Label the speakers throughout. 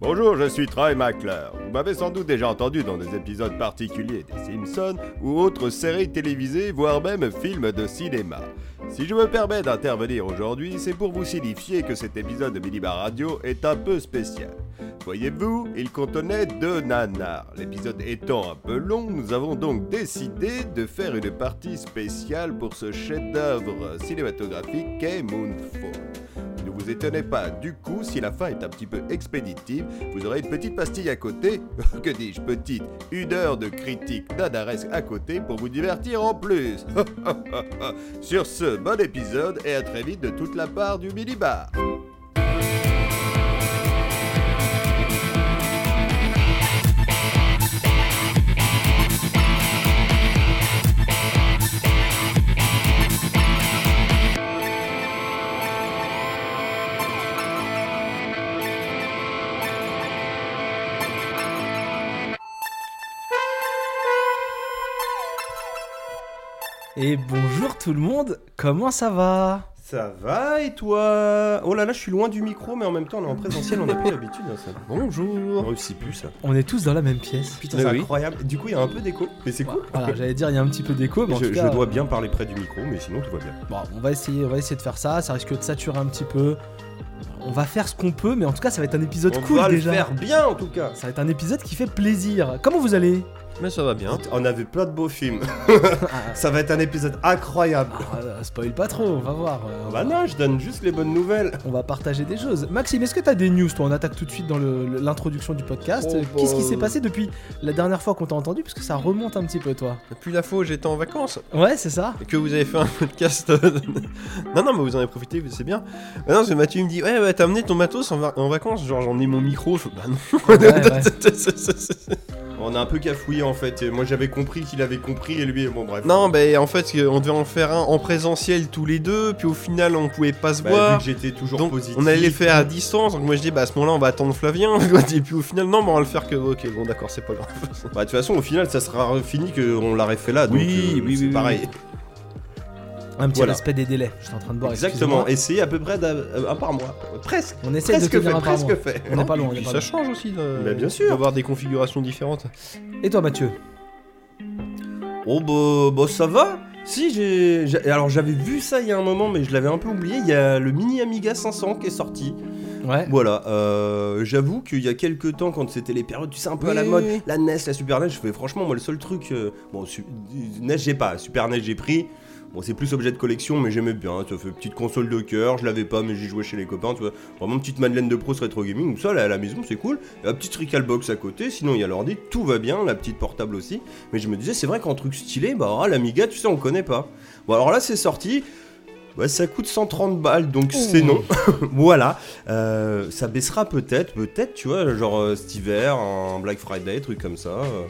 Speaker 1: Bonjour, je suis Troy McClure. Vous m'avez sans doute déjà entendu dans des épisodes particuliers des Simpsons ou autres séries télévisées, voire même films de cinéma. Si je me permets d'intervenir aujourd'hui, c'est pour vous signifier que cet épisode de Billy Bar Radio est un peu spécial. Voyez-vous, il contenait deux nanars. L'épisode étant un peu long, nous avons donc décidé de faire une partie spéciale pour ce chef-d'œuvre cinématographique qu'est Moonfall. Ne vous étonnez pas, du coup, si la fin est un petit peu expéditive, vous aurez une petite pastille à côté, que dis-je, petite, une heure de critique d'Adaresque à côté pour vous divertir en plus. Sur ce, bon épisode et à très vite de toute la part du Billy Bar.
Speaker 2: Et bonjour tout le monde, comment ça va
Speaker 3: Ça va Ah, et toi Oh là là, je suis loin du micro, mais en même temps, on est en présentiel, on n'a plus l'habitude. hein, ça. On
Speaker 1: Bonjour.
Speaker 3: réussit plus ça.
Speaker 2: On est tous dans la même pièce.
Speaker 3: Putain, c'est incroyable. Du coup, il y a un peu d'écho, Eh mais c'est cool.
Speaker 2: Voilà, j'allais dire il y a un petit peu d'écho, mais en
Speaker 3: Je,
Speaker 2: tout
Speaker 3: je
Speaker 2: cas,
Speaker 3: dois bien parler près du micro, mais sinon tout va bien.
Speaker 2: bon, on va essayer, on va essayer de faire ça. Ça risque de saturer un petit peu. On va faire ce qu'on peut, mais en tout cas, ça va être un épisode
Speaker 3: on
Speaker 2: cool
Speaker 3: va
Speaker 2: déjà.
Speaker 3: le faire bien en tout cas.
Speaker 2: Ça va être un épisode qui fait plaisir. Comment vous allez
Speaker 4: Mais ça va bien.
Speaker 3: On avait plein de beaux films.
Speaker 2: Ah,
Speaker 3: Ça va être un épisode incroyable.
Speaker 2: ah, Spoil pas trop, on va voir. euh, on
Speaker 3: Bah
Speaker 2: va-
Speaker 3: non, je donne juste les bonnes nouvelles.
Speaker 2: On va partager des choses. Maxime, est-ce que t'as des news Toi, on attaque tout de suite dans le- le- l'introduction du podcast.
Speaker 3: Oh,
Speaker 2: Qu'est-ce qui
Speaker 3: bah,
Speaker 2: s'est
Speaker 3: euh.
Speaker 2: passé depuis la dernière fois qu'on t'a entendu Parce que ça remonte un petit peu, toi.
Speaker 4: Depuis la fois où j'étais en vacances
Speaker 2: Ouais, c'est ça.
Speaker 4: et que vous avez fait un podcast. euh, non, non, mais vous en avez profité, c'est bien. Ah non, parce que Mathieu il me dit Ouais, ouais, t'as amené ton matos en, va- en vacances Genre, j'en ai mon micro. Je fais, Bah non.
Speaker 2: Ouais, Ah bah, ouais.
Speaker 3: On a un peu cafouillé en fait. et Moi j'avais compris qu'il avait compris et lui, bon bref.
Speaker 4: non, bah en fait, on devait en faire un en présentiel tous les deux. Puis au final, on pouvait pas se
Speaker 3: Bah, vu
Speaker 4: voir.
Speaker 3: que j'étais toujours
Speaker 4: Donc,
Speaker 3: positif.
Speaker 4: on allait les faire à distance. Donc, moi, je dis Bah à ce moment-là, on va attendre Flavien. et puis au final, non, bah on va le faire que. Ok, bon, d'accord, c'est pas grave.
Speaker 3: Bah de toute façon, au final, ça sera fini qu'on l'aurait fait là. Donc,
Speaker 4: Oui,
Speaker 3: euh,
Speaker 4: oui,
Speaker 3: c'est
Speaker 4: oui, oui.
Speaker 3: pareil.
Speaker 2: Un petit
Speaker 3: Voilà.
Speaker 2: respect des délais. J'étais en train de boire.
Speaker 3: Exactement,
Speaker 2: excusez-moi.
Speaker 3: essayez à peu près d'un euh, un par mois. Presque.
Speaker 2: On essaie de
Speaker 3: Presque fait,
Speaker 2: tenir un par
Speaker 3: presque
Speaker 2: mois.
Speaker 3: fait.
Speaker 2: On n'est pas
Speaker 4: Non,
Speaker 2: loin. on
Speaker 4: puis
Speaker 2: est pas
Speaker 4: ça change aussi de-
Speaker 3: Bah, bien sûr.
Speaker 4: d'avoir des configurations différentes.
Speaker 2: loin. Et toi, Mathieu
Speaker 3: Oh bah, bah, ça va Si, j'ai. j'ai- Alors j'avais vu ça il y a un moment, mais je l'avais un peu oublié. Il y a le mini Amiga 500 qui est sorti.
Speaker 2: Ouais.
Speaker 3: Voilà, euh, j'avoue qu'il y a quelques temps, quand c'était les périodes, tu sais, un peu à la
Speaker 4: Oui,
Speaker 3: mode,
Speaker 4: oui, oui.
Speaker 3: la NES, la Super NES, je fais franchement, moi le seul truc. euh, bon, su- NES, j'ai pas, Super NES, j'ai pris. Bon, c'est plus objet de collection, mais j'aimais bien. Tu vois, fait petite console de cœur, je l'avais pas, mais j'y jouais chez les copains, tu vois. Vraiment, petite Madeleine de Proust Retro Gaming, tout ça, là, à la maison, c'est cool. La petite Recalbox à côté, sinon il y a l'ordi, tout va bien, la petite portable aussi. Mais je me disais, c'est vrai qu'en truc stylé, bah, ah, l'Amiga, tu sais, on connaît pas. Bon, alors là, c'est sorti. Bah, ça coûte 130 balles, donc c'est non. voilà. Euh, ça baissera peut-être, peut-être, tu vois, genre euh, cet hiver, un Black Friday, truc comme ça. euh,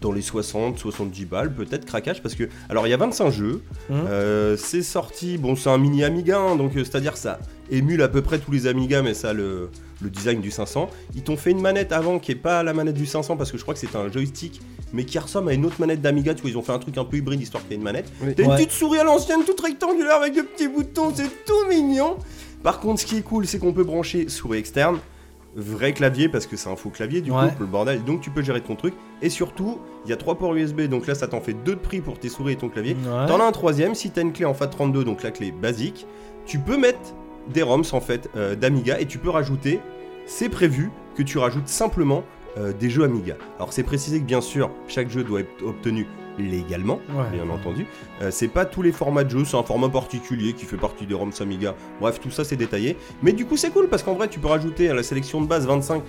Speaker 3: dans les 60, 70 balles, peut-être craquage, parce que. Alors, il y a 25 jeux.
Speaker 2: Mhm.
Speaker 3: euh, c'est sorti. Bon, c'est un mini Amiga, hein, donc euh, c'est-à-dire ça émule à peu près tous les Amiga, mais ça, le, le design du 500. Ils t'ont fait une manette avant qui est pas la manette du 500, parce que je crois que c'est un joystick, mais qui ressemble à une autre manette d'Amiga. Tu vois, ils ont fait un truc un peu hybride, histoire qu'il y ait une manette.
Speaker 4: Oui.
Speaker 3: T'as une
Speaker 2: Ouais.
Speaker 3: petite souris à l'ancienne, toute rectangulaire, avec des petits boutons, c'est tout mignon. Par contre, ce qui est cool, c'est qu'on peut brancher souris externe, vrai clavier, parce que c'est un faux clavier, du
Speaker 2: Ouais.
Speaker 3: coup, le bordel, donc tu peux gérer ton truc. Et surtout, il y a trois ports USB, donc là, ça t'en fait deux de prix pour tes souris et ton clavier.
Speaker 2: Ouais.
Speaker 3: T'en as un troisième, si t'as une clé en FAT32, donc la clé basique, tu peux mettre des ROMs en fait euh, d'Amiga et tu peux rajouter, c'est prévu que tu rajoutes simplement euh, des jeux Amiga. Alors c'est précisé que bien sûr, chaque jeu doit être obtenu légalement,
Speaker 2: Ouais.
Speaker 3: bien entendu. Euh, c'est pas tous les formats de jeu, c'est un format particulier qui fait partie des ROMs Amiga. Bref, tout ça c'est détaillé. Mais du coup c'est cool parce qu'en vrai tu peux rajouter à la sélection de base 25.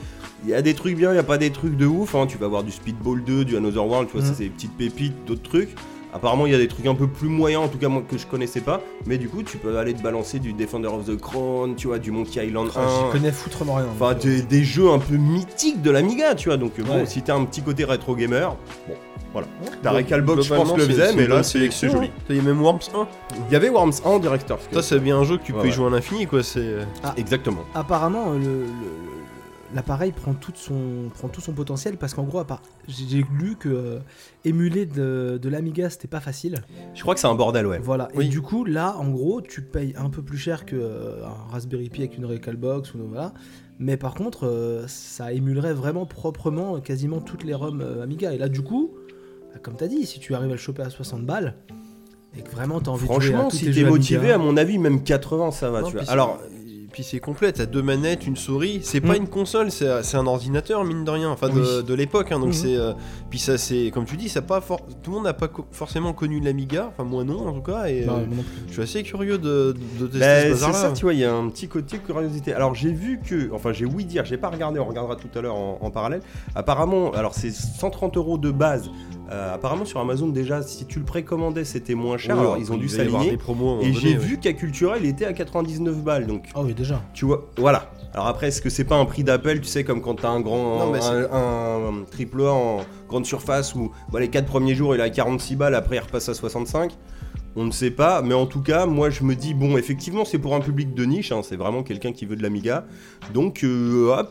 Speaker 3: Il y a des trucs bien, il y a pas des trucs de ouf. hein. Tu vas avoir du Speedball 2, du Another World, tu vois,
Speaker 2: Mhm.
Speaker 3: ça c'est des petites pépites, d'autres trucs. Apparemment il y a des trucs un peu plus moyens, en tout cas moi que je connaissais pas. Mais du coup tu peux aller te balancer du Defender of the Crown, tu vois, du Monkey Island 1.
Speaker 2: Ah, J'y connais foutrement rien. euh,
Speaker 3: Enfin, des, des jeux un peu mythiques de l'Amiga, tu vois. Donc, bon,
Speaker 2: Ouais.
Speaker 3: si t'as un petit côté rétro gamer, bon, voilà. T'as
Speaker 4: Glo-
Speaker 3: Recalbox, je pense,
Speaker 4: globalement,
Speaker 3: le
Speaker 4: c'est-
Speaker 3: faisait,
Speaker 4: c'est une
Speaker 3: mais là,
Speaker 4: bonne
Speaker 3: c'est c'est joli.
Speaker 4: hein. Il y a même Worms 1.
Speaker 3: Il y avait Worms 1 en directeur.
Speaker 4: Ça, c'est euh, bien un jeu que tu
Speaker 3: Ouais,
Speaker 4: peux y
Speaker 3: ouais.
Speaker 4: jouer à l'infini, quoi. C'est.
Speaker 3: Exactement.
Speaker 2: Apparemment, euh, le, le- le- l'appareil prend, tout son- prend tout son potentiel parce qu'en gros, à part- j'ai j'ai lu que euh, émuler de, de l'Amiga, c'était pas facile.
Speaker 3: Je crois que c'est un bordel, ouais.
Speaker 2: Voilà.
Speaker 4: Oui.
Speaker 2: Et du coup, là, en gros, tu payes un peu plus cher que euh, un Raspberry Pi avec une Recalbox ou voilà. Mais par contre, euh, ça émulerait vraiment proprement euh, quasiment toutes les ROM euh, Amiga. Et là, du coup, bah, comme t'as dit, si tu arrives à le choper à 60 balles et que vraiment t'as envie de jouer à
Speaker 3: Franchement,
Speaker 2: tous
Speaker 3: si
Speaker 2: tes
Speaker 3: t'es
Speaker 2: jeux
Speaker 3: motivé,
Speaker 2: Amiga-
Speaker 3: à mon avis, même 80, ça va,
Speaker 4: Non,
Speaker 3: tu
Speaker 4: puis
Speaker 3: vois.
Speaker 4: c'est-
Speaker 3: Alors, Hmm.
Speaker 4: et puis c'est complet, t'as deux manettes, une souris. C'est pas
Speaker 2: Mm.
Speaker 4: une console, c'est c'est un ordinateur mine de rien, enfin de,
Speaker 2: Oui.
Speaker 4: de l'époque. hein, donc
Speaker 3: Hmm.
Speaker 2: Mhm.
Speaker 4: c'est, euh, puis ça c'est, comme tu dis, ça pas for- tout le monde n'a pas co- forcément connu l'Amiga, enfin moi non en tout cas. Et
Speaker 2: Non, moi
Speaker 4: euh,
Speaker 2: bah, non plus.
Speaker 4: je suis assez curieux de, de tester
Speaker 3: bah,
Speaker 4: ce
Speaker 3: c'est
Speaker 4: bazar-là.
Speaker 3: ça, tu vois, il y a un petit côté curiosité. Alors, j'ai vu que, enfin, j'ai oui dire, j'ai pas regardé, on regardera tout à l'heure en, en parallèle. Apparemment, alors c'est 130 euros de base. Euh, apparemment, sur Amazon, déjà, si tu le précommandais, c'était moins cher.
Speaker 4: Ouais,
Speaker 3: alors, ils ont dû
Speaker 4: devait y avoir
Speaker 3: s'aligner.
Speaker 4: des promos à un moment
Speaker 3: Et
Speaker 4: donné,
Speaker 3: j'ai
Speaker 4: ouais.
Speaker 3: vu qu'à Cultura, il était à 99 balles. Donc,
Speaker 2: Ah oui, déjà.
Speaker 3: Tu vois, voilà. Alors après, est-ce que c'est pas un prix d'appel, tu sais, comme quand t'as un grand,
Speaker 4: Non, mais c'est-
Speaker 3: un, un triple A en grande surface où bah, les 4 premiers jours il a 46 balles, après il repasse à 65 On ne sait pas, mais en tout cas, moi je me dis, bon, effectivement, c'est pour un public de niche, hein, c'est vraiment quelqu'un qui veut de l'Amiga. Donc, euh, ah,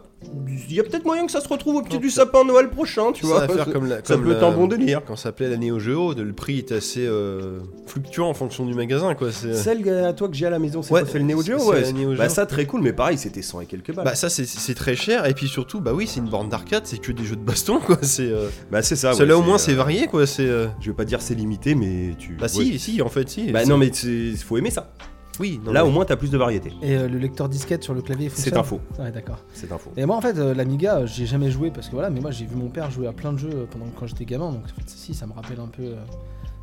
Speaker 3: il y a peut-être moyen que ça se retrouve au pied
Speaker 4: Non,
Speaker 3: du
Speaker 4: peut-être.
Speaker 3: sapin Noël prochain, tu
Speaker 4: Ça
Speaker 3: vois.
Speaker 4: va faire comme la-
Speaker 3: ça
Speaker 4: comme
Speaker 3: peut
Speaker 4: la-
Speaker 3: être un bon délire.
Speaker 4: Quand ça s'appelait la Neo Geo, de- le prix est assez euh, fluctuant en fonction du magasin, quoi. C'est euh,
Speaker 3: Celle à toi que j'ai à la maison, c'est
Speaker 4: Ouais,
Speaker 3: quoi, c'est le Neo Geo
Speaker 4: c'est
Speaker 3: ouais.
Speaker 4: la Neo Geo.
Speaker 3: Bah, ça, très cool, mais pareil, c'était 100 et quelques balles.
Speaker 4: bah ça c'est- c'est très cher et puis surtout bah oui c'est une borne d'arcade c'est que des jeux de baston quoi c'est euh,
Speaker 3: Bah, c'est ça.
Speaker 4: celle-là
Speaker 3: ouais,
Speaker 4: au moins
Speaker 3: euh,
Speaker 4: c'est varié quoi c'est euh,
Speaker 3: Je vais pas dire c'est limité, mais tu.
Speaker 4: bah si si en fait si
Speaker 3: Bah
Speaker 4: C'est-
Speaker 3: non mais c'est- faut aimer ça.
Speaker 4: oui non,
Speaker 3: Là
Speaker 4: mais-
Speaker 3: au moins t'as plus de variété.
Speaker 2: Et euh, le lecteur disquette sur le clavier fonctionne Ah
Speaker 3: C'est un faux.
Speaker 2: Ouais, d'accord.
Speaker 3: C'est un faux.
Speaker 2: Et moi, en fait, euh, l'Amiga, euh, j'ai jamais joué parce que voilà, mais moi, j'ai vu mon père jouer à plein de jeux euh, pendant quand j'étais gamin, donc en fait, si, ça me rappelle un peu, euh,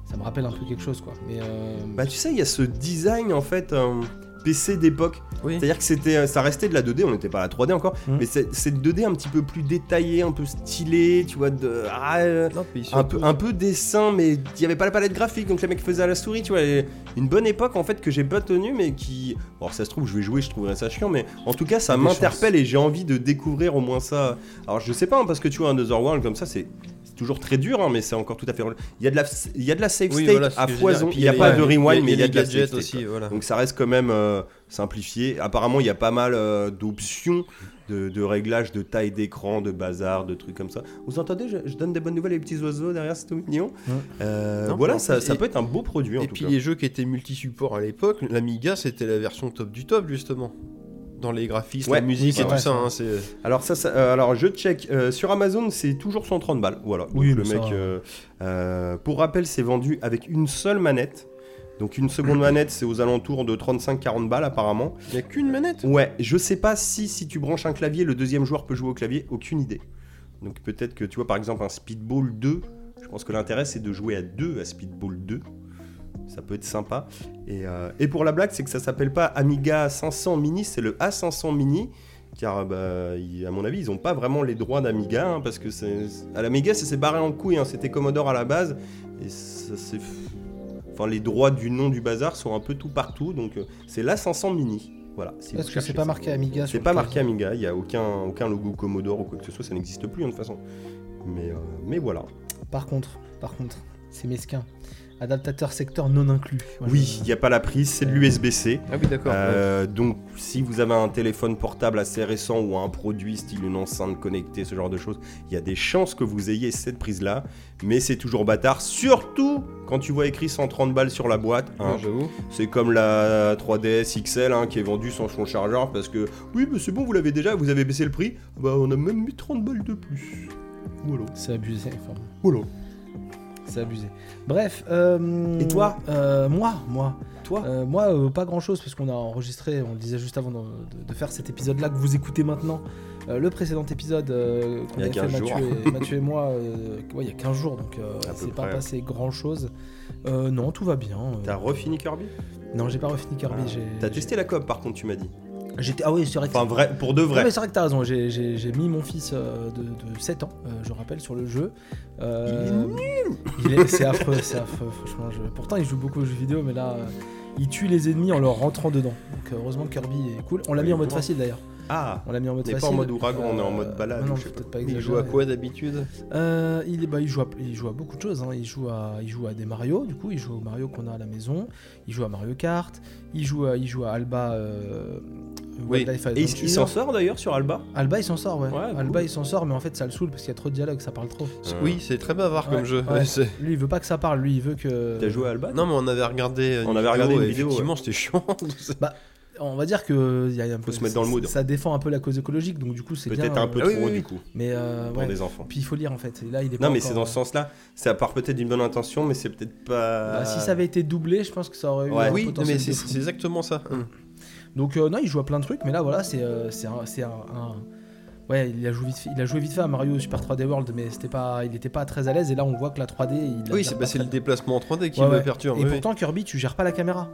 Speaker 2: ça me rappelle un peu quelque chose, quoi. Mais euh,
Speaker 3: Bah tu sais il y a ce design en fait euh, PC d'époque.
Speaker 4: Oui.
Speaker 3: C'est-à-dire que c'était euh, ça restait de la 2D, on n'était pas à la 3D encore,
Speaker 2: Mhm.
Speaker 3: mais c'est c'est de 2D un petit peu plus détaillé, un peu stylé, tu vois de ah, euh,
Speaker 4: Non, puis surtout-
Speaker 3: un peu, un peu dessin, mais il n'y avait pas la palette graphique, donc les mecs faisaient à la souris, tu vois. et Une bonne époque, en fait, que j'ai pas tenue, mais qui. Bon, alors, ça se trouve, je vais jouer, je trouverai ça chiant, mais en tout cas, ça
Speaker 2: Des
Speaker 3: m'interpelle et j'ai envie de découvrir au moins ça. Alors, je sais pas, hein, parce que tu vois, un Otherworld comme ça, c'est. c'est toujours très dur, hein, mais c'est encore tout à fait. Il y a de la, il y a de la safe
Speaker 4: Oui,
Speaker 3: state
Speaker 4: voilà ce
Speaker 3: à
Speaker 4: que je veux
Speaker 3: foison.
Speaker 4: dire. Et puis
Speaker 3: Il n'y a
Speaker 4: les-
Speaker 3: pas de
Speaker 4: ouais,
Speaker 3: rewind, mais il y a
Speaker 4: les
Speaker 3: de la safe
Speaker 4: gadgets
Speaker 3: state,
Speaker 4: aussi, voilà.
Speaker 3: Ah. donc ça reste quand même euh, simplifié. Apparemment, il y a pas mal euh, d'options, de, de réglages, de taille d'écran, de bazar, de trucs comme ça. Vous entendez je, je donne des bonnes nouvelles, les petits oiseaux derrière, c'est tout mignon.
Speaker 2: Ouais.
Speaker 3: Euh,
Speaker 4: Non,
Speaker 3: voilà,
Speaker 4: mais en
Speaker 3: ça,
Speaker 4: plus,
Speaker 3: ça
Speaker 4: et-
Speaker 3: peut être un beau produit en
Speaker 4: Et
Speaker 3: tout
Speaker 4: puis
Speaker 3: cas.
Speaker 4: les jeux qui étaient multi-support à l'époque, l'Amiga c'était la version top du top justement. Dans les graphismes,
Speaker 3: Ouais,
Speaker 4: la musique
Speaker 2: oui,
Speaker 4: et
Speaker 2: c'est
Speaker 4: tout
Speaker 2: vrai, ça.
Speaker 4: ça. hein, c'est-
Speaker 3: Alors, ça, ça- euh, alors je check. Euh, sur Amazon, c'est toujours 130 balles. Voilà. Donc,
Speaker 2: Oui,
Speaker 3: le
Speaker 2: mais ça
Speaker 3: mec.
Speaker 2: va.
Speaker 3: euh, euh, pour rappel, c'est vendu avec une seule manette. Donc une seconde manette, c'est aux alentours de 35-40 balles apparemment.
Speaker 4: Il n'y a qu'une manette.
Speaker 3: Ouais, je sais pas si si tu branches un clavier, le deuxième joueur peut jouer au clavier, aucune idée. Donc peut-être que tu vois par exemple un Speedball 2, je pense que l'intérêt c'est de jouer à deux à Speedball 2. Ça peut être sympa. Et, euh, et pour la blague, c'est que ça s'appelle pas Amiga 500 Mini, c'est le A500 Mini. Car euh, bah, ils- à mon avis, ils n'ont pas vraiment les droits d'Amiga, hein, parce que c'est- à l'Amiga, ça s'est barré en couille, hein, c'était Commodore à la base, et ça s'est... Enfin, les droits du nom du bazar sont un peu tout partout, donc euh, c'est l'A500 Mini. Voilà. si vous
Speaker 2: est-ce que c'est
Speaker 3: cherchez
Speaker 2: pas
Speaker 3: ça.
Speaker 2: marqué Amiga sur
Speaker 3: hein. C'est
Speaker 2: le
Speaker 3: pas
Speaker 2: clavier
Speaker 3: marqué Amiga, il n'y a aucun, aucun logo Commodore ou quoi que ce soit, ça n'existe plus hein, de toute façon. Mais, euh, mais voilà.
Speaker 2: Par contre, par contre, c'est mesquin. Adaptateur secteur non inclus. Moi,
Speaker 3: Oui, il n'y a pas la prise, c'est de l'USB-C.
Speaker 4: Ah oui, d'accord.
Speaker 3: Euh, donc si vous avez un téléphone portable assez récent ou un produit style une enceinte connectée, ce genre de choses, il y a des chances que vous ayez cette prise-là. Mais c'est toujours bâtard, surtout quand tu vois écrit 130 balles sur la boîte. hein. C'est comme la 3DS XL hein, qui est vendue sans son chargeur parce que oui, mais c'est bon, vous l'avez déjà, vous avez baissé le prix. Bah on a même mis 30 balles de plus. Voilà.
Speaker 2: C'est abusé. enfin,
Speaker 3: Voilà.
Speaker 2: c'est abusé. Bref. euh,
Speaker 3: Et toi
Speaker 2: euh, Moi, moi.
Speaker 3: Toi
Speaker 2: Euh, moi, euh, pas grand chose, parce qu'on a enregistré, on le disait juste avant de, de- de faire cet épisode-là que vous écoutez maintenant. euh, le précédent épisode euh,
Speaker 3: Il
Speaker 2: qu'on
Speaker 3: y a
Speaker 2: avait fait
Speaker 3: 15
Speaker 2: Mathieu
Speaker 3: jours.
Speaker 2: et, Mathieu et moi, euh, ouais, il y a 15 jours, donc euh,
Speaker 3: À peu
Speaker 2: c'est pas
Speaker 3: près.
Speaker 2: passé grand-chose. Euh, non, tout va bien. euh.
Speaker 3: T'as refini Kirby
Speaker 2: Non, j'ai pas refini Kirby.
Speaker 3: Ah.
Speaker 2: j'ai-
Speaker 3: T'as testé la coop par contre, tu m'as dit.
Speaker 2: J'étais... Ah oui, c'est vrai que
Speaker 3: Enfin, vrai, pour de
Speaker 2: Non,
Speaker 3: vrai.
Speaker 2: mais c'est vrai que t'as raison, j'ai, j'ai- j'ai mis mon fils euh, de, de 7 ans, euh, je rappelle, sur le jeu. Euh, il est- c'est affreux, c'est affreux, franchement. je- Pourtant, il joue beaucoup aux jeux vidéo, mais là, euh, il tue les ennemis en leur rentrant dedans. Donc, euh, heureusement, Kirby est cool. On l'a mis en mode facile d'ailleurs.
Speaker 3: Ah
Speaker 2: On l'a mis en mode
Speaker 3: On n'est pas
Speaker 2: facile.
Speaker 3: en mode ouragan, on est en mode balade,
Speaker 2: euh, Non,
Speaker 3: je
Speaker 2: je
Speaker 3: sais
Speaker 2: vais
Speaker 3: pas.
Speaker 2: peut-être pas
Speaker 4: Il
Speaker 2: exagérer.
Speaker 4: joue à quoi d'habitude
Speaker 2: Euh, il, est- bah, il, joue à, il joue à beaucoup de choses. hein. Il, joue à, il joue à des Mario, du coup, il joue au Mario qu'on a à la maison. Il joue à Mario Kart. Il joue à, il joue à Alba, euh, Wild
Speaker 4: Oui.
Speaker 2: Life Adventure.
Speaker 3: Et il, il s'en sort d'ailleurs sur Alba
Speaker 2: Alba, il s'en sort, ouais.
Speaker 3: Ouais, cool.
Speaker 2: Alba, il s'en sort, mais en fait, ça le saoule parce qu'il y a trop de dialogue, ça parle trop.
Speaker 4: Oui, c'est très bavard
Speaker 2: Ouais,
Speaker 4: comme jeu.
Speaker 2: ouais.
Speaker 4: c'est-
Speaker 2: Lui, il veut pas que ça parle, lui, il veut que.
Speaker 3: T'as joué à Alba
Speaker 4: Non, mais on avait regardé. euh,
Speaker 3: On avait regardé une
Speaker 4: et
Speaker 3: vidéo,
Speaker 4: Effectivement, c'était chiant.
Speaker 2: On va dire que il y a un peu-
Speaker 3: se mettre dans le mood.
Speaker 2: Ça défend un peu la cause écologique, donc du coup, c'est bien,
Speaker 3: Peut-être un peu
Speaker 2: euh,
Speaker 4: Ah oui,
Speaker 3: trop
Speaker 4: oui,
Speaker 3: du
Speaker 4: oui.
Speaker 3: coup
Speaker 2: Mais euh,
Speaker 3: pour
Speaker 2: ouais.
Speaker 3: des enfants.
Speaker 2: Puis il faut lire en fait. Et là, il est
Speaker 3: Non,
Speaker 2: pas
Speaker 3: mais
Speaker 2: encore,
Speaker 3: c'est dans ce
Speaker 2: euh,
Speaker 3: sens-là. Ça part peut-être d'une bonne intention, mais c'est peut-être pas.
Speaker 2: bah, si ça avait été doublé, je pense que ça aurait eu
Speaker 3: Ouais.
Speaker 2: un
Speaker 4: oui, non,
Speaker 2: potentiel
Speaker 4: mais
Speaker 2: de
Speaker 4: c'est
Speaker 2: fou.
Speaker 4: c'est exactement ça. Hum.
Speaker 2: Donc euh, non, il joue à plein de trucs, mais là voilà, c'est euh, c'est un, c'est un- un- ouais, il a joué vite, fait- il a joué vite fait à Mario Super 3D World, mais c'était pas, il était pas très à l'aise. Et là, on voit que la 3D, il la
Speaker 4: Oui,
Speaker 2: gère
Speaker 4: c'est
Speaker 2: pas
Speaker 4: bah, c'est
Speaker 2: très
Speaker 4: le déplacement en 3D qui
Speaker 2: Ouais,
Speaker 4: me
Speaker 2: ouais.
Speaker 4: perturbe.
Speaker 2: Et
Speaker 4: oui,
Speaker 2: pourtant, Kirby, tu gères pas la caméra.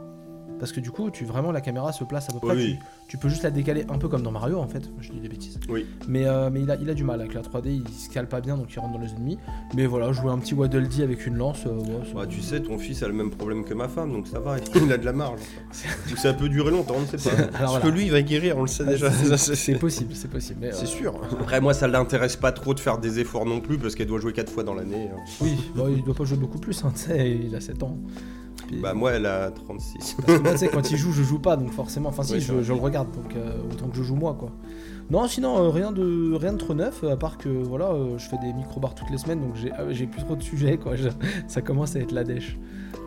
Speaker 2: Parce que du coup, tu vraiment la caméra se place à peu près.
Speaker 3: Oui.
Speaker 2: Tu, tu peux juste la décaler un peu comme dans Mario en fait. Je dis des bêtises.
Speaker 3: Oui.
Speaker 2: Mais, euh, mais il, a, il a du mal avec la 3D, il se cale pas bien donc il rentre dans les ennemis. Mais voilà, jouer un petit Waddle Dee avec une lance. euh, ouais, c'est-
Speaker 3: Bah, tu sais, ton fils a le même problème que ma femme, donc ça va, il a de la marge. Ou ça peut durer longtemps, on ne sait pas.
Speaker 2: Alors
Speaker 4: Parce
Speaker 2: voilà.
Speaker 4: que lui, il va guérir, on le sait
Speaker 2: Ah,
Speaker 4: déjà.
Speaker 2: c'est-
Speaker 4: Ça,
Speaker 2: C'est
Speaker 4: C'est
Speaker 2: possible, c'est possible. Mais, euh,
Speaker 4: c'est sûr. hein.
Speaker 3: Après, moi, ça l'intéresse pas trop de faire des efforts non plus, parce qu'elle doit jouer 4 fois dans l'année. hein.
Speaker 2: oui, bah, il doit pas jouer beaucoup plus, hein, tu sais, il a 7 ans. Puis-
Speaker 3: Bah, moi, elle a 36.
Speaker 2: Parce que moi, tu sais, quand il joue, je joue pas, donc forcément, enfin si,
Speaker 3: Oui, c'est
Speaker 2: je,
Speaker 3: vrai.
Speaker 2: je le regarde, donc euh, autant que je joue moi, quoi. Non, sinon, euh, rien, de, rien de trop neuf, à part que, voilà, euh, je fais des micro-bars toutes les semaines, donc j'ai ah ouais, j'ai plus trop de sujets, quoi. Je- ça commence à être la dèche.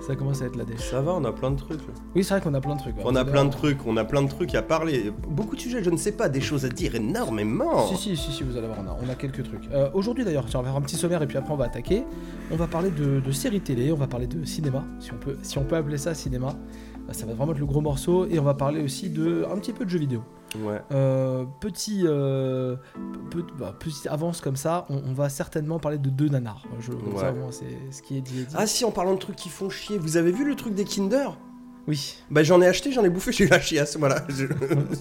Speaker 2: Ça commence à être la dèche.
Speaker 3: Ça va, on a plein de trucs. là.
Speaker 2: Oui, c'est vrai qu'on a plein de trucs. ouais.
Speaker 3: On a plein de trucs, on a plein de trucs à parler. Beaucoup de sujets, je ne sais pas, des choses à dire énormément.
Speaker 2: Si, si, si, si, vous allez voir, on a, on a quelques trucs. Euh, Aujourd'hui, d'ailleurs, tiens, on va faire un petit sommaire et puis après, on va attaquer. On va parler de, de séries télé, on va parler de cinéma, si on peut, si on peut appeler ça cinéma. Euh, Ça va vraiment être le gros morceau. Et on va parler aussi de un petit peu de jeux vidéo.
Speaker 3: Ouais.
Speaker 2: Euh, petit, euh, pe- pe- bah, petite avance comme ça, on, on va certainement parler de deux nanars. Je, comme
Speaker 3: Ouais.
Speaker 2: ça, au moins, c'est ce qui est dit. est dit.
Speaker 3: Ah si, en parlant de trucs qui font chier, vous avez vu le truc des Kinder
Speaker 2: oui.
Speaker 3: Bah j'en ai acheté, j'en ai bouffé, j'ai eu la chiasse, voilà. Je,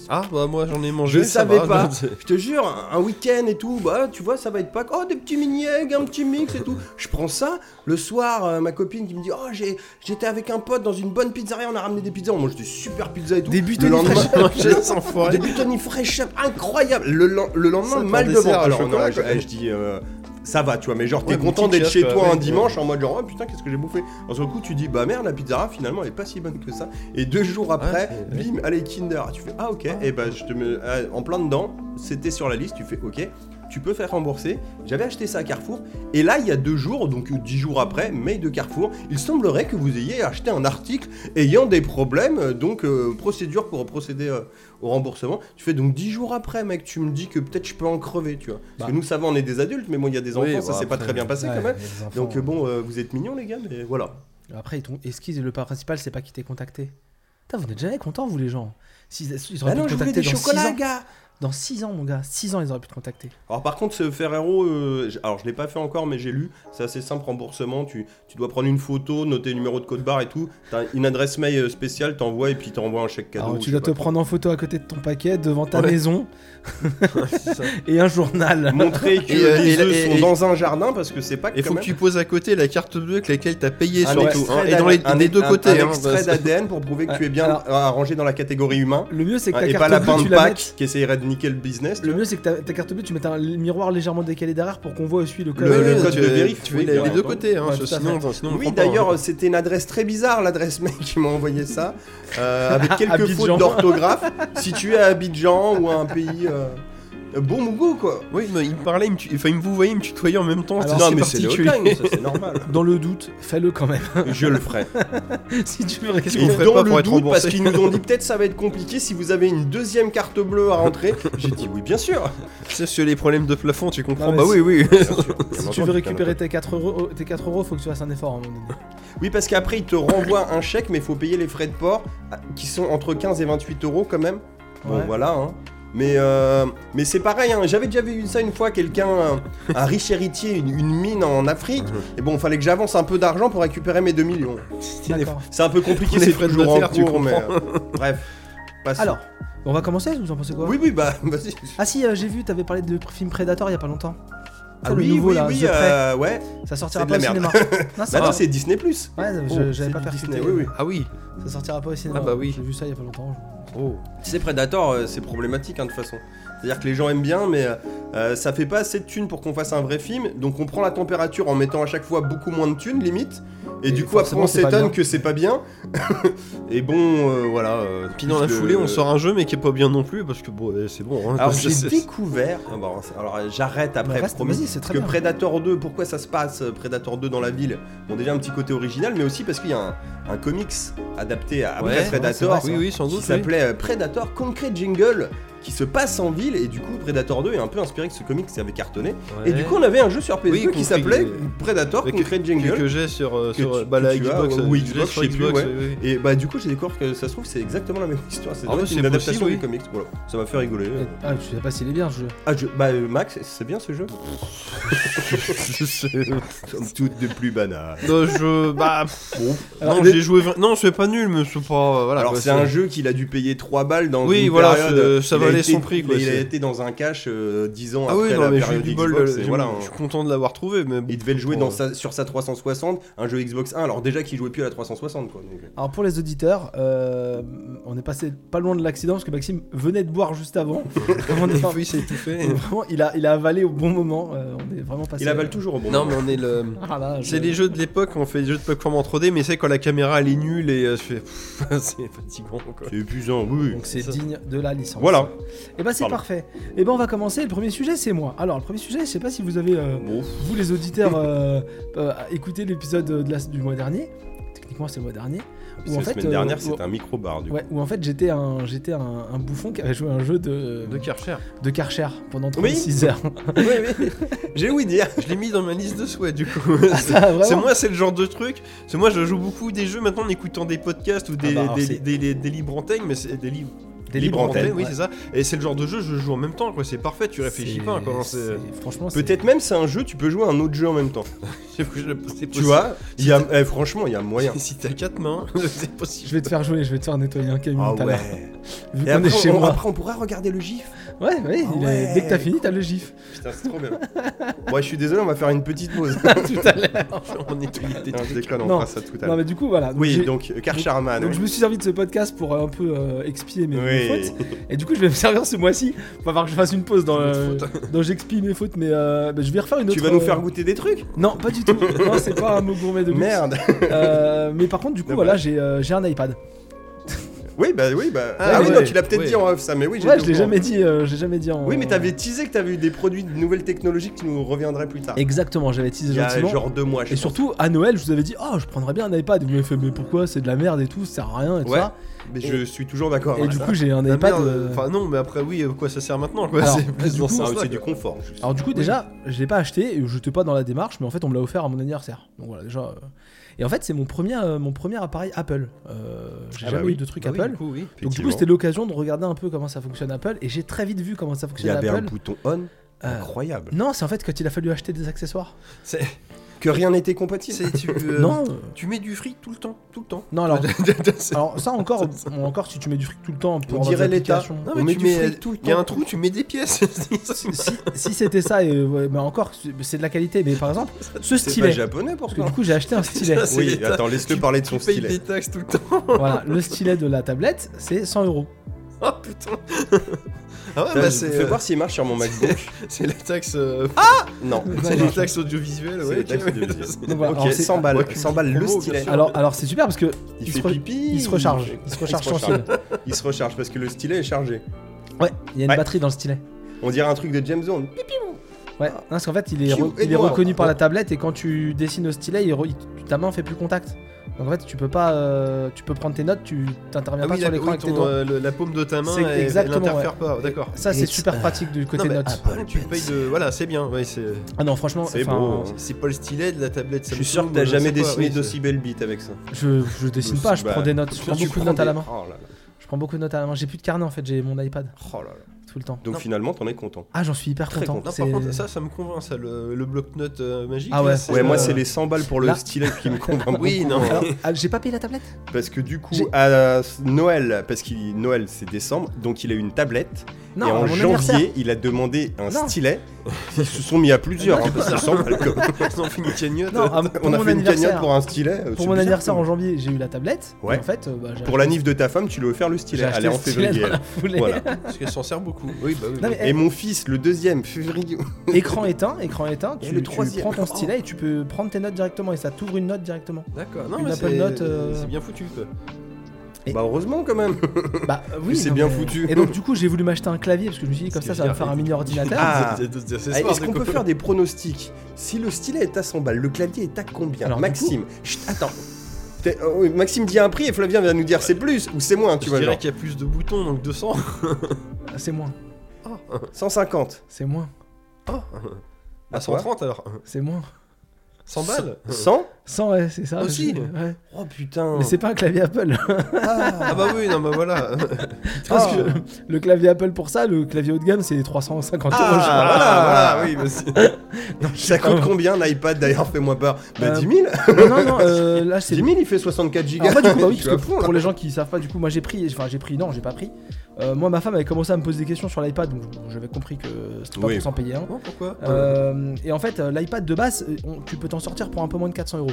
Speaker 4: Ah, bah moi, j'en ai mangé.
Speaker 3: Je
Speaker 4: ça
Speaker 3: savais
Speaker 4: va,
Speaker 3: pas.
Speaker 4: donc c'est-
Speaker 3: je te jure, un un week-end et tout, bah tu vois, ça va être Pâques. Oh, des petits mini-eggs, un petit mix et tout. Je prends ça, le soir, euh, ma copine qui me dit, oh, j'ai- j'étais avec un pote dans une bonne pizzeria, on a ramené des pizzas, on mange des super pizzas et tout.
Speaker 4: Des
Speaker 3: le
Speaker 4: Butoni
Speaker 3: lendemain,
Speaker 4: Fresh Up, j'ai sans foirer.
Speaker 3: Des Butoni Fresh Up, incroyable. Le, lan- le
Speaker 4: Ça,
Speaker 3: lendemain,
Speaker 4: pour
Speaker 3: mal de
Speaker 4: dessert,
Speaker 3: ventre.
Speaker 4: un
Speaker 3: Alors, non,
Speaker 4: chocolat,
Speaker 3: là, je,
Speaker 4: quoi.
Speaker 3: eh, je dis, euh, ça va, tu vois, mais genre, t'es
Speaker 4: Ouais,
Speaker 3: content
Speaker 4: une petite
Speaker 3: d'être chez
Speaker 4: chiasse,
Speaker 3: toi
Speaker 4: quoi,
Speaker 3: un
Speaker 4: ouais.
Speaker 3: dimanche en mode genre, oh putain, qu'est-ce que j'ai bouffé. Dans un coup, tu dis, bah merde, la pizza, finalement, elle est pas si bonne que ça. Et deux jours après,
Speaker 4: Ah, c'est-
Speaker 3: bim, allez, Kinder. Tu fais, ah ok, et bah je te mets euh, en plein dedans, c'était sur la liste, tu fais, ok, tu peux faire rembourser. J'avais acheté ça à Carrefour, et là, il y a deux jours, donc euh, dix jours après, mail de Carrefour, il semblerait que vous ayez acheté un article ayant des problèmes, euh, donc euh, procédure pour procéder euh, au remboursement. Tu fais donc dix jours après, mec, tu me dis que peut-être je peux en crever, tu vois. Parce
Speaker 2: Bah.
Speaker 3: que nous, ça va, on est des adultes, mais bon, il y a des enfants,
Speaker 4: Oui,
Speaker 3: ça
Speaker 4: bah,
Speaker 3: s'est pas
Speaker 4: après,
Speaker 3: très bien passé
Speaker 2: Ouais,
Speaker 3: quand même.
Speaker 2: les enfants,
Speaker 3: Donc euh, bon, euh, vous êtes mignons les gars, mais voilà.
Speaker 2: Après, ils t'ont esquisse et le principal, c'est pas qu'ils t'aient contacté. Putain, vous n'êtes jamais contents, vous, les gens. Si, ils auraient
Speaker 3: Ah
Speaker 2: pu
Speaker 3: non,
Speaker 2: te
Speaker 3: je voulais
Speaker 2: contacter
Speaker 3: des
Speaker 2: dans 6
Speaker 3: chocolats,
Speaker 2: ans.
Speaker 3: gars.
Speaker 2: Dans 6 ans, mon gars. 6 ans, ils auraient pu te contacter.
Speaker 3: Alors par contre, ce Ferrero, euh, j- alors je l'ai pas fait encore, mais j'ai lu, c'est assez simple remboursement. Tu, tu dois prendre une photo, noter le numéro de code barre et tout. T'as une adresse mail euh, spéciale, t'envoies et puis t'envoies un chèque cadeau.
Speaker 2: Alors,
Speaker 3: ou
Speaker 2: Ah,
Speaker 3: je
Speaker 2: tu dois
Speaker 3: sais
Speaker 2: te
Speaker 3: pas.
Speaker 2: prendre en photo à côté de ton paquet, devant ta
Speaker 4: Ouais.
Speaker 2: maison
Speaker 4: c'est ça.
Speaker 2: et un journal.
Speaker 3: Montrer que
Speaker 4: Et, euh,
Speaker 3: les
Speaker 4: et-
Speaker 3: œufs
Speaker 4: et-
Speaker 3: sont
Speaker 4: et-
Speaker 3: dans un jardin parce que c'est pas
Speaker 4: Il faut
Speaker 3: quand
Speaker 4: que
Speaker 3: même-
Speaker 4: tu poses à côté la carte bleue avec laquelle t'as payé
Speaker 2: Ah,
Speaker 3: Un
Speaker 4: surtout.
Speaker 3: extrait
Speaker 4: hein, et dans les,
Speaker 3: d'ADN, un-
Speaker 4: des deux
Speaker 3: un-
Speaker 4: côtés.
Speaker 3: Un
Speaker 4: hein,
Speaker 3: extrait
Speaker 4: parce-
Speaker 3: d'ADN pour prouver que
Speaker 2: Ouais,
Speaker 3: tu es bien
Speaker 2: alors-
Speaker 3: euh, arrangé dans la catégorie humain.
Speaker 2: Le mieux, c'est que
Speaker 3: hein,
Speaker 2: Ah. ta
Speaker 3: et pas
Speaker 2: carte
Speaker 3: la
Speaker 2: bleue, tu
Speaker 3: bande
Speaker 2: la
Speaker 3: pack
Speaker 2: mettes.
Speaker 3: qui essayerait de niquer le business. tu
Speaker 2: Le mieux, c'est que ta, ta carte bleue, tu mets un miroir légèrement décalé derrière pour qu'on voit aussi le code.
Speaker 3: Le-
Speaker 4: Ouais,
Speaker 3: le
Speaker 4: ouais,
Speaker 3: code
Speaker 4: tu-
Speaker 3: de vérif,
Speaker 4: Tu
Speaker 3: oui,
Speaker 4: veux les
Speaker 3: bien
Speaker 4: les deux
Speaker 3: entendu.
Speaker 4: côtés. hein,
Speaker 2: Ouais,
Speaker 4: parce
Speaker 2: tout à
Speaker 4: que sinon, sinon, on
Speaker 3: Oui,
Speaker 4: prend pas, hein.
Speaker 2: euh,
Speaker 3: d'ailleurs, c'était une adresse très bizarre, l'adresse mec qui m'a envoyé ça, euh, avec quelques
Speaker 2: Abidjan.
Speaker 3: fautes d'orthographe, situé à Abidjan ou à un pays. euh, Bon Mougou quoi!
Speaker 4: Oui, mais il me parlait, il me tu- enfin, il me vous voyait, il me tutoyait en même temps.
Speaker 2: Alors,
Speaker 4: c'est
Speaker 2: non,
Speaker 4: assez
Speaker 2: mais
Speaker 3: les
Speaker 4: particulier.
Speaker 3: hotlines, ça c'est normal.
Speaker 2: Dans le doute, fais-le quand même.
Speaker 3: Je le ferai.
Speaker 2: si tu veux
Speaker 4: Qu'est-ce
Speaker 2: rester.
Speaker 4: qu'on
Speaker 3: Et
Speaker 4: ferait
Speaker 3: dans
Speaker 4: pas
Speaker 3: le
Speaker 4: pour être
Speaker 3: doute,
Speaker 4: remboursé
Speaker 3: parce qu'ils nous ont dit peut-être ça va être compliqué si vous avez une deuxième carte bleue à rentrer. J'ai dit oui, bien sûr!
Speaker 4: C'est sur les problèmes de plafond, tu
Speaker 2: Non,
Speaker 4: comprends
Speaker 2: mais
Speaker 4: Bah oui,
Speaker 2: c'est-
Speaker 4: oui.
Speaker 2: Si tu veux récupérer tes 4 euros, euh, tes 4 euros, faut que tu fasses un effort hein, à un moment donné.
Speaker 3: Oui, parce qu'après, ils te renvoient un chèque, mais il faut payer les frais de port à- qui sont entre 15 et 28 euros quand même. Bon,
Speaker 2: Ouais.
Speaker 3: voilà, hein. Mais, euh, mais c'est pareil, hein. j'avais déjà vu ça une fois, quelqu'un, un, un riche héritier, une, une mine en Afrique,
Speaker 2: Mhm.
Speaker 3: et bon, fallait que j'avance un peu d'argent pour récupérer mes 2 millions.
Speaker 2: D'accord.
Speaker 3: C'est un peu compliqué,
Speaker 4: Les
Speaker 3: c'est
Speaker 4: frais de
Speaker 3: toujours en
Speaker 4: notaire, tu
Speaker 3: cours, mais...
Speaker 4: comprends.
Speaker 3: euh, bref, passons.
Speaker 2: Alors, on va commencer, vous en pensez quoi
Speaker 3: Oui, oui, bah, vas-y.
Speaker 2: Ah si, euh, j'ai vu, t'avais parlé de film Predator il y a pas longtemps.
Speaker 3: Ah
Speaker 2: le
Speaker 3: oui,
Speaker 2: nouveau,
Speaker 3: oui,
Speaker 2: là,
Speaker 3: oui,
Speaker 2: The Prey.
Speaker 3: euh, ouais.
Speaker 2: Ça sortira
Speaker 3: C'est
Speaker 2: pas
Speaker 3: de
Speaker 2: au
Speaker 3: la
Speaker 2: cinéma.
Speaker 3: merde.
Speaker 2: non, ça
Speaker 3: Bah non,
Speaker 2: va.
Speaker 3: c'est Disney+. Plus.
Speaker 2: Ouais, je-
Speaker 3: Oh, c'est
Speaker 2: j'avais pas
Speaker 3: du
Speaker 2: percuté.
Speaker 3: Disney, oui, oui.
Speaker 4: Ah oui. Oh.
Speaker 2: Ça sortira pas au cinéma.
Speaker 4: Ah bah oui.
Speaker 2: J'ai vu ça il y a pas longtemps.
Speaker 3: Tu sais, Predator, euh, c'est problématique hein, de toute façon. C'est-à-dire que les gens aiment bien, mais euh, Euh, ça fait pas assez de thunes pour qu'on fasse un vrai film, donc on prend la température en mettant à chaque fois beaucoup moins de thunes, limite. Et,
Speaker 2: Et
Speaker 3: du coup, après,
Speaker 2: forcément,
Speaker 3: on
Speaker 2: c'est pas
Speaker 3: s'étonne
Speaker 2: bien.
Speaker 3: que c'est pas bien. et bon, euh, voilà. euh,
Speaker 4: Puis dans la
Speaker 3: plus de-
Speaker 4: foulée, on sort un jeu mais qui est pas bien non plus parce que bon, eh, c'est bon. hein,
Speaker 3: Alors
Speaker 4: ça,
Speaker 3: j'ai
Speaker 4: c'est- Bah,
Speaker 3: découvert. Ah, bon, alors euh, j'arrête après,
Speaker 2: Reste-
Speaker 3: promis.
Speaker 2: vas-y, c'est
Speaker 3: Parce
Speaker 2: très
Speaker 3: que
Speaker 2: bien.
Speaker 3: Predator 2, pourquoi ça se passe euh, Predator 2 dans la ville Bon, déjà un petit côté original, mais aussi parce qu'il y a un, un comics adapté à après
Speaker 4: Ouais,
Speaker 2: c'est
Speaker 3: Predator
Speaker 2: vrai,
Speaker 4: Oui, oui, sans
Speaker 3: qui
Speaker 4: doute. oui.
Speaker 3: s'appelait euh, Predator Concrete Jingle qui se passe en ville et du coup Predator 2 est un peu inspiré de ce comic qui avait cartonné et du
Speaker 4: Ouais.
Speaker 3: coup on avait un jeu sur PS2
Speaker 4: Oui,
Speaker 3: qui
Speaker 4: Concrete-
Speaker 3: s'appelait Predator
Speaker 4: Mais que-
Speaker 3: Concrete Jingle
Speaker 4: que j'ai sur, euh,
Speaker 3: Que
Speaker 4: sur,
Speaker 3: tu-
Speaker 4: euh, bah,
Speaker 3: que
Speaker 4: la
Speaker 3: tu as,
Speaker 4: Xbox,
Speaker 3: ouais,
Speaker 4: euh,
Speaker 3: ou
Speaker 4: je l'ai
Speaker 3: Xbox,
Speaker 4: sur
Speaker 3: je sais plus,
Speaker 4: Xbox,
Speaker 3: ouais.
Speaker 4: oui, oui.
Speaker 3: et bah du coup j'ai découvert que ça se trouve c'est exactement la même histoire c'est
Speaker 4: Ah,
Speaker 3: dommage,
Speaker 4: bah,
Speaker 3: c'est
Speaker 4: c'est
Speaker 3: une adaptation
Speaker 4: possible,
Speaker 3: du comics voilà ça m'a fait rigoler euh.
Speaker 2: Ah, je sais pas s'il est bien, je.
Speaker 3: ah je- bah euh, Max c'est bien ce jeu Somme toute de plus banal
Speaker 4: Non, je bah
Speaker 3: Bon.
Speaker 4: non, j'ai joué vra- non, c'est pas nul mais c'est pas euh, voilà
Speaker 3: Alors
Speaker 4: quoi,
Speaker 3: c'est un jeu qu'il a dû payer 3 balles dans
Speaker 4: Oui,
Speaker 3: une
Speaker 4: voilà,
Speaker 3: période.
Speaker 4: c'est- ça
Speaker 3: Il a
Speaker 4: valait
Speaker 3: été-
Speaker 4: son prix, quoi,
Speaker 3: Il a
Speaker 4: c'est-
Speaker 3: été dans un cache euh, 10 ans
Speaker 4: Ah
Speaker 3: après
Speaker 4: oui,
Speaker 3: la
Speaker 4: non mais j'ai eu
Speaker 3: période
Speaker 4: du
Speaker 3: Xbox.
Speaker 4: bol,
Speaker 3: et
Speaker 4: j'ai-
Speaker 3: voilà, hein.
Speaker 4: je suis content de l'avoir trouvé mais bon.
Speaker 3: Il devait le jouer
Speaker 4: Bon,
Speaker 3: dans
Speaker 4: euh,
Speaker 3: sa- sur sa 360, un jeu Xbox 1, alors déjà qu'il jouait plus à la 360 quoi. donc, euh.
Speaker 2: Alors pour les auditeurs, euh, on est passé pas loin de l'accident parce que Maxime venait de boire juste avant. on est
Speaker 4: euh, Oui, c'est tout fait.
Speaker 2: vraiment, il a, il a avalé au bon moment. euh, on est vraiment passé.
Speaker 3: Il avale toujours au bon
Speaker 4: Non
Speaker 3: moment.
Speaker 4: mais on est le
Speaker 2: Ah là, je-
Speaker 4: c'est les jeux de l'époque, on fait des jeux de plateforme en 3D, mais c'est quand la caméra elle est nulle et euh, je fais pff, c'est fatigant quoi.
Speaker 3: C'est épuisant, oui.
Speaker 2: Donc c'est
Speaker 4: Ça.
Speaker 2: digne de la licence.
Speaker 3: Voilà.
Speaker 2: Et bah c'est
Speaker 3: Pardon.
Speaker 2: parfait. Et ben on va commencer. Le premier sujet c'est moi. Alors le premier sujet, je sais pas si vous avez euh,
Speaker 3: Bon,
Speaker 2: vous les auditeurs euh, euh, écouté l'épisode euh, de la- du mois dernier. Techniquement c'est le mois dernier. Ou en
Speaker 3: la
Speaker 2: fait,
Speaker 3: semaine
Speaker 2: euh,
Speaker 3: dernière,
Speaker 2: ou-
Speaker 3: c'était un micro-bar du coup.
Speaker 2: Ouais, où en fait j'étais un j'étais un, un bouffon qui avait joué à un jeu de
Speaker 4: De Karcher.
Speaker 2: de Karcher pendant
Speaker 3: Oui.
Speaker 2: 36 heures.
Speaker 3: Oui, oui. J'ai ouï dire.
Speaker 4: Je l'ai mis dans ma liste de souhaits du coup.
Speaker 2: Ça, Ah, vraiment.
Speaker 4: C'est moi, c'est le genre de truc. C'est moi, je joue beaucoup des jeux maintenant en écoutant des podcasts ou des,
Speaker 2: Ah bah, alors,
Speaker 4: des,
Speaker 2: c'est-
Speaker 4: des- des- des libres antennes, mais c'est des livres.
Speaker 2: Des
Speaker 3: Libre
Speaker 2: libres
Speaker 3: antenne,
Speaker 2: antennes,
Speaker 4: oui,
Speaker 2: ouais.
Speaker 4: c'est ça. Et c'est le genre de jeu, je joue en même temps, quoi. C'est parfait, tu réfléchis pas, quoi. C'est- euh,
Speaker 2: c'est- Franchement, c'est-
Speaker 3: Peut-être même c'est un jeu, tu peux jouer à un autre jeu en même temps.
Speaker 4: c'est- c'est
Speaker 3: Tu
Speaker 4: possible.
Speaker 3: vois il y a, eh, Franchement, il y a moyen.
Speaker 4: Si t'as quatre mains, c'est possible.
Speaker 2: Je vais te faire jouer, je vais te faire nettoyer un camion
Speaker 3: Ah
Speaker 2: tout à l'heure.
Speaker 3: ouais.
Speaker 2: Vu
Speaker 3: Et
Speaker 2: qu'on est
Speaker 3: après,
Speaker 2: chez
Speaker 3: on,
Speaker 2: moi.
Speaker 3: après, on pourra regarder le gif.
Speaker 2: Ouais, ouais,
Speaker 3: Ah
Speaker 2: il est-
Speaker 3: ouais.
Speaker 2: dès que t'as fini, t'as le gif.
Speaker 3: Putain, c'est trop bien. Moi, je suis désolé, on va faire une petite pause.
Speaker 2: tout à l'heure.
Speaker 4: On est tous les
Speaker 3: non, je déconne, on
Speaker 2: Non.
Speaker 3: fera ça tout à
Speaker 2: Non,
Speaker 3: l'heure.
Speaker 2: mais du coup, voilà. Donc,
Speaker 3: Oui,
Speaker 2: j'ai-
Speaker 3: donc euh, Karcharman.
Speaker 2: donc
Speaker 3: ouais.
Speaker 2: je me suis servi de ce podcast pour euh, un peu euh, expier mes, mes
Speaker 3: Oui.
Speaker 2: fautes. Et du coup, je vais me servir ce mois-ci. Il va falloir que je fasse une pause dans
Speaker 4: Une
Speaker 2: le. dans j'expie mes fautes, mais euh, bah, je vais refaire une autre.
Speaker 3: Tu vas nous
Speaker 2: euh,
Speaker 3: faire goûter des trucs
Speaker 2: Non, pas du tout. non, c'est pas un mot gourmet de luxe.
Speaker 3: Merde.
Speaker 2: Euh, mais par contre, du coup,
Speaker 3: Non,
Speaker 2: voilà, j'ai euh, j'ai un iPad.
Speaker 3: Oui, bah oui, bah. Ah,
Speaker 4: Ah
Speaker 3: oui,
Speaker 4: ouais.
Speaker 3: non, tu l'as peut-être
Speaker 4: Ouais.
Speaker 3: dit en off ça, mais oui,
Speaker 2: Ouais,
Speaker 3: j'étais
Speaker 2: je
Speaker 3: au
Speaker 2: l'ai
Speaker 3: courant.
Speaker 2: jamais dit. euh, J'ai jamais dit en.
Speaker 3: Oui, mais t'avais teasé que t'avais eu des produits de nouvelles technologies qui nous reviendraient plus tard.
Speaker 2: Exactement, j'avais teasé
Speaker 3: Il y a
Speaker 2: gentiment.
Speaker 3: genre deux mois, je
Speaker 2: Et
Speaker 3: pense.
Speaker 2: surtout, à Noël, je vous avais dit, oh, je prendrais bien un iPad. Et Vous m'avez fait, mais pourquoi C'est de la merde et tout, ça sert à rien et tout
Speaker 3: Ouais,
Speaker 2: ça.
Speaker 3: Mais je suis toujours d'accord.
Speaker 2: Et
Speaker 3: avec
Speaker 2: du
Speaker 3: ça.
Speaker 2: coup, j'ai un
Speaker 4: La
Speaker 2: iPad.
Speaker 4: merde,
Speaker 2: euh,
Speaker 4: Enfin, non, mais après, oui, euh, quoi ça sert maintenant, quoi.
Speaker 2: Alors,
Speaker 4: C'est plus
Speaker 2: du
Speaker 4: dans
Speaker 2: coup-
Speaker 4: ce
Speaker 3: Ah,
Speaker 4: sens-là,
Speaker 3: c'est du
Speaker 4: quoi.
Speaker 3: confort. juste.
Speaker 2: Alors, du coup, déjà, je l'ai pas acheté et je n'étais pas dans la démarche, mais en fait, on me l'a offert à mon anniversaire. Donc voilà, déjà. euh, Et en fait, c'est mon, premier, euh, mon premier appareil Apple. Euh, j'ai
Speaker 3: Ah bah
Speaker 2: jamais
Speaker 3: oui,
Speaker 2: eu de truc
Speaker 4: Bah oui,
Speaker 2: Apple.
Speaker 4: du coup,
Speaker 2: Donc
Speaker 4: oui.
Speaker 2: du coup,
Speaker 3: Effectivement.
Speaker 2: c'était l'occasion de regarder un peu comment ça fonctionne Apple, et j'ai très vite vu comment
Speaker 3: Il
Speaker 2: ça
Speaker 3: y
Speaker 2: fonctionne
Speaker 3: avait un
Speaker 2: Apple.
Speaker 3: bouton on
Speaker 2: Euh,
Speaker 3: incroyable.
Speaker 2: non, c'est en fait quand il a fallu acheter des accessoires.
Speaker 4: C'est-
Speaker 3: Que rien n'était compatible.
Speaker 4: c'est- tu, euh,
Speaker 2: non,
Speaker 4: Tu mets du fric tout le temps, tout le temps.
Speaker 2: non alors,
Speaker 4: C'est-
Speaker 2: alors ça encore, bon, encore si tu mets du fric tout le temps pour
Speaker 3: On
Speaker 2: avoir
Speaker 3: dirait
Speaker 2: des
Speaker 3: l'État.
Speaker 2: applications.
Speaker 4: Non,
Speaker 3: On
Speaker 4: mais
Speaker 3: met
Speaker 4: tu
Speaker 3: du
Speaker 4: mets-
Speaker 3: fric tout le
Speaker 4: Il y a
Speaker 3: temps.
Speaker 4: un trou, tu mets des pièces.
Speaker 2: Si, si c'était ça, et, ouais, mais encore, c'est c'est de la qualité. Mais par exemple, ce
Speaker 3: C'est pas
Speaker 2: stylet,
Speaker 3: japonais pour
Speaker 2: parce que
Speaker 3: ça.
Speaker 2: du coup j'ai acheté un stylet.
Speaker 4: Ça, c'est
Speaker 3: Oui,
Speaker 4: l'État.
Speaker 3: attends, laisse-le
Speaker 4: Tu-
Speaker 3: parler de son
Speaker 4: Tu payes
Speaker 3: stylet.
Speaker 4: des taxes tout le temps.
Speaker 2: voilà, le stylet de la tablette, c'est 100 euros.
Speaker 4: Oh putain Ah ouais,
Speaker 3: Putain,
Speaker 4: bah
Speaker 3: je-
Speaker 4: c'est
Speaker 3: Fais
Speaker 4: euh,
Speaker 3: voir Ah, s'il marche sur mon MacBook.
Speaker 4: c'est la taxe euh,
Speaker 3: Non.
Speaker 4: c'est
Speaker 2: non,
Speaker 4: les taxes audiovisuelles
Speaker 3: C'est
Speaker 4: ouais.
Speaker 3: les taxes
Speaker 4: ok, ouais.
Speaker 3: audiovisuelles.
Speaker 2: Donc voilà,
Speaker 3: Ok,
Speaker 2: alors, c'est-
Speaker 3: 100 balles.
Speaker 4: Ouais,
Speaker 3: 100 balles le
Speaker 4: promo, bien
Speaker 3: stylet.
Speaker 4: sûr.
Speaker 2: alors, alors c'est super parce que
Speaker 3: Il
Speaker 2: il
Speaker 3: fait
Speaker 2: se re-
Speaker 3: pipi.
Speaker 2: il se recharge, il se recharge sans fil.
Speaker 3: Il se recharge parce que le stylet est chargé.
Speaker 2: Ouais, il y a une
Speaker 3: Ouais.
Speaker 2: batterie dans le stylet.
Speaker 3: On dirait un truc de James Bond.
Speaker 2: Ouais, non, parce qu'en fait, il est,
Speaker 3: Piou,
Speaker 2: re- il est
Speaker 3: aide-moi.
Speaker 2: reconnu par la tablette et quand tu dessines au stylet, il re- il- ta main fait plus contact. Donc en fait, tu peux pas, euh, tu peux prendre tes notes, tu t'interviens
Speaker 4: Ah
Speaker 2: pas
Speaker 4: oui,
Speaker 2: sur
Speaker 4: la,
Speaker 2: l'écran
Speaker 4: oui,
Speaker 2: avec tes
Speaker 4: ton,
Speaker 2: doigts.
Speaker 4: euh, le- la paume de ta main
Speaker 2: C'est
Speaker 4: elle- elle
Speaker 2: exactement,
Speaker 4: n'interfère pas d'accord
Speaker 2: Ça, c'est
Speaker 3: It's-
Speaker 2: super pratique du côté
Speaker 4: non, mais
Speaker 2: notes.
Speaker 4: Apple, tu payes de voilà c'est bien ouais, c'est
Speaker 2: Ah non, franchement,
Speaker 3: C'est
Speaker 2: enfin,
Speaker 3: beau, hein.
Speaker 4: c'est pas le stylet de la tablette
Speaker 3: Je
Speaker 4: Samsung,
Speaker 3: suis sûr que
Speaker 4: euh,
Speaker 3: t'as
Speaker 4: je
Speaker 3: jamais
Speaker 4: sais pas,
Speaker 3: dessiné
Speaker 4: oui,
Speaker 3: d'aussi belle bite avec ça.
Speaker 2: je, je dessine
Speaker 3: Je
Speaker 2: pas,
Speaker 3: sais
Speaker 2: je
Speaker 3: pas.
Speaker 2: prends des notes, je Ah, prends
Speaker 3: Tu
Speaker 2: beaucoup de
Speaker 3: prends
Speaker 2: notes à la
Speaker 3: des-
Speaker 2: main.
Speaker 3: Oh là là.
Speaker 2: Je prends beaucoup de notes à la main. J'ai plus de carnet en fait, j'ai mon iPad
Speaker 3: Oh là là.
Speaker 2: tout le temps.
Speaker 3: Donc finalement, t'en es content.
Speaker 2: Ah, j'en suis hyper
Speaker 3: Très
Speaker 2: content.
Speaker 3: content.
Speaker 4: Non,
Speaker 2: C'est-
Speaker 4: par contre, ça, ça me convainc, ça, le, le bloc-notes euh, magique.
Speaker 2: Ah
Speaker 4: là,
Speaker 2: ouais.
Speaker 4: c'est,
Speaker 3: Ouais, moi,
Speaker 4: euh,
Speaker 3: c'est les 100 balles pour le
Speaker 2: Là-
Speaker 3: stylet qui me convainc.
Speaker 4: Oui,
Speaker 3: beaucoup,
Speaker 4: non.
Speaker 3: hein.
Speaker 2: Alors, ah, j'ai pas payé la tablette
Speaker 3: Parce que du coup,
Speaker 2: J'ai-
Speaker 3: à Noël, parce qu'il Noël, c'est décembre, donc il a eu une tablette.
Speaker 2: Non,
Speaker 3: et
Speaker 2: à
Speaker 3: en
Speaker 2: mon anniversaire.
Speaker 3: janvier, il a demandé un
Speaker 2: Non.
Speaker 3: stylet. Ils se sont mis à plusieurs,
Speaker 2: Non,
Speaker 3: hein, parce qu'ils s'en valent, quoi.
Speaker 4: Ils ont fait une cagnotte.
Speaker 2: Non, ah, pour
Speaker 3: On a
Speaker 2: mon
Speaker 3: fait une
Speaker 2: anniversaire-
Speaker 3: cagnotte pour un stylet. euh, c'est
Speaker 2: Pour mon
Speaker 3: bizarre,
Speaker 2: anniversaire
Speaker 3: quoi.
Speaker 2: en janvier, j'ai eu la tablette.
Speaker 3: Ouais.
Speaker 2: Et En fait, euh, bah, j'ai
Speaker 3: Pour la nif de ta femme, tu lui as offert le stylet.
Speaker 2: J'ai acheté
Speaker 3: Allez, en
Speaker 2: le stylet
Speaker 3: février.
Speaker 2: dans
Speaker 3: alors.
Speaker 2: la foulée.
Speaker 3: Voilà.
Speaker 4: Parce qu'elle s'en sert beaucoup. Oui, bah oui.
Speaker 2: Non, mais,
Speaker 3: Et mon fils, le deuxième, février.
Speaker 2: écran éteint, écran éteint, tu,
Speaker 4: le
Speaker 2: tu
Speaker 4: troisième.
Speaker 2: prends ton stylet et tu peux prendre tes notes directement et ça t'ouvre une note directement.
Speaker 4: D'accord. Non,
Speaker 2: Une
Speaker 4: mais
Speaker 2: Apple
Speaker 4: c'est-
Speaker 2: Note, euh,
Speaker 4: c'est bien foutu. quoi.
Speaker 2: Et-
Speaker 3: Bah heureusement quand même.
Speaker 2: Bah oui.
Speaker 3: c'est
Speaker 2: non,
Speaker 3: bien
Speaker 2: mais-
Speaker 3: foutu.
Speaker 2: Et donc du coup j'ai voulu m'acheter un clavier parce que je me suis dit comme
Speaker 4: Parce
Speaker 2: ça
Speaker 4: que
Speaker 2: ça va me
Speaker 4: j'ai
Speaker 2: faire un mini ordinateur.
Speaker 3: Ah.
Speaker 4: C'est- c'est- c'est- c'est
Speaker 3: Eh,
Speaker 4: soir,
Speaker 3: Est-ce
Speaker 4: du
Speaker 3: qu'on
Speaker 4: coup.
Speaker 3: peut faire des pronostics Si le stylet est à 100 balles, le clavier est à combien
Speaker 2: Alors, du
Speaker 3: Maxime, chut, attends. T'es- euh, oui, Maxime dit un prix et Flavien va nous dire c'est plus ou c'est moins, tu
Speaker 4: Je
Speaker 3: vois.
Speaker 4: dirais
Speaker 3: Genre.
Speaker 4: qu'il y a plus de boutons, donc 200.
Speaker 2: C'est moins,
Speaker 3: 150.
Speaker 2: c'est moins,
Speaker 4: À 130 alors.
Speaker 2: c'est moins.
Speaker 4: 100 balles
Speaker 3: 100
Speaker 2: 100 ouais c'est ça.
Speaker 4: Aussi.
Speaker 2: je- ouais.
Speaker 3: Oh putain.
Speaker 2: Mais c'est pas un clavier Apple.
Speaker 4: Ah bah oui, non, bah voilà.
Speaker 2: Parce que
Speaker 3: Oh.
Speaker 2: le clavier Apple pour ça, le clavier haut de gamme c'est 350 euros. je crois.
Speaker 3: Ah,
Speaker 4: voilà, oui, mais c'est-
Speaker 3: Ça coûte combien l'iPad d'ailleurs Fais-moi peur. Bah
Speaker 2: Euh,
Speaker 3: 10 000
Speaker 2: Non, non, non, euh, là
Speaker 3: 10
Speaker 2: c'est.
Speaker 3: 000 il fait 64 gigas.
Speaker 2: Alors moi, du coup, bah oui,
Speaker 3: Je
Speaker 2: parce
Speaker 3: suis
Speaker 2: que
Speaker 3: à fond, là.
Speaker 2: pour les gens qui savent pas, du coup, moi j'ai pris, enfin j'ai pris, non, j'ai pas pris. Euh, moi, ma femme avait commencé à me poser des questions sur l'iPad, donc j'avais compris que c'était pas
Speaker 3: Oui.
Speaker 2: pour s'en payer un.
Speaker 4: Non, pourquoi
Speaker 2: Euh, et en fait, euh, l'iPad de base, euh, on- tu peux t'en sortir pour un peu moins de 400 euros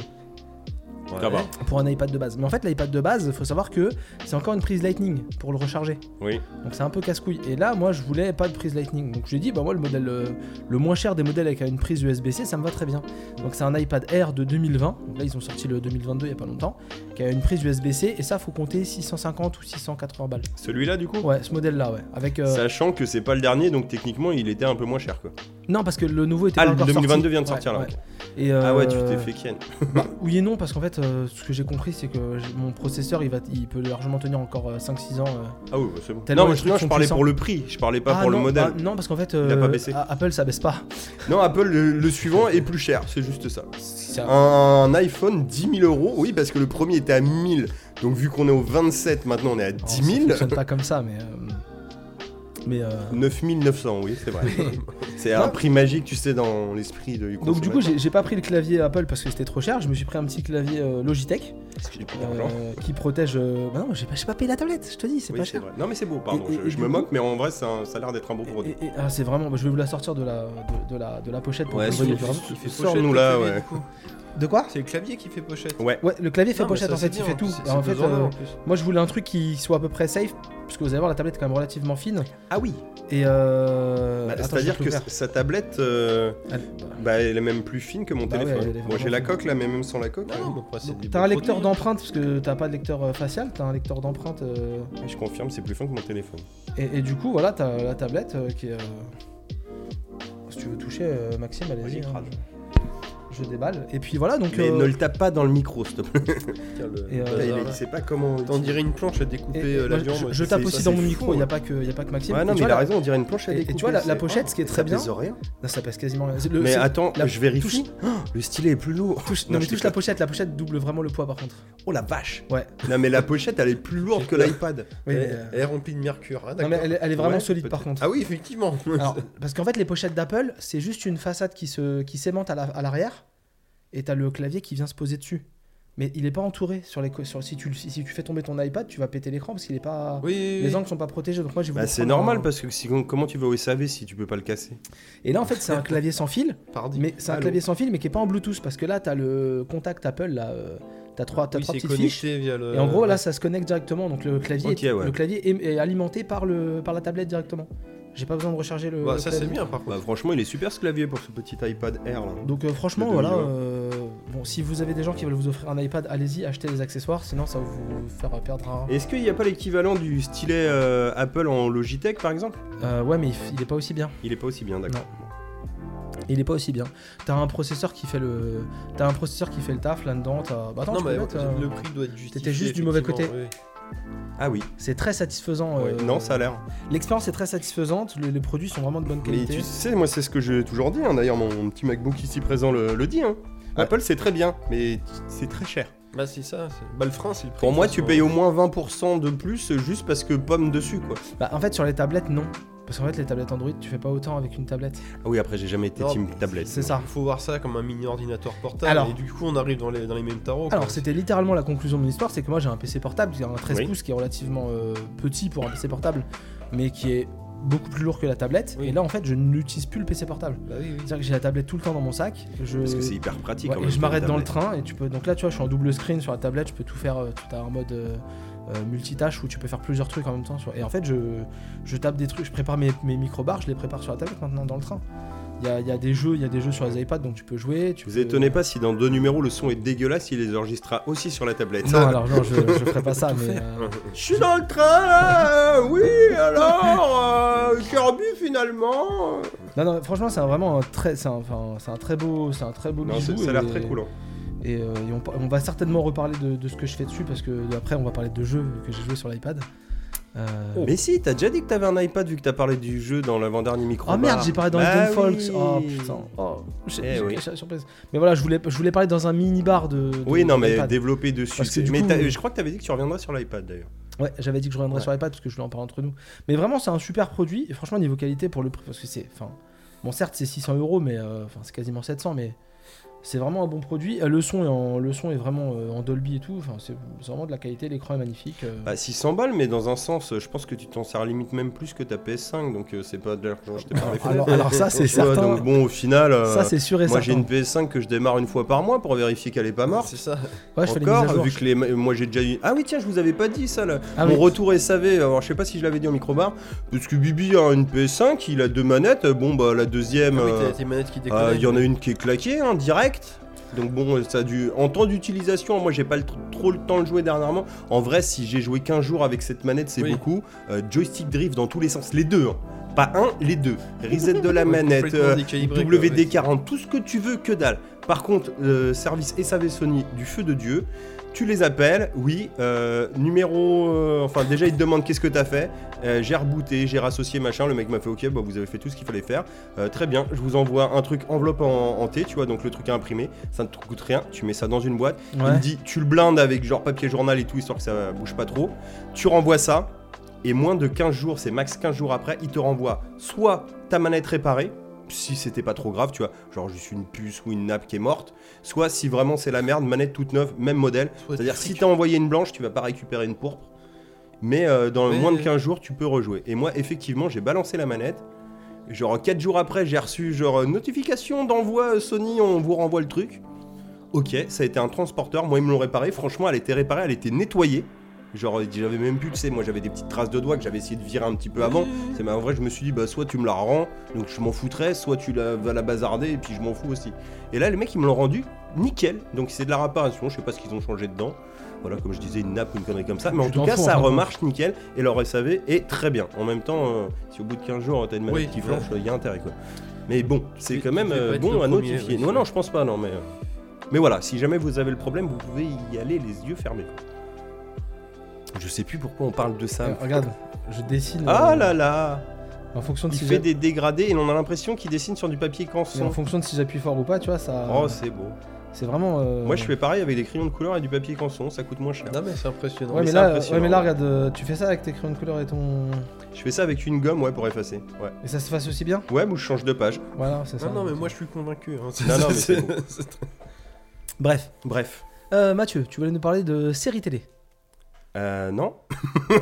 Speaker 3: Ça va.
Speaker 2: pour un iPad de base. Mais en fait, l'iPad de base, faut savoir que c'est encore une prise Lightning pour le recharger.
Speaker 3: Oui.
Speaker 2: Donc c'est un peu casse-couille. Et là, moi, je voulais pas de prise Lightning. Donc j'ai dit, bah moi, le modèle euh, le moins cher des modèles avec une prise USB-C, ça me va très bien. Donc c'est un iPad Air de 2020. Donc là, ils ont sorti le 2022 il y a pas longtemps, qui a une prise USB-C. Et ça, faut compter 650 ou 680 balles.
Speaker 3: Celui-là du coup
Speaker 2: Ouais, ce modèle-là, ouais. Avec euh,
Speaker 3: Sachant que c'est pas le dernier, donc techniquement il était un peu moins cher quoi.
Speaker 2: non, parce que le nouveau était
Speaker 3: Ah,
Speaker 2: pas
Speaker 3: le
Speaker 2: encore
Speaker 3: 2022
Speaker 2: sorti.
Speaker 3: vient de sortir, là,
Speaker 2: Ouais,
Speaker 3: ok.
Speaker 2: ouais. Et, euh,
Speaker 3: Ah ouais, tu t'es fait ken.
Speaker 2: Bah, oui et non, parce qu'en fait, euh, ce que j'ai compris, c'est que j'ai- mon processeur, il, va, il peut largement tenir encore 5-6 ans. euh.
Speaker 3: Ah oui, bah, c'est bon.
Speaker 2: Tellement
Speaker 3: Non, mais
Speaker 2: les trucs
Speaker 3: non, je
Speaker 2: sont
Speaker 3: parlais
Speaker 2: puissants.
Speaker 3: pour le prix, je parlais pas
Speaker 2: Ah
Speaker 3: pour le
Speaker 2: non,
Speaker 3: modèle.
Speaker 2: bah, non, parce qu'en fait,
Speaker 3: a
Speaker 2: euh,
Speaker 3: pas baissé.
Speaker 2: A- Apple, ça baisse pas.
Speaker 3: Non, Apple, le, le suivant est plus cher, c'est juste ça.
Speaker 2: C'est-
Speaker 3: Un iPhone 10 000 euros, oui, parce que le premier était à 1000. Donc, vu qu'on est au 27, maintenant on est à
Speaker 2: alors,
Speaker 3: 10
Speaker 2: Ça
Speaker 3: 000.
Speaker 2: fonctionne pas comme ça, mais. euh, mais euh,
Speaker 3: 9 900, oui, c'est vrai. c'est un
Speaker 2: Non.
Speaker 3: prix magique, tu sais, dans l'esprit de
Speaker 2: Donc, du coup, j'ai j'ai pas pris le clavier Apple parce que c'était trop cher. Je me suis pris un petit clavier euh, Logitech euh, qui protège. euh, Bah non, j'ai pas, j'ai pas payé la tablette, je te dis, c'est
Speaker 3: Oui,
Speaker 2: pas
Speaker 3: c'est
Speaker 2: cher.
Speaker 3: vrai. Non, mais c'est beau, pardon,
Speaker 2: Et-
Speaker 3: je,
Speaker 2: et
Speaker 3: je
Speaker 2: du
Speaker 3: me
Speaker 2: coup-
Speaker 3: moque, mais en vrai, c'est un- ça a l'air d'être un bon produit.
Speaker 2: Et- et- ah, c'est vraiment, bah, je vais vous la sortir de la, de, de la, de la pochette pour
Speaker 3: Ouais,
Speaker 2: que vous
Speaker 3: c'est-
Speaker 2: voyez
Speaker 3: c'est-
Speaker 2: vraiment.
Speaker 3: il fait
Speaker 4: Pochette,
Speaker 3: Sors-nous
Speaker 4: le
Speaker 3: là,
Speaker 4: clavier,
Speaker 3: ouais.
Speaker 4: du coup.
Speaker 2: De quoi
Speaker 4: C'est le clavier qui fait pochette.
Speaker 3: Ouais.
Speaker 2: Ouais, le clavier fait
Speaker 4: Non, mais
Speaker 2: pochette
Speaker 4: ça,
Speaker 2: en fait,
Speaker 4: c'est
Speaker 2: il
Speaker 4: bien,
Speaker 2: fait tout.
Speaker 4: c'est-
Speaker 2: Et en
Speaker 4: c'est
Speaker 2: fait,
Speaker 4: besoin,
Speaker 2: euh,
Speaker 4: en plus.
Speaker 2: Moi, je voulais un truc qui soit à peu près safe, parce que vous allez voir, la tablette est quand même relativement fine.
Speaker 3: Ah oui
Speaker 2: Et euh...
Speaker 3: Bah,
Speaker 2: attends, je vais
Speaker 3: C'est-à-dire
Speaker 2: te
Speaker 3: que
Speaker 2: l'ouvrir.
Speaker 3: sa tablette, euh,
Speaker 2: Elle-
Speaker 3: bah, elle est même plus fine que mon
Speaker 2: Bah ouais,
Speaker 3: téléphone.
Speaker 2: elle est
Speaker 3: Bon, j'ai
Speaker 2: vraiment
Speaker 3: la
Speaker 2: fine.
Speaker 3: coque là, mais même sans la coque,
Speaker 4: Non,
Speaker 3: hein.
Speaker 4: non, mais après, c'est
Speaker 2: Donc,
Speaker 4: des
Speaker 2: T'as un
Speaker 4: beaux
Speaker 2: lecteur
Speaker 4: produits.
Speaker 2: d'empreinte, parce que t'as pas de lecteur euh, facial, t'as un lecteur d'empreinte. euh,
Speaker 3: je confirme, c'est plus fin que mon téléphone.
Speaker 2: Et, et du coup, voilà, t'as la tablette euh, qui est. euh, Si tu veux toucher, euh, Maxime, allez-y.
Speaker 3: Vas-y,
Speaker 2: hein.
Speaker 3: crade.
Speaker 2: Je déballe. Et puis voilà, donc.
Speaker 3: Mais
Speaker 2: euh,
Speaker 3: ne le tape pas dans le micro, s'il te plaît.
Speaker 2: Et, euh,
Speaker 3: Putain, Ah, il, est- il sait pas comment.
Speaker 4: T'en
Speaker 3: Ouais,
Speaker 4: dirais une planche à
Speaker 2: et-
Speaker 4: découper
Speaker 2: et
Speaker 4: euh, la
Speaker 2: moi,
Speaker 4: viande.
Speaker 2: je, je
Speaker 3: c'est-
Speaker 2: tape
Speaker 3: ça,
Speaker 2: aussi dans
Speaker 3: c'est
Speaker 2: mon
Speaker 3: fou,
Speaker 2: micro,
Speaker 3: ouais.
Speaker 2: il a pas que, y a pas que Maxime. Et
Speaker 3: non,
Speaker 2: tu
Speaker 3: mais
Speaker 2: vois,
Speaker 3: il a
Speaker 2: la-
Speaker 3: raison, on dirait une planche à
Speaker 2: et- et
Speaker 3: découper.
Speaker 2: tu vois, la, la
Speaker 3: c'est-
Speaker 2: pochette, ce qui est
Speaker 3: Ça
Speaker 2: très bien.
Speaker 3: pèse rien.
Speaker 2: Non, ça pèse quasiment. rien. Le-
Speaker 3: hein. Mais
Speaker 2: c'est-
Speaker 3: attends,
Speaker 2: la-
Speaker 3: je vérifie.
Speaker 2: touche-
Speaker 3: Le stylet est plus lourd.
Speaker 2: touche-
Speaker 3: Non,
Speaker 2: Non, mais
Speaker 3: je
Speaker 2: touche la pochette, la pochette double vraiment le poids par contre.
Speaker 3: Oh la vache
Speaker 2: Ouais.
Speaker 3: Non, mais la pochette, elle est plus lourde que l'iPad.
Speaker 2: Oui, mais, euh,
Speaker 4: Elle elle est remplie de mercure. Ah,
Speaker 2: Non, mais
Speaker 4: d'accord.
Speaker 2: elle, est- elle est vraiment
Speaker 4: Ouais,
Speaker 2: solide
Speaker 4: peut-être.
Speaker 2: par contre.
Speaker 4: Ah oui, effectivement.
Speaker 2: Alors, parce qu'en fait, les pochettes d'Apple, c'est juste une façade qui se qui s'aimante à la- à l'arrière et t'as le clavier qui vient se poser dessus. Mais il est pas entouré sur les co- sur, si tu le- si, si tu fais tomber ton iPad, tu vas péter l'écran parce qu'il est pas
Speaker 4: Oui, oui,
Speaker 2: les
Speaker 4: oui.
Speaker 2: angles sont pas protégés. Donc moi j'ai voulu
Speaker 3: Bah, c'est
Speaker 2: prendre
Speaker 3: normal
Speaker 2: un-
Speaker 3: parce que si- comment tu vas au SAV si tu peux pas le casser
Speaker 2: Et là en fait, c'est un clavier sans fil,
Speaker 4: Pardi.
Speaker 2: mais c'est un
Speaker 4: Allô.
Speaker 2: clavier sans fil mais qui est pas en Bluetooth parce que là t'as le contact Apple là euh, t'as trois t'as
Speaker 4: Oui,
Speaker 2: trois
Speaker 4: c'est
Speaker 2: petites fiches.
Speaker 4: connecté euh, via le.
Speaker 2: Et en gros, là, ça se connecte directement. Donc le clavier,
Speaker 3: Ok,
Speaker 2: est,
Speaker 3: ouais.
Speaker 2: le clavier est, est alimenté par, le, par la tablette directement. J'ai pas besoin de recharger le.
Speaker 4: Bah,
Speaker 2: le
Speaker 4: ça c'est
Speaker 2: clavier.
Speaker 4: bien par contre.
Speaker 3: Bah, franchement, il est super ce clavier pour ce petit iPad Air là.
Speaker 2: Donc euh, franchement,
Speaker 3: Le
Speaker 2: voilà.
Speaker 3: demi, ouais.
Speaker 2: euh, bon, si vous avez des gens qui veulent vous offrir un iPad, allez-y, achetez les accessoires. Sinon, ça va vous faire perdre un.
Speaker 3: Est-ce qu'il n'y a pas l'équivalent du stylet euh, Apple en Logitech par exemple
Speaker 2: Euh, ouais, mais il, f- il est pas aussi bien.
Speaker 3: Il est pas aussi bien, d'accord.
Speaker 2: Il est pas aussi bien. T'as un processeur qui fait le. T'as un processeur qui fait le taf là-dedans. T'as. Bah, attends,
Speaker 4: non,
Speaker 2: je peux
Speaker 4: mais
Speaker 2: mettre, euh,
Speaker 4: le prix doit être justifié.
Speaker 2: t'étais juste du mauvais côté.
Speaker 4: effectivement, oui.
Speaker 3: Ah oui,
Speaker 2: euh, C'est très satisfaisant.
Speaker 3: ouais.
Speaker 2: euh,
Speaker 3: non, ça a l'air.
Speaker 2: L'expérience est très satisfaisante. le- les produits sont vraiment de bonne
Speaker 3: Mais
Speaker 2: qualité.
Speaker 3: tu sais, moi, c'est ce que j'ai toujours dit. hein. D'ailleurs, mon, mon petit MacBook ici présent le, le dit. hein.
Speaker 2: Ouais.
Speaker 3: Apple, c'est très bien, mais c'est très cher.
Speaker 4: Bah, c'est ça. c'est- Bah, le frein, c'est le prix.
Speaker 3: Pour
Speaker 4: de
Speaker 3: moi,
Speaker 4: toute
Speaker 3: tu
Speaker 4: façon.
Speaker 3: payes au moins 20% de plus juste parce que pomme dessus, quoi.
Speaker 2: Bah, en fait, sur les tablettes, non. Parce qu'en fait, les tablettes Android, tu fais pas autant avec une tablette.
Speaker 3: Ah oui, après, j'ai jamais été
Speaker 4: Non,
Speaker 3: team
Speaker 4: mais
Speaker 3: tablette.
Speaker 2: C'est ça.
Speaker 4: Il faut voir ça comme un mini ordinateur portable.
Speaker 2: Alors.
Speaker 4: Et du coup, on arrive dans les, dans les mêmes tarots.
Speaker 2: Alors
Speaker 4: quoi.
Speaker 2: c'était littéralement la conclusion de mon histoire, c'est que moi j'ai un PC portable, j'ai un 13
Speaker 3: Oui.
Speaker 2: pouces qui est relativement euh, petit pour un PC portable, mais qui est beaucoup plus lourd que la tablette.
Speaker 4: Oui.
Speaker 2: Et là, en fait, je n'utilise plus le PC portable.
Speaker 4: Bah oui, oui.
Speaker 2: C'est-à-dire que j'ai la tablette tout le temps dans mon sac. Je...
Speaker 3: Parce que c'est hyper pratique.
Speaker 2: Ouais,
Speaker 3: en
Speaker 2: et
Speaker 3: même
Speaker 2: je
Speaker 3: temps,
Speaker 2: m'arrête
Speaker 3: une
Speaker 2: dans le
Speaker 3: tablette.
Speaker 2: train et tu peux donc là tu vois je suis en double screen sur la tablette je peux tout faire euh, tout à en mode euh, euh, multitâche où tu peux faire plusieurs trucs en même temps sur- et en fait je, je tape des trucs je prépare mes, mes micro bars je les prépare sur la tablette maintenant dans le train il y a, il y a des jeux il y a des jeux sur les iPads donc tu peux jouer tu
Speaker 3: Vous
Speaker 2: peux-
Speaker 3: étonnez pas si dans deux numéros le son est dégueulasse, il les enregistrera aussi sur la tablette.
Speaker 2: non alors non je, je ferai pas ça mais euh,
Speaker 3: Je suis dans le train Oui, alors euh, Kirby finalement
Speaker 2: non non franchement c'est un- vraiment un très c'est un, enfin, c'est un très beau c'est un très beau
Speaker 3: Non,
Speaker 2: bijou
Speaker 3: c'est- ça a
Speaker 2: et-
Speaker 3: l'air très cool. hein.
Speaker 2: et, euh, et on, on va certainement reparler de, de ce que je fais dessus parce que après on va parler de jeux que j'ai joué sur l'iPad Euh,
Speaker 3: Mais si, t'as déjà dit que t'avais un iPad vu que t'as parlé du jeu dans l'avant-dernier micro.
Speaker 2: Oh merde, j'ai parlé dans
Speaker 3: Bah
Speaker 2: les Folks.
Speaker 3: oui.
Speaker 2: Oh putain. Oh, j'ai
Speaker 3: Eh
Speaker 2: j'ai
Speaker 3: oui.
Speaker 2: caché la surprise. Mais voilà, je voulais, je voulais parler dans un mini bar de. de-
Speaker 3: Oui, non,
Speaker 2: de
Speaker 3: mais
Speaker 2: l'iPad.
Speaker 3: développé dessus.
Speaker 2: Parce que
Speaker 3: c'est-
Speaker 2: du
Speaker 3: mais
Speaker 2: coup- euh,
Speaker 3: t'as- je crois que t'avais dit que tu reviendras sur l'iPad d'ailleurs.
Speaker 2: Ouais, j'avais dit que je reviendrais
Speaker 3: Ouais.
Speaker 2: sur l'iPad parce que je voulais en parler entre nous. Mais vraiment, c'est un super produit. Et franchement, niveau qualité pour le prix, parce que c'est. Enfin, bon, certes, c'est 600 euros, mais euh, enfin, c'est quasiment 700, mais c'est vraiment un bon produit. Euh, Le son est, en, le son est vraiment euh, en Dolby et tout. Enfin, c'est c'est vraiment de la qualité. L'écran est magnifique. euh.
Speaker 3: Bah 600 balles, mais dans un sens, je pense que tu t'en sers limite même plus que ta PS5, donc euh, c'est pas de l'argent que je t'ai parlé.
Speaker 2: Ah, alors, alors ça, c'est
Speaker 3: Ouais,
Speaker 2: certain.
Speaker 3: euh, donc bon, au final, euh,
Speaker 2: ça, c'est sûr et
Speaker 3: moi j'ai
Speaker 2: certain.
Speaker 3: une PS5 que je démarre une fois par mois pour vérifier qu'elle est pas morte.
Speaker 4: C'est ça.
Speaker 2: Ouais, je fais les mises à
Speaker 3: Encore,
Speaker 2: jour.
Speaker 3: vu que les, moi j'ai déjà eu. Ah oui, tiens, je vous avais pas dit ça là.
Speaker 2: Ah
Speaker 3: Mon
Speaker 2: oui.
Speaker 3: retour SAV, alors je sais pas si je l'avais dit en microbar, parce que Bibi a une PS5, il a deux manettes. Bon, bah la deuxième,
Speaker 4: Ah oui,
Speaker 3: euh,
Speaker 4: t'as tes manettes qui déconnent.
Speaker 3: euh, il y en a une qui est claquée, hein, direct. Donc bon, euh, ça a dû. En temps d'utilisation, moi j'ai pas le tr- trop le temps de jouer dernièrement. En vrai, si j'ai joué 15 jours avec cette manette, c'est
Speaker 4: Oui.
Speaker 3: beaucoup. Euh, joystick drift dans tous les sens, les deux. hein. Pas un, les deux. Reset de la manette,
Speaker 4: complètement
Speaker 3: euh,
Speaker 4: décalibré, quoi, ouais.
Speaker 3: WD40, tout ce que tu veux, que dalle. Par contre, euh, service SAV Sony du feu de Dieu. Tu les appelles, oui, euh, numéro. euh, enfin, déjà, ils te demandent qu'est-ce que t'as fait. Euh, j'ai rebooté, j'ai rassocié, machin. Le mec m'a fait, ok, bah, vous avez fait tout ce qu'il fallait faire. Euh, très bien, je vous envoie un truc enveloppe en, en T, tu vois, donc le truc à imprimer. Ça ne te coûte rien. Tu mets ça dans une boîte. Il me
Speaker 2: Ouais.
Speaker 3: dit, tu le blindes avec genre papier journal et tout, histoire que ça bouge pas trop. Tu renvoies ça. Et moins de 15 jours, c'est max 15 jours après, il te renvoie soit ta manette réparée, si c'était pas trop grave, tu vois, genre juste une puce ou une nappe qui est morte, soit si vraiment c'est la merde, manette toute neuve, même modèle. C'est-à-dire si t'as envoyé une blanche, tu vas pas récupérer une pourpre. Mais euh, dans
Speaker 4: Mais-
Speaker 3: moins de 15 jours, tu peux rejouer. Et moi, effectivement, j'ai balancé la manette. Genre 4 jours après, j'ai reçu genre euh, notification d'envoi euh, Sony, on vous renvoie le truc. Ok, ça a été un transporteur. Moi, ils me l'ont réparé. Franchement, elle était réparée, elle était nettoyée. Genre, euh, j'avais même plus, tu sais, moi j'avais des petites traces de doigts que j'avais essayé de virer un petit peu avant. C'est mais en vrai, je me suis dit, bah soit tu me la rends, donc je m'en foutrais, soit tu la, vas la bazarder et puis je m'en fous aussi. Et là, les mecs, ils me l'ont rendu nickel. Donc c'est de la réparation. Je sais pas ce qu'ils ont changé dedans. Voilà, comme je disais, une nappe ou une connerie comme ça. Mais en
Speaker 2: Tu
Speaker 3: tout
Speaker 2: t'en
Speaker 3: cas,
Speaker 2: fous,
Speaker 3: ça
Speaker 2: enfin,
Speaker 3: remarche nickel. Et leur SAV est très bien. En même temps, euh, si au bout de 15 jours, t'as une manette
Speaker 4: Oui,
Speaker 3: qui
Speaker 4: voilà.
Speaker 3: flanche, il y a intérêt quoi. Mais bon, c'est
Speaker 4: Tu-
Speaker 3: quand
Speaker 4: tu
Speaker 3: même
Speaker 4: devais
Speaker 3: euh,
Speaker 4: pas être
Speaker 3: bon
Speaker 4: le
Speaker 3: à
Speaker 4: premier,
Speaker 3: notifier.
Speaker 4: oui,
Speaker 3: non,
Speaker 4: c'est
Speaker 3: non,
Speaker 4: vrai.
Speaker 3: je pense pas, non, mais. euh, Mais voilà, si jamais vous avez le problème, vous pouvez y aller les yeux fermés. Je sais plus pourquoi on parle de ça.
Speaker 2: Euh, regarde, je dessine
Speaker 3: Ah
Speaker 2: euh,
Speaker 3: là là
Speaker 2: en fonction de
Speaker 3: Il
Speaker 2: si
Speaker 3: fait
Speaker 2: j'a-
Speaker 3: des dégradés et on a l'impression qu'il dessine sur du papier
Speaker 2: et en
Speaker 3: canson.
Speaker 2: fonction de si j'appuie fort ou pas, tu vois, ça.
Speaker 3: Oh, c'est beau.
Speaker 2: C'est vraiment. euh,
Speaker 3: Moi, je fais pareil avec des crayons de couleur et du papier canson, ça coûte moins cher.
Speaker 4: Non, mais c'est impressionnant.
Speaker 2: Ouais, mais,
Speaker 4: c'est
Speaker 2: là,
Speaker 4: impressionnant.
Speaker 2: ouais, mais là, regarde, euh, tu fais ça avec tes crayons de couleur et ton.
Speaker 3: Je fais ça avec une gomme, ouais, pour effacer. Ouais,
Speaker 2: Et ça se fasse aussi bien
Speaker 3: ouais, ou je change de page.
Speaker 2: Voilà, c'est ça.
Speaker 4: Non, non, mais moi je suis convaincu. hein. C'est-
Speaker 3: Non, non, mais
Speaker 4: c'est-
Speaker 3: c'est bon.
Speaker 4: c'est très-
Speaker 2: Bref,
Speaker 3: Bref.
Speaker 2: Euh, Mathieu, tu voulais nous parler de séries télé
Speaker 3: Euh, non.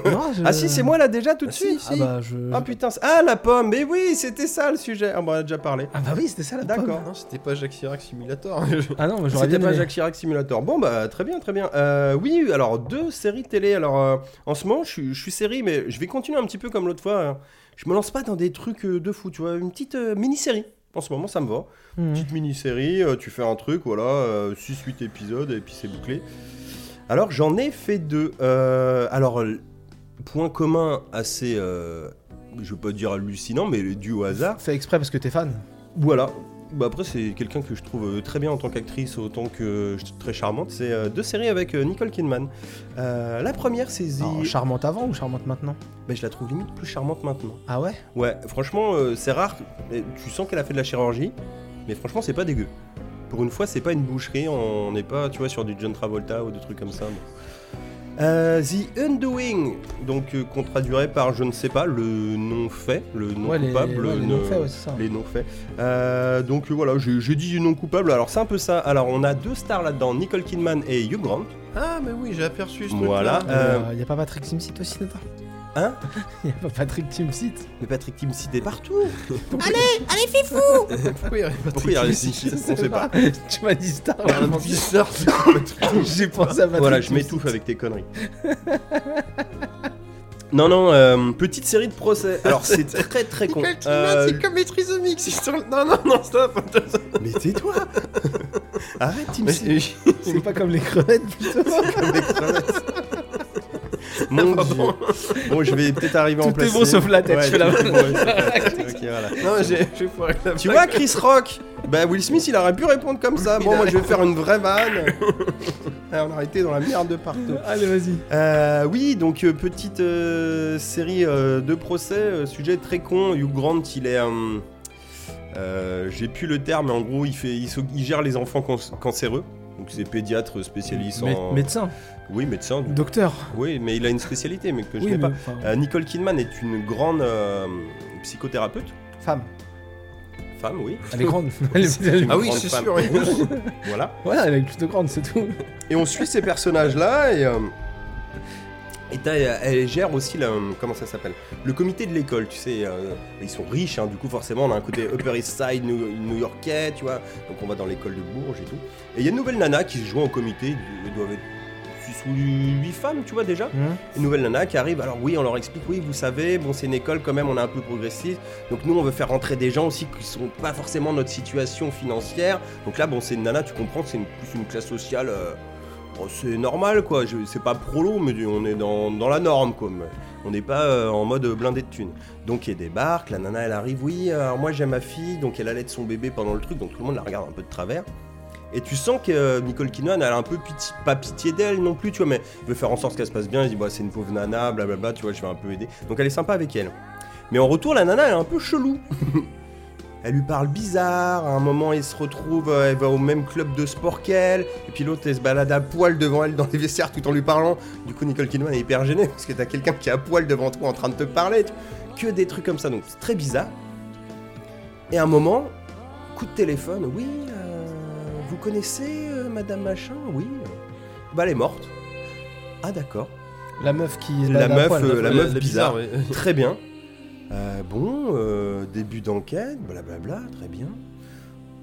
Speaker 2: Non, je-
Speaker 3: Ah si, c'est moi là déjà tout de
Speaker 4: Ah,
Speaker 3: suite.
Speaker 2: Euh, Ah bah, je.
Speaker 3: Ah putain, c'est- ah la pomme, mais oui, c'était ça le sujet. Ah, bah, on a déjà parlé.
Speaker 2: Ah bah oui, c'était ça la pomme.
Speaker 3: D'accord.
Speaker 4: Non, c'était pas Jacques Chirac Simulator.
Speaker 2: Ah non, mais j'aurais
Speaker 3: C'était
Speaker 2: bien
Speaker 3: pas
Speaker 2: aimé.
Speaker 3: Jacques Chirac Simulator. Bon, bah très bien, très bien. Euh, oui, alors deux séries télé. Alors euh, en ce moment, je, suis- je suis série, mais je vais continuer un petit peu comme l'autre fois. euh. je me lance pas dans des trucs euh, de fou, tu vois. Une petite euh, mini-série. En ce moment, ça me va.
Speaker 2: Mhm.
Speaker 3: Petite mini-série, euh, tu fais un truc, voilà, 6-8 épisodes et puis c'est bouclé. Alors j'en ai fait deux. Euh, alors, euh, point commun assez, euh, je veux pas dire hallucinant, mais dû au hasard.
Speaker 2: Fait exprès parce que t'es fan.
Speaker 3: Voilà. Bah après, c'est quelqu'un que je trouve euh, très bien en tant qu'actrice, autant que je- très charmante. C'est euh, deux séries avec euh, Nicole Kidman. Euh, la première, c'est The...
Speaker 2: Alors, charmante avant ou charmante maintenant
Speaker 3: Bah, je la trouve limite plus charmante maintenant.
Speaker 2: Ah ouais
Speaker 3: Ouais, franchement, euh, c'est rare. Et Tu sens qu'elle a fait de la chirurgie, mais franchement, c'est pas dégueu. Pour une fois, c'est pas une boucherie. On n'est pas, tu vois, sur du John Travolta ou des trucs comme ça. mais- Euh, The Undoing, donc euh, qu'on traduirait par je ne sais pas le non fait, le non
Speaker 2: Ouais, les,
Speaker 3: coupable,
Speaker 2: ouais, les
Speaker 3: ne-
Speaker 2: noms faits, ouais, c'est ça.
Speaker 3: les non faits. Euh, donc euh, voilà, j'ai j'ai dit non coupable. Alors c'est un peu ça. Alors on a deux stars là-dedans, Nicole Kidman et Hugh Grant.
Speaker 4: ah, mais oui, j'ai aperçu ce
Speaker 3: Voilà.
Speaker 4: truc.
Speaker 2: Euh, y a pas Patrick Timsit aussi dedans Il y a pas Patrick Timsit.
Speaker 3: Mais Patrick Timsit est partout
Speaker 5: Allez, fifou
Speaker 2: Pourquoi il y aurait Patrick
Speaker 3: Pourquoi il y a
Speaker 2: Timsit
Speaker 3: Timsit
Speaker 2: Je sais
Speaker 3: On sait pas.
Speaker 2: Tu m'as dit star.
Speaker 4: Bizarre, c'est
Speaker 2: J'ai pensé à Patrick
Speaker 3: Voilà, je
Speaker 2: Timsit.
Speaker 3: m'étouffe avec tes conneries. Non, non, euh, petite série de procès. Alors, c'est très très con. Euh,
Speaker 4: comme les trisomiques, c'est sur le- Non, non, non, stop
Speaker 3: mais tais-toi Arrête, Tim
Speaker 4: Mais
Speaker 3: Seed.
Speaker 4: c'est-
Speaker 2: C'est pas comme les crevettes plutôt.
Speaker 3: Mon Dieu. Bon, je vais peut-être arriver en
Speaker 2: Ah, Tout est
Speaker 3: place.
Speaker 2: bon sauf la tête, je fais la
Speaker 3: Ok, voilà.
Speaker 4: Non, j'ai j'ai foiré la
Speaker 3: Tu vois, Chris Rock Bah, Will Smith, il aurait pu répondre comme ça. Bon, moi, je vais faire une vraie vanne. Ah, on a été dans la merde de partout.
Speaker 2: Allez, vas-y.
Speaker 3: Euh, oui, donc euh, petite euh, série euh, de procès, euh, sujet très con. Hugh Grant, il est. euh, euh, J'ai plus le terme, mais en gros, il, fait, il, s'oc- il gère les enfants canc- cancéreux. Donc, c'est pédiatre spécialiste en.
Speaker 2: Mé- médecin,
Speaker 3: Oui, médecin. du-
Speaker 2: docteur.
Speaker 3: Oui, mais il a une spécialité, mais que je
Speaker 2: oui,
Speaker 3: n'ai
Speaker 2: mais,
Speaker 3: pas.
Speaker 2: enfin,
Speaker 3: Euh, Nicole Kidman est une grande euh, psychothérapeute,
Speaker 2: femme.
Speaker 3: femme, oui.
Speaker 2: Elle est grande. Elle est- elle est-
Speaker 4: Ah oui,
Speaker 3: grande
Speaker 4: c'est
Speaker 3: femme.
Speaker 4: sûr. oui.
Speaker 3: Voilà.
Speaker 2: Voilà, elle est plutôt grande, c'est tout.
Speaker 3: Et on suit ces personnages-là et. euh, et t'as- euh, elle gère aussi la, comment ça s'appelle le comité de l'école, tu sais. euh, ils sont riches, hein, du coup forcément on a un côté Upper East Side new- new-yorkais, tu vois. Donc on va dans l'école de Bourges et tout. Et il y a une nouvelle nana qui se joint au comité. Ils doivent être 6 ou 8 femmes, tu vois déjà. Une nouvelle nana qui arrive. Alors oui, on leur explique, oui, vous savez, bon, c'est une école quand même, on est un peu progressiste. Donc nous, on veut faire rentrer des gens aussi qui sont pas forcément notre situation financière. Donc là, bon, c'est une nana, tu comprends que c'est une- plus une classe sociale. euh, bon, c'est normal, quoi. Je- C'est pas prolo, mais on est dans, dans la norme, quoi. Mais On n'est pas euh, en mode blindé de thunes. Donc elle débarque, la nana, elle arrive. Oui, alors moi, j'aime ma fille, donc elle allait de son bébé pendant le truc, donc tout le monde la regarde un peu de travers. Et tu sens que euh, Nicole Kidman, elle a un peu piti- pas pitié d'elle non plus, tu vois, mais elle veut faire en sorte qu'elle se passe bien. Elle dit, bah, c'est une pauvre nana, blablabla, tu vois, je vais un peu aider. Donc elle est sympa avec elle. Mais en retour, la nana, elle est un peu chelou. elle lui parle bizarre. À un moment, ils se retrouvent, euh, elle va au même club de sport qu'elle. Et puis l'autre, elle se balade à poil devant elle dans les vestiaires tout en lui parlant. Du coup, Nicole Kidman est hyper gênée parce que t'as quelqu'un qui est à poil devant toi en train de te parler. Que des trucs comme ça, donc c'est très bizarre. Et à un moment, coup de téléphone, oui, euh, vous connaissez euh, Madame Machin Oui. Bah, elle est morte. Ah, d'accord.
Speaker 2: La meuf qui.
Speaker 3: La
Speaker 2: à
Speaker 3: meuf,
Speaker 2: poil,
Speaker 3: euh, la
Speaker 2: meuf.
Speaker 3: meuf bizarre.
Speaker 4: ouais.
Speaker 3: Très bien. Euh, bon, euh, début d'enquête, blablabla, très bien.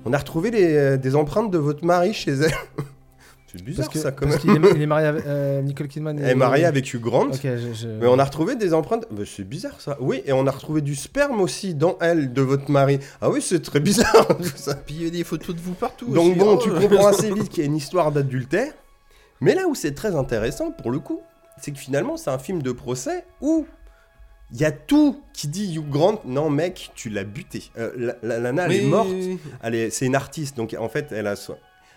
Speaker 3: On a retrouvé les, euh, des empreintes de votre mari chez elle. C'est bizarre
Speaker 2: Parce que-
Speaker 3: ça quand
Speaker 2: parce
Speaker 3: même.
Speaker 2: qu'il est, il est marié avec. euh, Nicole Kidman.
Speaker 3: Elle est mariée avec Hugh Grant.
Speaker 2: Ok, je. je-
Speaker 3: Mais on a retrouvé des empreintes. Mais c'est bizarre ça. Oui, et on a retrouvé du sperme aussi dans elle de votre mari. Ah oui, c'est très bizarre tout ça.
Speaker 4: Puis il y a des photos de vous partout.
Speaker 3: Donc
Speaker 4: aussi.
Speaker 3: bon,
Speaker 4: Oh,
Speaker 3: tu
Speaker 4: euh,
Speaker 3: comprends assez vite qu'il y a une histoire d'adultère. Mais là où c'est très intéressant pour le coup, c'est que finalement c'est un film de procès où il y a tout qui dit Hugh Grant, non mec, tu l'as buté. Euh, la, la- la nana, elle est
Speaker 4: oui,
Speaker 3: morte.
Speaker 4: oui,
Speaker 3: Elle est- c'est une artiste, donc en fait, elle a. so-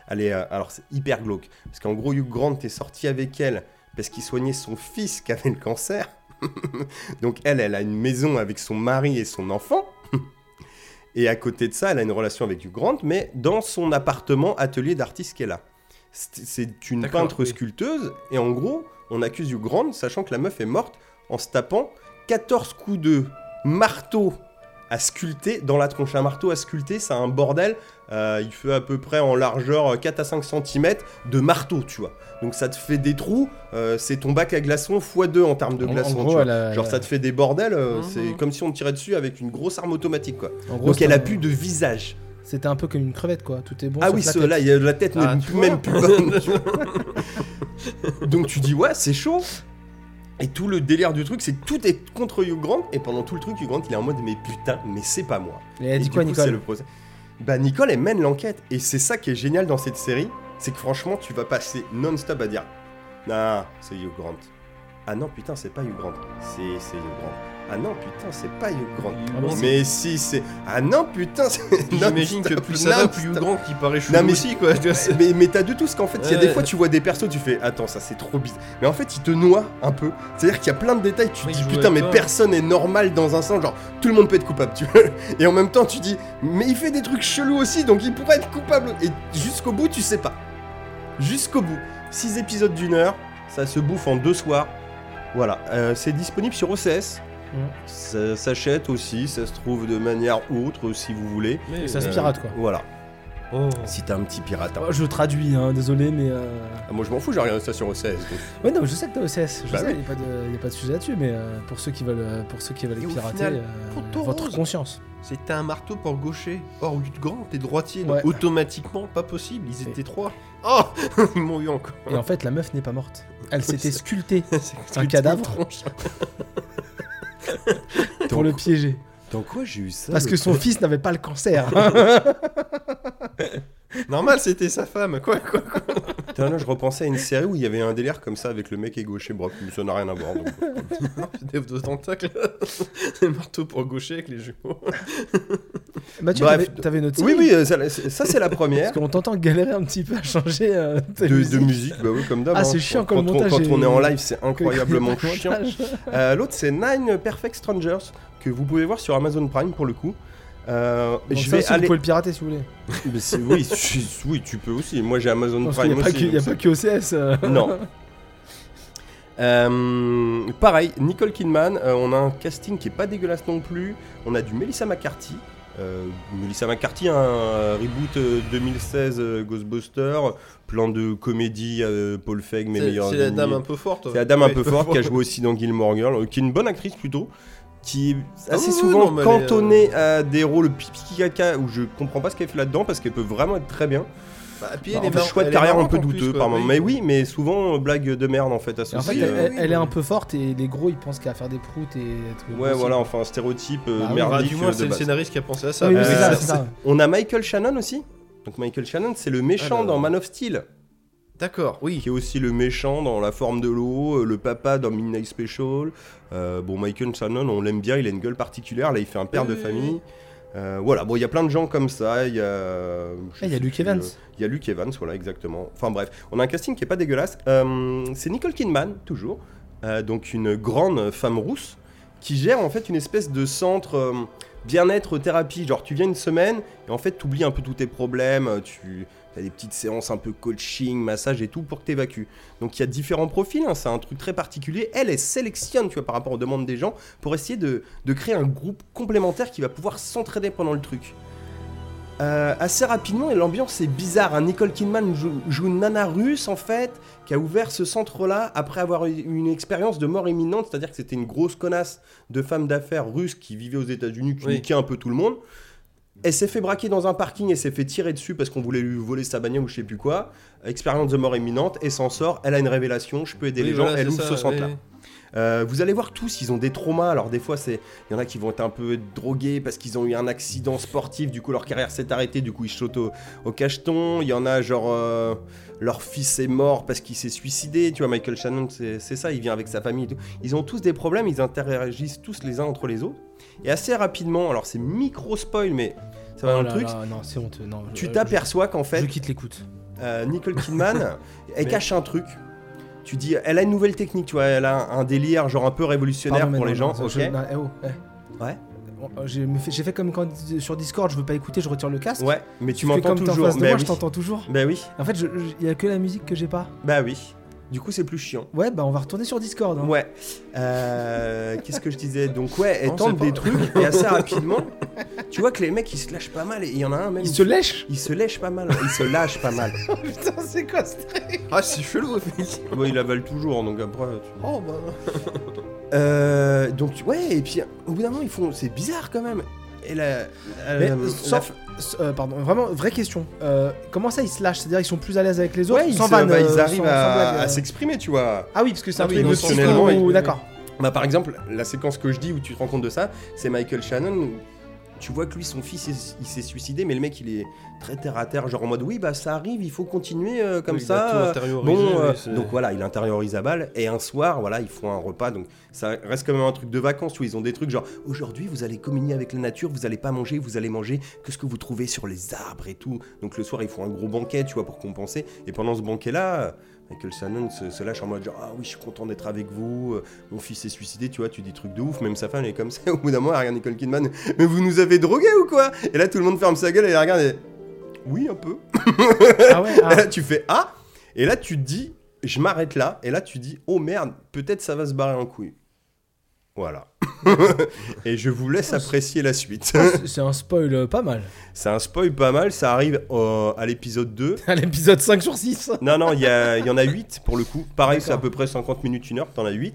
Speaker 3: Elle est, euh, alors, c'est hyper glauque. Parce qu'en gros, Hugh Grant est sorti avec elle parce qu'il soignait son fils qui avait le cancer. donc, elle, elle a une maison avec son mari et son enfant. et à côté de ça, elle a une relation avec Hugh Grant, mais dans son appartement atelier d'artiste qu'elle a. C'est- C'est une
Speaker 4: D'accord,
Speaker 3: peintre
Speaker 4: oui.
Speaker 3: sculpteuse, et en gros, on accuse Hugh Grant, sachant que la meuf est morte, en se tapant 14 coups de marteau à sculpter dans la tronche. Un marteau à sculpter, c'est un bordel. Euh, il fait à peu près en largeur euh, 4 à 5 cm de marteau, tu vois. Donc ça te fait des trous. euh, c'est ton bac à glaçons x2 en termes de
Speaker 2: en- en
Speaker 3: glaçons.
Speaker 2: gros,
Speaker 3: tu vois.
Speaker 2: elle a-
Speaker 3: Genre ça te fait des bordels. euh,
Speaker 4: Mhm.
Speaker 3: C'est comme si on tirait dessus avec une grosse arme automatique, quoi.
Speaker 2: en gros,
Speaker 3: Donc elle a
Speaker 2: c'était-
Speaker 3: plus de visage.
Speaker 2: C'était un peu comme une crevette, quoi. Tout est bon.
Speaker 3: Ah
Speaker 2: sauf
Speaker 3: oui,
Speaker 2: la
Speaker 3: ce-
Speaker 2: tête.
Speaker 3: là, il y a la tête n'est
Speaker 4: Ah, tu
Speaker 3: plus-
Speaker 4: vois.
Speaker 3: même plus bonne. tu vois. Donc tu dis, ouais, c'est chaud. Et tout le délire du truc, c'est que tout est contre Hugh Grant. Et pendant tout le truc, Hugh Grant, il est en mode, mais putain, mais c'est pas moi.
Speaker 2: Et elle
Speaker 3: Et
Speaker 2: dit
Speaker 3: du
Speaker 2: quoi,
Speaker 3: coup,
Speaker 2: Nicole
Speaker 3: c'est le procès. Bah Nicole, elle mène l'enquête. Et c'est ça qui est génial dans cette série, c'est que franchement, tu vas passer non-stop à dire, ah, c'est Hugh Grant. Ah non, putain, c'est pas Hugh Grant. C'est c'est Hugh Grant. Ah non, putain, c'est pas Hugh Grant.
Speaker 2: Ah bon,
Speaker 3: Mais si, c'est... Ah non, putain, c'est...
Speaker 4: J'imagine que
Speaker 3: non-stop,
Speaker 4: plus ça va,
Speaker 3: non-stop.
Speaker 4: plus Hugh Grant qui paraît chelou
Speaker 3: Non, mais-
Speaker 4: aussi, quoi. tu vois, c'est-
Speaker 3: Mais, mais t'as de tout ce qu'en fait, il y a des
Speaker 4: Ouais.
Speaker 3: fois tu vois des persos, tu fais attends, ça c'est trop bizarre. Mais en fait, il te noie un peu. C'est-à-dire qu'il y a plein de détails, tu te
Speaker 4: Oui,
Speaker 3: dis
Speaker 4: je vois
Speaker 3: putain, mais
Speaker 4: pas.
Speaker 3: personne est normal dans un sens. Genre, tout le monde peut être coupable, tu vois. Et en même temps, tu dis, mais il fait des trucs chelous aussi, donc il pourrait être coupable. Et jusqu'au bout, tu sais pas. Jusqu'au bout. 6 épisodes d'une heure, ça se bouffe en deux soirs. Voilà, Euh, c'est disponible sur OCS.
Speaker 2: Mm.
Speaker 3: Ça s'achète aussi, ça se trouve de manière autre si vous voulez.
Speaker 4: Mais,
Speaker 2: Ça se
Speaker 4: euh,
Speaker 2: pirate, quoi.
Speaker 3: Voilà.
Speaker 2: Oh.
Speaker 3: Si t'es un petit pirate. hein.
Speaker 2: Oh, Je traduis, hein, désolé, mais. euh,
Speaker 3: Ah, moi je m'en fous, j'ai regardé ça sur OCS. donc.
Speaker 2: Ouais, non, je sais que t'as OCS, je
Speaker 3: Bah
Speaker 2: sais,
Speaker 3: oui.
Speaker 2: il n'y a, pas de- y a pas de sujet là-dessus, mais euh, pour ceux qui veulent, euh, pour ceux qui veulent
Speaker 4: Et au
Speaker 2: pirater,
Speaker 4: final,
Speaker 2: euh,
Speaker 4: Ponto
Speaker 2: votre
Speaker 4: Rose.
Speaker 2: conscience.
Speaker 4: C'était un marteau pour gaucher. Or, Gutgrand, t'es droitier, donc
Speaker 2: Ouais.
Speaker 4: automatiquement, pas possible. Ils
Speaker 2: Et-
Speaker 4: étaient trois. Oh Ils m'ont eu encore.
Speaker 2: Et en fait, la meuf n'est pas morte. Elle s'était sculptée
Speaker 4: C'est
Speaker 2: un cadavre pour le piéger.
Speaker 3: Dans quoi j'ai eu ça
Speaker 2: Parce
Speaker 3: le
Speaker 2: que son fils n'avait pas le cancer.
Speaker 4: Normal, c'était sa femme. Quoi, quoi
Speaker 3: Putain, là, je repensais à une série où il y avait un délire comme ça avec le mec et gaucher. Bref, mais ça n'a rien à voir. donc.
Speaker 4: Dev de tentacle. Le marteau pour gaucher avec les jumeaux.
Speaker 2: Mathieu,
Speaker 3: Bref.
Speaker 2: t'avais- t'avais une autre
Speaker 3: Oui,
Speaker 2: série
Speaker 3: oui, euh, ça, ça, c'est la première.
Speaker 2: Parce qu'on t'entend galérer un petit peu à changer euh, ta
Speaker 3: De, de
Speaker 2: musique.
Speaker 3: musique, bah oui, comme d'hab.
Speaker 2: Ah,
Speaker 3: hein.
Speaker 2: c'est chiant,
Speaker 3: quand,
Speaker 2: quand le
Speaker 3: on,
Speaker 2: montage
Speaker 3: quand
Speaker 2: est-
Speaker 3: on est en live, c'est
Speaker 2: Que-
Speaker 3: incroyablement
Speaker 2: que-
Speaker 3: chiant. Euh, L'autre, c'est Nine Perfect Strangers, que vous pouvez voir sur Amazon Prime pour le coup. Euh,
Speaker 2: Donc
Speaker 3: je
Speaker 2: ça
Speaker 3: vais
Speaker 2: aussi, Vous
Speaker 3: aller.
Speaker 2: pouvez le pirater si vous voulez.
Speaker 3: Mais c'est- oui, je- oui, tu peux aussi. Moi, j'ai Amazon
Speaker 2: Parce
Speaker 3: Prime
Speaker 2: qu'il n'y a, pas
Speaker 3: aussi.
Speaker 2: que- y a
Speaker 3: donc
Speaker 2: pas que OCS. euh.
Speaker 3: Non. Euh, pareil, Nicole Kidman, euh, on a un casting qui est pas dégueulasse non plus. On a du Melissa McCarthy. Euh, Melissa McCarthy, un euh, reboot euh, 2016 euh, Ghostbuster, plein de comédies, euh, Paul Feig, mes
Speaker 4: C'est
Speaker 3: meilleurs
Speaker 4: c'est la
Speaker 3: ennemis.
Speaker 4: dame un peu forte.
Speaker 3: C'est la dame un peu
Speaker 4: Ouais.
Speaker 3: forte qui a joué aussi dans Gilmore Girl, euh, qui est une bonne actrice plutôt, qui est
Speaker 4: Ah
Speaker 3: assez
Speaker 4: oui, oui,
Speaker 3: souvent
Speaker 4: non, mais elle est,
Speaker 3: cantonnée à des rôles pipi caca où je comprends pas ce qu'elle fait là-dedans parce qu'elle peut vraiment être très bien.
Speaker 4: Bah, puis
Speaker 3: Bah,
Speaker 4: elle
Speaker 3: en
Speaker 4: est
Speaker 3: fait,
Speaker 4: mar-
Speaker 3: choix de
Speaker 4: elle est
Speaker 3: carrière un
Speaker 4: marrante
Speaker 3: peu
Speaker 4: en plus,
Speaker 3: douteux
Speaker 4: quoi.
Speaker 3: par
Speaker 4: Oui.
Speaker 3: moment. Mais oui, mais souvent euh, blague de merde en fait
Speaker 2: Et En
Speaker 3: associée.
Speaker 2: fait,
Speaker 4: Oui,
Speaker 2: elle,
Speaker 3: euh,
Speaker 2: elle-
Speaker 4: oui,
Speaker 2: elle est
Speaker 4: oui.
Speaker 2: un peu forte et les gros ils pensent qu'à faire des proutes et être
Speaker 3: Ouais,
Speaker 2: grossiers.
Speaker 3: voilà, enfin un stéréotype euh,
Speaker 2: euh, Bah oui,
Speaker 4: Enfin,
Speaker 3: merdique
Speaker 4: du
Speaker 3: euh,
Speaker 4: moins,
Speaker 3: de
Speaker 4: c'est le
Speaker 3: base.
Speaker 4: scénariste qui a pensé à ça.
Speaker 2: Ah Oui, oui,
Speaker 3: Euh,
Speaker 2: c'est ça, c'est
Speaker 3: c'est-
Speaker 2: ça.
Speaker 3: On a Michael Shannon aussi. Donc Michael Shannon, c'est le méchant
Speaker 4: Alors.
Speaker 3: dans Man of Steel,
Speaker 4: D'accord, oui.
Speaker 3: qui est aussi le méchant dans La forme de l'eau, euh, le papa dans Midnight Special. Euh, bon, Michael Shannon, on l'aime bien, il a une gueule particulière, là il fait un père
Speaker 4: Oui,
Speaker 3: de
Speaker 4: oui,
Speaker 3: famille. Euh, voilà, bon, il y a plein de gens comme ça, il y a... je
Speaker 2: Eh, Il y a
Speaker 3: sais
Speaker 2: Luke
Speaker 3: plus,
Speaker 2: Evans.
Speaker 3: euh, Il y a Luke Evans, voilà, exactement. Enfin bref, on a un casting qui est pas dégueulasse. Euh, c'est Nicole Kidman, toujours. Euh, donc une grande femme rousse qui gère en fait une espèce de centre euh, bien-être thérapie. Genre tu viens une semaine et en fait tu oublies un peu tous tes problèmes, euh, tu as des petites séances un peu coaching, massage et tout pour que t'évacues. Donc il y a différents profils, hein, c'est un truc très particulier. Elle, elle sélectionne tu vois, par rapport aux demandes des gens pour essayer de, de créer un groupe complémentaire qui va pouvoir s'entraider pendant le truc. Euh, assez rapidement, et l'ambiance est bizarre. hein. Nicole Kidman joue, joue une nana russe, en fait, qui a ouvert ce centre-là après avoir eu une expérience de mort imminente, c'est-à-dire que c'était une grosse connasse de femme d'affaires russe qui vivait aux États-Unis, qui
Speaker 4: Oui.
Speaker 3: niquait un peu tout le monde. Elle s'est fait braquer dans un parking et s'est fait tirer dessus parce qu'on voulait lui voler sa bagnole ou je sais plus quoi. Expérience de mort imminente, et s'en sort. Elle a une révélation, je peux aider
Speaker 4: Oui,
Speaker 3: les gens,
Speaker 4: voilà,
Speaker 3: elle
Speaker 4: c'est
Speaker 3: ouvre
Speaker 4: ça,
Speaker 3: ce centre-là.
Speaker 4: oui.
Speaker 3: Euh, vous allez voir tous, ils ont des traumas. Alors des fois, c'est il y en a qui vont être un peu drogués parce qu'ils ont eu un accident sportif, du coup leur carrière s'est arrêtée, du coup ils sautent au, au cacheton. Il y en a genre euh, leur fils est mort parce qu'il s'est suicidé. Tu vois, Michael Shannon, c'est c'est ça, il vient avec sa famille. et tout. Ils ont tous des problèmes, ils interagissent tous les uns entre les autres. Et assez rapidement, alors c'est micro spoil, mais ça va dans
Speaker 2: Oh
Speaker 3: le
Speaker 2: là
Speaker 3: truc.
Speaker 2: là, non, c'est honteux. non, je-
Speaker 3: Tu
Speaker 2: je-
Speaker 3: t'aperçois qu'en
Speaker 2: Je
Speaker 3: fait,
Speaker 2: quitte l'écoute.
Speaker 3: euh, Nicole Kidman, elle cache un truc. Tu dis, elle a une nouvelle technique, tu vois, elle a un délire genre un peu révolutionnaire
Speaker 2: Pardon, mais
Speaker 3: pour
Speaker 2: non,
Speaker 3: les
Speaker 2: non,
Speaker 3: gens.
Speaker 2: non,
Speaker 3: ok.
Speaker 2: je- non, eh oh, eh.
Speaker 3: Ouais.
Speaker 2: Bon, euh, J'ai me fait, j'ai fait comme quand euh, sur Discord, je veux pas écouter, je retire le casque.
Speaker 3: Ouais, mais tu
Speaker 2: Parce que
Speaker 3: m'entends
Speaker 2: comme t'es en
Speaker 3: toujours.
Speaker 2: face de
Speaker 3: Bah
Speaker 2: moi,
Speaker 3: oui.
Speaker 2: je t'entends toujours.
Speaker 3: Bah oui,
Speaker 2: En fait, je- je- il y a que la musique que j'ai pas.
Speaker 3: bah oui. Du coup, c'est plus chiant.
Speaker 2: Ouais, bah on va retourner sur Discord. hein.
Speaker 3: Ouais. Euh, Qu'est-ce que je disais Donc ouais, elle
Speaker 4: On
Speaker 3: tente
Speaker 4: sait pas.
Speaker 3: des trucs et assez rapidement, tu vois que les mecs ils se lâchent pas mal et il y en a un même.
Speaker 2: Il se lèche
Speaker 3: il se lèche pas mal. Il se lâche pas mal.
Speaker 2: Putain, c'est quoi ce
Speaker 4: Ah, c'est chelou, effectivement.
Speaker 3: bon, il avale toujours, donc après. tu-
Speaker 4: Oh, bah.
Speaker 3: Euh, donc tu- ouais, et puis au bout d'un moment ils font, c'est bizarre quand même. Et la, la-
Speaker 2: Mais,
Speaker 3: la-
Speaker 2: euh, sauf- S- euh, Pardon, vraiment, vraie question. Euh, comment ça ils se lâchent C'est-à-dire ils sont plus à l'aise avec les autres
Speaker 3: Ouais, ils,
Speaker 2: sans
Speaker 3: se-
Speaker 2: vanne,
Speaker 3: bah, ils
Speaker 2: euh,
Speaker 3: arrivent
Speaker 2: sans- sans
Speaker 3: à,
Speaker 2: blague,
Speaker 3: à
Speaker 2: euh.
Speaker 3: s'exprimer, tu vois.
Speaker 2: Ah oui, parce que c'est un
Speaker 4: Ah oui,
Speaker 2: truc de
Speaker 3: émotionnellement,
Speaker 2: sens-
Speaker 4: oui.
Speaker 2: D'accord.
Speaker 3: Bah, par exemple, la séquence que je dis où tu te rends compte de ça, c'est Michael Shannon. où Tu vois que lui, son fils, il- il s'est suicidé, mais le mec, il est très terre à terre, genre en mode oui, bah ça arrive, il faut continuer euh, comme
Speaker 4: Oui, il a tout
Speaker 3: ça. euh,
Speaker 4: intériorisé,
Speaker 3: Bon, euh,
Speaker 4: oui, c'est-
Speaker 3: donc voilà, il intériorise à balle. Et un soir, voilà, ils font un repas. Donc ça reste quand même un truc de vacances où ils ont des trucs genre aujourd'hui, vous allez communier avec la nature, vous allez pas manger, vous allez manger que ce que vous trouvez sur les arbres et tout. Donc le soir, ils font un gros banquet, tu vois, pour compenser. Et pendant ce banquet-là, euh, Michael Shannon se, se lâche en mode genre ah oui, je suis content d'être avec vous. euh, Mon fils est suicidé, tu vois, tu dis truc de ouf. Même sa femme, elle est comme ça. Au bout d'un moment, elle regarde Nicole Kidman. Mais vous nous avez drogué ou quoi Et là, tout le monde ferme sa gueule et elle regarde. et, Oui, un peu.
Speaker 2: Ah ouais, ah.
Speaker 3: Et là, tu fais Ah Et là, tu te dis Je m'arrête là. Et là, tu te dis Oh merde, peut-être ça va se barrer en couille. Voilà. Et je vous laisse
Speaker 2: Oh.
Speaker 3: apprécier la suite.
Speaker 2: C'est un spoil euh, pas mal.
Speaker 3: C'est un spoil pas mal, ça arrive euh, à l'épisode 2.
Speaker 2: À l'épisode 5 sur 6.
Speaker 3: Non, non, il y, a- il y en a 8 pour le coup. Pareil, c'est à
Speaker 2: D'accord.
Speaker 3: peu près 50 minutes, 1 heure, t'en as 8.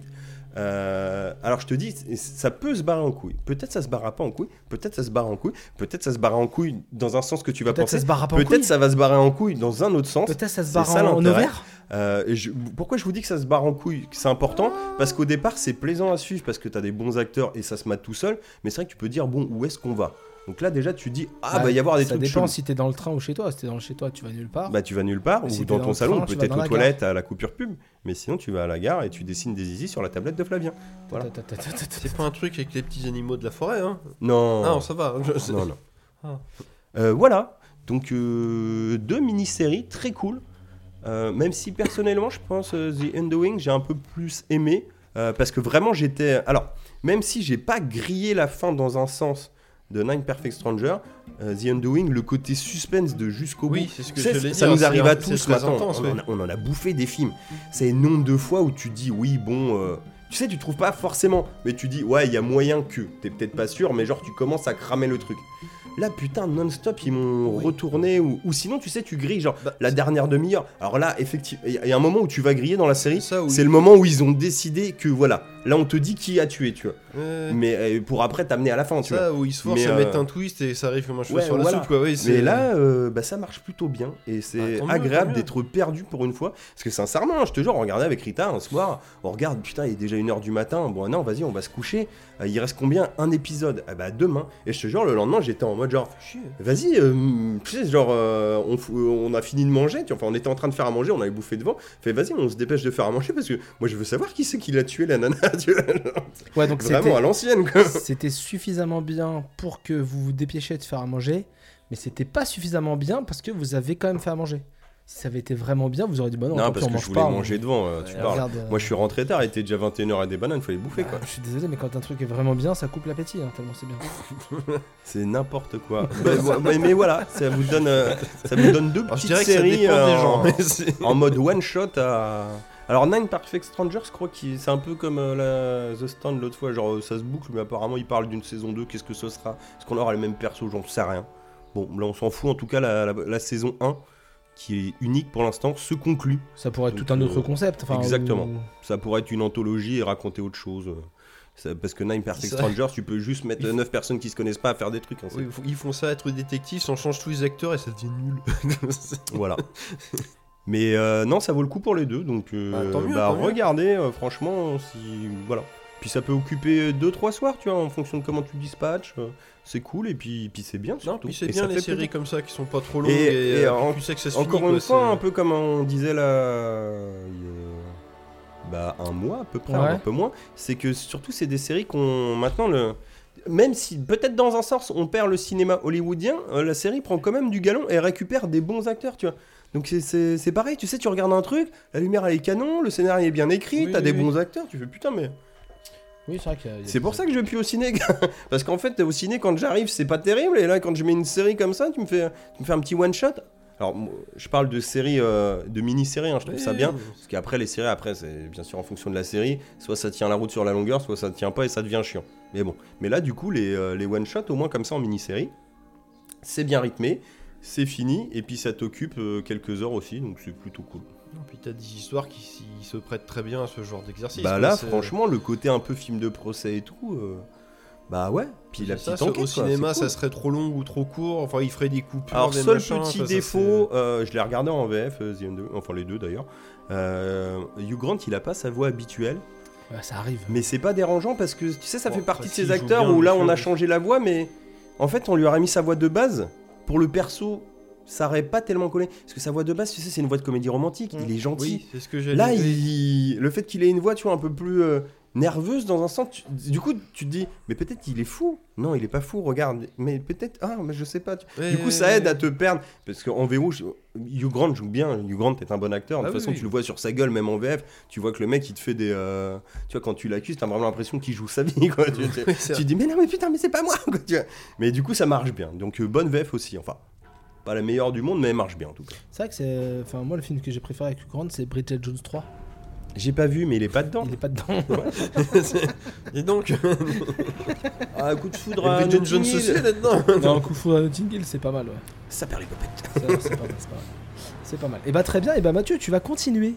Speaker 3: alors je te dis, c- ça peut se barrer en couille. Peut-être ça se barra pas en couille, peut-être ça se barre en couille, peut-être ça se barra en couille dans un sens que tu vas
Speaker 2: Peut-être ça
Speaker 3: penser.
Speaker 2: se barra pas en
Speaker 3: Peut-être
Speaker 2: couille.
Speaker 3: ça va se barrer en couille dans un autre sens.
Speaker 2: Peut-être ça se
Speaker 3: c'est
Speaker 2: barre
Speaker 3: ça,
Speaker 2: en, en
Speaker 3: l'intérêt.
Speaker 2: ovaire
Speaker 3: Euh, je- pourquoi je vous dis que ça se barre en couille, que c'est important Parce qu'au départ, c'est plaisant à suivre parce que t'as des bons acteurs et ça se mate tout seul. Mais c'est vrai que tu peux dire, bon, où est-ce qu'on va Donc là, déjà, tu dis, ah, bah, il va y avoir des
Speaker 2: ça
Speaker 3: trucs
Speaker 2: dépend
Speaker 3: chelous.
Speaker 2: si t'es dans le train ou chez toi. Si t'es dans le chez toi, tu vas nulle part.
Speaker 3: Bah, tu vas nulle part,
Speaker 2: Si
Speaker 3: ou
Speaker 2: t'es
Speaker 3: dans
Speaker 2: dans
Speaker 3: ton
Speaker 2: le
Speaker 3: salon,
Speaker 2: train,
Speaker 3: ou
Speaker 2: tu vas
Speaker 3: peut-être
Speaker 2: dans
Speaker 3: aux
Speaker 2: la
Speaker 3: toilettes à la coupure pub. Mais sinon, tu vas à la gare et tu dessines des zizi sur la tablette de Flavien. voilà.
Speaker 2: Ta- ta- ta- ta- ta- ta-
Speaker 4: C'est pas un truc avec les petits animaux de la forêt, hein
Speaker 3: Non.
Speaker 4: Ah, non, ça va. je- c'est-
Speaker 3: Non, non.
Speaker 4: Ah.
Speaker 3: Euh, voilà. Donc, euh, deux mini-séries très cool. Euh, même si personnellement, je pense euh, The Undoing, j'ai un peu plus aimé. euh, parce que vraiment, j'étais. Alors, même si j'ai pas grillé la fin dans un sens de Nine Perfect Stranger, euh, The Undoing, le côté suspense de jusqu'au bout.
Speaker 4: Oui, c'est ce que
Speaker 3: Tu sais,
Speaker 4: je l'ai
Speaker 3: ça
Speaker 4: dit,
Speaker 3: nous
Speaker 4: hein,
Speaker 3: arrive
Speaker 4: c'est
Speaker 3: à
Speaker 4: un- c'est
Speaker 3: tous
Speaker 4: très
Speaker 3: maintenant.
Speaker 4: intense,
Speaker 3: on,
Speaker 4: ouais.
Speaker 3: en a, on en a bouffé des films. C'est nombre de fois où tu dis oui, bon, euh, tu sais, tu trouves pas forcément, mais tu dis ouais, il y a moyen que. T'es peut-être pas sûr, mais genre tu commences à cramer le truc. Là, putain, non-stop, ils m'ont retourné ou, ou sinon, tu sais, tu grilles genre
Speaker 4: Bah,
Speaker 3: la dernière demi-heure. Alors là, effectivement, il y, a- il y a un moment où tu vas griller dans la série.
Speaker 4: Ça, oui.
Speaker 3: C'est le moment où ils ont décidé que voilà, là on te dit qui a tué, tu vois.
Speaker 4: Ouais.
Speaker 3: Mais euh, pour après t'amener à la fin, tu vois.
Speaker 4: ça où ils se forcent
Speaker 3: Mais,
Speaker 4: à
Speaker 3: euh,
Speaker 4: mettre un twist et ça arrive comme un cheveu
Speaker 3: ouais,
Speaker 4: sur la
Speaker 3: voilà.
Speaker 4: soupe quoi. Oui,
Speaker 3: Mais
Speaker 4: c'est-
Speaker 3: là, euh, bah, ça marche plutôt bien. Et
Speaker 4: Ah,
Speaker 3: c'est
Speaker 4: tant mieux,
Speaker 3: agréable
Speaker 4: tant mieux.
Speaker 3: d'être perdu pour une fois. Parce que sincèrement, je te jure, on regardait avec Rita un soir. On regarde, putain, il est déjà 1h du matin. Bon, non, vas-y, on va se coucher. Euh, il reste combien Un épisode Ah bah demain. Et je te jure, le lendemain, j'étais en mode genre, vas-y, euh, tu sais, genre, euh, on, f- euh, on a fini de manger. Tu, enfin, on était en train de faire à manger, on avait bouffé devant. Fait, vas-y, on se dépêche de faire à manger parce que moi, je veux savoir qui c'est qui l'a tué, la nana. tu vois, genre,
Speaker 2: Ouais, donc
Speaker 3: Vraiment
Speaker 2: c'était-
Speaker 3: à l'ancienne, quoi.
Speaker 2: c'était suffisamment bien pour que vous vous dépêchiez de faire à manger, mais c'était pas suffisamment bien parce que vous avez quand même fait à manger. Si ça avait été vraiment bien, vous auriez dit bah non,
Speaker 3: Non,
Speaker 2: tant pis,
Speaker 3: parce
Speaker 2: on
Speaker 3: que
Speaker 2: mange
Speaker 3: je voulais
Speaker 2: pas, on-
Speaker 3: manger devant, euh, tu
Speaker 2: Ouais,
Speaker 3: parles.
Speaker 2: regarde, euh,
Speaker 3: Moi, je suis rentré tard, il était déjà 21h et des bananes, fallait bouffer, quoi.
Speaker 2: bah, je suis désolé, mais quand un truc est vraiment bien, ça coupe l'appétit, hein, tellement c'est bien.
Speaker 3: C'est n'importe quoi. mais, mais- mais voilà, ça vous donne, euh, ça vous donne deux
Speaker 4: Alors,
Speaker 3: petites
Speaker 4: je dirais que ça
Speaker 3: séries
Speaker 4: dépend
Speaker 3: euh,
Speaker 4: des gens. hein.
Speaker 3: en-
Speaker 4: mais c'est-
Speaker 3: en mode one shot à. Alors Nine Perfect Strangers, je crois que c'est un peu comme euh, la- The Stand l'autre fois, genre euh, ça se boucle, mais apparemment il parle d'une saison 2, qu'est-ce que ce sera Est-ce qu'on aura les mêmes persos J'en sais rien. Bon, là on s'en fout, en tout cas la, la- la saison 1, qui est unique pour l'instant, se conclut.
Speaker 2: Ça pourrait être
Speaker 3: Donc,
Speaker 2: tout un autre
Speaker 3: euh,
Speaker 2: concept. Enfin,
Speaker 3: exactement.
Speaker 2: ou-
Speaker 3: Ça pourrait être une anthologie et raconter autre chose. euh. Ça- parce que Nine Perfect
Speaker 4: Ça-
Speaker 3: Strangers, tu peux juste mettre
Speaker 4: Il faut-
Speaker 3: 9 personnes qui se connaissent pas à faire des trucs. hein, c'est-
Speaker 4: Oui, ils font- ils font ça être détective, s'en change tous les acteurs et ça devient nul. C'est-
Speaker 3: Voilà. Mais euh, non, ça vaut le coup pour les deux, donc euh,
Speaker 4: Bah, tant mieux,
Speaker 3: bah,
Speaker 4: tant mieux.
Speaker 3: regardez, euh, franchement, si voilà. Puis ça peut occuper 2-3 soirs, tu vois, en fonction de comment tu dispatches. euh, c'est cool et puis, puis c'est bien surtout.
Speaker 4: Puis c'est
Speaker 3: Et
Speaker 4: bien
Speaker 3: ça
Speaker 4: les
Speaker 3: fait
Speaker 4: séries
Speaker 3: plaisir.
Speaker 4: comme ça qui sont pas trop longues
Speaker 3: Et-
Speaker 4: et,
Speaker 3: et
Speaker 4: euh,
Speaker 3: en-
Speaker 4: tu sais que ça se
Speaker 3: Encore
Speaker 4: finit,
Speaker 3: une
Speaker 4: quoi,
Speaker 3: fois, hein,
Speaker 4: c'est-
Speaker 3: un peu comme on disait là, il y a- bah un mois à peu près,
Speaker 2: Ouais.
Speaker 3: un peu moins. C'est que surtout c'est des séries qu'on maintenant le. Même si peut-être dans un sens on perd le cinéma hollywoodien, euh, la série prend quand même du galon et récupère des bons acteurs, tu vois. Donc c'est- c'est c'est pareil, tu sais, tu regardes un truc, la lumière elle est canon, le scénario est bien écrit,
Speaker 2: Oui,
Speaker 3: t'as
Speaker 2: oui,
Speaker 3: des
Speaker 2: oui.
Speaker 3: bons acteurs, tu fais putain mais
Speaker 2: Oui, c'est vrai qu'il y a- il y a
Speaker 3: c'est pour
Speaker 2: des-
Speaker 3: ça que je vais plus au ciné, gars. parce qu'en fait, au ciné, quand j'arrive, c'est pas terrible, et là, quand je mets une série comme ça, tu me fais, tu me fais un petit one shot. Alors, moi, je parle de séries, euh, de mini-séries, hein, je trouve ça
Speaker 4: Oui,
Speaker 3: bien,
Speaker 4: oui,
Speaker 3: parce qu'après, les séries, après, c'est bien sûr en fonction de la série, soit ça tient la route sur la longueur, soit ça tient pas et ça devient chiant. Mais bon, mais là, du coup, les, euh, les one shot, au moins comme ça en mini-série, c'est bien rythmé, c'est fini, et puis ça t'occupe euh, quelques heures aussi, donc c'est plutôt cool.
Speaker 4: Non, Puis t'as des histoires qui s'y- se prêtent très bien à ce genre d'exercice.
Speaker 3: bah
Speaker 4: quoi,
Speaker 3: là,
Speaker 4: c'est-
Speaker 3: franchement, le côté un peu film de procès et tout, euh, bah ouais, puis la
Speaker 4: c'est ça,
Speaker 3: petite
Speaker 4: c'est-
Speaker 3: enquête,
Speaker 4: Au
Speaker 3: quoi, c'est
Speaker 4: cinéma,
Speaker 3: cool.
Speaker 4: ça serait trop long ou trop court. Enfin, il ferait des coupures.
Speaker 3: Alors,
Speaker 4: des
Speaker 3: seul
Speaker 4: machins,
Speaker 3: petit
Speaker 4: enfin, ça,
Speaker 3: défaut, euh, je l'ai regardé en VF, euh, The Undoing, enfin les deux d'ailleurs. Euh, Hugh Grant, il a pas sa voix habituelle,
Speaker 2: Ouais, ça arrive.
Speaker 3: mais c'est pas dérangeant parce que tu sais, ça
Speaker 4: Bon,
Speaker 3: fait partie
Speaker 4: après,
Speaker 3: de ces
Speaker 4: s'il joue
Speaker 3: acteurs
Speaker 4: bien,
Speaker 3: où là on a
Speaker 4: monsieur.
Speaker 3: changé la voix, mais en fait on lui aurait mis sa voix de base. Pour le perso, ça aurait pas tellement collé. Parce que sa voix de base, tu sais, c'est une voix de comédie romantique, il est
Speaker 4: c'est-
Speaker 3: gentil.
Speaker 4: Mm. Oui, c'est ce que j'ai
Speaker 3: Là, il- le fait qu'il ait une voix, tu vois, un peu plus euh, nerveuse dans un sens, tu- du coup, tu te dis, mais peut-être il est fou. Non, il est pas fou, regarde. Mais peut-être, ah, mais je sais pas. tu- Du coup, ça aide à te perdre. Parce qu'en VO, je- Hugh Grant joue bien. Hugh Grant est un bon acteur. De
Speaker 4: Ah
Speaker 3: toute
Speaker 4: oui,
Speaker 3: façon,
Speaker 4: oui.
Speaker 3: tu le vois sur sa gueule, même en VF. Tu vois que le mec, il te fait des. euh, Tu vois, quand tu l'accuses, t'as vraiment l'impression qu'il joue sa vie. Quoi. Tu, tu-
Speaker 4: Oui, c'est
Speaker 3: tu dis, mais non, mais putain, mais c'est pas moi. quoi, tu vois. Mais du coup, ça marche bien. Donc, euh, bonne VF aussi. Enfin, pas la meilleure du monde, mais elle marche bien en tout cas.
Speaker 2: C'est vrai que c'est. Enfin, moi, le film que j'ai préféré avec Hugh Grant, c'est Bridget Jones 3.
Speaker 3: J'ai pas vu, mais il est pas dedans.
Speaker 2: Il est pas dedans.
Speaker 4: Et donc,
Speaker 3: Ah, coup de foudre à
Speaker 4: Bridget
Speaker 3: Notting
Speaker 4: Jones
Speaker 3: Hill.
Speaker 4: aussi elle est dedans.
Speaker 2: non, Kung Fu à Notting Hill, c'est pas mal, ouais.
Speaker 3: Ça perd les popettes.
Speaker 2: Ça, C'est pas mal, c'est pas mal. C'est pas mal. Et bah très bien, et bah Mathieu, tu vas continuer.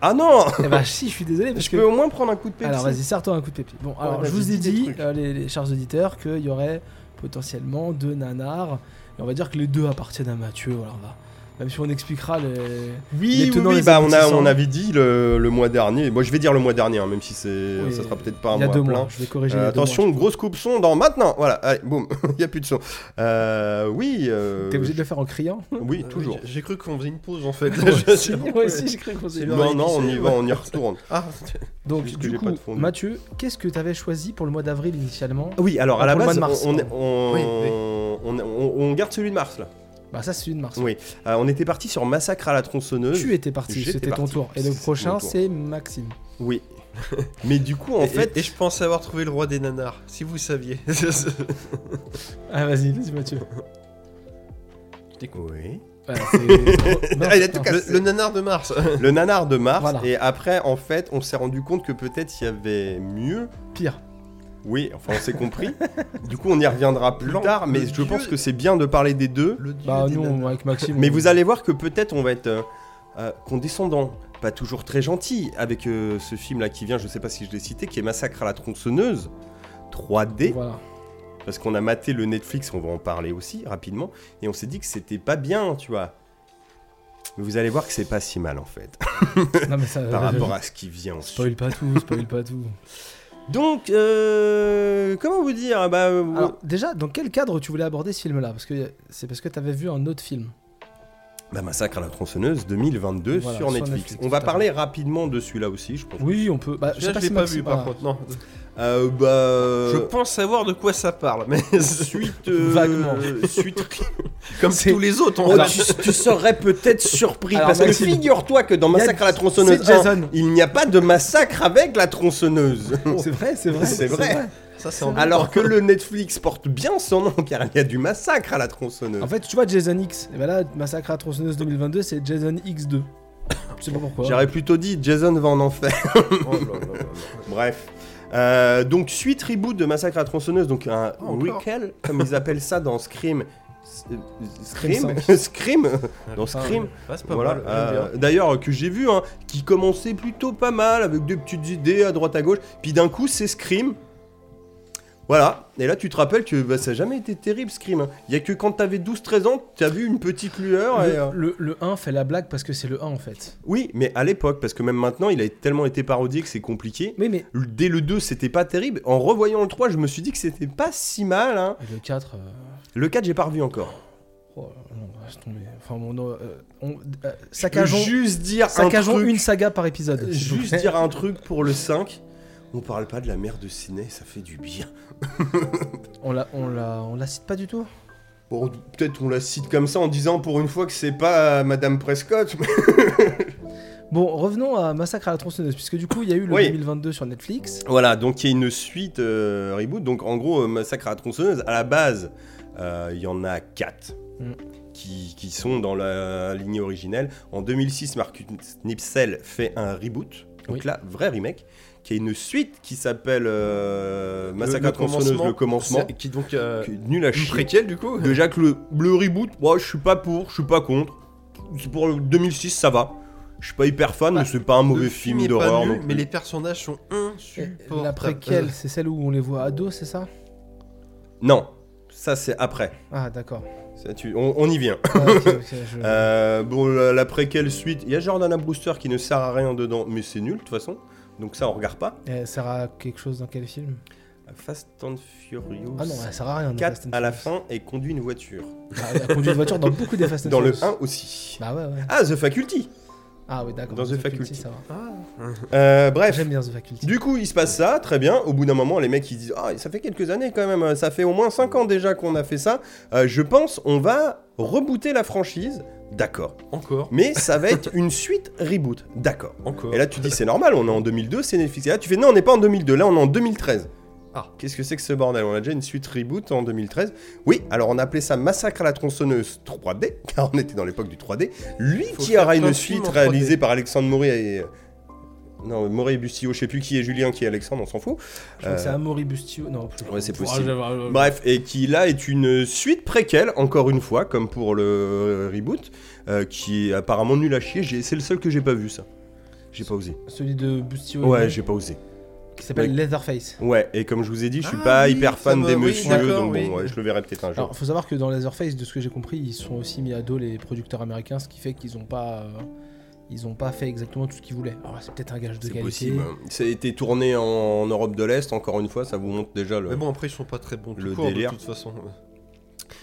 Speaker 3: Ah non
Speaker 2: Et bah si, je suis désolé parce
Speaker 3: Je
Speaker 2: que.
Speaker 3: peux au moins prendre un coup de pépite.
Speaker 2: Alors vas-y, sers-toi un coup de pépite. Bon, alors
Speaker 3: vas-y,
Speaker 2: je vous ai
Speaker 3: dis des
Speaker 2: dit,
Speaker 3: trucs.
Speaker 2: euh, les, les chers auditeurs, qu'il y aurait potentiellement deux nanars. Et on va dire que les deux appartiennent à Mathieu. Voilà, on va- Même si on expliquera les.
Speaker 3: Oui,
Speaker 2: Les
Speaker 3: oui,
Speaker 2: tenants,
Speaker 3: oui,
Speaker 2: les
Speaker 3: bah, on, a,
Speaker 2: aboutissants.
Speaker 3: on avait dit le, le mois dernier. Moi, je vais dire le mois dernier, hein, même si c'est,
Speaker 2: Oui,
Speaker 3: ça sera peut-être pas un
Speaker 2: Il y a
Speaker 3: mois
Speaker 2: deux
Speaker 3: Ah, plein.
Speaker 2: mois, je vais corriger.
Speaker 3: Euh,
Speaker 2: les deux
Speaker 3: attention,
Speaker 2: mois, je
Speaker 3: grosse coupe son dans maintenant. Voilà, allez, boum, il n'y a plus de son. Euh, oui, euh,
Speaker 2: crois. T'es obligé de le faire en criant
Speaker 3: oui, toujours.
Speaker 4: J'ai cru qu'on faisait une pause en fait.
Speaker 2: Moi aussi, j'ai cru qu'on s'est-
Speaker 4: bien.
Speaker 3: Non, non, on y
Speaker 4: Ouais.
Speaker 3: va, on y retourne.
Speaker 4: Ah,
Speaker 2: Donc,
Speaker 3: Juste que
Speaker 2: du
Speaker 3: j'ai
Speaker 2: coup,
Speaker 3: pas de fondue.
Speaker 2: Mathieu, qu'est-ce que t'avais choisi pour le mois d'avril initialement
Speaker 3: Oui, alors
Speaker 2: Ah,
Speaker 3: à la
Speaker 2: pour le mois
Speaker 3: base,
Speaker 2: de mars,
Speaker 3: on, on-
Speaker 2: pardon.
Speaker 3: on-
Speaker 4: Oui, oui.
Speaker 3: on- on- on garde celui de mars là.
Speaker 2: Bah, ça, c'est une mars.
Speaker 3: Oui. Euh, on était parti sur Massacre à la tronçonneuse.
Speaker 2: Tu étais parti,
Speaker 3: J'étais
Speaker 2: c'était ton
Speaker 3: parti.
Speaker 2: tour. Et le
Speaker 3: C'est- c'est
Speaker 2: prochain,
Speaker 3: mon tour.
Speaker 2: c'est Maxime.
Speaker 3: Oui. Mais du coup, en
Speaker 4: en
Speaker 3: fait,
Speaker 4: fait, et, je pensais avoir trouvé le roi des nanars, si vous saviez.
Speaker 2: Ah, vas-y, vas-y, Mathieu.
Speaker 3: Oui.
Speaker 2: Voilà, c'est-
Speaker 4: Ah, il a tout
Speaker 2: Non,
Speaker 4: cassé. Le, le nanar de mars.
Speaker 3: le nanar de mars.
Speaker 2: Voilà.
Speaker 3: Et après, en fait, on s'est rendu compte que peut-être il y avait mieux.
Speaker 2: Pire.
Speaker 3: Oui, enfin, on s'est compris. du coup, on y reviendra plus
Speaker 4: L'en-
Speaker 3: tard, mais
Speaker 4: le
Speaker 3: je
Speaker 4: dieu-
Speaker 3: pense que c'est bien de parler des deux.
Speaker 4: Le dieu
Speaker 2: Bah,
Speaker 4: des
Speaker 2: nous,
Speaker 4: nanars.
Speaker 2: avec Maxime.
Speaker 3: Mais
Speaker 2: on-
Speaker 3: vous allez voir que peut-être on va être euh, euh, condescendant, pas toujours très gentil, avec euh, ce film-là qui vient, je sais pas si je l'ai cité, qui est Massacre à la tronçonneuse. 3D,
Speaker 2: Voilà.
Speaker 3: parce qu'on a maté le Netflix, on va en parler aussi rapidement, et on s'est dit que c'était pas bien, tu vois. Mais vous allez voir que c'est pas si mal en fait,
Speaker 2: Non, mais ça.
Speaker 3: par
Speaker 2: euh,
Speaker 3: rapport à ce qui vient ensuite.
Speaker 2: Spoil pas tout, spoil pas tout.
Speaker 3: Donc, euh, comment vous dire bah, euh, vous-
Speaker 2: Alors, déjà, dans quel cadre tu voulais aborder ce film-là Parce que c'est parce que t'avais vu un autre film.
Speaker 3: bah, Massacre à la tronçonneuse 2022
Speaker 2: Voilà,
Speaker 3: sur,
Speaker 2: sur
Speaker 3: Netflix.
Speaker 2: Netflix,
Speaker 3: On va
Speaker 2: tout à fait.
Speaker 3: parler rapidement de celui-là aussi, je pense.
Speaker 2: Oui, on peut. Bah, je
Speaker 4: Celui-là,
Speaker 2: sais pas
Speaker 4: je l'ai
Speaker 2: si Maxime-
Speaker 4: pas vu par
Speaker 2: ah,
Speaker 4: contre, non.
Speaker 3: Euh, bah,
Speaker 4: Je pense savoir de quoi ça parle, mais
Speaker 3: suite euh,
Speaker 2: Vaguement.
Speaker 3: suite
Speaker 4: comme
Speaker 2: C'est-
Speaker 4: tous les autres, on
Speaker 3: Oh,
Speaker 4: va-
Speaker 3: tu, tu serais peut-être surpris
Speaker 2: Alors,
Speaker 3: parce que
Speaker 2: Maxime,
Speaker 3: figure-toi que dans
Speaker 2: y a-
Speaker 3: Massacre à la tronçonneuse
Speaker 2: c'est Jason.
Speaker 3: 1, il n'y a pas de massacre avec la tronçonneuse.
Speaker 2: C'est vrai, Oh, c'est vrai.
Speaker 3: C'est vrai.
Speaker 4: Ça, c'est en-
Speaker 3: Alors que le Netflix porte bien son nom car il y a du massacre à la tronçonneuse.
Speaker 2: En fait, tu vois Jason X. Et bah là, Massacre à la tronçonneuse 2022, c'est Jason X2. Je sais pas pourquoi.
Speaker 3: J'aurais plutôt dit Jason va en enfer.
Speaker 4: Oh là là là là.
Speaker 3: Bref. Euh, donc suite reboot de Massacre à la tronçonneuse, donc un
Speaker 4: Ah, encore.
Speaker 3: requel comme ils appellent ça dans Scream. S- euh, Scream
Speaker 2: Scream
Speaker 3: Scream Dans
Speaker 4: Putain,
Speaker 3: Scream,
Speaker 4: ouais, c'est pas
Speaker 3: Voilà,
Speaker 4: mal,
Speaker 3: euh,
Speaker 4: j'aime bien.
Speaker 3: D'ailleurs, euh, que j'ai vu, hein, qui commençait plutôt pas mal avec des petites idées à droite à gauche, puis d'un coup c'est Scream. Voilà, et là tu te rappelles que bah, ça n'a jamais été terrible Scream. hein. Il y a que quand t'avais 12-13 ans, t'as vu une petite lueur. et, euh,
Speaker 2: Le, le, le 1 fait la blague parce que c'est le 1 en fait.
Speaker 3: Oui, mais à l'époque, parce que même maintenant il a tellement été parodié que c'est compliqué.
Speaker 2: Oui, mais.
Speaker 3: Dès le 2, c'était pas terrible. En revoyant le 3, je me suis dit que c'était pas si mal. hein.
Speaker 2: Le 4. euh,
Speaker 3: Le 4, j'ai pas revu encore.
Speaker 2: Oh, non, laisse tomber. Enfin, bon, non, euh, on, euh,
Speaker 3: Je veux
Speaker 2: saccageons,
Speaker 3: juste dire un
Speaker 2: saccageons
Speaker 3: truc.
Speaker 2: une saga par épisode. s'il vous
Speaker 3: Juste
Speaker 2: plaît.
Speaker 3: dire un truc pour le 5. On parle pas de la mère de Ciné, ça fait du bien.
Speaker 2: On la, on, la, on la cite pas du tout
Speaker 3: Bon, peut-être on la cite comme ça en disant pour une fois que c'est pas euh, Madame Prescott. mais-
Speaker 2: Bon, revenons à Massacre à la tronçonneuse, puisque du coup, il y a eu le
Speaker 3: Oui.
Speaker 2: 2022 sur Netflix.
Speaker 3: Voilà, donc il y a une suite euh, reboot. Donc en gros, euh, Massacre à la tronçonneuse, à la base, euh, il y en a 4
Speaker 2: Mm.
Speaker 3: qui, qui sont dans la ligne originelle. En 2006, Marcus Nipsel fait un reboot. Donc
Speaker 2: Oui.
Speaker 3: là, vrai remake, qui est une suite qui s'appelle euh,
Speaker 4: Le-
Speaker 3: Massacre
Speaker 4: le
Speaker 3: à la tronçonneuse, le commencement.
Speaker 4: c'est- Qui donc. euh,
Speaker 3: qui est Nul à
Speaker 4: Une
Speaker 3: chier.
Speaker 4: préquelle du coup
Speaker 3: Déjà que le, le reboot, moi je suis pas pour, je suis pas contre. C'est Pour le 2006, ça va. Je suis pas hyper fan,
Speaker 4: Bah,
Speaker 3: mais c'est pas un mauvais
Speaker 4: Le
Speaker 3: film,
Speaker 4: est pas
Speaker 3: d'horreur. euh.
Speaker 4: nul,
Speaker 3: non plus.
Speaker 4: Mais les personnages sont
Speaker 2: Et
Speaker 4: insupportables.
Speaker 2: La préquelle, c'est celle où on les voit ados, c'est ça
Speaker 3: Non, ça c'est après.
Speaker 2: Ah, d'accord.
Speaker 3: Ça, tu- on, on y vient.
Speaker 2: Ah, ok, ok, je-
Speaker 3: Euh, bon, la, la préquelle suite, il y a Jordana Brewster qui ne sert à rien dedans, mais c'est nul de toute façon. Donc ça, on regarde pas.
Speaker 2: Elle sert à quelque chose dans quel film
Speaker 3: Fast and Furious
Speaker 2: Ah non, elle sert à rien. dans
Speaker 3: 4
Speaker 2: Fast and
Speaker 3: à la
Speaker 2: Furious.
Speaker 3: fin et conduit une voiture.
Speaker 2: Ah, elle a conduit une voiture dans beaucoup des Fast and
Speaker 3: Dans le 1
Speaker 2: Furious.
Speaker 3: aussi.
Speaker 2: Bah ouais, ouais.
Speaker 3: Ah, The Faculty
Speaker 2: Ah oui, d'accord.
Speaker 3: Dans The Faculty.
Speaker 2: ça va.
Speaker 4: Ah,
Speaker 3: Euh, Bref,
Speaker 2: J'aime bien The Faculty.
Speaker 3: Du coup, il se passe ça, très bien. Au bout d'un moment, les mecs, ils disent Ah, ça fait quelques années quand même, euh, ça fait au moins 5 ans déjà qu'on a fait ça. Euh, je pense on va rebooter la franchise. D'accord.
Speaker 4: Encore,
Speaker 3: Mais ça va être une suite reboot. D'accord.
Speaker 4: encore.
Speaker 3: Et là, tu dis C'est normal, on est en 2002, c'est Netflix. Et là, tu fais Non, on n'est pas en 2002, là, on est en 2013.
Speaker 4: Ah.
Speaker 3: Qu'est-ce que c'est que ce bordel On a déjà une suite reboot en 2013. Oui, alors on appelait ça Massacre à la tronçonneuse 3D, car on était dans l'époque du 3D. Lui
Speaker 4: Faut
Speaker 3: qui
Speaker 4: faire
Speaker 3: aura
Speaker 4: plein
Speaker 3: une
Speaker 4: de films
Speaker 3: suite
Speaker 4: en 3D.
Speaker 3: réalisée par Alexandre Maury et. euh, Non, Moré Bustillo, je sais plus qui est Julien, qui est Alexandre, on s'en fout.
Speaker 2: Je crois que c'est Amaury Bustio. Non, plus.
Speaker 3: Euh. Ouais, c'est
Speaker 6: Ah,
Speaker 3: possible.
Speaker 4: Euh.
Speaker 3: Bah.
Speaker 6: j'avais-
Speaker 3: Bref, et qui là est une suite préquelle, encore une fois, comme pour le euh, reboot, euh, qui est apparemment nul à chier. J'ai- C'est le seul que j'ai pas vu, ça. J'ai pas osé.
Speaker 2: Celui de
Speaker 4: Euh.
Speaker 2: Bustio.
Speaker 3: Ouais, j'ai pas osé.
Speaker 2: Qui s'appelle
Speaker 3: Ouais.
Speaker 2: Leatherface.
Speaker 3: Ouais, et comme je vous ai dit, je suis
Speaker 4: Ah
Speaker 3: pas
Speaker 4: oui,
Speaker 3: hyper
Speaker 4: ça
Speaker 3: fan
Speaker 4: me-
Speaker 3: des
Speaker 4: oui,
Speaker 3: messieurs,
Speaker 4: d'accord,
Speaker 3: donc
Speaker 4: oui.
Speaker 3: bon, ouais, je le verrai peut-être un jour.
Speaker 2: Alors, faut savoir que dans Leatherface, de ce que j'ai compris, ils sont aussi mis à dos les producteurs américains, ce qui fait qu'ils ont pas. euh, Ils ont pas fait exactement tout ce qu'ils voulaient. Alors, c'est peut-être un gage de
Speaker 3: c'est
Speaker 2: qualité.
Speaker 3: possible. hein. Ça a été tourné en, en Europe de l'Est, encore une fois, ça vous montre déjà le.
Speaker 4: Mais bon, après, ils sont pas très bons tout
Speaker 3: Le
Speaker 4: court,
Speaker 3: délire.
Speaker 4: de toute façon.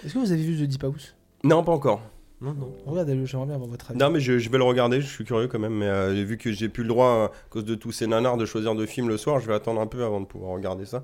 Speaker 2: Est-ce que vous avez vu The Deep House
Speaker 3: Non, pas encore.
Speaker 4: Non, non.
Speaker 2: Regardez-le, j'aimerais bien avoir
Speaker 4: Ah,
Speaker 2: votre avis.
Speaker 3: Non, mais je, je vais le regarder, je suis curieux quand même. Mais euh, vu que j'ai plus le droit, euh, à cause de tous ces nanars, de choisir de films le soir, je vais attendre un peu avant de pouvoir regarder ça.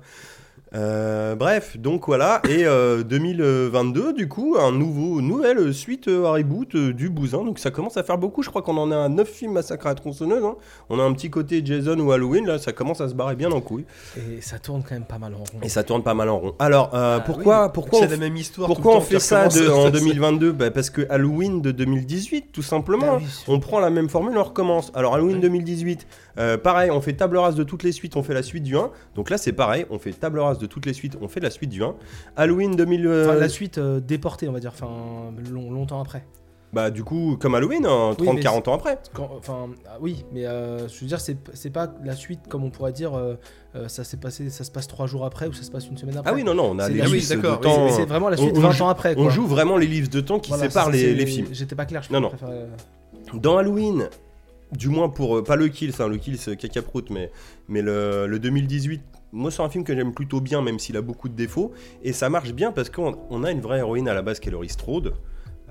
Speaker 3: Euh, bref, donc voilà. Et euh, 2022, du coup, un nouveau, nouvelle suite euh, à reboot euh, du Bousin. Donc ça commence à faire beaucoup. Je crois qu'on en a à 9 films Massacre à la tronçonneuse. hein. On a un petit côté Jason ou Halloween. Là, ça commence à se barrer bien en couille.
Speaker 2: Et ça tourne quand même pas mal en rond.
Speaker 3: Et ça tourne pas mal en rond. Alors, euh, pourquoi, pourquoi
Speaker 4: Ah C'est
Speaker 3: on
Speaker 4: la même histoire.
Speaker 3: pourquoi
Speaker 4: tout
Speaker 3: on
Speaker 4: le temps,
Speaker 3: fait
Speaker 4: qui
Speaker 3: ça de-
Speaker 4: recommence.
Speaker 3: en 2022 Bah, Parce que Halloween de 2018, tout
Speaker 4: Bah
Speaker 3: simplement. hein.
Speaker 2: Ah oui, c'est-
Speaker 3: on prend la même formule, on recommence. Alors Halloween 2018, euh, pareil, on fait table rase de toutes les suites, on fait la suite du 1. Donc là, c'est pareil, on fait table rase de toutes les suites, on fait la suite du 1. Halloween 2000, euh,
Speaker 2: Enfin, la suite euh, déportée, on va dire, enfin, long- longtemps après.
Speaker 3: bah du coup, comme Halloween, hein,
Speaker 2: Oui,
Speaker 3: 30-40
Speaker 2: mais
Speaker 3: ans après.
Speaker 2: Quand- Enfin, ah oui, mais euh, je veux dire, c'est c'est pas la suite comme on pourrait dire, euh, euh, ça s'est passé, ça se passe trois jours après ou ça se passe une semaine après.
Speaker 3: Ah oui, non, non, on a
Speaker 2: C'est
Speaker 3: les
Speaker 2: la- oui,
Speaker 3: listes de
Speaker 4: d'accord, oui,
Speaker 3: temps.
Speaker 2: C'est- C'est vraiment la
Speaker 3: on-
Speaker 2: suite
Speaker 3: on
Speaker 2: 20
Speaker 3: joue-
Speaker 2: ans après.
Speaker 3: on
Speaker 2: quoi.
Speaker 3: joue vraiment les livres de temps qui
Speaker 2: Voilà,
Speaker 3: séparent
Speaker 2: ça,
Speaker 3: les,
Speaker 2: c'est-
Speaker 3: les films.
Speaker 2: J'étais pas clair, je
Speaker 3: Non, non.
Speaker 2: préfère, euh,
Speaker 3: Dans Halloween, du moins pour. euh, pas le kill, c'est le kill, c'est cacaproute, mais, mais le, le 2018, moi c'est un film que j'aime plutôt bien, même s'il a beaucoup de défauts. Et ça marche bien parce qu'on on a une vraie héroïne à la base qui est Laurie Strode,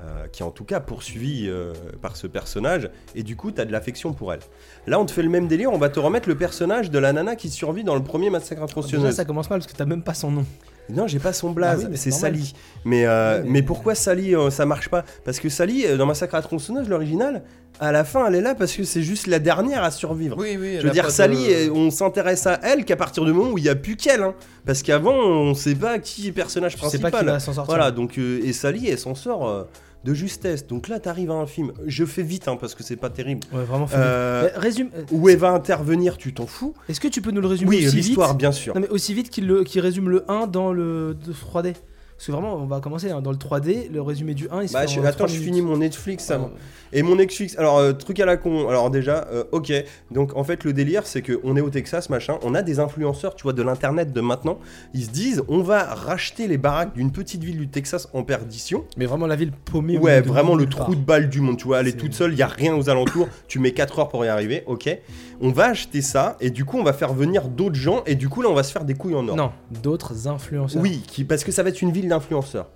Speaker 3: euh, qui est en tout cas poursuivie euh, par ce personnage. Et du coup, t'as de l'affection pour elle. Là, on te fait le même délire, on va te remettre le personnage de la nana qui survit dans le premier massacre à
Speaker 2: Déjà,
Speaker 3: tronçonneuse.
Speaker 2: ça commence mal parce que t'as même pas son nom.
Speaker 3: Non, j'ai pas son blaze,
Speaker 2: Bah oui, mais
Speaker 3: c'est
Speaker 2: c'est normal.
Speaker 3: Sally. Mais, euh,
Speaker 2: Ouais,
Speaker 3: mais...
Speaker 2: mais-
Speaker 3: pourquoi Sally, euh, ça marche pas Parce que Sally, euh, dans Massacre à la tronçonneuse, l'original, à la fin, elle est là parce que c'est juste la dernière à survivre.
Speaker 4: Oui, oui. elle
Speaker 3: Je veux
Speaker 4: a pas
Speaker 3: dire,
Speaker 4: de-
Speaker 3: Sally, euh, on s'intéresse à elle qu'à partir du moment où il y a plus qu'elle. hein. Parce qu'avant, on sait pas qui est personnage
Speaker 2: Je sais pas
Speaker 3: principal.
Speaker 2: qui va s'en sortir.
Speaker 3: Voilà, donc, euh, et Sally, elle s'en sort euh, de justesse. Donc là, t'arrives à un film. Je fais vite, hein, parce que c'est pas terrible.
Speaker 2: Ouais, vraiment. faut-
Speaker 3: Euh,
Speaker 2: Mais Résume. euh,
Speaker 3: Où elle va intervenir, tu t'en fous
Speaker 2: Est-ce que tu peux nous le résumer
Speaker 3: Oui,
Speaker 2: aussi vite
Speaker 3: l'histoire, bien sûr.
Speaker 2: Non mais aussi vite qu'il le- qu'il résume le 1 dans le de 3D. Parce que vraiment, on va commencer hein, dans le 3D, le résumé du 1, il se
Speaker 3: Bah,
Speaker 2: fait
Speaker 3: je-
Speaker 2: en
Speaker 3: attends,
Speaker 2: 3
Speaker 3: je
Speaker 2: minutes.
Speaker 3: finis mon Netflix avant.
Speaker 2: Euh,
Speaker 3: Et mon ex-fixe, alors euh, truc à la con, alors déjà, euh, ok, donc en fait le délire c'est que on est au Texas, machin, on a des influenceurs, tu vois, de l'internet de maintenant, ils se disent on va racheter les baraques d'une petite ville du Texas en perdition,
Speaker 2: Mais vraiment la ville paumée. au
Speaker 3: ouais,
Speaker 2: milieu de
Speaker 3: vraiment le
Speaker 2: nulle part.
Speaker 3: trou de balle du monde, tu vois, elle est,
Speaker 2: C'est-
Speaker 3: toute seule, il y a rien aux alentours, tu mets 4 heures pour y arriver, ok, on va acheter ça, et du coup on va faire venir d'autres gens, et du coup là on va se faire des couilles en or.
Speaker 2: Non, d'autres influenceurs.
Speaker 3: Oui, qui, parce que ça va être une ville d'influenceurs.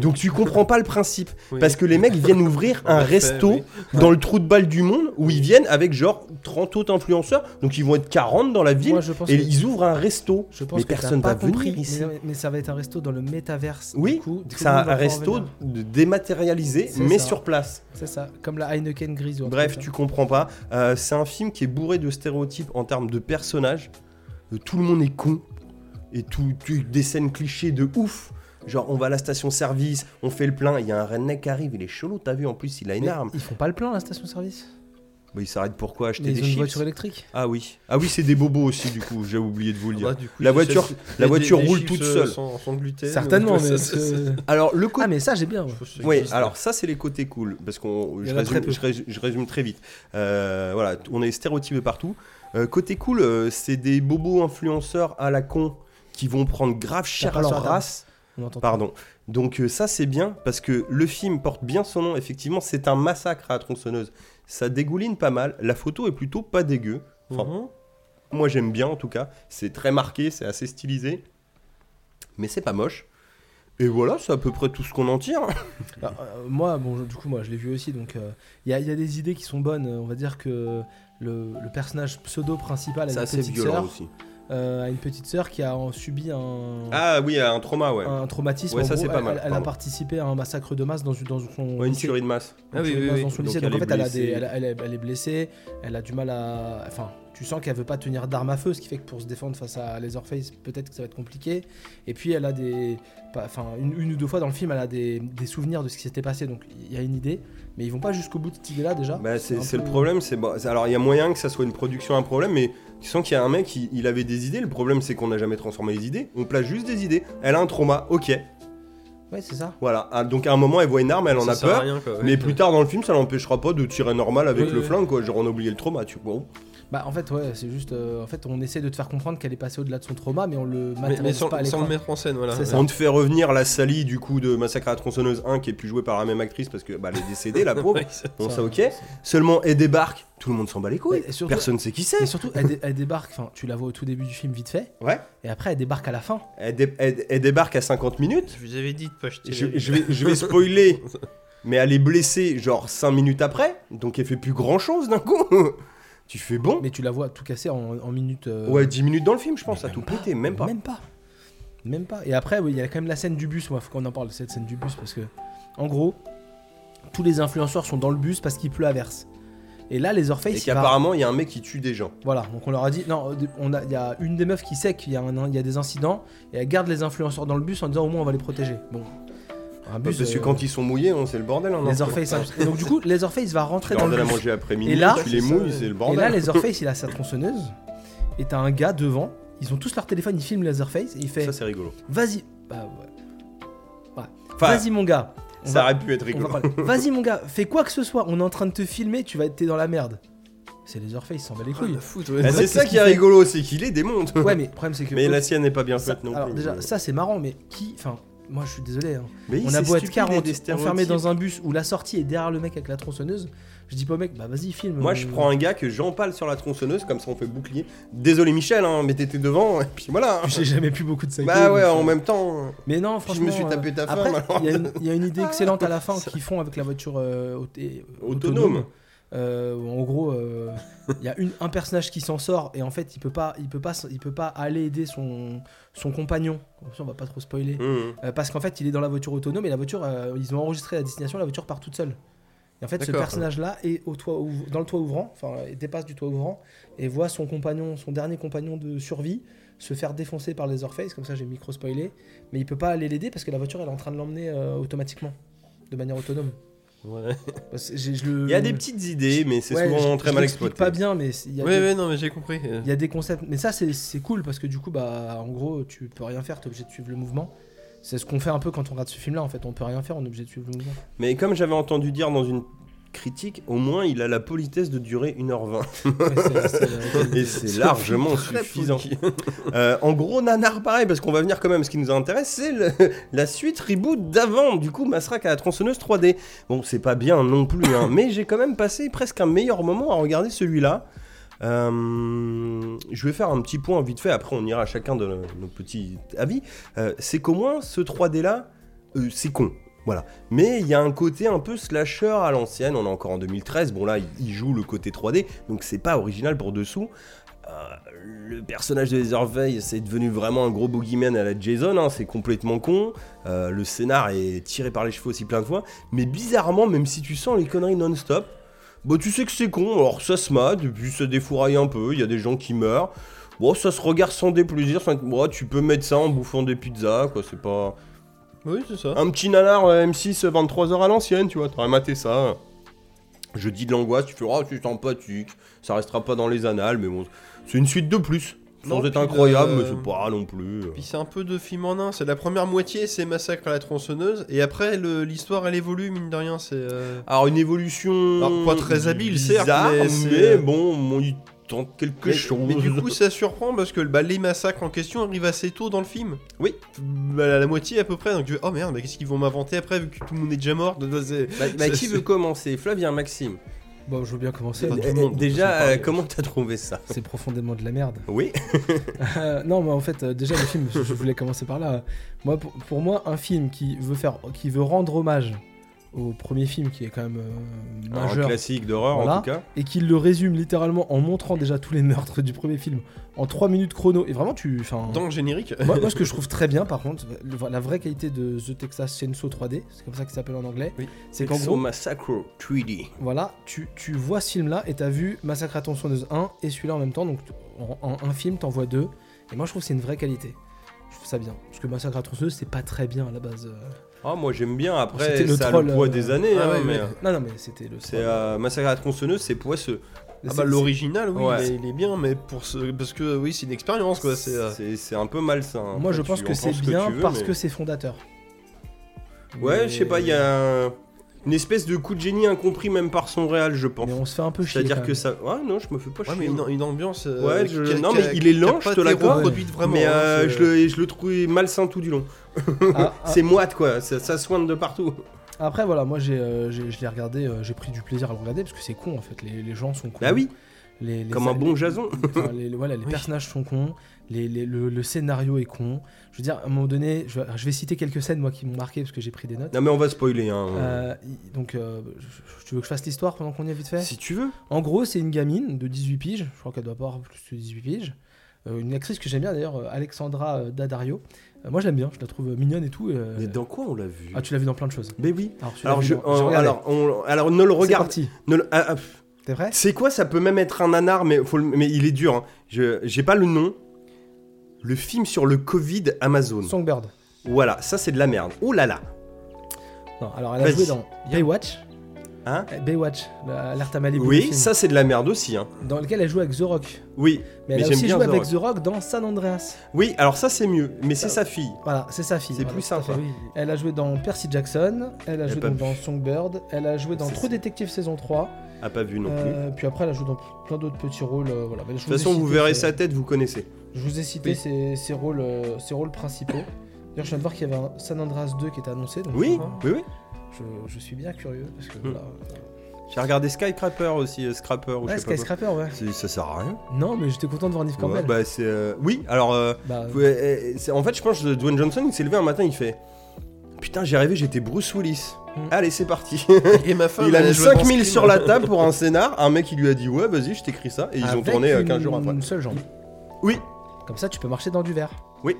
Speaker 3: Donc tu comprends pas le principe
Speaker 4: Oui.
Speaker 3: parce que les mecs viennent ouvrir
Speaker 4: En
Speaker 3: un
Speaker 4: effet,
Speaker 3: resto
Speaker 4: oui.
Speaker 3: dans le trou de balle du monde où ils viennent avec genre 30 autres influenceurs donc ils vont être 40 dans la ville
Speaker 2: Moi je pense
Speaker 3: et
Speaker 2: que,
Speaker 3: ils ouvrent un resto.
Speaker 2: je pense
Speaker 3: mais
Speaker 2: que t'as
Speaker 3: personne
Speaker 2: pas
Speaker 3: va venir
Speaker 2: compris.
Speaker 3: ici.
Speaker 2: Mais, non, mais ça va être un resto dans le métaverse.
Speaker 3: Oui,
Speaker 2: du coup, tout
Speaker 3: C'est
Speaker 2: le monde
Speaker 3: un
Speaker 2: va pouvoir
Speaker 3: resto
Speaker 2: venir.
Speaker 3: de- dématérialisé
Speaker 2: C'est
Speaker 3: mais
Speaker 2: ça.
Speaker 3: sur place.
Speaker 2: C'est ça, comme la Heineken grise. ou un
Speaker 3: Bref,
Speaker 2: truc
Speaker 3: tu comprends pas. Euh, c'est un film qui est bourré de stéréotypes en termes de personnages. Euh, tout le monde est con. Et tout, tu- des scènes clichés de ouf. Genre, on va à la station-service, on fait le plein, il y a un redneck qui arrive, il est chelou, t'as vu, en plus, il a une
Speaker 2: comme ça.
Speaker 3: arme.
Speaker 2: Ils font pas le plein à la station service
Speaker 3: Bah, il s'arrête pourquoi acheter
Speaker 2: Mais ils
Speaker 3: des
Speaker 2: ont une
Speaker 3: chips
Speaker 2: voiture électrique.
Speaker 3: Ah oui. Ah oui, c'est des bobos aussi, du coup, j'ai oublié de vous le dire.
Speaker 2: bah,
Speaker 4: Ah, du coup,
Speaker 3: La
Speaker 4: ils
Speaker 3: voiture-
Speaker 4: cherchent
Speaker 3: la
Speaker 4: des-
Speaker 3: voiture
Speaker 4: des
Speaker 3: roule
Speaker 4: chips,
Speaker 3: toute
Speaker 4: euh,
Speaker 3: seule.
Speaker 4: Sans, sans gluten.
Speaker 2: Certainement,
Speaker 4: ou-
Speaker 2: mais.
Speaker 4: ça, ça, ça,
Speaker 2: parce que-
Speaker 3: Alors, le côté.
Speaker 2: Ah mais ça j'ai bien. ouais.
Speaker 4: je pense que ça
Speaker 3: Oui,
Speaker 4: existe.
Speaker 3: alors ça c'est les côtés cool, parce qu'on
Speaker 2: Il y
Speaker 3: je
Speaker 2: en a très
Speaker 3: résume, je,
Speaker 2: peu.
Speaker 3: rés- je résume très vite. Euh, voilà, t- on est stéréotypé partout. Euh, côté cool, euh, c'est des bobos influenceurs à la con qui vont prendre grave cher
Speaker 2: pas
Speaker 3: à
Speaker 2: leur
Speaker 3: leur
Speaker 2: rame.
Speaker 3: race.
Speaker 2: On entend.
Speaker 3: Pardon. Donc euh, ça c'est bien parce que le film porte bien son nom. Effectivement, c'est un massacre à la tronçonneuse. Ça dégouline pas mal. La photo est plutôt pas dégueu. Enfin,
Speaker 4: Mhm.
Speaker 3: moi j'aime bien en tout cas. C'est très marqué, c'est assez stylisé, mais c'est pas moche. Et voilà, c'est à peu près tout ce qu'on en tire.
Speaker 2: Alors, euh, moi, bon, je- du coup, moi, je l'ai vu aussi, donc euh, il y, a- il y a des idées qui sont bonnes. Euh, On va dire que le, le personnage pseudo principal a
Speaker 3: C'est
Speaker 2: une
Speaker 3: assez
Speaker 2: petite
Speaker 3: violent
Speaker 2: sœur,
Speaker 3: aussi.
Speaker 2: euh, a une petite sœur qui a en subi un,
Speaker 3: Ah oui, un trauma, ouais.
Speaker 2: un traumatisme.
Speaker 3: Ouais,
Speaker 2: En
Speaker 3: ça,
Speaker 2: gros,
Speaker 3: c'est pas
Speaker 2: elle-
Speaker 3: mal,
Speaker 2: Elle, elle a
Speaker 3: pardon.
Speaker 2: participé à un massacre de masse dans, une- dans son
Speaker 3: Ouais, une
Speaker 2: lycée.
Speaker 3: tuerie de masse.
Speaker 2: Une
Speaker 4: Ah oui,
Speaker 2: tuerie de
Speaker 4: oui,
Speaker 2: masse
Speaker 4: oui.
Speaker 2: dans son
Speaker 3: Donc,
Speaker 2: lycée.
Speaker 3: elle
Speaker 2: Donc,
Speaker 3: est
Speaker 2: en fait, elle, a des-
Speaker 3: blessée.
Speaker 2: elle, elle est, elle est blessée, elle a du mal à, enfin, Tu sens qu'elle veut pas tenir d'arme à feu, ce qui fait que pour se défendre face à Laserface, peut-être que ça va être compliqué. Et puis elle a des, pas- enfin une, une ou deux fois dans le film, elle a des, des souvenirs de ce qui s'était passé, donc il y a une idée, mais ils vont pas jusqu'au bout de cette idée-là déjà.
Speaker 3: Bah, c'est
Speaker 2: Ah, un
Speaker 3: c'est le
Speaker 2: peu-
Speaker 3: problème, c'est bon, c'est- alors il y a moyen que ça soit une production un problème, mais tu sens qu'il y a un mec, il, il avait des idées. Le problème, c'est qu'on n'a jamais transformé les idées. On place juste des idées. Elle a un trauma, ok,
Speaker 2: Ouais, c'est ça.
Speaker 3: voilà. Ah, donc à un moment, elle voit une arme, elle en
Speaker 4: Ça
Speaker 3: a
Speaker 4: sert à
Speaker 3: peur.
Speaker 4: rien, quoi, ouais.
Speaker 3: Mais plus tard dans le film, ça l'empêchera pas de tirer normal avec
Speaker 2: Oui,
Speaker 3: le
Speaker 2: oui.
Speaker 3: flingue, quoi. Genre on a oublié le trauma, tu vois.
Speaker 2: Bah en fait ouais, c'est juste, euh, en fait on essaie de te faire comprendre qu'elle est passée au-delà de son trauma, mais on le
Speaker 4: Mais,
Speaker 2: matérialise
Speaker 4: mais sans,
Speaker 2: pas à
Speaker 4: sans
Speaker 2: l'écran.
Speaker 4: le mettre en scène, voilà.
Speaker 2: C'est ça.
Speaker 3: On te fait revenir la Sally du coup de Massacre à la tronçonneuse 1 qui est plus jouée par la même actrice parce que bah, elle est décédée, la pauvre.
Speaker 4: Ouais, ça-
Speaker 3: Bon,
Speaker 2: Ça,
Speaker 3: ça ok. Seulement elle débarque, tout le monde s'en bat les couilles.
Speaker 2: Et surtout-
Speaker 3: Personne sait qui
Speaker 2: Et
Speaker 3: c'est.
Speaker 2: surtout, elle, dé- elle débarque, enfin, tu la vois au tout début du film vite fait,
Speaker 3: Ouais.
Speaker 2: et après elle débarque à la fin.
Speaker 3: Elle, dé- elle- elle débarque à 50 minutes.
Speaker 4: Je vous avais dit de pas jeter.
Speaker 3: Je,
Speaker 4: les-
Speaker 3: je vais, je vais spoiler, mais elle est blessée genre 5 minutes après, donc elle fait plus grand chose d'un coup. tu fais bon.
Speaker 2: Mais tu la vois tout casser en, en minutes. euh, Ah,
Speaker 3: Ouais, 10 minutes dans le film, je pense, à tout péter, même pas.
Speaker 2: Même pas. Même pas. Et après, oui, il y a quand même la scène du bus. Il faut qu'on en parle de cette scène du bus parce que, en gros, tous les influenceurs sont dans le bus parce qu'il pleut à verse. Et là, les
Speaker 3: Et
Speaker 2: Orpheys, il va-
Speaker 3: qu'apparemment, il y a un mec qui tue des gens.
Speaker 2: Voilà, donc on leur a dit. Non, on a- il y a une des meufs qui sait qu'il y, a un- il y a des incidents et elle garde les influenceurs dans le bus en disant au moins on va les protéger. Bon. Un bus.
Speaker 3: Parce que
Speaker 2: euh,
Speaker 3: quand ils sont mouillés, on c'est le bordel. hein,
Speaker 2: les
Speaker 3: non
Speaker 2: Orpheys. Et donc du coup, les Orpheys va rentrer
Speaker 3: Tu
Speaker 2: dans
Speaker 3: leur
Speaker 2: le
Speaker 3: donnes à
Speaker 2: bus.
Speaker 3: manger après midi,
Speaker 2: Et là-
Speaker 3: tu les
Speaker 2: c'est ça,
Speaker 3: mouilles,
Speaker 2: ouais.
Speaker 3: c'est le
Speaker 2: Et
Speaker 3: bordel.
Speaker 2: là, Laserface, il a sa tronçonneuse. Et t'as un gars devant. Ils ont tous leur téléphone, ils filment Laserface. Et il fait
Speaker 3: Ça, c'est rigolo.
Speaker 2: Vas-y. Bah, ouais.
Speaker 3: Enfin,
Speaker 2: Vas-y, mon gars. On
Speaker 3: ça
Speaker 2: va-
Speaker 3: aurait pu être
Speaker 2: on va
Speaker 3: rigolo.
Speaker 2: parler. Vas-y, mon gars. Fais quoi que ce soit. On est en train de te filmer. Tu vas être t'es dans la merde. C'est Laserface, il s'en bat les couilles.
Speaker 4: Rien à foutre, ouais.
Speaker 3: Bah,
Speaker 2: vrai,
Speaker 3: c'est ça
Speaker 2: qu'est-ce
Speaker 3: qui est
Speaker 2: qu'il fait
Speaker 3: rigolo, c'est qu'il les démonte.
Speaker 2: ouais, mais le problème, c'est que.
Speaker 3: Mais la sienne n'est pas bien
Speaker 2: Ça-
Speaker 3: faite non
Speaker 2: alors,
Speaker 3: plus. euh,
Speaker 2: déjà,
Speaker 3: mais-
Speaker 2: ça, c'est marrant, mais qui. Enfin, moi, je suis désolé. hein.
Speaker 3: Mais
Speaker 2: On
Speaker 3: c'est
Speaker 2: a beau être
Speaker 3: stupide,
Speaker 2: 40
Speaker 3: des stéréotypes.
Speaker 2: enfermés dans un bus où la sortie est derrière le mec avec la tronçonneuse. Je dis pas au mec, bah vas-y, filme.
Speaker 3: Moi, je
Speaker 2: euh,
Speaker 3: prends un gars que j'empale sur la tronçonneuse, comme ça on fait bouclier. Désolé, Michel, hein, mais t'étais devant, et puis voilà. hein.
Speaker 2: J'ai jamais pu beaucoup de ça.
Speaker 3: Bah ouais, en même temps.
Speaker 2: Mais
Speaker 3: Puis
Speaker 2: non,
Speaker 3: je
Speaker 2: franchement.
Speaker 3: me suis
Speaker 2: euh,
Speaker 3: tapé ta
Speaker 2: Après,
Speaker 3: femme. alors.
Speaker 2: il y a une- il y, a une idée excellente à la fin qu'ils font avec la voiture euh, aut- et-
Speaker 3: Autonome.
Speaker 2: Euh, où en gros, euh, il y a une, un personnage qui s'en sort et en fait, il peut pas, il peut pas, s- il peut pas aller aider son, son compagnon. Comme ça, on va pas trop spoiler.
Speaker 3: Mmh.
Speaker 2: Euh, parce qu'en fait, il est dans la voiture autonome et la voiture, euh, ils ont enregistré la destination, la voiture part toute seule. Et en fait, ce
Speaker 4: D'accord.
Speaker 2: personnage-là est au toit ouv- dans le toit ouvrant, enfin, euh, il dépasse du toit ouvrant et voit son compagnon, son dernier compagnon de survie, se faire défoncer par les Orpheys. Comme ça, j'ai micro spoilé, mais il peut pas aller l'aider parce que la voiture elle est en train de l'emmener euh, automatiquement, de manière autonome.
Speaker 4: Ouais,
Speaker 2: Parce que j'ai- je le-
Speaker 3: Il y a des petites idées, mais c'est
Speaker 2: Ouais, je-
Speaker 3: souvent
Speaker 2: je
Speaker 3: très mal
Speaker 2: l'explique
Speaker 3: exploité.
Speaker 2: Pas bien, mais il y a
Speaker 4: ouais,
Speaker 2: des-
Speaker 4: ouais, non, mais j'ai compris. euh.
Speaker 2: il y a des concepts, mais ça c'est- c'est cool parce que du coup, bah en gros, tu peux rien faire, t'es obligé de suivre le mouvement. C'est ce qu'on fait un peu quand on regarde ce film là en fait, on peut rien faire, on est obligé de suivre le mouvement.
Speaker 3: Mais comme j'avais entendu dire dans une critique, au moins il a la politesse de durer 1h20.
Speaker 2: Ouais, c'est- c'est- euh,
Speaker 3: Et c'est largement suffisant. Euh, en gros, nanar pareil, parce qu'on va venir quand même. Ce qui nous intéresse, c'est le- la suite reboot d'avant. Du coup, Masrak à la tronçonneuse 3D. Bon, c'est pas bien non plus, hein, mais j'ai quand même passé presque un meilleur moment à regarder celui-là. Euh, je vais faire un petit point vite fait, après on ira chacun de nos, nos petits avis. Euh, c'est qu'au moins ce 3D là, euh, c'est con. Voilà. Mais il y a un côté un peu slasher à l'ancienne, on est encore en 2013, bon là il- il joue le côté 3D, donc c'est pas original pour dessous. Euh, le personnage de Leatherface c'est devenu vraiment un gros boogeyman à la Jason, hein, c'est complètement con. Euh, le scénar est tiré par les cheveux aussi plein de fois, mais bizarrement, même si tu sens les conneries non-stop, bah tu sais que c'est con, alors ça se mate, et puis ça défouraille un peu, il y a des gens qui meurent. Bon, ça se regarde sans déplaisir, sans... bon, tu peux mettre ça en bouffant des pizzas, quoi, c'est pas...
Speaker 4: Oui, c'est ça.
Speaker 3: Un petit nanar euh, M6 euh, 23h à l'ancienne, tu vois, t'aurais maté ça. Je dis de l'angoisse, tu fais, oh, c'est sympathique, ça restera pas dans les annales, mais bon, c'est une suite de plus.
Speaker 4: Non,
Speaker 3: Sans être
Speaker 4: puis,
Speaker 3: incroyable,
Speaker 4: euh,
Speaker 3: mais c'est pas non plus. euh.
Speaker 4: Puis c'est un peu de film en un. C'est la première moitié, c'est Massacre à la tronçonneuse, et après le- l'histoire elle évolue mine de rien. C'est euh,
Speaker 3: Alors, une évolution.
Speaker 4: Alors, pas très habile, certes,
Speaker 3: bizarre,
Speaker 4: mais
Speaker 3: mais,
Speaker 4: c'est- euh,
Speaker 3: bon, bon, il tente quelque
Speaker 4: mais-
Speaker 3: chose.
Speaker 4: Mais du coup, ça surprend parce que bah, les massacres en question arrivent assez tôt dans le film.
Speaker 3: Oui.
Speaker 4: Bah, à la moitié à peu près. Donc tu fais, oh merde, mais qu'est-ce qu'ils vont m'inventer après vu que tout le monde est déjà mort de- de- de-
Speaker 3: Bah- bah,
Speaker 4: ça-
Speaker 3: qui veut commencer Flavien, Maxime
Speaker 2: Bon, je veux bien commencer.
Speaker 4: Enfin, tout le
Speaker 3: Eh,
Speaker 4: monde,
Speaker 3: eh,
Speaker 4: on
Speaker 3: Déjà,
Speaker 4: s'en parle.
Speaker 3: euh, comment t'as trouvé ça
Speaker 2: C'est profondément de la merde.
Speaker 3: Oui.
Speaker 2: Euh, non, mais en fait, euh, déjà le film, je je voulais commencer par là. Moi, pour, pour moi, un film qui veut faire, qui veut rendre hommage au premier film qui est quand même euh,
Speaker 3: Ah, Un
Speaker 2: majeur
Speaker 3: classique d'horreur
Speaker 2: Voilà.
Speaker 3: en tout cas.
Speaker 2: et qu'il le résume littéralement en montrant déjà tous les meurtres du premier film en 3 minutes chrono et vraiment tu enfin
Speaker 4: Dans le générique
Speaker 2: moi, moi, ce que je trouve très bien par contre le- la vraie qualité de The Texas Chainsaw 3D c'est comme ça qu'il s'appelle en anglais
Speaker 4: Oui.
Speaker 2: c'est qu'en gros
Speaker 3: Massacro 3D.
Speaker 2: voilà tu, tu vois ce film là et t'as vu Massacre à la tronçonneuse 1 et celui-là en même temps donc en, en un film t'en vois deux et moi je trouve que c'est une vraie qualité je trouve ça bien parce que Massacre à la tronçonneuse c'est pas très bien à la base euh.
Speaker 3: Ah, moi j'aime bien. Après,
Speaker 2: C'était le
Speaker 3: ça a
Speaker 2: troll,
Speaker 3: le poids
Speaker 2: euh,
Speaker 3: des années.
Speaker 4: ah
Speaker 3: hein,
Speaker 4: ouais,
Speaker 3: mais
Speaker 4: ouais.
Speaker 3: euh,
Speaker 2: non non mais c'était le
Speaker 3: c'est euh, Massacre à la tronçonneuse, c'est E. poisseux.
Speaker 4: Ah
Speaker 2: C'est-
Speaker 4: bah l'original oui
Speaker 3: Ouais.
Speaker 4: il, est, il est bien mais pour ce... parce que oui c'est une expérience quoi c'est euh,
Speaker 3: C'est c'est un peu malsain. hein.
Speaker 2: Moi,
Speaker 3: Après,
Speaker 2: je
Speaker 3: tu
Speaker 2: pense
Speaker 3: en
Speaker 2: que c'est
Speaker 3: penses tu
Speaker 2: bien
Speaker 3: veux,
Speaker 2: parce
Speaker 3: mais-
Speaker 2: que c'est fondateur.
Speaker 3: Ouais,
Speaker 2: Mais-
Speaker 3: je sais pas, il y a un- une espèce de coup de génie incompris même par son réal, je pense.
Speaker 2: Mais on se fait un peu chier.
Speaker 3: C'est-à-dire
Speaker 2: quand
Speaker 3: que
Speaker 2: même.
Speaker 3: ça. Ouais, non, je me fais pas
Speaker 4: ouais
Speaker 3: chier. hein.
Speaker 4: mais une, une ambiance euh,
Speaker 3: Ouais, je-
Speaker 4: qui a-
Speaker 3: non,
Speaker 4: qui a-
Speaker 3: mais il est
Speaker 4: qui a
Speaker 3: lent,
Speaker 4: pas
Speaker 3: je te
Speaker 4: été
Speaker 3: l'accorde.
Speaker 4: reproduite vraiment
Speaker 3: mais
Speaker 4: hein,
Speaker 3: euh,
Speaker 4: c'est-
Speaker 3: je, le, je le trouvais malsain tout du long.
Speaker 2: Ah, ah,
Speaker 3: C'est moite quoi, ça, ça soigne de partout.
Speaker 2: Après, voilà, moi, j'ai, euh, j'ai- je l'ai regardé, euh, j'ai pris du plaisir à le regarder parce que c'est con en fait. Les, les gens sont cons.
Speaker 3: Bah oui,
Speaker 2: Les- les-
Speaker 3: comme un
Speaker 2: les-
Speaker 3: bon jason.
Speaker 2: enfin, les, les- voilà, les personnages sont cons, les, les- le, le scénario est con. Je veux dire, à un moment donné, je, je vais citer quelques scènes moi qui m'ont marqué parce que j'ai pris des notes.
Speaker 3: Non mais on va spoiler hein.
Speaker 2: Euh, y- donc, euh, je- tu veux que je fasse l'histoire pendant qu'on y est vite fait
Speaker 4: si tu veux
Speaker 2: En gros, c'est une gamine de 18 piges, je crois qu'elle doit avoir plus de 18 piges. Euh, une actrice que j'aime bien d'ailleurs, euh, Alexandra euh, Daddario. Euh, moi, je l'aime bien, je la trouve euh, mignonne et tout. et, euh,
Speaker 3: Mais dans quoi on l'a vu
Speaker 2: Ah, tu l'as vu dans plein de choses.
Speaker 3: Mais oui.
Speaker 2: Alors, tu l'as
Speaker 3: Alors
Speaker 2: vu
Speaker 3: je,
Speaker 2: dans-
Speaker 3: euh,
Speaker 2: regardais.
Speaker 3: alors, on- alors ne le
Speaker 2: C'est
Speaker 3: regarde.
Speaker 2: parti.
Speaker 3: ne le- ah, ah, pff.
Speaker 2: T'es vrai
Speaker 3: C'est quoi Ça peut même être un nanar, mais, faut le- mais il est dur. hein. Je j'ai pas le nom. Le film sur le Covid Amazon.
Speaker 2: Songbird.
Speaker 3: Voilà, ça c'est de la merde. Oh là là.
Speaker 2: Non, alors elle a
Speaker 3: Vas-y.
Speaker 2: joué dans Baywatch.
Speaker 3: Hein
Speaker 2: Euh, Baywatch, la- l'alerte à Malibu. le
Speaker 3: Oui,
Speaker 2: film,
Speaker 3: ça c'est de la merde aussi. Hein.
Speaker 2: Dans lequel elle joue avec The Rock.
Speaker 3: Oui,
Speaker 2: Mais,
Speaker 3: Mais
Speaker 2: elle a
Speaker 3: j'aime
Speaker 2: aussi
Speaker 3: bien
Speaker 2: joué
Speaker 3: The
Speaker 2: avec The Rock dans San Andreas.
Speaker 3: oui. Alors ça c'est mieux, mais
Speaker 2: Euh,
Speaker 3: c'est sa fille.
Speaker 2: Voilà, c'est sa fille.
Speaker 3: C'est
Speaker 2: voilà,
Speaker 3: plus
Speaker 2: tout à fait.
Speaker 3: sympa.
Speaker 2: Elle a joué dans Percy Jackson, elle a
Speaker 3: a
Speaker 2: joué
Speaker 3: pas
Speaker 2: donc
Speaker 3: vu.
Speaker 2: dans Songbird, elle a joué dans
Speaker 3: C'est
Speaker 2: True
Speaker 3: ça.
Speaker 2: Détective saison 3.
Speaker 3: Ah pas vu non plus.
Speaker 2: Euh, puis après, elle a joué dans plein d'autres petits rôles. euh, voilà. Mais
Speaker 3: de toute façon, vous verrez sa tête, vous connaissez.
Speaker 2: Je vous ai cité
Speaker 3: Oui.
Speaker 2: ses, ses rôles, euh, ses rôles principaux. D'ailleurs, je viens de voir qu'il y avait un San Andreas 2 qui était annoncé. Donc
Speaker 3: Oui,
Speaker 2: je-
Speaker 3: oui, oui.
Speaker 2: je, je suis bien curieux. Parce que,
Speaker 3: Hmm.
Speaker 2: voilà, euh,
Speaker 3: J'ai regardé Skycrapper aussi, euh, Scrapper ou je
Speaker 2: ouais,
Speaker 3: sais pas quoi.
Speaker 2: Skyscraper, ouais.
Speaker 3: C'est- Ça sert à rien.
Speaker 2: Non, mais j'étais content de voir Nive
Speaker 3: Ouais,
Speaker 2: Campbell.
Speaker 3: bah c'est. euh, Oui, alors. euh,
Speaker 2: Bah,
Speaker 3: Ouais, euh, c'est- En fait, je pense que Dwayne Johnson, il s'est levé un matin, il fait Putain, j'ai rêvé, j'étais Bruce Willis.
Speaker 2: Mm.
Speaker 3: Allez, c'est parti.
Speaker 4: et ma femme
Speaker 3: il a
Speaker 4: elle
Speaker 3: mis
Speaker 4: jouait dans
Speaker 3: 5000
Speaker 4: Scream.
Speaker 3: sur la table pour un scénar. Un mec, il lui a dit Ouais, vas-y, je t'écris ça. Et ils ont
Speaker 2: avec
Speaker 3: tourné euh,
Speaker 2: une-
Speaker 3: 15 jours après.
Speaker 2: Une seule jambe.
Speaker 3: Oui,
Speaker 2: Comme ça, tu peux marcher dans du verre.
Speaker 3: Oui.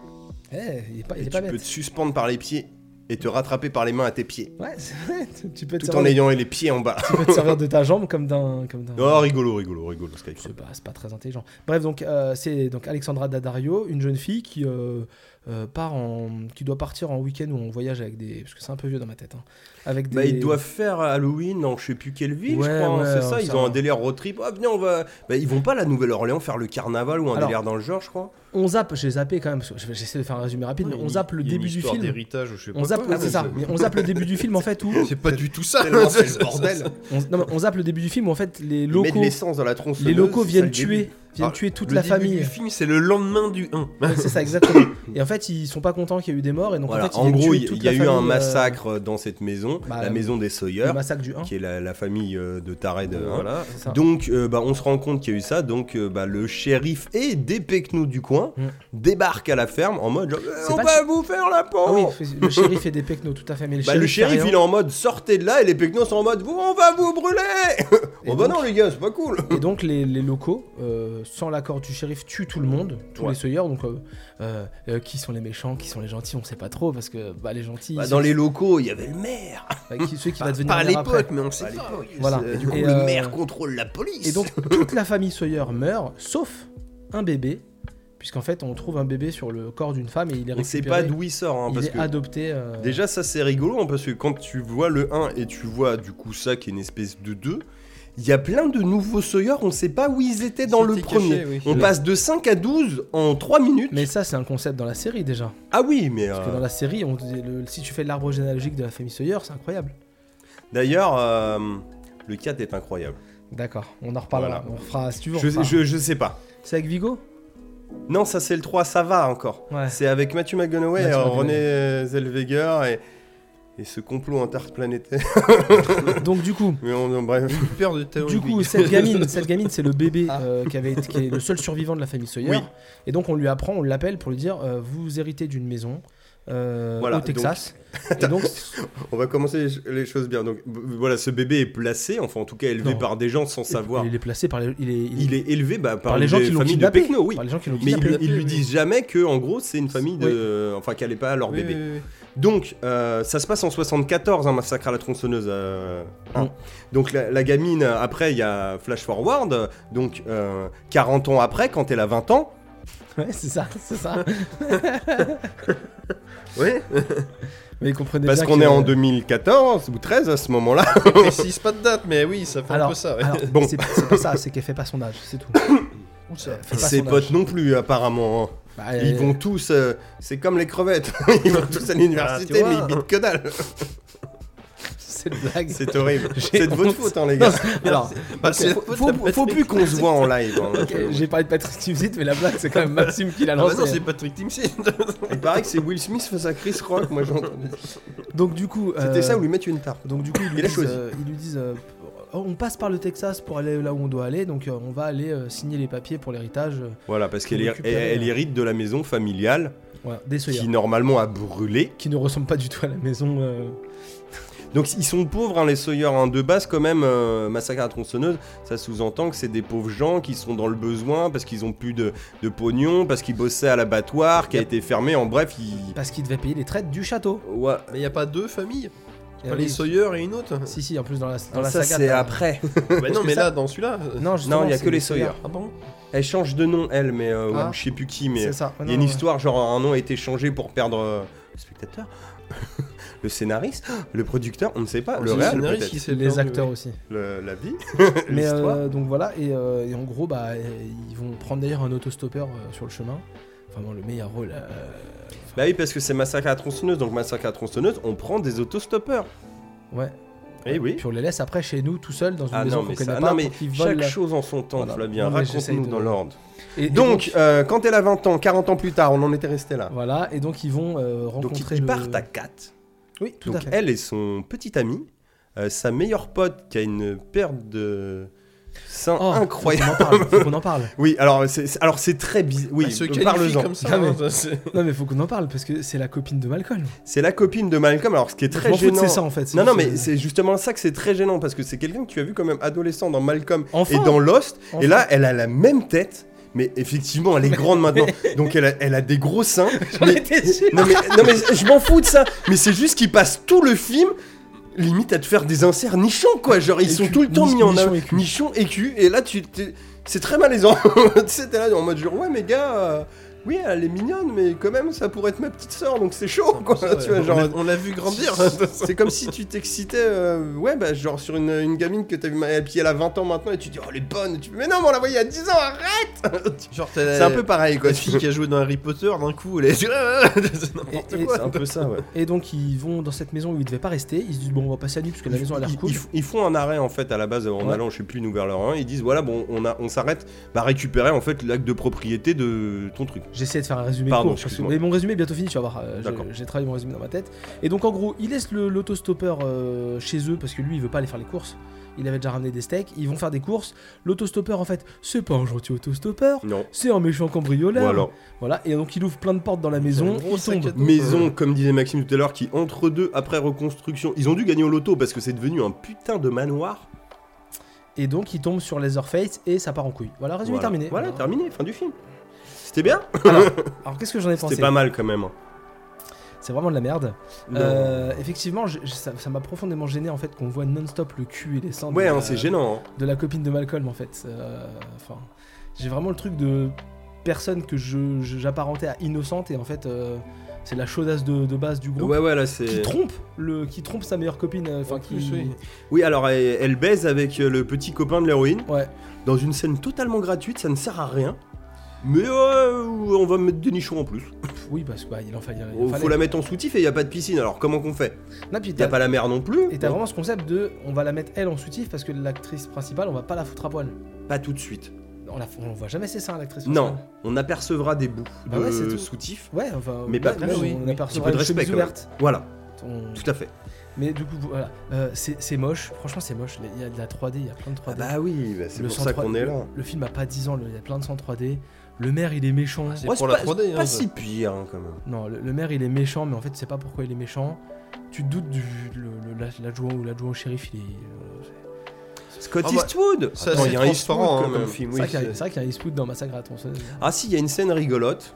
Speaker 2: Eh, il est pas,
Speaker 3: et
Speaker 2: il est
Speaker 3: tu
Speaker 2: pas
Speaker 3: peux
Speaker 2: bête.
Speaker 3: te suspendre par les pieds et te rattraper par les mains à tes pieds.
Speaker 2: Ouais, c'est vrai. tu- Tu peux te
Speaker 3: Tout en
Speaker 2: servir,
Speaker 3: ayant les pieds en bas.
Speaker 2: tu peux te servir de ta jambe comme d'un. comme d'un-
Speaker 3: Oh, rigolo, rigolo, rigolo, Skycrapper.
Speaker 2: C'est pas, c'est pas très intelligent. Bref, donc euh, c'est donc Alexandra Daddario, une jeune fille qui euh, euh, part en, qui doit partir en week-end ou en voyage avec des, parce que c'est un peu vieux dans ma tête, hein, avec des.
Speaker 3: Bah, ils doivent faire Halloween en je sais plus quelle ville,
Speaker 2: Ouais,
Speaker 3: je crois, hein,
Speaker 2: ouais,
Speaker 3: c'est
Speaker 2: ouais,
Speaker 3: ça, ils
Speaker 2: ça
Speaker 3: ont
Speaker 2: va.
Speaker 3: un délire road trip. Ah, venez, on va. Bah, ils vont pas à la Nouvelle-Orléans faire le carnaval ou un
Speaker 2: Alors,
Speaker 3: délire dans le genre, je crois.
Speaker 2: On zappe, j'ai zappé quand même. parce que je vais- J'essaie de faire un résumé rapide, mais on zappe le
Speaker 4: Il y a une
Speaker 2: début du
Speaker 4: histoire
Speaker 2: film.
Speaker 4: d'héritage ou je sais pas
Speaker 2: On zappe,
Speaker 4: quoi,
Speaker 2: c'est
Speaker 4: mais
Speaker 2: ça. mais on zappe le début du film en fait où
Speaker 4: c'est pas du tout ça
Speaker 3: Tellement c'est le
Speaker 4: C'est- c'est-
Speaker 3: bordel.
Speaker 2: on, non, mais on zappe le début du film où en fait les
Speaker 3: Ils mettent de
Speaker 2: locaux,
Speaker 3: l'essence dans la tronçonneuse.
Speaker 2: les locaux
Speaker 3: c'est
Speaker 2: viennent
Speaker 3: ça, Ah, le
Speaker 2: tuer,
Speaker 3: début.
Speaker 2: viennent
Speaker 4: Alors,
Speaker 2: tuer toute
Speaker 4: le
Speaker 2: la
Speaker 4: début
Speaker 2: famille.
Speaker 4: du film c'est le lendemain du 1
Speaker 2: Ouais, c'est ça exactement. Et en fait ils sont pas contents qu'il y ait eu des morts et donc
Speaker 3: Voilà,
Speaker 2: en fait ils
Speaker 3: en
Speaker 2: viennent
Speaker 3: gros,
Speaker 2: tuer
Speaker 3: il
Speaker 2: toute
Speaker 3: y a
Speaker 2: la
Speaker 3: eu un
Speaker 2: famille, euh,
Speaker 3: massacre dans cette maison,
Speaker 2: bah,
Speaker 3: la
Speaker 2: euh,
Speaker 3: maison des Sawyer,
Speaker 2: le massacre du 1.
Speaker 3: qui est la, la famille euh, de Tared. hein.
Speaker 4: voilà
Speaker 2: c'est ça.
Speaker 3: Donc, euh, bah, on se rend compte qu'il y a eu ça. Donc, euh, bah, le shérif et des pecnos du coin
Speaker 2: Mm.
Speaker 3: débarquent à la ferme en mode genre, Eh,
Speaker 2: C'est
Speaker 3: On
Speaker 2: pas
Speaker 3: va vous faire la peau
Speaker 2: Ah oui, le shérif et des pecnos, tout à fait. Mais le
Speaker 3: Bah,
Speaker 2: shérif,
Speaker 3: le shérif,
Speaker 2: fait
Speaker 3: il est en mode Sortez de là et les pecnos sont en mode vous, On va vous brûler
Speaker 2: Et
Speaker 3: Oh bah
Speaker 2: donc-
Speaker 3: non, les gars, c'est pas cool
Speaker 2: rien. Et donc, les, les locaux, euh, sans l'accord du shérif, tuent tout le monde, tous les seuilleurs. Donc, euh, euh, euh, qui sont les méchants, qui sont les gentils, on sait pas trop. Parce que bah, les gentils,
Speaker 3: Bah,
Speaker 2: ceux-
Speaker 3: Dans les locaux, il y avait le maire
Speaker 2: bah, qui, ceux qui va
Speaker 3: Bah,
Speaker 2: devenir
Speaker 3: Pas à
Speaker 2: maire après.
Speaker 3: l'époque, mais on sait
Speaker 4: Pas à
Speaker 3: pas oui,
Speaker 2: Voilà.
Speaker 3: c'est-
Speaker 2: Et du
Speaker 3: du
Speaker 2: coup,
Speaker 3: coup,
Speaker 2: et,
Speaker 3: le
Speaker 2: euh,
Speaker 3: maire contrôle la police
Speaker 2: Et donc, toute la famille Sawyer meurt, sauf un bébé. Puisqu'en fait, on trouve un bébé sur le corps d'une femme et il est
Speaker 3: On sait pas
Speaker 2: récupéré.
Speaker 3: d'où il sort, hein,
Speaker 2: il
Speaker 3: parce
Speaker 2: est
Speaker 3: que
Speaker 2: adopté. euh,
Speaker 3: déjà ça c'est rigolo, hein, parce que quand tu vois le 1 et tu vois du coup ça qui est une espèce de 2, il y a plein de nouveaux Sawyer, on sait pas où ils étaient dans le
Speaker 4: C'était
Speaker 3: premier.
Speaker 4: caché, oui.
Speaker 3: On
Speaker 4: Oui.
Speaker 3: passe de 5 à 12 en 3 minutes.
Speaker 2: Mais ça, c'est un concept dans la série déjà.
Speaker 3: Ah oui, mais
Speaker 2: Parce
Speaker 3: euh,
Speaker 2: que dans la série, on, le- si tu fais l'arbre généalogique de la famille Sawyer, c'est incroyable.
Speaker 3: d'ailleurs, euh, le 4 est incroyable.
Speaker 2: D'accord, on en reparlera.
Speaker 3: Voilà.
Speaker 2: On fera si tu veux. on
Speaker 3: Je,
Speaker 2: fera.
Speaker 3: je- je sais pas.
Speaker 2: C'est avec Vigo
Speaker 3: Non, ça c'est le 3, ça va encore.
Speaker 2: Ouais.
Speaker 3: C'est avec Matthew McConaughey,
Speaker 2: Matthew
Speaker 3: euh,
Speaker 2: McConaughey.
Speaker 3: René Zellweger et, et ce complot interplanétaire.
Speaker 2: Donc du coup,
Speaker 3: mais on, bref.
Speaker 4: Peur de théorie
Speaker 2: du coup, cette gamine, cette gamine, c'est le bébé euh, qui avait, été- qui est le seul survivant de la famille Sawyer.
Speaker 3: Ah. Oui.
Speaker 2: Et donc on lui apprend, on l'appelle pour lui dire, euh, vous héritez d'une maison. euh,
Speaker 3: Voilà,
Speaker 2: au Texas. Et donc,
Speaker 3: On va commencer les- les choses bien. Donc b- voilà, ce bébé est placé, enfin en tout cas élevé
Speaker 2: Non.
Speaker 3: par des gens sans savoir.
Speaker 2: il est placé par les, il est, il est-
Speaker 3: Il est élevé bah, par,
Speaker 2: par les gens
Speaker 3: des
Speaker 2: qui l'ont
Speaker 3: familles de
Speaker 2: kidnappé.
Speaker 3: Pecno, oui.
Speaker 2: Par les gens qui l'ont
Speaker 3: Mais ils,
Speaker 2: kidnappé.
Speaker 3: lui- ils lui disent jamais que, en gros, c'est une famille de, euh, enfin, qu'elle n'est pas leur
Speaker 4: Oui,
Speaker 3: bébé.
Speaker 4: oui, oui.
Speaker 3: Donc, euh, ça se passe en 74, un massacre à la tronçonneuse. euh, hein.
Speaker 2: Mm.
Speaker 3: Donc, la, la gamine, euh, après, il y a Flash Forward. euh, Donc, euh, 40 ans après, quand elle a 20 ans.
Speaker 2: Ouais, c'est ça, c'est ça.
Speaker 3: Oui,
Speaker 2: Mais ils comprenaient
Speaker 3: parce
Speaker 2: bien euh,
Speaker 3: qu'on
Speaker 2: que-
Speaker 3: est en 2014 ou 13 à ce moment-là.
Speaker 4: Ils précisent pas de date, mais oui, ça fait un
Speaker 2: Alors,
Speaker 4: peu ça. ouais.
Speaker 2: alors,
Speaker 3: Bon.
Speaker 2: c'est c'est pas ça, c'est qu'elle fait pas son âge, c'est tout. Ou ça, elle fait pas
Speaker 3: Ses
Speaker 2: son
Speaker 3: potes
Speaker 2: âge.
Speaker 3: non plus, apparemment. hein.
Speaker 2: Bah,
Speaker 3: Ils
Speaker 2: euh,
Speaker 3: vont tous. euh, c'est comme les crevettes. ils vont tous à l'université,
Speaker 4: Ah, tu
Speaker 3: mais ils
Speaker 4: vois.
Speaker 3: bitent que dalle.
Speaker 2: C'est une blague.
Speaker 3: C'est horrible.
Speaker 2: J'ai
Speaker 3: C'est de votre
Speaker 2: honte.
Speaker 3: faute, hein, les gars.
Speaker 2: Alors,
Speaker 4: Bah, c'est la
Speaker 3: faut,
Speaker 4: faute
Speaker 3: faut-
Speaker 4: à
Speaker 3: faut
Speaker 4: Patrick.
Speaker 3: plus qu'on se voit en live. hein.
Speaker 2: ok, j'ai parlé de Patrick Timsit, mais la blague, c'est quand même Maxime qui l'a
Speaker 4: Ah bah
Speaker 2: lancée.
Speaker 4: non, c'est Patrick Timsit.
Speaker 3: Il paraît que c'est Will Smith face à Chris Rock, moi j'ai entendu.
Speaker 2: Euh, donc du coup,
Speaker 3: C'était ça
Speaker 2: euh,
Speaker 3: ou lui mettre une tarte.
Speaker 2: Donc du coup, ils lui
Speaker 3: Il a
Speaker 2: disent,
Speaker 3: choisi.
Speaker 2: euh, ils lui disent euh, Oh, on passe par le Texas pour aller là où on doit aller, donc euh, on va aller euh, signer les papiers pour l'héritage euh,
Speaker 3: Voilà, parce
Speaker 2: Pour
Speaker 3: qu'elle hé-
Speaker 2: récupérer,
Speaker 3: elle
Speaker 2: euh,
Speaker 3: hérite de la maison familiale
Speaker 2: voilà, des Sawyer,
Speaker 3: qui
Speaker 2: qui...
Speaker 3: normalement a brûlé.
Speaker 2: ne ressemble pas du tout à la maison. euh,
Speaker 3: Donc ils sont pauvres, hein, les Sawyer. hein. De base, quand même, euh, massacre à la tronçonneuse, ça sous-entend que c'est des pauvres gens qui sont dans le besoin parce qu'ils ont plus de, de pognon, parce qu'ils bossaient à l'abattoir qui a été fermé. En bref, ils.
Speaker 2: parce qu'il devait payer les traites du château.
Speaker 3: Ouais.
Speaker 4: Mais y a pas deux familles
Speaker 2: Et
Speaker 4: Pas
Speaker 2: oui,
Speaker 4: les Sawyer et une autre
Speaker 2: Si, si, en plus dans la, dans la
Speaker 3: ça,
Speaker 2: saga.
Speaker 3: c'est
Speaker 2: t'as-
Speaker 3: après.
Speaker 4: Bah non,
Speaker 2: que
Speaker 4: mais
Speaker 2: ça-
Speaker 4: là, dans celui-là. euh,
Speaker 2: Non, justement,
Speaker 3: Non, il y a
Speaker 2: c'est
Speaker 3: que les Sawyer.
Speaker 4: Ah bon
Speaker 3: Elle change de nom, elle, mais euh, ouais,
Speaker 2: Ah.
Speaker 3: je sais plus qui, mais.
Speaker 2: C'est ça.
Speaker 3: Il y a une histoire, genre un nom a été changé pour perdre euh, le spectateur, le scénariste, le producteur, on ne sait pas, le
Speaker 4: Oh, C'est
Speaker 3: réel
Speaker 4: scénariste
Speaker 3: peut-être,
Speaker 4: qui s'est
Speaker 2: Les
Speaker 4: perdu,
Speaker 2: acteurs
Speaker 4: ouais.
Speaker 2: aussi.
Speaker 3: Le- la vie,
Speaker 2: Mais euh,
Speaker 3: l'histoire.
Speaker 2: donc voilà, et, euh, et en gros, bah, euh, ils vont prendre d'ailleurs un autostoppeur euh, sur le chemin. Vraiment le meilleur rôle. euh,
Speaker 3: Bah oui, parce que c'est Massacre à la tronçonneuse, donc Massacre à la tronçonneuse, on prend des autostoppeurs.
Speaker 2: Ouais.
Speaker 3: Eh oui.
Speaker 2: Puis on les laisse après chez nous tout seuls dans une
Speaker 3: Ah
Speaker 2: maison
Speaker 3: non,
Speaker 2: qu'on
Speaker 3: mais,
Speaker 2: connaît
Speaker 3: ça-
Speaker 2: pas.
Speaker 3: non, mais
Speaker 2: pour qu'ils volent
Speaker 3: chaque
Speaker 2: la-
Speaker 3: chose en son temps,
Speaker 2: Voilà.
Speaker 3: Flavien,
Speaker 2: Non, mais j'essaye
Speaker 3: raconte-nous
Speaker 2: de-
Speaker 3: dans l'ordre.
Speaker 2: Et- et
Speaker 3: Donc, euh, quand elle a 20 ans, 40 ans plus tard, on en était resté là.
Speaker 2: Voilà, et donc ils vont euh,
Speaker 3: Donc ils
Speaker 2: rencontrer.
Speaker 3: ils
Speaker 2: le-
Speaker 3: partent à 4.
Speaker 2: Oui, tout
Speaker 3: Donc
Speaker 2: à fait.
Speaker 3: elle et son petit ami, euh, sa meilleure pote qui a une paire de seins
Speaker 2: Oh,
Speaker 3: incroyables.
Speaker 2: On en parle, faut qu'on en parle.
Speaker 3: Oui, alors c'est c'est- alors c'est très bizarre. Oui,
Speaker 4: Ils se
Speaker 3: donc,
Speaker 4: qualifient
Speaker 3: parle-en.
Speaker 4: comme ça.
Speaker 2: Non, mais-
Speaker 4: hein, ça, c'est-
Speaker 2: Non, mais faut qu'on en parle parce que c'est la copine de Malcolm.
Speaker 3: C'est la copine de Malcolm. Alors ce qui est
Speaker 2: Je
Speaker 3: très
Speaker 2: m'en fous de
Speaker 3: gênant.
Speaker 2: c'est ça en fait.
Speaker 3: Non, non, mais c'est justement ça que c'est très gênant parce que c'est quelqu'un que tu as vu quand même adolescent dans Malcolm
Speaker 2: Enfant.
Speaker 3: et dans Lost.
Speaker 2: Enfant.
Speaker 3: Et là, elle a la même tête. Mais effectivement, elle est grande maintenant, donc elle a, elle a des gros seins. mais-
Speaker 2: étais sûr.
Speaker 3: non, mais, non, mais je m'en fous de ça. Mais c'est juste qu'ils passent tout le film, limite à te faire des inserts nichons, quoi. Genre, ils sont
Speaker 2: Écu.
Speaker 3: tout le temps
Speaker 2: Ni-
Speaker 3: mis en
Speaker 2: nichons
Speaker 3: avant.
Speaker 2: écu.
Speaker 3: Nichons et cul. Et là, tu t'es- c'est très malaisant. tu sais, t'es là en mode genre, ouais, mais gars, euh, oui, elle est mignonne, mais quand même, ça pourrait être ma petite sœur, donc Ah, c'est chaud, quoi.
Speaker 4: ça,
Speaker 3: tu vois,
Speaker 4: ouais, on
Speaker 3: genre. euh,
Speaker 4: l'a- on l'a vu grandir.
Speaker 3: C'est comme si tu t'excitais, euh, ouais, bah, genre sur une, une gamine que t'as vu, et puis elle a 20 ans maintenant, et tu dis, oh, elle est bonne, Et tu, mais non, mais on la voyait à 10 ans, arrête
Speaker 4: Genre,
Speaker 3: C'est un peu pareil, quoi.
Speaker 4: La fille qui a joué dans Harry Potter, d'un coup, elle est. C'est n'importe
Speaker 2: Et- et-
Speaker 4: quoi.
Speaker 3: C'est un peu ça, ouais.
Speaker 2: Et donc ils vont dans cette maison où ils devaient pas rester. Ils se disent bon, on va passer la nuit parce que la maison a l'air
Speaker 3: Ils-
Speaker 2: cool.
Speaker 3: Ils, ils font un arrêt en fait à la base en
Speaker 2: Ouais.
Speaker 3: allant, je sais plus, nous vers leur 1. Ils disent voilà, bon, on, a, on s'arrête bah, récupérer en fait l'acte de propriété de ton truc.
Speaker 2: J'essaie de faire un résumé
Speaker 3: Pardon,
Speaker 2: court. parce que-
Speaker 3: excuse-moi.
Speaker 2: mais mon résumé est bientôt fini, tu vas voir. euh, je-
Speaker 3: D'accord.
Speaker 2: J'ai travaillé mon résumé dans ma tête. Et donc en gros, ils laissent le- l'autostoppeur euh, chez eux parce que lui, il veut pas aller faire les courses. Il avait déjà ramené des steaks. Ils vont faire des courses. L'autostoppeur, en fait, c'est pas un gentil autostoppeur.
Speaker 3: Non.
Speaker 2: C'est un méchant cambrioleur.
Speaker 3: Ou alors,
Speaker 2: Voilà. Et donc il ouvre plein de portes dans la maison.
Speaker 4: un gros
Speaker 2: Il
Speaker 4: sac
Speaker 2: tombe.
Speaker 4: à dos.
Speaker 3: maison, comme disait Maxime tout à l'heure, qui entre deux, après reconstruction, ils ont dû gagner au loto parce que c'est devenu un putain de manoir.
Speaker 2: Ah, Et donc il tombe sur Leatherface et ça part en couille. Voilà, résumé
Speaker 3: Voilà.
Speaker 2: terminé. Ah.
Speaker 3: Voilà, terminé, fin du film. C'était bien
Speaker 2: Alors, alors, qu'est-ce que j'en ai pensé
Speaker 3: C'était pas mal quand même. hein.
Speaker 2: C'est vraiment de la merde.
Speaker 3: Non.
Speaker 2: Euh, effectivement, je- je- ça ça m'a profondément gêné en fait qu'on voit non-stop le cul et les seins de
Speaker 3: ouais,
Speaker 2: la-
Speaker 3: hein, c'est gênant. hein.
Speaker 2: de la copine de Malcolm en fait. Euh, Enfin, j'ai vraiment le truc de personne que je- je- j'apparentais à innocente et en fait euh, c'est la chaudasse de, de base du groupe
Speaker 3: Ouais, ouais, là
Speaker 2: qui
Speaker 3: c'est.
Speaker 2: trompe le qui trompe sa meilleure copine. euh, Enfin,
Speaker 4: En
Speaker 2: qui
Speaker 4: plus, oui.
Speaker 3: Oui, alors elle, elle baise avec euh, le petit copain de l'héroïne.
Speaker 2: ouais.
Speaker 3: Dans une scène totalement gratuite, ça ne sert à rien. Mais euh, on va mettre des nichons en plus.
Speaker 2: Pff, oui parce que bah, il en fallait. il en
Speaker 3: Oh,
Speaker 2: fallait.
Speaker 3: faut la mettre en soutif et y a pas de piscine, alors comment qu'on fait
Speaker 2: Non, puis
Speaker 3: Y a
Speaker 2: t'as-
Speaker 3: pas la mer non plus
Speaker 2: Et t'as vraiment ce concept de on va la mettre elle en soutif parce que l'actrice principale on va pas la foutre à poil.
Speaker 3: Pas tout de suite.
Speaker 2: On, la, on voit jamais c'est ça l'actrice principale.
Speaker 3: Non, on apercevra des bouts
Speaker 2: Bah
Speaker 3: de
Speaker 2: ouais, c'est tout.
Speaker 3: soutif.
Speaker 2: Ouais, enfin.
Speaker 3: Mais pas
Speaker 2: même-
Speaker 3: plus,
Speaker 2: même,
Speaker 4: oui,
Speaker 2: On
Speaker 4: oui.
Speaker 2: apercevra
Speaker 3: Un petit peu de
Speaker 2: une chemise
Speaker 3: respect, quand
Speaker 2: ouverte.
Speaker 3: Voilà,
Speaker 2: On-
Speaker 3: tout à fait.
Speaker 2: Mais du coup, voilà. Euh, c'est c'est moche, franchement, c'est moche. Il y a de la 3D, il y a plein de 3D.
Speaker 3: Ah bah oui, bah c'est
Speaker 2: Le
Speaker 3: pour
Speaker 2: sang
Speaker 3: ça
Speaker 2: 3D
Speaker 3: qu'on est là.
Speaker 2: Le film a pas 10 ans, le- il y a plein de 103 3D. Le maire, il est méchant.
Speaker 4: c'est
Speaker 3: Ouais, c'est
Speaker 4: pour la
Speaker 3: pas-
Speaker 4: 3D.
Speaker 3: c'est
Speaker 4: hein,
Speaker 3: Pas
Speaker 4: ça.
Speaker 3: si pire hein, quand même.
Speaker 2: Non, le, le maire il est méchant, mais en fait tu sais pas pourquoi il est méchant. Tu te doutes du le- le- la- l'adjoint ou l'adjoint au shérif, il est. euh,
Speaker 3: Scott
Speaker 4: Ah, bah,
Speaker 3: Eastwood
Speaker 4: ça,
Speaker 3: Attends,
Speaker 4: c'est
Speaker 3: il y a un
Speaker 4: transparent,
Speaker 3: Eastwood
Speaker 4: hein,
Speaker 3: comme
Speaker 4: même.
Speaker 3: film.
Speaker 2: c'est
Speaker 3: oui,
Speaker 2: vrai qu'il y a-
Speaker 3: c'est-
Speaker 2: c'est vrai qu'il y a un dispute dans Massacre à la tronçonneuse.
Speaker 3: Ah si, il y a une scène rigolote.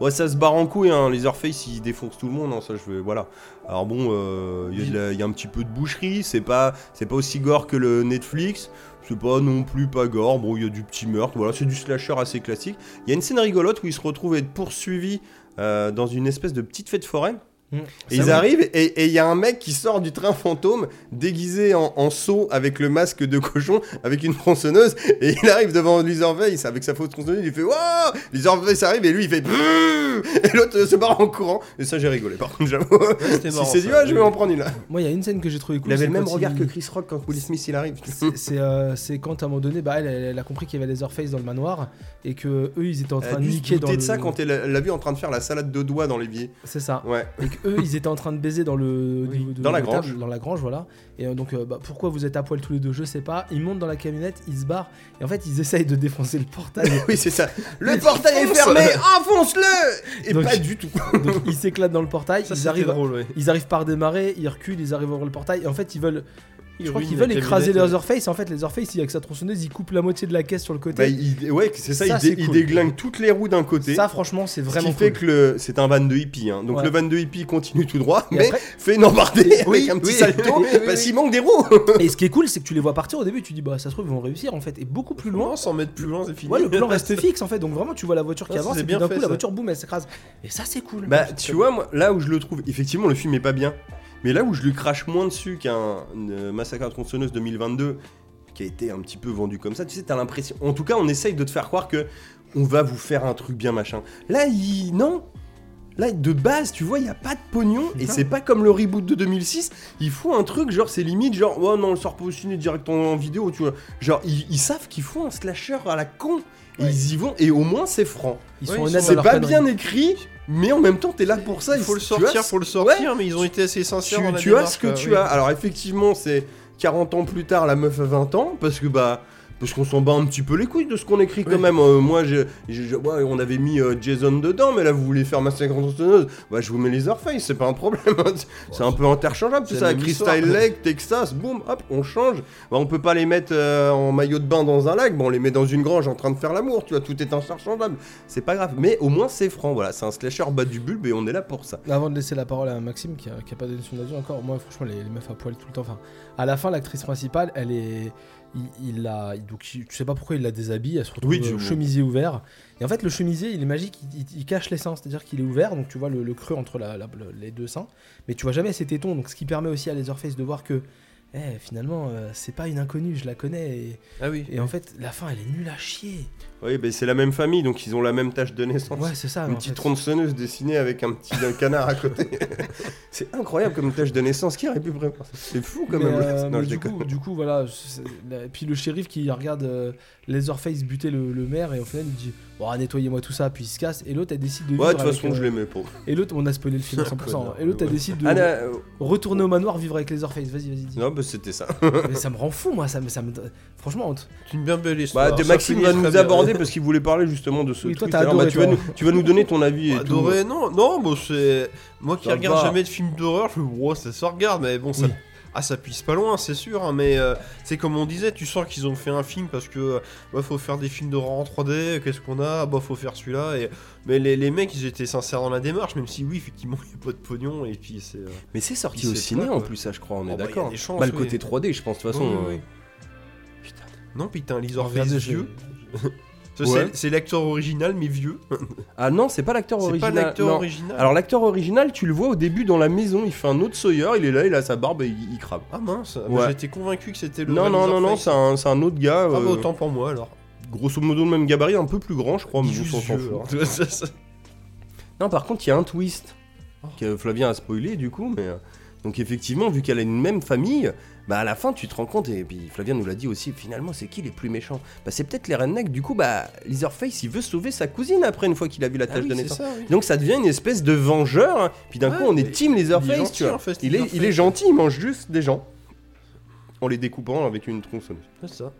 Speaker 3: Ouais, ça se barre en couille, hein. Leatherface il défonce tout le monde, hein, ça je veux. Voilà. Alors bon, euh, il y a de la- il y, a un petit peu de boucherie, c'est pas, c'est pas aussi gore que le Netflix, c'est pas non plus pas gore, bon, il y a du petit meurtre, voilà, c'est du slasher assez classique. Il y a une scène rigolote où ils se retrouvent à être poursuivis euh, dans une espèce de petite fête foraine.
Speaker 2: Mm.
Speaker 3: Et ils arrivent et- et il y a un mec qui sort du train fantôme déguisé en, en seau avec le masque de cochon, avec une tronçonneuse, et il arrive devant Leatherface avec sa fausse tronçonneuse, il fait Waouh Leatherface arrive et lui il fait Brrr Et l'autre se barre en courant, et ça j'ai rigolé par contre, j'avoue.
Speaker 4: C'était
Speaker 3: si
Speaker 4: marrant,
Speaker 3: c'est du,
Speaker 4: ça.
Speaker 3: ah, je vais en prendre une là.
Speaker 2: Moi il y a une scène que j'ai trouvé cool.
Speaker 3: Il avait
Speaker 2: c'est
Speaker 3: le même
Speaker 2: quand
Speaker 3: regard
Speaker 2: il-
Speaker 3: que Chris Rock quand Will Smith il arrive.
Speaker 2: c'est- C'est euh, c'est quand à un moment donné, bah, elle, elle- elle a compris qu'il y avait les Orface dans le manoir et que eux ils étaient en
Speaker 3: Elle a
Speaker 2: train de
Speaker 3: dû se
Speaker 2: niquer dans
Speaker 3: douter
Speaker 2: le.
Speaker 3: Euh, de ça quand elle a- elle l'a vu en train de faire la salade de doigts dans l'évier.
Speaker 2: C'est ça.
Speaker 3: Ouais.
Speaker 2: Et que eux ils étaient en train de baiser dans le. au
Speaker 3: Oui.
Speaker 2: niveau de-
Speaker 3: Dans la
Speaker 2: de table,
Speaker 3: grange.
Speaker 2: Dans la grange, voilà. Et euh, donc euh, bah, pourquoi vous êtes à poil tous les deux, je sais pas. Ils montent dans la camionnette, ils se barrent et en fait ils essayent de défoncer le portail.
Speaker 3: oui, c'est ça. Le portail est fermé, enfonce-le Et
Speaker 2: Donc-
Speaker 3: pas du tout.
Speaker 2: Donc ils s'éclatent dans le portail,
Speaker 4: Ça,
Speaker 2: ils
Speaker 4: c'était
Speaker 2: arrivent,
Speaker 4: drôle, ouais.
Speaker 2: ils arrivent par démarrer, ils reculent, ils arrivent à ouvrir le portail. Et en fait, ils veulent, je crois
Speaker 4: ruinent
Speaker 2: qu'ils
Speaker 4: la
Speaker 2: veulent écraser
Speaker 4: camionnette,
Speaker 2: les Otherface. En fait, les Otherface, avec sa tronçonneuse, ils coupent la moitié de la caisse sur le
Speaker 3: Bah,
Speaker 2: côté.
Speaker 3: il- ouais, c'est ça,
Speaker 2: Ça,
Speaker 3: il, dé-
Speaker 2: c'est
Speaker 3: il
Speaker 2: cool.
Speaker 3: déglingue toutes les roues d'un côté.
Speaker 2: ça, franchement, c'est vraiment
Speaker 3: Ce qui fait
Speaker 2: cool.
Speaker 3: que le- c'est un van de hippie. hein. Donc
Speaker 2: Ouais.
Speaker 3: le van de hippie continue tout droit,
Speaker 2: Et
Speaker 3: mais
Speaker 2: après-
Speaker 3: fait une embardée
Speaker 4: Oui,
Speaker 3: avec un petit
Speaker 4: oui,
Speaker 3: salto
Speaker 4: oui, oui,
Speaker 3: parce
Speaker 4: oui.
Speaker 3: qu'il manque des roues.
Speaker 2: Et ce qui est cool, c'est que tu les vois partir au début, tu dis bah ça se trouve ils vont réussir en fait. Et beaucoup plus loin,
Speaker 4: Loin, sans mettre plus loin, c'est fini.
Speaker 2: ouais, le plan reste fixe en fait. Donc vraiment, tu vois la voiture qui
Speaker 4: Ah, ça,
Speaker 2: avance
Speaker 4: c'est
Speaker 2: et puis
Speaker 4: bien
Speaker 2: d'un
Speaker 4: fait,
Speaker 2: coup la
Speaker 4: ça.
Speaker 2: voiture boum elle s'écrase. Et ça c'est cool.
Speaker 3: bah tu vois, moi, là où je le trouve, effectivement, le film est pas bien. Mais là où je lui crache moins dessus qu'un euh, Massacre à tronçonneuse 2022, qui a été un petit peu vendu comme ça, tu sais, t'as l'impression. En tout cas, on essaye de te faire croire que on va vous faire un truc bien machin. Là, il. Non Là, de base, tu vois, il n'y a pas de pognon, et
Speaker 2: ça.
Speaker 3: c'est pas comme le reboot de 2006, il faut un truc, genre, c'est limite, genre, oh non, on le sort pas au ciné direct en, en vidéo, tu vois. Genre, ils, ils savent qu'ils font un slasher à la con, et ils y vont, et au moins, c'est franc.
Speaker 2: Ils
Speaker 4: oui,
Speaker 2: sont
Speaker 4: ils
Speaker 2: honnêtes
Speaker 4: sont-
Speaker 2: dans
Speaker 3: C'est
Speaker 2: leur
Speaker 3: pas
Speaker 2: connerie.
Speaker 3: bien écrit, mais en même temps, t'es là pour ça,
Speaker 4: Il faut le
Speaker 3: tu
Speaker 4: sortir,
Speaker 3: vois,
Speaker 4: faut le sortir, mais ils ont été assez sincères.
Speaker 3: tu,
Speaker 4: dans la
Speaker 3: tu as
Speaker 4: démarche,
Speaker 3: ce que
Speaker 4: quoi,
Speaker 3: tu
Speaker 4: oui.
Speaker 3: as. Alors effectivement, c'est 40 ans plus tard, la meuf a 20 ans, parce que bah... Parce qu'on s'en bat un petit peu les couilles de ce qu'on écrit quand
Speaker 4: Oui.
Speaker 3: même. Euh, moi, je, je- je- ouais, on avait mis euh, Jason dedans, mais là, vous voulez faire Massacre en tronçonneuse. Bah, je vous mets les Orpheys, c'est pas un problème. c'est un peu interchangeable tout
Speaker 4: c'est
Speaker 3: ça.
Speaker 4: la même histoire.
Speaker 3: Crystal Lake, Texas, boum, hop, on change. Bah, on peut pas les mettre euh, en maillot de bain dans un lac, bah, on les met dans une grange en train de faire l'amour, tu vois, tout est interchangeable. C'est pas grave, mais au moins c'est franc, voilà. C'est un slasher bas du bulbe et on est là pour ça.
Speaker 2: Avant de laisser la parole à Maxime qui a, qui a pas donné son avis encore, moi franchement les, les meufs à poil tout le temps. Enfin, à la fin l'actrice principale, elle est, il, il la, il- donc il- tu sais pas pourquoi il la déshabille, elle se retrouve
Speaker 3: Oui, tu-
Speaker 2: euh, chemisier ouvert. Et en fait le chemisier il est magique, il, il- il cache les seins, c'est-à-dire qu'il est ouvert, donc tu vois le, le creux entre la- la- le- les deux seins, mais tu vois jamais ses tétons, donc ce qui permet aussi à Leatherface de voir que, eh, finalement euh, c'est pas une inconnue, je la connais. Et,
Speaker 4: Ah oui.
Speaker 2: et en fait la fin elle est nulle à chier.
Speaker 3: Oui, ben c'est la même famille, donc ils ont la même tâche de naissance.
Speaker 2: Ouais c'est ça.
Speaker 3: Une
Speaker 2: en
Speaker 3: petite
Speaker 2: fait.
Speaker 3: tronçonneuse dessinée avec un petit un canard à côté. c'est incroyable comme tâche de naissance. Qui aurait pu prévoir ça C'est fou quand
Speaker 2: Mais,
Speaker 3: même.
Speaker 2: euh,
Speaker 3: non,
Speaker 2: mais
Speaker 3: je
Speaker 2: du,
Speaker 3: déconne.
Speaker 2: coup, du coup, voilà. c'est- la- Puis le shérif qui regarde euh, Leatherface buter le, le maire et au final il dit Bon, nettoyez-moi tout ça, puis il se casse. Et l'autre, elle décide de.
Speaker 3: Ouais, de
Speaker 2: vivre
Speaker 3: toute
Speaker 2: avec,
Speaker 3: façon,
Speaker 2: euh,
Speaker 3: je l'aimais pas.
Speaker 2: Et l'autre, on a spoilé le film à 100%. et l'autre, elle
Speaker 3: Ouais.
Speaker 2: décide de
Speaker 3: Ah, là, euh,
Speaker 2: retourner au manoir, vivre avec Leatherface. Vas-y, vas-y, dis.
Speaker 3: non, bah, c'était ça.
Speaker 2: Mais ça me rend fou, moi. Ça me, ça me... Franchement, honte.
Speaker 4: C'est une bien belle histoire.
Speaker 3: Bah, de
Speaker 4: Ça
Speaker 3: Maxime
Speaker 4: finit
Speaker 3: va
Speaker 4: très
Speaker 3: nous
Speaker 4: bien.
Speaker 3: aborder parce qu'il voulait parler justement de ce
Speaker 2: Oui, toi,
Speaker 3: truc.
Speaker 2: t'as
Speaker 3: tout à l'heure.
Speaker 2: adoré,
Speaker 3: Bah, tu, vas
Speaker 2: toi.
Speaker 3: nous, tu vas nous donner ton avis. et tout.
Speaker 4: Bah, Adoré, non, non, bon, c'est. Moi qui
Speaker 2: Ça
Speaker 4: regarde
Speaker 2: va.
Speaker 4: jamais de films d'horreur, je me dis, wow, ça se regarde, mais bon, ça.
Speaker 2: Oui.
Speaker 4: Ah, ça puisse pas loin, c'est sûr, hein, mais euh, c'est comme on disait, tu sens qu'ils ont fait un film parce que euh, bah, faut faire des films d'horreur en 3D, qu'est-ce qu'on a, bah faut faire celui-là, et... mais les, les mecs ils étaient sincères dans la démarche, même si oui, effectivement, il n'y a pas de pognon, et puis c'est. euh,
Speaker 3: Mais c'est sorti
Speaker 4: Il
Speaker 3: au
Speaker 4: sait
Speaker 3: ciné
Speaker 4: pas,
Speaker 3: en
Speaker 4: quoi.
Speaker 3: plus, ça, je crois. On est
Speaker 4: Oh, bah, y a
Speaker 3: d'accord.
Speaker 4: des chances,
Speaker 3: Bah, le
Speaker 4: oui.
Speaker 3: côté 3D, je pense, de toute façon.
Speaker 4: Oui, oui, oui.
Speaker 3: euh,
Speaker 4: Non, putain, les
Speaker 2: Regardez,
Speaker 4: orphelins
Speaker 2: je-
Speaker 4: vieux. Ça, c'est-
Speaker 3: Ouais.
Speaker 4: C'est l'acteur original, mais vieux.
Speaker 3: Ah non, c'est pas l'acteur
Speaker 4: C'est pas
Speaker 3: original.
Speaker 4: l'acteur
Speaker 3: non.
Speaker 4: original.
Speaker 3: Alors, l'acteur original, tu le vois au début dans la maison, il fait un autre Sawyer, il est là, il a sa barbe et il, il crabe.
Speaker 4: Ah mince, bah,
Speaker 3: Ouais.
Speaker 4: j'étais convaincu que c'était le.
Speaker 3: Non,
Speaker 4: vrai
Speaker 3: non,
Speaker 4: Leatherface.
Speaker 3: non, non, c'est un, c'est un autre gars.
Speaker 4: Ah bah,
Speaker 3: euh,
Speaker 4: autant pour moi alors.
Speaker 3: Grosso modo, le même gabarit, un peu plus grand, je crois, oh, mais
Speaker 4: Dis
Speaker 3: on
Speaker 4: juste
Speaker 3: s'en
Speaker 4: vieux, hein.
Speaker 3: fout.
Speaker 4: alors. Ça, ça-
Speaker 3: Non, par contre, il y a un twist
Speaker 4: Oh.
Speaker 3: que Flavien a spoilé du coup, mais. euh, Donc, effectivement, vu qu'elle a une même famille, bah à la fin, tu te rends compte, et puis Flavien nous l'a dit aussi, finalement, c'est qui les plus méchants Bah, c'est peut-être les rednecks, du coup, bah, Leatherface, il veut sauver sa cousine après, une fois qu'il a vu la
Speaker 4: Ah
Speaker 3: tâche
Speaker 4: oui,
Speaker 3: de
Speaker 4: c'est
Speaker 3: naissance.
Speaker 4: ça, oui.
Speaker 3: Donc, ça devient une espèce de vengeur, hein. puis d'un
Speaker 4: Ouais,
Speaker 3: coup, on
Speaker 4: mais
Speaker 3: est team
Speaker 4: il est
Speaker 3: Leatherface,
Speaker 4: gentil,
Speaker 3: tu vois.
Speaker 4: en fait,
Speaker 3: il, est, il est
Speaker 4: Leatherface.
Speaker 3: gentil, il mange
Speaker 4: hein.
Speaker 3: juste des gens en les découpant avec une tronçonneuse.
Speaker 4: C'est ça.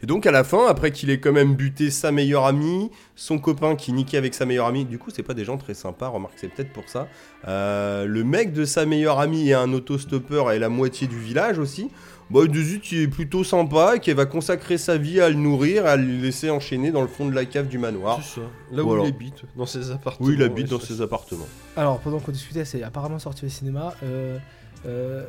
Speaker 3: Et donc à la fin, après qu'il ait quand même buté sa meilleure amie, son copain qui niquait avec sa meilleure amie, du coup c'est pas des gens très sympas, remarque c'est peut-être pour ça. Euh, le mec de sa meilleure amie est un autostoppeur et la moitié du village aussi. Bah de zut, il est plutôt sympa, qui va consacrer sa vie à le nourrir, à le laisser enchaîner dans le fond de la cave du manoir.
Speaker 4: C'est ça. Là où
Speaker 3: Voilà.
Speaker 4: il habite, dans ses appartements.
Speaker 3: Oui, il habite
Speaker 4: ouais,
Speaker 3: dans
Speaker 4: ça-
Speaker 3: ses appartements.
Speaker 2: Alors, pendant qu'on discutait, c'est apparemment sorti au cinéma. euh, euh,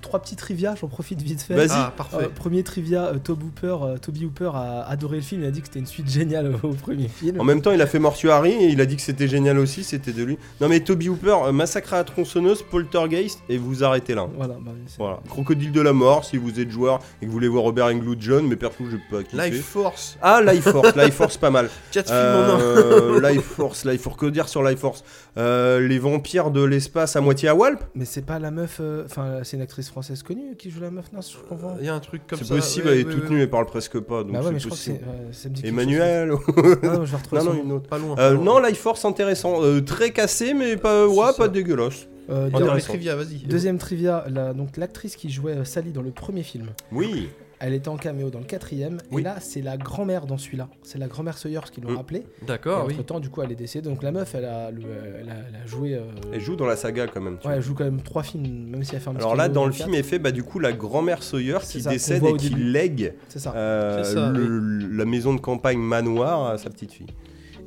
Speaker 2: trois petites trivia, j'en profite vite fait.
Speaker 3: Vas-y.
Speaker 4: Ah,
Speaker 2: Euh,
Speaker 4: parfait.
Speaker 2: premier trivia, euh, Toby Hooper, euh, Toby Hooper a adoré le film, il a dit que c'était une suite géniale au premier film.
Speaker 3: En même temps, il a fait Mortuary et il a dit que c'était génial aussi, c'était de lui. Non mais Toby Hooper, euh, Massacre à la tronçonneuse, Poltergeist, et vous arrêtez là.
Speaker 2: Voilà, bah, c'est-
Speaker 3: Voilà. Crocodile de la mort, si vous êtes joueur et que vous voulez voir Robert Englund John, mais perso, je peux pas kiffer.
Speaker 4: Life Force.
Speaker 3: Ah, Life Force, Life Force, pas mal.
Speaker 4: 4 films en un.
Speaker 3: Euh, Life Force, Life Force, que dire sur Life Force Euh, Les vampires de l'espace à moitié à Walp
Speaker 2: Mais c'est pas la meuf, euh, enfin c'est une actrice française connue qui joue la meuf, non je comprends.
Speaker 4: Il y a un truc comme ça.
Speaker 3: C'est possible,
Speaker 4: ouais,
Speaker 3: elle est hein.
Speaker 4: ouais,
Speaker 3: toute
Speaker 4: ouais.
Speaker 3: nue, elle parle presque pas, Euh, donc
Speaker 2: bah ouais, mais
Speaker 3: c'est
Speaker 2: je crois que c'est.
Speaker 3: possible.
Speaker 2: ouais, ça me dit quelque
Speaker 3: Emmanuel
Speaker 2: chose. Ah, non, je vais retrouver
Speaker 3: Non,
Speaker 2: son
Speaker 3: non,
Speaker 2: nom.
Speaker 3: une autre.
Speaker 4: Pas loin.
Speaker 3: Euh,
Speaker 4: pas
Speaker 3: non,
Speaker 4: loin.
Speaker 3: Life Force intéressant, Euh, très cassé mais pas,
Speaker 2: C'est
Speaker 3: ouais,
Speaker 2: ça.
Speaker 3: pas dégueulasse.
Speaker 2: Euh,
Speaker 4: Dans les
Speaker 3: intéressant.
Speaker 4: trivia, vas-y.
Speaker 2: Deuxième trivia, la, donc l'actrice qui jouait euh, Sally dans le premier film,
Speaker 3: Oui.
Speaker 2: elle était en caméo dans le quatrième,
Speaker 3: Oui.
Speaker 2: et là c'est la grand-mère dans celui-là, c'est la grand-mère Sawyer qui l'ont
Speaker 3: Mm.
Speaker 2: rappelé.
Speaker 4: D'accord, Ah, oui.
Speaker 2: entre temps, du coup, elle est décédée, donc la meuf, elle a, le- elle a, elle a joué. euh,
Speaker 3: Elle joue dans la saga quand même. tu
Speaker 2: ouais,
Speaker 3: vois.
Speaker 2: elle joue quand même trois films, même si elle fait un petit
Speaker 3: Alors là,
Speaker 2: caméo
Speaker 3: dans le
Speaker 2: quatre,
Speaker 3: film, est fait bah, du coup la grand-mère Sawyer
Speaker 2: C'est
Speaker 3: qui
Speaker 2: ça, qu'on
Speaker 3: décède
Speaker 2: voit
Speaker 3: et
Speaker 2: au
Speaker 3: qui
Speaker 2: début. Ah,
Speaker 3: lègue
Speaker 2: c'est ça.
Speaker 3: euh,
Speaker 4: C'est ça,
Speaker 3: le- la maison de campagne manoir à sa petite fille.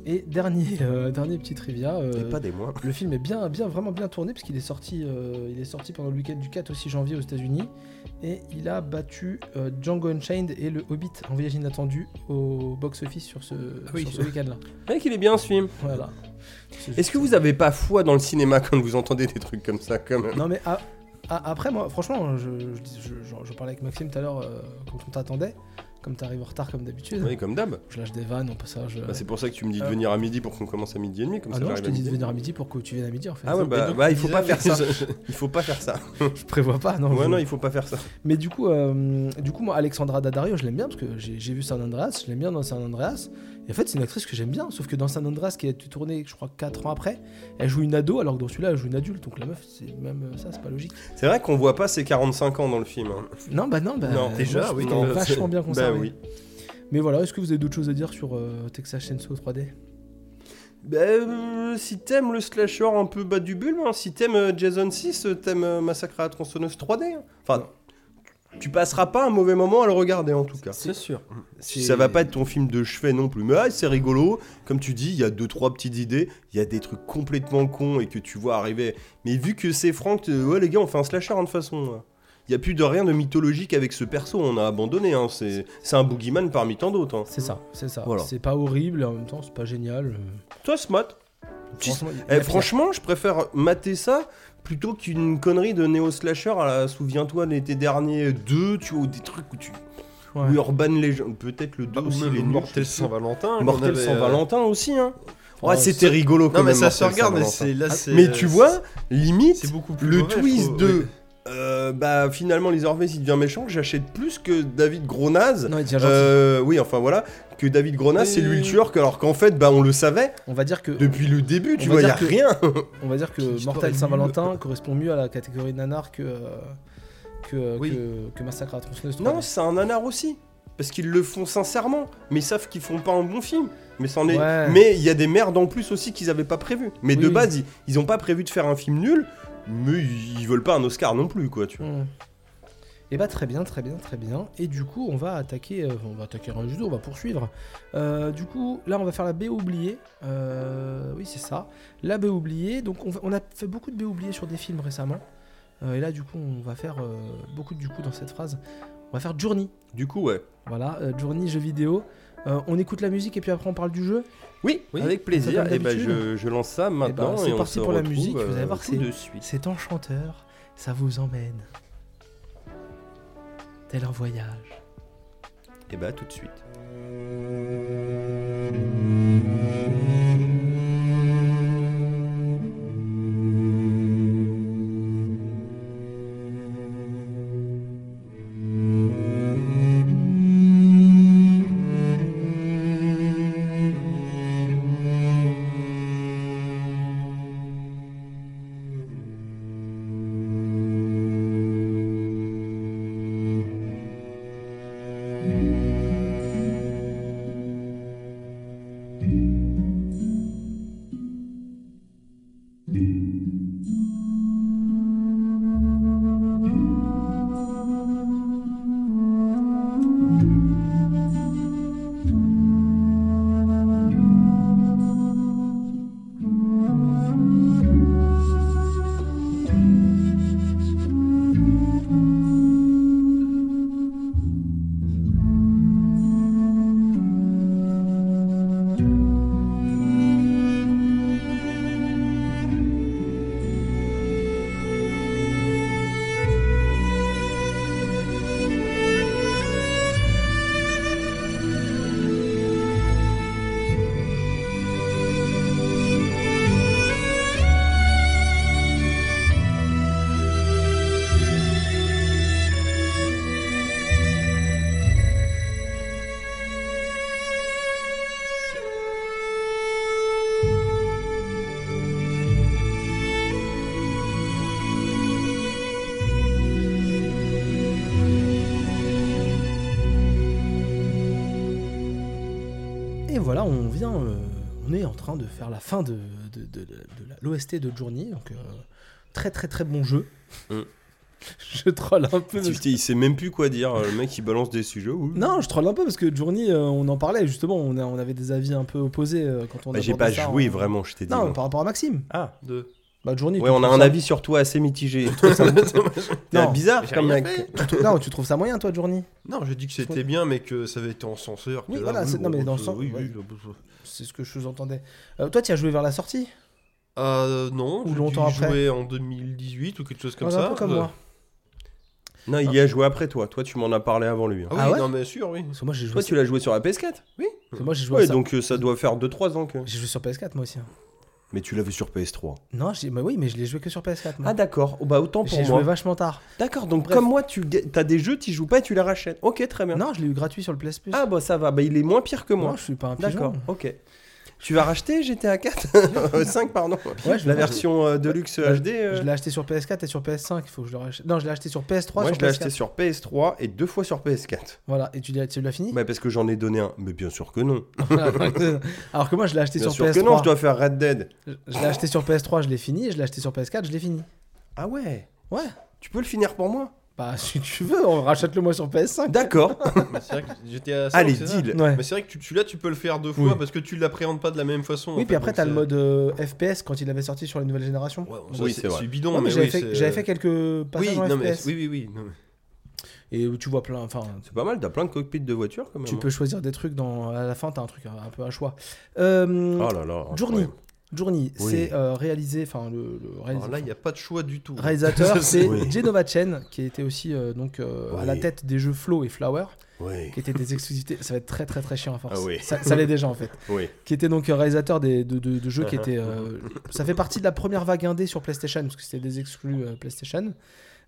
Speaker 2: Et dernier, euh, dernier petit trivia. euh,
Speaker 3: Et pas des mois.
Speaker 2: Le film est bien, bien, vraiment bien tourné parce qu'il est sorti, euh, il est sorti pendant le week-end du 4 au 6 janvier aux États-Unis et il a battu euh, Django Unchained et le Hobbit en voyage inattendu au box-office sur ce,
Speaker 4: Ah oui.
Speaker 2: sur ce week-end-là.
Speaker 3: Mec, il est bien ce film.
Speaker 2: Voilà.
Speaker 3: Est-ce que vous avez pas foi dans le cinéma quand vous entendez des trucs comme ça quand même
Speaker 2: Non mais à- à- après moi, franchement, hein, je, je, dis- je- je- je parlais avec Maxime tout à l'heure euh, quand on t'attendait, comme t'arrives en retard comme d'habitude.
Speaker 3: Oui, comme d'hab.
Speaker 2: Je lâche des vannes au passage. euh,
Speaker 3: Bah, c'est pour ça que tu me dis de
Speaker 2: Euh.
Speaker 3: venir à midi pour qu'on commence à midi et demi, comme
Speaker 2: ah
Speaker 3: ça
Speaker 2: non, je
Speaker 3: j'arrive
Speaker 2: te
Speaker 3: à
Speaker 2: dis de
Speaker 3: midi.
Speaker 2: venir à midi pour que tu viennes à midi en fait.
Speaker 3: Ah ouais,
Speaker 4: Et
Speaker 3: bah,
Speaker 4: donc,
Speaker 3: bah, il faut
Speaker 4: tu
Speaker 3: pas
Speaker 4: disais-
Speaker 3: faire ça. Il faut pas faire ça.
Speaker 2: Je prévois pas, non.
Speaker 3: Ouais,
Speaker 2: je-
Speaker 3: non, il faut pas faire ça.
Speaker 2: Mais du coup, euh, du coup, moi, Alexandra Daddario, je l'aime bien parce que j'ai j'ai vu San Andreas, je l'aime bien dans San Andreas. Et en fait, c'est une actrice que j'aime bien, sauf que dans San Andreas, qui a été tournée, je crois, 4 ans après, elle joue une ado, alors que dans celui-là, elle joue une adulte. Donc la meuf, c'est même euh, ça, c'est pas logique.
Speaker 3: C'est vrai qu'on voit pas ses 45 ans dans le film. hein.
Speaker 2: Non, bah non, bah.
Speaker 3: Non,
Speaker 2: moi,
Speaker 4: déjà,
Speaker 2: je
Speaker 4: oui,
Speaker 2: trouve
Speaker 3: non,
Speaker 2: qu'elle est
Speaker 3: c'est-
Speaker 2: vachement bien
Speaker 3: bah
Speaker 2: conservée.
Speaker 3: oui.
Speaker 2: Mais voilà, est-ce que vous avez d'autres choses à dire sur euh, Texas Chainsaw 3D
Speaker 3: Bah, euh, si t'aimes le slasher un peu bas du bulbe, hein, si t'aimes euh, Jason 6, euh, t'aimes euh, Massacre à la tronçonneuse 3D. hein. Enfin, tu passeras pas un mauvais moment à le regarder en tout cas.
Speaker 2: C'est
Speaker 4: sûr.
Speaker 3: Ça va pas être ton film de chevet non plus, mais ah, c'est rigolo. Comme tu dis, il y a deux trois petites idées, il y a des trucs complètement cons et que tu vois arriver. Mais vu que c'est Franck, t'es- ouais les gars, on fait un slasher hein, de toute façon. Il y a plus de rien de mythologique avec ce perso, on a abandonné. hein, C'est c'est un boogeyman parmi tant d'autres. hein.
Speaker 2: C'est ça, c'est ça.
Speaker 3: Voilà.
Speaker 2: C'est pas horrible et en même temps, c'est pas génial. euh,
Speaker 3: Toi, Smot, Tu-
Speaker 2: Franchement, il y a
Speaker 3: Eh,
Speaker 2: pire.
Speaker 3: franchement, je préfère mater ça plutôt qu'une connerie de néo-slasher à la Souviens-toi l'été dernier 2, tu vois, ou des trucs où tu.
Speaker 2: Ouais.
Speaker 3: ou Urban Legend, peut-être le 2
Speaker 4: Bah, ou
Speaker 3: aussi,
Speaker 4: même
Speaker 3: il est nul,
Speaker 4: Mortel
Speaker 3: je sais pas.
Speaker 4: Saint-Valentin. qu'on
Speaker 3: Mortel
Speaker 4: avait, euh,
Speaker 3: Saint-Valentin aussi, hein. Ouais,
Speaker 2: Ouais,
Speaker 3: c'était rigolo quand
Speaker 4: Non, mais
Speaker 3: même,
Speaker 4: ça se
Speaker 3: Mortel
Speaker 4: regarde, mais
Speaker 3: Saint-Valentin. Ah,
Speaker 4: c'est là, c'est.
Speaker 3: Mais
Speaker 4: euh,
Speaker 3: tu vois, limite,
Speaker 4: c'est beaucoup plus.
Speaker 3: le
Speaker 4: mauvais, je
Speaker 3: twist
Speaker 4: trouve,
Speaker 3: de.
Speaker 4: ouais.
Speaker 3: euh, bah, finalement, les Orvès, il devient méchant, j'achète plus que David Gronaz.
Speaker 2: Non, il devient gentil.
Speaker 3: Euh, oui, enfin voilà, que David Gronaz,
Speaker 4: Oui,
Speaker 3: c'est lui
Speaker 4: oui,
Speaker 3: le
Speaker 4: oui.
Speaker 3: tueur, que- alors qu'en fait, bah, on le savait
Speaker 2: On va
Speaker 4: Euh,
Speaker 2: dire que
Speaker 3: depuis le début, tu
Speaker 2: On va
Speaker 3: vois, y a
Speaker 2: dire que-
Speaker 3: rien.
Speaker 2: On va dire
Speaker 4: Petite
Speaker 2: que
Speaker 4: histoire
Speaker 2: Mortal
Speaker 4: nulle.
Speaker 2: Saint-Valentin correspond mieux à la catégorie nanar que, euh, que, euh,
Speaker 4: Oui.
Speaker 2: que, que Massacre à la tronçonneuse.
Speaker 3: Non, c'est un nanar aussi. Parce qu'ils le font sincèrement, mais ils savent qu'ils font pas un bon film. Mais c'en est-
Speaker 2: Ouais.
Speaker 3: mais il y a des merdes en plus aussi qu'ils avaient pas prévu. Mais de
Speaker 2: Oui.
Speaker 3: base, ils, ils ont pas prévu de faire un film nul, mais ils veulent pas un Oscar non plus, quoi, tu vois.
Speaker 2: Et bah Hmm. très bien, très bien, très bien. Et du coup, on va attaquer, euh, on va attaquer rien du tout, on va poursuivre. Euh, du coup, là, on va faire la baie oubliée. Euh, oui, c'est ça. La baie oubliée. Donc, on, va- on a fait beaucoup de baie oubliées sur des films récemment. Euh, et là, du coup, on va faire euh, beaucoup de du coup dans cette phrase. On va faire Journey.
Speaker 3: Du coup, ouais.
Speaker 2: Voilà, euh, Journey jeu vidéo. Euh, on écoute la musique et puis après on parle du jeu.
Speaker 3: Oui,
Speaker 2: Oui,
Speaker 3: avec
Speaker 2: on fait
Speaker 3: plaisir.
Speaker 2: comme
Speaker 3: Et bah,
Speaker 2: d'habitude. Eh ben,
Speaker 3: je, je lance ça maintenant.
Speaker 2: c'est
Speaker 3: et on
Speaker 2: parti
Speaker 3: se
Speaker 2: pour la
Speaker 3: retrouve,
Speaker 2: musique, vous
Speaker 3: euh,
Speaker 2: allez voir,
Speaker 3: tout
Speaker 2: c'est-
Speaker 3: de suite.
Speaker 2: C'est enchanteur, ça vous emmène. Tel un voyage.
Speaker 3: Et bah, tout de suite.
Speaker 2: voilà, on vient, euh, on est en train de faire la fin de, de, de, de la- l'OST de Journey, donc euh, très très très bon jeu.
Speaker 3: Mm.
Speaker 2: je troll un peu.
Speaker 3: Tu-
Speaker 2: parce que-
Speaker 3: tu- Il sait même plus quoi dire. Le mec, il balance des sujets. oui.
Speaker 2: Non, je troll un peu parce que Journey, euh, on en parlait justement, on, a- on avait des avis un peu opposés euh, quand on
Speaker 3: Bah,
Speaker 2: a hein.
Speaker 3: j'ai pas joué vraiment, je t'ai dit.
Speaker 2: Non,
Speaker 3: moi.
Speaker 2: par rapport à Maxime.
Speaker 3: Ah,
Speaker 4: De...
Speaker 2: Bah, Journey.
Speaker 3: ouais,
Speaker 2: tu
Speaker 3: on a
Speaker 2: trouves
Speaker 3: un
Speaker 2: ça-
Speaker 3: avis sur toi assez mitigé. Tu trouves ça- T'es
Speaker 2: Non.
Speaker 3: bizarre
Speaker 4: J'ai
Speaker 3: comme
Speaker 4: rien
Speaker 3: mec.
Speaker 2: Tu trou- non, tu trouves ça moyen, toi, Journey
Speaker 4: Non, j'ai dit que c'était bien, mais que ça avait été en censeur.
Speaker 2: Oui, voilà, c'est- non, mais dans le sens-
Speaker 4: euh, Oui, oui,
Speaker 2: ouais. C'est ce que je entendais. Euh, toi, tu as joué vers la sortie
Speaker 4: Euh, non,
Speaker 2: Ou
Speaker 4: j'ai dû
Speaker 2: longtemps
Speaker 4: y
Speaker 2: après.
Speaker 4: jouer en 2018 ou quelque chose comme
Speaker 2: Ouais,
Speaker 4: ça.
Speaker 2: Un peu comme
Speaker 4: Euh,
Speaker 2: moi.
Speaker 3: Non, il y a joué après toi. Toi, tu m'en as parlé avant lui. hein.
Speaker 4: Ah oui,
Speaker 2: Ah ouais
Speaker 4: non, mais sûr, oui.
Speaker 2: Parce que moi, j'ai joué.
Speaker 3: Toi, tu l'as joué sur la PS4
Speaker 2: parce que Moi, j'ai joué. à
Speaker 3: Ouais,
Speaker 2: ça.
Speaker 3: donc euh, ça doit faire 2-3 ans que.
Speaker 2: J'ai joué sur PS4 moi aussi. hein.
Speaker 3: Mais tu l'avais sur PS3.
Speaker 2: Non, j'ai- bah oui, mais je l'ai joué que sur PS4. Moi.
Speaker 3: Ah, d'accord. Oh, bah, autant pour
Speaker 2: j'ai joué
Speaker 3: moi.
Speaker 2: vachement tard.
Speaker 3: D'accord, donc
Speaker 2: Bref.
Speaker 3: comme moi, tu as des jeux, tu joues pas et tu les rachètes. Ok, très bien.
Speaker 2: Non, je l'ai eu gratuit sur le PS Plus.
Speaker 3: Ah, bah, ça va. Bah, il est moins pire que moi.
Speaker 2: moi, je suis pas un pigeon.
Speaker 3: D'accord, ok. Tu vas racheter GTA 4 5, Euh, pardon.
Speaker 2: Ouais, je
Speaker 3: la
Speaker 2: l'ai-
Speaker 3: version euh, Deluxe
Speaker 2: je-
Speaker 3: HD euh,
Speaker 2: Je l'ai acheté sur PS4 et sur PS5. Il faut que je le rachète. Non, je l'ai acheté sur PS3.
Speaker 3: Moi,
Speaker 2: sur
Speaker 3: je l'ai
Speaker 2: PS4.
Speaker 3: acheté sur PS3 et deux fois sur PS4.
Speaker 2: Voilà. Et tu l'as, tu l'as fini
Speaker 3: Bah, parce que j'en ai donné un. Mais bien sûr que non.
Speaker 2: Alors que moi, je l'ai acheté
Speaker 3: Bien
Speaker 2: sur
Speaker 3: sûr
Speaker 2: PS3.
Speaker 3: que non, je dois faire Red Dead.
Speaker 2: Je je l'ai acheté sur PS3, je l'ai fini. Et je l'ai acheté sur PS4, je l'ai fini.
Speaker 3: Ah ouais
Speaker 2: Ouais.
Speaker 3: Tu peux le finir pour moi
Speaker 2: Bah, si tu veux, on rachète le moi sur PS5.
Speaker 3: D'accord.
Speaker 2: Ah,
Speaker 4: Mais c'est vrai que j'étais à ça,
Speaker 3: Allez,
Speaker 4: c'est ça.
Speaker 3: deal.
Speaker 2: Ouais.
Speaker 4: Mais c'est vrai que tu- celui-là, tu peux le faire deux fois
Speaker 2: Oui.
Speaker 4: parce que tu l'appréhendes pas de la même façon. en
Speaker 2: Oui,
Speaker 4: fait,
Speaker 2: puis après,
Speaker 4: donc
Speaker 2: t'as le
Speaker 4: c'est-
Speaker 2: mode euh, FPS quand il avait sorti sur la nouvelle génération.
Speaker 4: Ouais, bon,
Speaker 2: Ouais,
Speaker 4: ça,
Speaker 3: Oui, c'est
Speaker 4: c'est
Speaker 3: vrai.
Speaker 4: c'est bidon,
Speaker 2: mais
Speaker 4: mais
Speaker 2: j'avais,
Speaker 4: oui,
Speaker 2: fait,
Speaker 4: c'est-
Speaker 2: j'avais fait quelques passages
Speaker 4: Oui,
Speaker 2: en
Speaker 4: non, mais...
Speaker 2: FPS.
Speaker 4: oui, oui, oui. non, mais-
Speaker 2: Et où tu vois plein. Enfin,
Speaker 3: C'est pas mal, t'as plein de cockpits de voitures quand même.
Speaker 2: tu
Speaker 3: hein.
Speaker 2: peux choisir des trucs dans. À la fin, t'as un truc un, un peu à choix. Euh,
Speaker 3: Oh là là.
Speaker 2: Journey.
Speaker 3: incroyable.
Speaker 2: Journey,
Speaker 3: Oui. Oh,
Speaker 2: c'est euh, réalisé. Enfin, le, le réalisa-
Speaker 4: Alors là, il n'y a pas de choix du tout.
Speaker 2: réalisateur, c'est
Speaker 3: Oui.
Speaker 2: Genova Chen, qui était aussi euh, donc, euh, à la
Speaker 3: Oui.
Speaker 2: tête des jeux Flow et Flower,
Speaker 3: Oui.
Speaker 2: qui étaient des exclusivités. Ça va être très très très chiant à force.
Speaker 3: Ah oui.
Speaker 2: Ça, ça l'est déjà en fait.
Speaker 3: Oui. Uh-huh.
Speaker 2: qui était donc euh, réalisateur des, de, de- de jeux qui étaient. euh, ça fait partie de la première vague indé sur PlayStation, parce que c'était des exclus euh, PlayStation.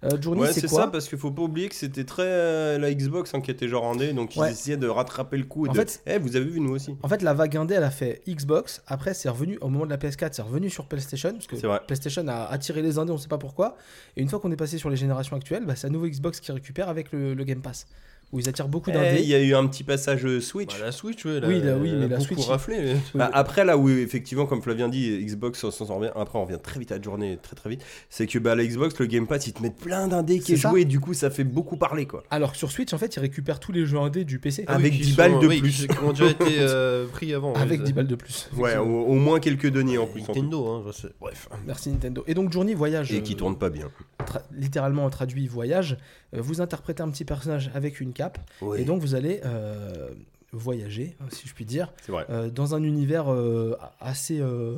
Speaker 2: Euh, Journey,
Speaker 3: Ouais,
Speaker 2: c'est
Speaker 3: c'est
Speaker 2: quoi
Speaker 3: ça, parce qu'il faut pas oublier que c'était très. euh, la Xbox hein, qui était genre indé, donc ils
Speaker 2: Ouais.
Speaker 3: essayaient de rattraper le coup. Et
Speaker 2: En
Speaker 3: de...
Speaker 2: fait-
Speaker 3: Eh, vous avez vu, nous aussi.
Speaker 2: En fait, la vague indé, elle a fait Xbox. Après, c'est revenu au moment de la PS4, c'est revenu sur PlayStation, parce que
Speaker 3: C'est vrai.
Speaker 2: PlayStation a attiré les indés, on sait pas pourquoi. Et une fois qu'on est passé sur les générations actuelles, bah, c'est à nouveau Xbox qui récupère avec le, le Game Pass, où ils attirent beaucoup
Speaker 3: Eh,
Speaker 2: d'indés.
Speaker 3: Il y a eu un petit passage euh, Switch.
Speaker 4: Bah, la Switch, ouais, elle
Speaker 2: Oui,
Speaker 4: a-
Speaker 2: la- oui,
Speaker 4: elle a
Speaker 2: mais la
Speaker 4: beaucoup
Speaker 2: Switch,
Speaker 4: raflé.
Speaker 2: Oui,
Speaker 3: Bah, après, là où effectivement, comme Flavien dit, Xbox, on s'en revient. Après, on revient très vite à la journée, très très vite. C'est que bah, la Xbox, le Game Pass, ils te mettent plein d'indés qui
Speaker 2: C'est
Speaker 3: est,
Speaker 2: ça.
Speaker 3: joué, et du coup, ça fait beaucoup parler quoi.
Speaker 2: Alors que sur Switch, en fait, ils récupèrent tous les jeux indés du PC.
Speaker 3: Ah, Avec
Speaker 4: qui
Speaker 3: 10
Speaker 4: sont-
Speaker 3: balles de
Speaker 4: oui,
Speaker 3: plus.
Speaker 4: Qui ont déjà été euh, pris avant.
Speaker 2: avec
Speaker 4: ouais,
Speaker 2: 10 balles de plus.
Speaker 3: Ouais, au, au moins quelques deniers en plus. en plus.
Speaker 4: Nintendo, hein, je sais. bref.
Speaker 2: Merci Nintendo. Et donc Journey voyage.
Speaker 3: Et qui
Speaker 2: euh,
Speaker 3: tournent pas bien.
Speaker 2: tra- littéralement traduit voyage, euh, vous interprétez un petit personnage avec une cape, et
Speaker 3: Oui,
Speaker 2: donc vous allez euh, voyager, hein, si je puis dire,
Speaker 3: c'est vrai.
Speaker 2: euh, dans un univers euh, a- assez, euh,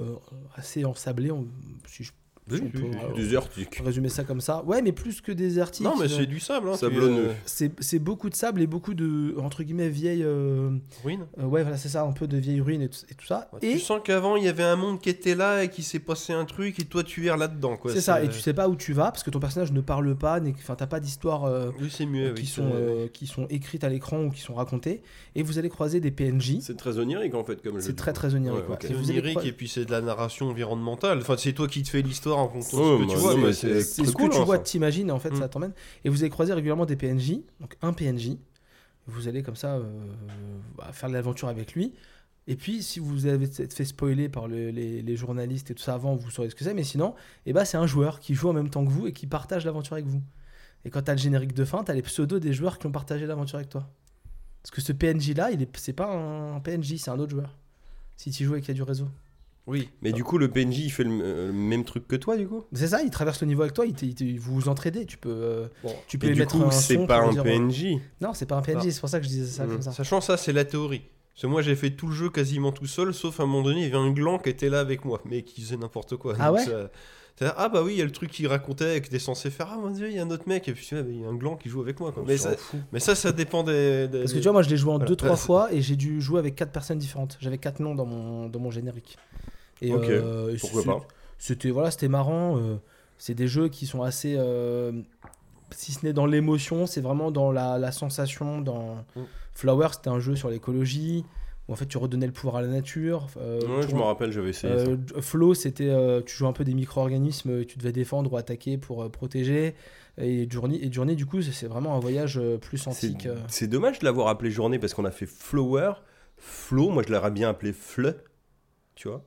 Speaker 2: assez ensablé, on- si je
Speaker 3: Oui,
Speaker 2: on peut,
Speaker 3: oui,
Speaker 2: euh,
Speaker 3: Désertique.
Speaker 2: résumer ça comme ça. Ouais, mais plus que désertique.
Speaker 4: Non, mais
Speaker 2: euh,
Speaker 4: c'est du sable. Hein,
Speaker 3: Sablonneux.
Speaker 2: c'est c'est beaucoup de sable et beaucoup de, entre guillemets, vieilles... euh,
Speaker 4: Ruine.
Speaker 2: euh, ouais, voilà, c'est ça, un peu de vieilles ruines et tout, et tout ça. et
Speaker 4: Tu sens qu'avant, il y avait un monde qui était là et qui s'est passé un truc et toi, tu erres là-dedans. quoi.
Speaker 2: c'est ça, et tu sais pas où tu vas, parce que ton personnage ne parle pas, n'est- enfin, t'as pas d'histoire... euh,
Speaker 4: Oui, c'est mieux.
Speaker 2: qui
Speaker 4: oui,
Speaker 2: sont,
Speaker 4: c'est-
Speaker 2: euh, qui sont écrites à l'écran ou qui sont racontées. Et vous allez croiser des PNJ.
Speaker 3: C'est très onirique en fait, comme je
Speaker 2: C'est très très onirique.
Speaker 3: Ouais,
Speaker 2: ouais.
Speaker 3: ok.
Speaker 2: Et
Speaker 4: C'est
Speaker 2: vous allez
Speaker 4: onirique
Speaker 2: croi-
Speaker 4: et puis c'est de la narration environnementale. Enfin, c'est toi qui te fais l'histoire en comptant
Speaker 3: Oh,
Speaker 4: ce que
Speaker 3: bah,
Speaker 4: tu vois.
Speaker 3: non,
Speaker 4: mais
Speaker 3: mais
Speaker 4: c'est-
Speaker 3: c'est-
Speaker 2: C'est
Speaker 3: très
Speaker 2: ce Euh, que
Speaker 3: cool,
Speaker 2: tu
Speaker 3: hein,
Speaker 2: vois,
Speaker 3: ça.
Speaker 2: t'imagines, et en fait,
Speaker 4: Mm.
Speaker 2: ça t'emmène. Et vous allez croiser régulièrement des PNJ, donc un PNJ. Vous allez comme ça euh, bah, faire de l'aventure avec lui. Et puis, si vous avez été fait spoiler par le- les, les journalistes et tout ça avant, vous saurez ce que c'est. Mais sinon, eh ben, c'est un joueur qui joue en même temps que vous et qui partage l'aventure avec vous. Et quand t'as le générique de fin, t'as les pseudos des joueurs qui ont partagé l'aventure avec toi. Parce que ce PNJ-là, il est- c'est pas un PNJ, c'est un autre joueur. Si tu joues avec il y a du réseau.
Speaker 4: Oui.
Speaker 3: Mais du coup, le PNJ, il fait le, euh, le même truc que toi, du coup
Speaker 2: C'est ça, il traverse le niveau avec toi, il te- il te- vous vous entraidez. Tu peux, euh,
Speaker 4: Bon.
Speaker 2: tu peux
Speaker 3: Et
Speaker 2: lui
Speaker 3: du
Speaker 2: mettre
Speaker 3: coup,
Speaker 2: un
Speaker 3: c'est
Speaker 2: son
Speaker 3: pas
Speaker 2: pour
Speaker 3: un
Speaker 2: dire, euh,
Speaker 3: PNJ.
Speaker 2: Non, c'est pas un PNJ, c'est pour ça que je disais ça comme
Speaker 4: Mm.
Speaker 2: ça.
Speaker 4: Sachant ça, c'est la théorie. Parce que moi, j'ai fait tout le jeu quasiment tout seul, sauf à un moment donné, il y avait un gland qui était là avec moi, mais qui faisait n'importe quoi.
Speaker 2: Ah
Speaker 4: Donc
Speaker 2: ouais
Speaker 4: ça- c'est- Ah bah oui, il y a le truc qu'il racontait, que t'es censé faire. Ah mon dieu, il y a un autre mec, et puis tu vois, il y a un gland qui joue avec moi. quoi. Mais, ça, mais ça, ça dépend des. des-
Speaker 2: Parce que tu vois, moi je l'ai joué en
Speaker 4: Voilà.
Speaker 2: 2-3
Speaker 4: Ouais, c'est-
Speaker 2: fois et j'ai dû jouer avec 4 personnes différentes. J'avais 4 noms dans mon, dans mon générique. Et,
Speaker 3: Ok,
Speaker 2: euh,
Speaker 3: pourquoi
Speaker 2: c'est-
Speaker 3: pas.
Speaker 2: C'était voilà, c'était marrant. euh, c'est des jeux qui sont assez. euh, si ce n'est dans l'émotion, c'est vraiment dans la, la sensation. Dans
Speaker 4: Mm.
Speaker 2: Flower, c'était un jeu sur l'écologie où en fait tu redonnais le pouvoir à la nature. euh,
Speaker 3: Ouais,
Speaker 2: tu
Speaker 3: je me rappelle, j'avais essayé ça.
Speaker 2: Euh, Flow, c'était euh, tu joues un peu des micro-organismes, euh, tu devais défendre ou attaquer pour euh, protéger. Et Journey, et Journey, du coup, c'est- c'est vraiment un voyage euh, plus
Speaker 3: C'est
Speaker 2: antique. euh.
Speaker 3: c'est dommage de l'avoir appelé journée parce qu'on a fait Flower, Flo, moi je l'aurais bien appelé Fle, tu vois.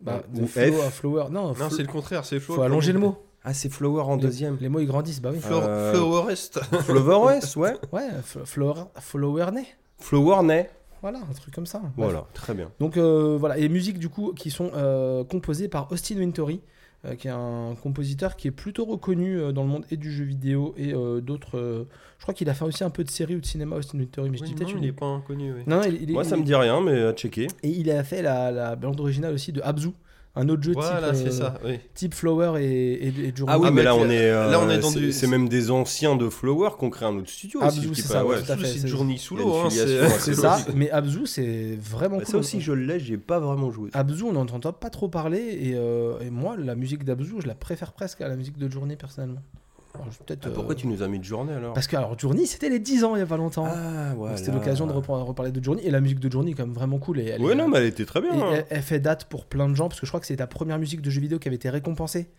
Speaker 2: Bah,
Speaker 3: Ou
Speaker 2: the flow,
Speaker 3: F.
Speaker 2: un flower. Non,
Speaker 4: Non,
Speaker 2: fl-
Speaker 4: c'est le contraire, c'est Flo.
Speaker 2: faut allonger le mot.
Speaker 3: Ah, c'est Flower en
Speaker 2: Les-
Speaker 3: deuxième.
Speaker 2: Les mots ils grandissent, bah oui.
Speaker 4: Flo
Speaker 3: Euh,
Speaker 4: Flowerest.
Speaker 3: Flower S, ouais.
Speaker 2: Ouais, fl- flower, flowerney.
Speaker 3: Flower Ney.
Speaker 2: Voilà, un truc comme ça. Bref.
Speaker 3: Voilà, très bien.
Speaker 2: Donc euh, voilà, et les musiques du coup qui sont euh, composées par Austin Wintory, euh, qui est un compositeur qui est plutôt reconnu euh, dans le monde et du jeu vidéo et euh, d'autres. euh, je crois qu'il a fait aussi un peu de série ou de cinéma Austin Wintory, mais je dis
Speaker 4: Oui,
Speaker 2: peut-être
Speaker 4: non,
Speaker 2: une-
Speaker 4: il est pas inconnu, oui.
Speaker 2: Non, non, il, il est-
Speaker 3: Moi,
Speaker 2: il
Speaker 3: ça
Speaker 2: est-
Speaker 3: me dit rien, mais à checker.
Speaker 2: Et il a fait la, la bande originale aussi de Abzu, un autre jeu
Speaker 4: Voilà,
Speaker 2: type,
Speaker 4: c'est
Speaker 2: euh,
Speaker 4: ça, oui.
Speaker 2: type Flower et, et, et Juro.
Speaker 3: Ah oui,
Speaker 4: Ah,
Speaker 3: mais
Speaker 4: mec,
Speaker 3: là on
Speaker 4: là-
Speaker 3: est,
Speaker 4: là, on est dans
Speaker 3: c'est-
Speaker 4: du-
Speaker 3: C'est même des anciens de Flower qu'on crée un autre studio
Speaker 2: Ah,
Speaker 3: aussi.
Speaker 2: Abzu,
Speaker 3: qui
Speaker 2: c'est
Speaker 3: pas-
Speaker 2: ça,
Speaker 3: ouais.
Speaker 2: tout à fait,
Speaker 4: C'est
Speaker 2: c'est-
Speaker 4: une journée sous
Speaker 3: il y a
Speaker 4: l'eau,
Speaker 3: une
Speaker 4: hein,
Speaker 3: filiation
Speaker 4: c'est-
Speaker 3: à
Speaker 2: C'est
Speaker 3: c'est
Speaker 2: ça,
Speaker 3: logique.
Speaker 2: mais Abzu c'est vraiment
Speaker 3: Bah,
Speaker 2: cool.
Speaker 3: ça aussi, je l'ai, j'ai pas vraiment joué.
Speaker 2: Abzu, on n'entend pas trop parler, et, euh, et moi, la musique d'Abzu, je la préfère presque à la musique de Journée, personnellement. Alors, je- peut-être,
Speaker 3: Ah, Pourquoi
Speaker 2: euh,
Speaker 3: tu nous as mis de journée alors
Speaker 2: Parce que, alors, Journey, c'était les 10 ans il y a pas longtemps.
Speaker 3: Ah,
Speaker 2: Donc,
Speaker 3: voilà.
Speaker 2: C'était l'occasion de repren- reparler de Journey, et la musique de Journey est quand même vraiment cool. Et elle
Speaker 3: Ouais,
Speaker 2: est-
Speaker 3: non, mais elle était très bien.
Speaker 2: et
Speaker 3: hein.
Speaker 2: elle, elle fait date pour plein de gens, parce que je crois que c'est la première musique de jeu vidéo qui avait été récompensée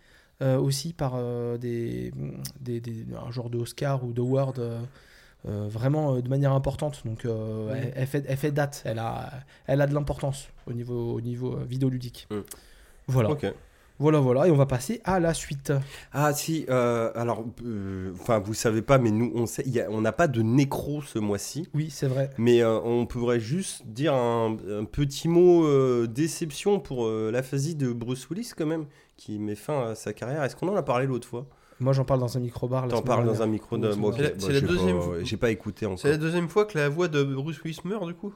Speaker 2: euh, aussi par euh, des, des, des- un genre de Oscar ou d'Award, euh, euh, vraiment euh, de manière importante. Donc euh,
Speaker 3: Ouais.
Speaker 2: elle, elle fait, elle fait date, elle a, elle a de l'importance au niveau, au niveau euh, vidéoludique.
Speaker 3: Mm.
Speaker 2: Voilà.
Speaker 3: Ok.
Speaker 2: voilà, voilà, et on va passer à la suite.
Speaker 3: Ah si, euh, alors, euh, enfin vous savez pas, mais nous on sait, il y a- on n'a pas de nécro ce mois-ci,
Speaker 2: Oui, c'est vrai.
Speaker 3: mais euh, on pourrait juste dire un, un petit mot euh, déception pour euh, l'aphasie de Bruce Willis quand même, qui met fin à sa carrière. Est-ce qu'on en a parlé l'autre fois
Speaker 2: Moi, j'en parle dans un micro-bar. la
Speaker 3: T'en
Speaker 2: semaine
Speaker 3: parles dans
Speaker 2: dernière.
Speaker 3: un micro
Speaker 2: Oui,
Speaker 3: de...
Speaker 2: c'est
Speaker 3: bon, ok,
Speaker 4: vrai.
Speaker 3: bon,
Speaker 4: C'est la
Speaker 3: j'ai pas-
Speaker 4: deuxième-
Speaker 3: ouais, J'ai pas écouté encore.
Speaker 4: C'est la deuxième fois que la voix de Bruce Willis meurt, du coup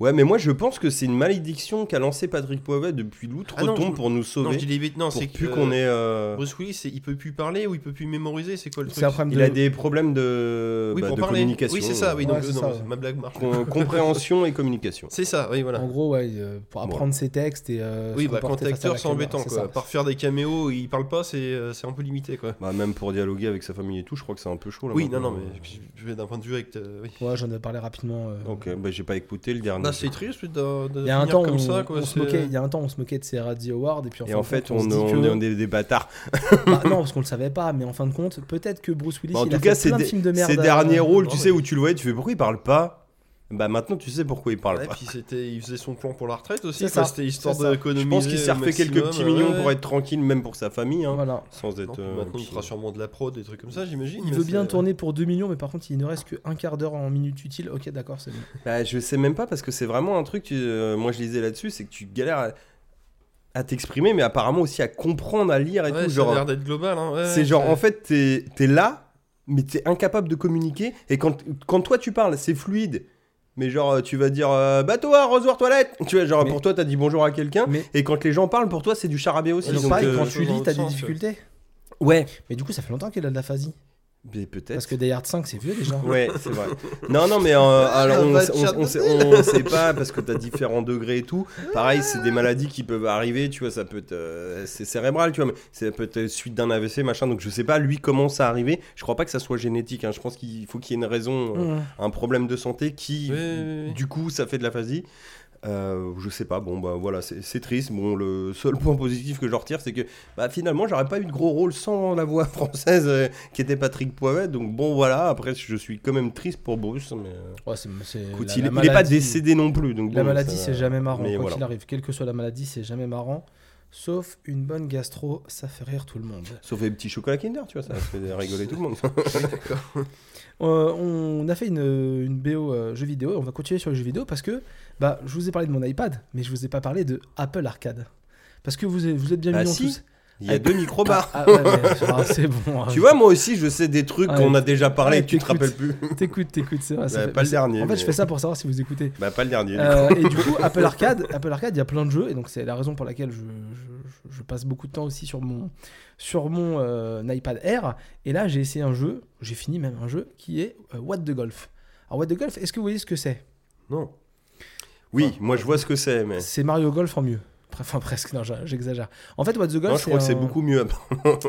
Speaker 3: Ouais, mais moi je pense que c'est une malédiction qu'a lancé Patrick Poivet depuis
Speaker 4: Ah non,
Speaker 3: l'outre-tombe
Speaker 4: je-
Speaker 3: pour nous
Speaker 4: Non,
Speaker 3: sauver.
Speaker 4: je dis les bêtes- non,
Speaker 3: pour
Speaker 4: c'est
Speaker 3: plus
Speaker 4: que,
Speaker 3: qu'on
Speaker 4: euh,
Speaker 3: ait... euh,
Speaker 4: Bruce Willis, c'est- il peut plus parler ou il peut plus mémoriser, c'est quoi le truc
Speaker 2: C'est un problème
Speaker 3: Il
Speaker 2: de-
Speaker 3: a des problèmes de,
Speaker 4: Oui,
Speaker 3: bah,
Speaker 4: pour
Speaker 3: de
Speaker 4: parler.
Speaker 3: communication. euh.
Speaker 4: Oui, c'est ça, oui,
Speaker 2: Ouais,
Speaker 4: donc,
Speaker 2: c'est
Speaker 4: non,
Speaker 2: ça,
Speaker 4: mais
Speaker 2: ouais.
Speaker 4: ma blague marche.
Speaker 3: Com- compréhension et communication.
Speaker 4: C'est ça, oui, voilà.
Speaker 2: En gros, ouais, euh, pour apprendre ses textes et. euh,
Speaker 4: Oui,
Speaker 2: se
Speaker 4: bah, quand
Speaker 2: comporter
Speaker 4: t'es
Speaker 2: face à la
Speaker 4: acteur, c'est
Speaker 2: caméra,
Speaker 4: embêtant,
Speaker 2: c'est
Speaker 4: quoi.
Speaker 2: ça.
Speaker 4: Par faire des caméos, il parle pas, c'est euh, c'est un peu limité, quoi.
Speaker 3: Bah, même pour dialoguer avec sa famille et tout, je crois que c'est un peu chaud là.
Speaker 4: Oui, non,
Speaker 3: maintenant. euh.
Speaker 4: non, mais je- je vais d'un point de vue avec. euh, oui.
Speaker 2: Ouais, j'en ai parlé rapidement. euh,
Speaker 3: Ok, bah j'ai pas écouté le dernier.
Speaker 4: Là, c'est triste de, de
Speaker 2: Il y a un
Speaker 4: finir
Speaker 2: temps,
Speaker 4: comme
Speaker 2: on,
Speaker 4: ça, quoi.
Speaker 2: on se
Speaker 4: c'est-
Speaker 2: moquait. Il y a un temps, on se moquait de ces Radio Awards et puis en
Speaker 3: et
Speaker 2: fin
Speaker 3: en
Speaker 2: de
Speaker 3: fait,
Speaker 2: compte,
Speaker 3: on,
Speaker 2: se dit
Speaker 3: on-
Speaker 2: que-
Speaker 3: on est des bâtards.
Speaker 2: Bah, non, parce qu'on le savait pas, mais en fin de compte, peut-être que Bruce Willis.
Speaker 3: Bah, en
Speaker 2: il
Speaker 3: tout
Speaker 2: a
Speaker 3: cas,
Speaker 2: fait
Speaker 3: ces,
Speaker 2: plein de
Speaker 3: de-
Speaker 2: films de merde.
Speaker 3: ces
Speaker 2: euh,
Speaker 3: derniers rôles, tu
Speaker 4: ouais.
Speaker 3: sais, où tu le voyais, tu fais pourquoi il parle pas Bah maintenant, tu sais pourquoi il parle
Speaker 4: Ouais,
Speaker 3: pas.
Speaker 4: puis c'était, il faisait son plan pour la retraite aussi,
Speaker 2: C'est
Speaker 4: quoi,
Speaker 2: ça,
Speaker 4: C'était histoire
Speaker 2: c'est ça.
Speaker 4: d'économiser.
Speaker 3: Je pense qu'il
Speaker 4: au
Speaker 3: s'est refait quelques
Speaker 4: euh, maximum,
Speaker 3: petits millions
Speaker 4: ouais.
Speaker 3: pour être tranquille, même pour sa famille, hein,
Speaker 2: Voilà.
Speaker 3: sans
Speaker 4: Non,
Speaker 3: être.
Speaker 4: puis
Speaker 3: euh,
Speaker 4: maintenant, il
Speaker 3: puis-
Speaker 4: fera sûrement de la prod, des trucs comme ça, j'imagine.
Speaker 2: Il
Speaker 4: mais
Speaker 2: veut
Speaker 4: c'est-
Speaker 2: bien tourner pour 2 millions, mais par contre, il ne reste qu'un quart d'heure en minutes utiles. Ok, d'accord, c'est bon.
Speaker 3: Bah, je sais même pas parce que c'est vraiment un truc. tu- euh, moi, je lisais là-dessus, c'est que tu galères à, à t'exprimer, mais apparemment aussi à comprendre, à lire et
Speaker 4: Ouais,
Speaker 3: tout.
Speaker 4: ça a
Speaker 3: Genre,
Speaker 4: l'air d'être global, hein. ouais,
Speaker 3: C'est genre, en fait, t'es es là, mais t'es incapable de communiquer. Et quand, quand toi, tu parles, c'est fluide. Mais genre, tu vas dire euh, bateau, arrosoir, toilette. Tu vois, genre,
Speaker 2: Mais-
Speaker 3: pour toi, t'as dit bonjour à quelqu'un.
Speaker 2: mais-
Speaker 3: Et quand les gens parlent, pour toi, c'est du charabia aussi.
Speaker 4: Ils
Speaker 2: Donc,
Speaker 3: donc,
Speaker 2: pareil,
Speaker 3: euh,
Speaker 2: quand
Speaker 4: je
Speaker 2: tu
Speaker 4: vois
Speaker 2: lis,
Speaker 4: dans
Speaker 2: t'as
Speaker 4: le
Speaker 2: des
Speaker 4: sens,
Speaker 2: difficultés.
Speaker 3: Ouais,
Speaker 2: Mais du coup, ça fait longtemps qu'il a de la phasie.
Speaker 3: mais peut-être.
Speaker 2: Parce que Die Hard 5, c'est vieux déjà.
Speaker 3: Ouais, c'est vrai. Non, non, mais euh, alors, on,
Speaker 4: va
Speaker 3: s-
Speaker 4: te
Speaker 3: on-
Speaker 4: faire
Speaker 3: on sait, on sait pas parce que t'as différents degrés et tout. Pareil, c'est des maladies qui peuvent arriver, tu vois, ça peut être. euh, c'est cérébral, tu vois, mais ça peut être suite d'un AVC, machin. Donc je sais pas, lui, comment ça arrivé. Je crois pas que ça soit génétique. hein. Je pense qu'il faut qu'il y ait une raison, euh,
Speaker 2: Mmh.
Speaker 3: un problème de santé qui,
Speaker 4: Oui, oui, oui.
Speaker 3: du coup, ça fait de l'aphasie. Euh, je sais pas, bon bah voilà, c'est c'est triste. Bon, le seul point positif que je retire, c'est que bah, finalement j'aurais pas eu de gros rôle sans la voix française euh, qui était Patrick Poivet. Donc bon voilà, après je suis quand même triste pour Bruce, mais euh,
Speaker 2: Ouais, c'est- c'est
Speaker 3: écoute,
Speaker 2: la-
Speaker 3: il,
Speaker 2: la
Speaker 3: il est pas
Speaker 2: maladie.
Speaker 3: décédé non plus. Donc
Speaker 2: La
Speaker 3: bon,
Speaker 2: maladie,
Speaker 3: ça-
Speaker 2: c'est jamais marrant.
Speaker 3: mais
Speaker 2: Quoi
Speaker 3: voilà.
Speaker 2: qu'il arrive, quelle que soit la maladie, c'est jamais marrant. Sauf une bonne gastro, ça fait rire tout le monde.
Speaker 3: Sauf les petits chocolats Kinder, tu vois, ça fait rigoler tout le monde.
Speaker 2: Euh, on a fait une, une BO euh, jeux vidéo et on va continuer sur les jeux vidéo parce que bah, je vous ai parlé de mon iPad, mais je vous ai pas parlé de Apple Arcade. Parce que vous, êtes- vous êtes bien
Speaker 3: Bah
Speaker 2: mignons
Speaker 3: si.
Speaker 2: tous.
Speaker 3: Il y a deux micro bars.
Speaker 2: Ah ouais, mais- ah, c'est bon. hein.
Speaker 3: Tu vois, moi aussi, je sais des trucs
Speaker 2: Ouais.
Speaker 3: qu'on a déjà parlé
Speaker 2: Ouais,
Speaker 3: et que tu te
Speaker 2: t'écoutes.
Speaker 3: rappelles plus.
Speaker 2: T'écoutes, t'écoutes, c'est vrai. ça
Speaker 3: Bah,
Speaker 2: fait-
Speaker 3: pas le
Speaker 2: c'est-
Speaker 3: dernier,
Speaker 2: En fait,
Speaker 3: mais-
Speaker 2: je fais ça pour savoir si vous écoutez.
Speaker 3: Bah, pas le dernier. du
Speaker 2: Euh, et du coup, Apple Arcade, Apple Arcade, il y a plein de jeux, et donc c'est la raison pour laquelle je, je- je- je passe beaucoup de temps aussi sur mon, sur mon euh, iPad Air. Et là, j'ai essayé un jeu, j'ai fini même un jeu, qui est euh, What the Golf. Alors, What the Golf, est-ce que vous voyez ce que c'est
Speaker 3: Non. Oui, moi je vois ce que c'est, mais.
Speaker 2: C'est Mario Golf en mieux. Enfin, presque, non, j'a- j'exagère. En fait, What the Golf,
Speaker 3: Non, je crois que c'est
Speaker 2: un-
Speaker 3: beaucoup mieux.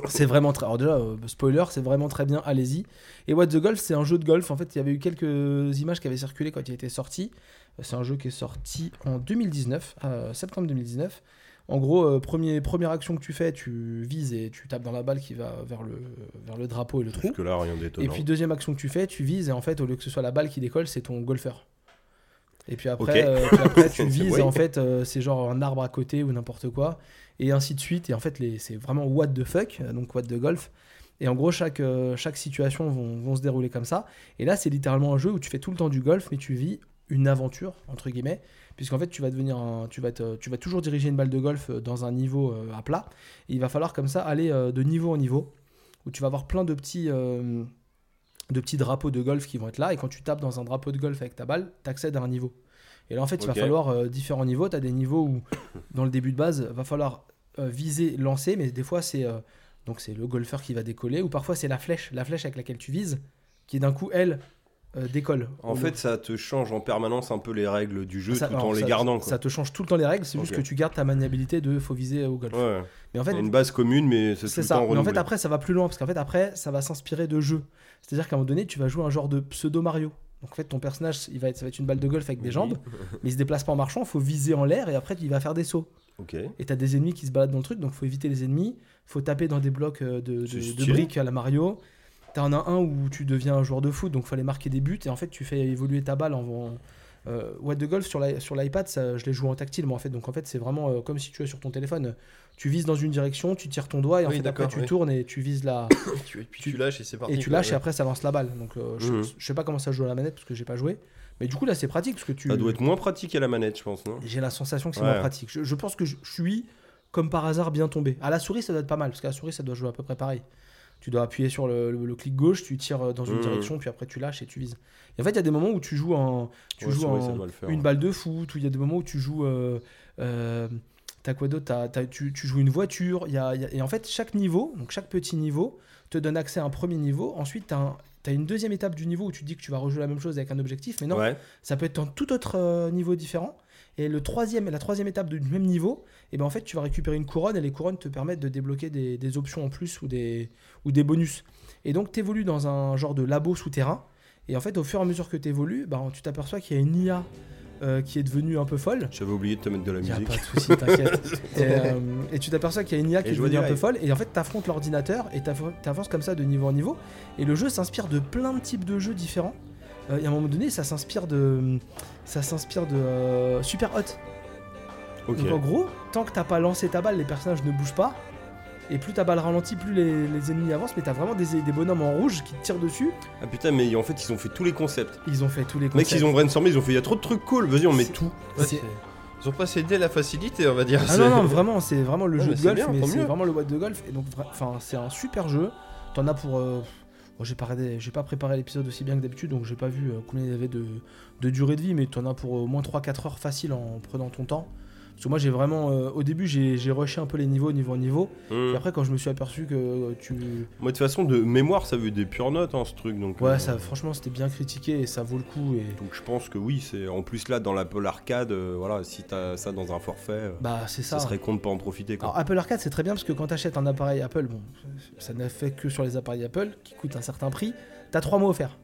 Speaker 2: C'est vraiment très. Alors déjà, euh, spoiler, c'est vraiment très bien. Allez-y. Et What the Golf, c'est un jeu de golf. En fait, il y avait eu quelques images qui avaient circulé quand il était sorti. Euh, C'est un jeu qui est sorti en 2019, euh, septembre 2019. En gros, euh, premier, première action que tu fais, tu vises et tu tapes dans la balle qui va vers le, vers le drapeau et le trou.
Speaker 3: Parce que là, rien d'étonnant.
Speaker 2: Et puis deuxième action que tu fais, tu vises et en fait, au lieu que ce soit la balle qui décolle, c'est ton golfeur. Et puis après,
Speaker 3: Ok.
Speaker 2: euh, puis après, tu
Speaker 3: C'est-
Speaker 2: vises,
Speaker 3: oui.
Speaker 2: et en fait, euh, c'est genre un arbre à côté ou n'importe quoi, et ainsi de suite. Et en fait, les- c'est vraiment what the fuck, euh, donc what de golf. Et en gros, chaque, euh, chaque situation vont, vont se dérouler comme ça. Et là, c'est littéralement un jeu où tu fais tout le temps du golf, mais tu vis une aventure, entre guillemets, puisqu'en fait, tu vas, devenir un- tu, vas te- tu vas toujours diriger une balle de golf euh, dans un niveau euh, à plat. Et il va falloir comme ça aller euh, de niveau en niveau, où tu vas avoir plein de petits, euh, de petits drapeaux de golf qui vont être là. Et quand tu tapes dans un drapeau de golf avec ta balle, tu accèdes à un niveau. Et là, en fait, il va
Speaker 3: Ok.
Speaker 2: falloir euh, différents niveaux. Tu as des niveaux où, dans le début de base, va falloir euh, viser, lancer, mais des fois, c'est euh, donc c'est le golfeur qui va décoller, ou parfois, c'est la flèche, la flèche avec laquelle tu vises, qui d'un coup, elle, euh, décolle.
Speaker 3: En
Speaker 2: Au-
Speaker 3: fait, ça te change en permanence un peu les règles du jeu
Speaker 2: ça-
Speaker 3: tout
Speaker 2: alors,
Speaker 3: en les
Speaker 2: ça-
Speaker 3: gardant. Quoi.
Speaker 2: Ça te change tout le temps les règles, c'est juste
Speaker 3: Ok.
Speaker 2: que tu gardes ta maniabilité de faut viser au golf.
Speaker 3: Ouais.
Speaker 2: Mais en
Speaker 3: Il
Speaker 2: fait,
Speaker 3: y a une base commune, mais c'est tout
Speaker 2: c'est
Speaker 3: le
Speaker 2: ça.
Speaker 3: temps
Speaker 2: Mais en
Speaker 3: renouvelé.
Speaker 2: fait, après, ça va plus loin parce qu'en fait, après, ça va s'inspirer de jeux. C'est-à-dire qu'à un moment donné, tu vas jouer un genre de pseudo Mario. Donc en fait, ton personnage, il va être, ça va être une balle de golf avec des
Speaker 3: Oui.
Speaker 2: jambes, mais il se déplace pas en marchant, faut viser en l'air et après, il va faire des sauts.
Speaker 3: Ok.
Speaker 2: Et t'as des ennemis qui se baladent dans le truc, donc faut éviter les ennemis. Faut taper dans des blocs euh, de, de-
Speaker 3: C'est
Speaker 2: de
Speaker 3: stylé.
Speaker 2: briques à la Mario. T'en as un où tu deviens un joueur de foot, donc fallait marquer des buts. Et en fait, tu fais évoluer ta balle en. en euh, What the Golf sur l'i- sur l'iPad, ça, je l'ai joué en tactile, moi en fait. Donc en fait, c'est vraiment euh, comme si tu es sur ton téléphone. Tu vises dans une direction, tu tires ton doigt et en
Speaker 4: Oui,
Speaker 2: fait après
Speaker 4: d'accord,
Speaker 2: tu
Speaker 4: oui.
Speaker 2: tournes et tu vises la
Speaker 4: tu, et puis
Speaker 2: tu-
Speaker 4: tu lâches et c'est parti.
Speaker 2: et tu
Speaker 4: quoi,
Speaker 2: lâches et
Speaker 4: ouais.
Speaker 2: après ça lance la balle. Donc euh, je,
Speaker 3: Mhm.
Speaker 2: je sais pas comment ça joue à la manette parce que j'ai pas joué. Mais du coup là c'est pratique parce que tu
Speaker 3: Ça doit être moins pratique à la manette, je pense, non
Speaker 2: j'ai la sensation que c'est
Speaker 3: Ouais.
Speaker 2: moins pratique. Je, je pense que je, je suis, comme par hasard, bien tombé. À la souris, ça doit être pas mal, parce qu'à la souris, ça doit jouer à peu près pareil. Tu dois appuyer sur le, le- le clic gauche, tu tires euh, dans une
Speaker 3: Mhm.
Speaker 2: direction, puis après tu lâches et tu vises. Et en fait, il y a des moments où tu joues en, tu
Speaker 3: Ouais,
Speaker 2: joues
Speaker 3: ça, ouais, ça
Speaker 2: en
Speaker 3: doit le faire,
Speaker 2: une
Speaker 3: ouais.
Speaker 2: balle de foot, ou il y a des moments où tu joues. euh, euh, T'as quoi d'autre T'as- t'as- tu, tu joues une voiture. il y a- il y a- et en fait, chaque niveau, donc chaque petit niveau, te donne accès à un premier niveau. Ensuite, t'as un- t'as une deuxième étape du niveau où tu te dis que tu vas rejouer la même chose avec un objectif, mais non,
Speaker 3: Ouais.
Speaker 2: ça peut être dans tout autre euh, niveau différent. Et le troisième, la troisième étape du même niveau, et ben en fait, tu vas récupérer une couronne et les couronnes te permettent de débloquer des, des options en plus ou des, ou des bonus. Et donc, tu évolues dans un genre de labo souterrain. Et en fait, au fur et à mesure que tu évolues, ben, tu t'aperçois qu'il y a une IA euh, qui est devenue un peu folle.
Speaker 3: J'avais oublié de te mettre de la
Speaker 2: Il y a
Speaker 3: musique.
Speaker 2: pas de souci, t'inquiète. et, euh, et tu t'aperçois qu'il y a une IA qui
Speaker 3: Et
Speaker 2: est
Speaker 3: je vois
Speaker 2: devenue
Speaker 3: des
Speaker 2: un peu
Speaker 3: lives.
Speaker 2: folle. Et en fait, t'affrontes l'ordinateur et t'av- t'avances comme ça de niveau en niveau. Et le jeu s'inspire de plein de types de jeux différents. Euh, et à un moment donné, ça s'inspire de, ça s'inspire de euh, Super Hot.
Speaker 3: Ok.
Speaker 2: Donc en gros, tant que t'as pas lancé ta balle, les personnages ne bougent pas. Et plus ta balle ralentit, plus les, les ennemis avancent. Mais t'as vraiment des, des bonhommes en rouge qui te tirent dessus.
Speaker 3: Ah putain, mais en fait, ils ont fait tous les concepts.
Speaker 2: Ils ont fait tous les
Speaker 3: Mec,
Speaker 2: concepts.
Speaker 3: ils ont brainstormé, ils ont fait il y a trop de trucs cool, vas-y, on met
Speaker 2: C'est-
Speaker 3: tout.
Speaker 4: Ouais,
Speaker 2: C'est-
Speaker 4: c'est- Ils ont pas cédé à la facilité, on va dire.
Speaker 2: Ah non, non, vraiment, c'est vraiment le
Speaker 4: Ouais,
Speaker 2: jeu
Speaker 4: mais
Speaker 2: de
Speaker 4: c'est
Speaker 2: golf,
Speaker 4: bien,
Speaker 2: mais
Speaker 4: tant
Speaker 2: c'est
Speaker 4: mieux.
Speaker 2: vraiment le what de golf. Et donc, vra- enfin, c'est un super jeu. T'en as pour. euh, bon, j'ai pas, regardé- j'ai pas préparé l'épisode aussi bien que d'habitude, donc j'ai pas vu euh, combien il y avait de, de durée de vie, mais t'en as pour euh, au moins 3-4 heures facile en prenant ton temps. Parce que moi, j'ai vraiment. euh, au début, j'ai j'ai rushé un peu les niveaux, niveau en niveau.
Speaker 3: Hmm.
Speaker 2: Et après, quand je me suis aperçu que euh, tu.
Speaker 3: Moi, de toute façon, de mémoire, ça veut des pures notes, hein, ce truc. Donc,
Speaker 2: Ouais,
Speaker 3: euh,
Speaker 2: ça, franchement, c'était bien critiqué et ça vaut le coup. Et.
Speaker 3: Donc, je pense que oui, c'est. En plus, là, dans l'Apple Arcade, euh, voilà, si t'as ça dans un forfait, euh,
Speaker 2: Bah, c'est
Speaker 3: ça
Speaker 2: ça.
Speaker 3: serait con de pas en profiter, quoi.
Speaker 2: Alors Apple Arcade c'est très bien parce que quand t'achètes un appareil Apple, bon, ça n'a fait que sur les appareils Apple qui coûtent un certain prix, t'as trois mois offerts.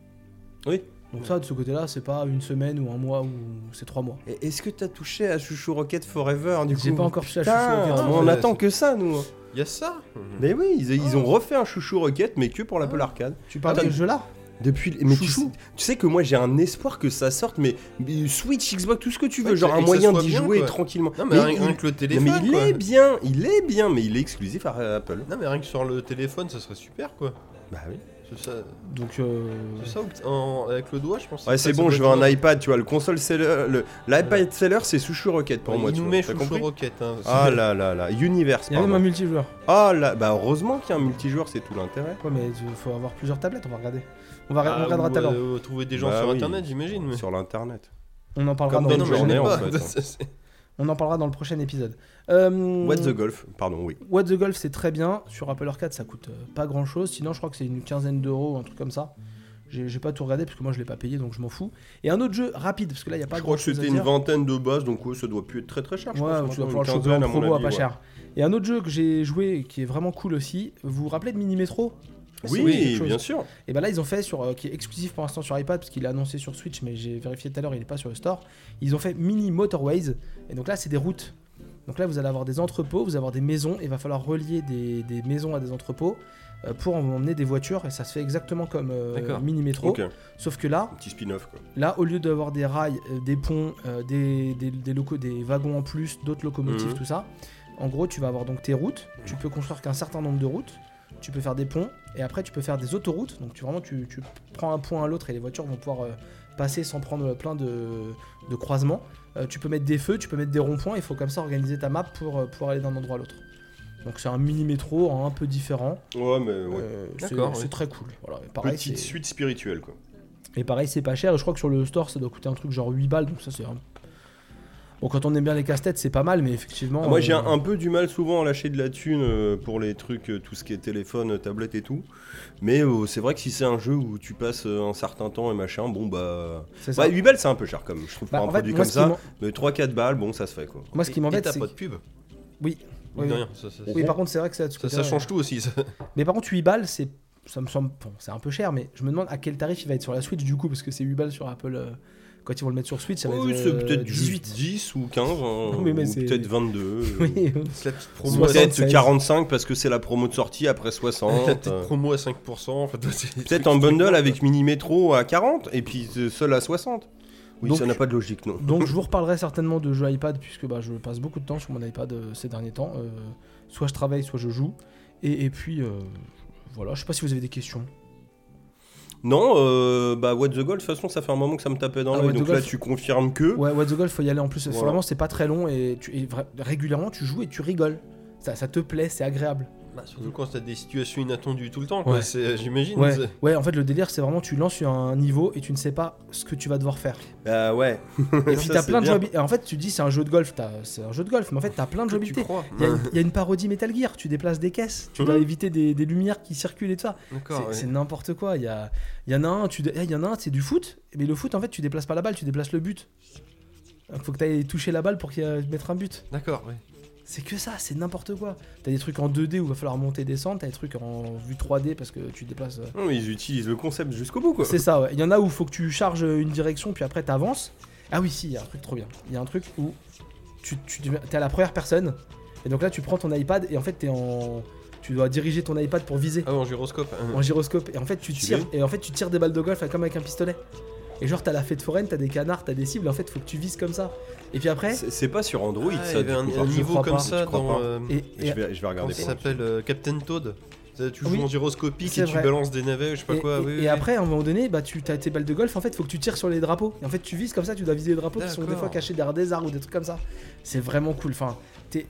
Speaker 3: Oui.
Speaker 2: Donc ça de ce côté-là c'est pas une semaine ou un mois ou c'est trois mois.
Speaker 3: Ah, Et Est-ce que t'as touché à Chouchou Rocket Forever, du coup
Speaker 2: J'ai pas encore touché à Chouchou
Speaker 3: Putain,
Speaker 2: Rocket.
Speaker 3: mais on
Speaker 4: Ouais,
Speaker 3: attend que ça, nous.
Speaker 4: Il y a ça
Speaker 3: Mais oui, ils, ils ont refait un Chouchou Rocket, mais que pour l'Apple Arcade.
Speaker 2: Tu parles
Speaker 3: Ah oui.
Speaker 2: de ce jeu-là
Speaker 3: Depuis, mais tu sais,
Speaker 2: Chouchou.
Speaker 3: tu sais que moi j'ai un espoir que ça sorte, mais, mais Switch, Xbox, tout ce que tu veux,
Speaker 4: Ouais,
Speaker 3: genre
Speaker 4: que-
Speaker 3: un
Speaker 4: et que ça
Speaker 3: moyen
Speaker 4: soit
Speaker 3: d'y
Speaker 4: bien,
Speaker 3: jouer
Speaker 4: quoi.
Speaker 3: tranquillement.
Speaker 4: Non, mais rien rien
Speaker 3: il,
Speaker 4: que le
Speaker 3: non,
Speaker 4: téléphone.
Speaker 3: mais il
Speaker 4: quoi.
Speaker 3: est bien, il est bien, mais il est exclusif à euh, Apple.
Speaker 4: Non, mais rien que sur le téléphone, ça serait super quoi.
Speaker 3: Bah oui.
Speaker 4: C'est ça,
Speaker 2: Donc euh,
Speaker 4: c'est ça ou que- en- avec le doigt, je pense. que
Speaker 3: Ouais,
Speaker 4: ça-
Speaker 3: c'est
Speaker 4: ça
Speaker 3: bon,
Speaker 4: peut
Speaker 3: je veux
Speaker 4: être
Speaker 3: un iPad, tu vois, le console seller, le- l'iPad seller, c'est Chouchou Rocket pour
Speaker 4: Ouais,
Speaker 3: moi.
Speaker 4: il
Speaker 3: tu
Speaker 4: nous
Speaker 3: vois,
Speaker 4: met
Speaker 3: t'as
Speaker 4: sous
Speaker 3: compris
Speaker 4: roquette. Hein,
Speaker 3: Ah là là là, Universe,
Speaker 2: il y a même
Speaker 3: pardon.
Speaker 2: un multijoueur.
Speaker 3: Ah là, bah heureusement qu'il y a un multijoueur, c'est tout l'intérêt.
Speaker 2: Ouais mais il faut avoir plusieurs tablettes, on va regarder. On va
Speaker 4: Ah,
Speaker 2: on regardera
Speaker 4: ou,
Speaker 2: tout à l'heure.
Speaker 4: euh, trouver des gens
Speaker 3: Bah
Speaker 4: sur
Speaker 3: oui.
Speaker 4: internet, j'imagine. Mais...
Speaker 3: Sur l'internet.
Speaker 2: On en parlera
Speaker 3: comme
Speaker 2: dans
Speaker 3: dans
Speaker 2: le
Speaker 3: nos
Speaker 2: prochain
Speaker 3: journées,
Speaker 2: épisode.
Speaker 3: en
Speaker 4: pas.
Speaker 3: fait, hein.
Speaker 4: Ça, c'est-
Speaker 2: On en parlera dans le prochain épisode. Euh,
Speaker 3: What the Golf, pardon, oui.
Speaker 2: What the Golf c'est très bien. Sur Apple Arcade ça coûte euh, pas grand chose. Sinon je crois que c'est une quinzaine d'euros, un truc comme ça. J'ai j'ai pas tout regardé parce que moi je l'ai pas payé donc je m'en fous. Et un autre jeu rapide parce que là il y a pas
Speaker 3: je
Speaker 2: grand
Speaker 3: crois que
Speaker 2: chose à
Speaker 3: c'était une
Speaker 2: dire.
Speaker 3: vingtaine de bases, donc ouais, ça doit plus être très très cher. je
Speaker 2: Ouais,
Speaker 3: pense,
Speaker 2: tu vas
Speaker 3: maintenant,
Speaker 2: pouvoir
Speaker 3: une
Speaker 2: le choper en
Speaker 3: quinzaine, à mon
Speaker 2: promo à
Speaker 3: avis,
Speaker 2: pas
Speaker 3: ouais.
Speaker 2: cher. Et un autre jeu que j'ai joué qui est vraiment cool aussi, vous vous rappelez de Mini Metro
Speaker 3: Oui, bien sûr.
Speaker 2: Et ben là ils ont fait sur euh, qui est exclusif pour l'instant sur iPad parce qu'il est annoncé sur Switch mais j'ai vérifié tout à l'heure il est pas sur le store. Ils ont fait Mini Motorways et donc là c'est des routes. Donc là, vous allez avoir des entrepôts, vous allez avoir des maisons, et il va falloir relier des, des maisons à des entrepôts euh, pour en- emmener des voitures, et ça se fait exactement comme euh,
Speaker 6: D'accord.
Speaker 2: mini métro.
Speaker 3: Ok.
Speaker 2: Sauf que là,
Speaker 3: Un petit spin-off quoi.
Speaker 2: Là, au lieu d'avoir des rails, euh, des ponts, euh, des, des- des locaux, des wagons en plus, d'autres locomotives,
Speaker 3: Mhm.
Speaker 2: tout ça, en gros, tu vas avoir donc tes routes. Tu peux construire qu'un certain nombre de routes. Tu peux faire des ponts et après tu peux faire des autoroutes. Donc tu vraiment tu, tu prends un point à l'autre et les voitures vont pouvoir euh, passer sans prendre euh, plein de, de croisements. Euh, tu peux mettre des feux, tu peux mettre des ronds-points. Il faut comme ça organiser ta map pour euh, pouvoir aller d'un endroit à l'autre. Donc c'est un mini métro un peu différent.
Speaker 3: Ouais, mais ouais.
Speaker 2: Euh, c'est
Speaker 4: D'accord,
Speaker 2: c'est
Speaker 4: ouais.
Speaker 2: très cool. Voilà, Et pareil,
Speaker 3: Petite
Speaker 2: c'est-
Speaker 3: suite spirituelle quoi.
Speaker 2: et pareil, c'est pas cher. Et je crois que sur le store, ça doit coûter un truc genre 8 balles. Donc ça, c'est. un- Bon, quand on aime bien les casse-têtes, c'est pas mal, mais effectivement.
Speaker 3: Ah, moi j'ai
Speaker 2: euh,
Speaker 3: un, un peu du mal souvent à lâcher de la thune euh, pour les trucs, euh, tout ce qui est téléphone, euh, tablette et tout. Mais euh, c'est vrai que si c'est un jeu où tu passes euh, un certain temps et machin, bon bah.
Speaker 2: c'est ça.
Speaker 3: Ouais, 8 balles c'est un peu cher comme je trouve
Speaker 2: Bah,
Speaker 3: pour
Speaker 2: en
Speaker 3: un
Speaker 2: fait,
Speaker 3: produit
Speaker 2: moi,
Speaker 3: comme
Speaker 2: ce qui
Speaker 3: ça.
Speaker 2: m'en-
Speaker 3: Mais 3-4 balles, bon ça se fait quoi.
Speaker 2: Moi, ce qui
Speaker 4: Et-
Speaker 2: m'embête,
Speaker 4: et
Speaker 2: c'est.
Speaker 4: T'as pas de pub.
Speaker 2: Oui.
Speaker 4: Mine
Speaker 2: oui,
Speaker 4: de
Speaker 2: oui.
Speaker 4: rien, ça, ça-
Speaker 2: Oui, par contre, c'est vrai que ça. de ce
Speaker 4: ça- ça
Speaker 2: côté-là,
Speaker 4: change tout aussi. ça.
Speaker 2: Mais par contre, 8 balles, c'est. Ça me semble. bon, c'est un peu cher, mais je me demande à quel tarif il va être sur la Switch du coup, parce que c'est 8 balles sur Apple. euh, Quand ils vont le mettre sur Switch, ça va
Speaker 3: Oui,
Speaker 2: être
Speaker 3: c'est
Speaker 2: euh,
Speaker 3: peut-être
Speaker 2: 18.
Speaker 3: 10 ou 15, hein,
Speaker 2: Oui, mais
Speaker 3: ou
Speaker 2: c'est-
Speaker 3: peut-être 22. euh,
Speaker 2: Oui,
Speaker 4: C'est la petite
Speaker 3: ou
Speaker 4: promo. à-
Speaker 2: Soixante.
Speaker 3: Peut-être
Speaker 2: 76.
Speaker 3: 45 parce que c'est la promo de sortie après
Speaker 4: La
Speaker 3: 60.
Speaker 4: petite
Speaker 3: euh.
Speaker 4: promo à 5%. en fait, c'est-
Speaker 3: Peut-être en bundle avec mini métro à 40 et puis euh, seul à 60. Oui,
Speaker 2: Donc-
Speaker 3: ça n'a pas de logique non.
Speaker 2: Donc je vous reparlerai certainement de jeux iPad puisque bah, je passe beaucoup de temps sur mon iPad euh, ces derniers temps. Euh, soit je travaille, soit je joue. Et, et puis euh, voilà, je sais pas si vous avez des questions.
Speaker 3: Non, euh, bah What the Goal, de toute façon, ça fait un moment que ça me tapait dans
Speaker 2: Ah,
Speaker 3: l'œil,
Speaker 2: What the
Speaker 3: donc
Speaker 2: Goal,
Speaker 3: là tu confirmes que.
Speaker 2: Ouais, What the Golf, faut y aller en plus.
Speaker 3: Voilà.
Speaker 2: Vraiment, c'est pas très long et, tu, et vra- régulièrement tu joues et tu rigoles. Ça, ça te plaît, c'est agréable.
Speaker 4: Bah, surtout quand t'as des situations inattendues tout le temps, quoi,
Speaker 2: Ouais.
Speaker 4: c'est- euh, j'imagine.
Speaker 2: Ouais,
Speaker 4: c'est-
Speaker 2: ouais, en fait, le délire, c'est vraiment tu lances un niveau et tu ne sais pas ce que tu vas devoir faire.
Speaker 3: Bah ouais.
Speaker 2: Et puis t'as plein de jouabilités. En fait, tu dis c'est un jeu de golf, t'as- c'est un jeu de golf, mais en fait, t'as plein de
Speaker 4: Tu
Speaker 2: jouabilités.
Speaker 4: crois
Speaker 2: Il y, a une- il y a une parodie Metal Gear, tu déplaces des caisses, tu dois éviter des, des lumières qui circulent et tout ça. C'est
Speaker 4: D'accord. ouais.
Speaker 2: c'est n'importe quoi. Il y, a- il y en a un, tu dé- eh, il y en a un, c'est du foot, mais le foot en fait tu déplaces pas la balle, tu déplaces le but. Donc, Faut que t'ailles toucher la balle pour qu'il y a- mettre un but.
Speaker 4: D'accord, ouais.
Speaker 2: C'est que ça, c'est n'importe quoi. T'as des trucs en 2D où va falloir monter et descendre, t'as des trucs en vue 3D parce que tu déplaces. euh,
Speaker 3: Non, mais ils utilisent le concept jusqu'au bout quoi.
Speaker 2: c'est ça, ouais. Il y en a où faut que tu charges une direction, puis après t'avances. Ah oui, si, il y a un truc trop bien. Il y a un truc où tu, tu deviens- t'es à la première personne, et donc là tu prends ton iPad, et en fait t'es en. Tu dois diriger ton iPad pour viser
Speaker 4: Ah, en gyroscope. hein.
Speaker 2: en gyroscope, et en fait tu
Speaker 3: Stylé.
Speaker 2: tires, et en fait tu tires des balles de golf comme avec un pistolet. Et genre t'as la fête foraine, t'as des canards, t'as des cibles, en fait faut que tu vises comme ça. Et puis après.
Speaker 3: C'est c'est pas sur Android
Speaker 4: Ah, il y
Speaker 3: ça. du
Speaker 4: avait un,
Speaker 3: coup,
Speaker 4: un
Speaker 3: par contre.
Speaker 2: je
Speaker 4: niveau
Speaker 2: crois
Speaker 4: comme
Speaker 2: pas,
Speaker 4: ça
Speaker 3: je crois
Speaker 4: dans.
Speaker 3: pas.
Speaker 4: euh,
Speaker 2: Et, et-
Speaker 3: Je vais, je vais
Speaker 4: Comment
Speaker 3: regarder.
Speaker 4: ça
Speaker 3: pour
Speaker 4: s'appelle euh, Captain Toad Ça, Tu joues
Speaker 2: Ah Oui.
Speaker 4: en gyroscopique
Speaker 2: C'est
Speaker 4: et tu
Speaker 2: vrai.
Speaker 4: balances des navets, je sais pas
Speaker 2: et-
Speaker 4: quoi.
Speaker 2: et-
Speaker 4: oui,
Speaker 2: et
Speaker 4: oui.
Speaker 2: après, à un moment donné, bah, tu as tes balles de golf, en fait, faut que tu tires sur les drapeaux. Et en fait, tu vises comme ça, tu dois viser les drapeaux qui sont des
Speaker 4: D'accord.
Speaker 2: fois cachés derrière des arbres ou des trucs comme ça. C'est vraiment cool. Enfin, t'es-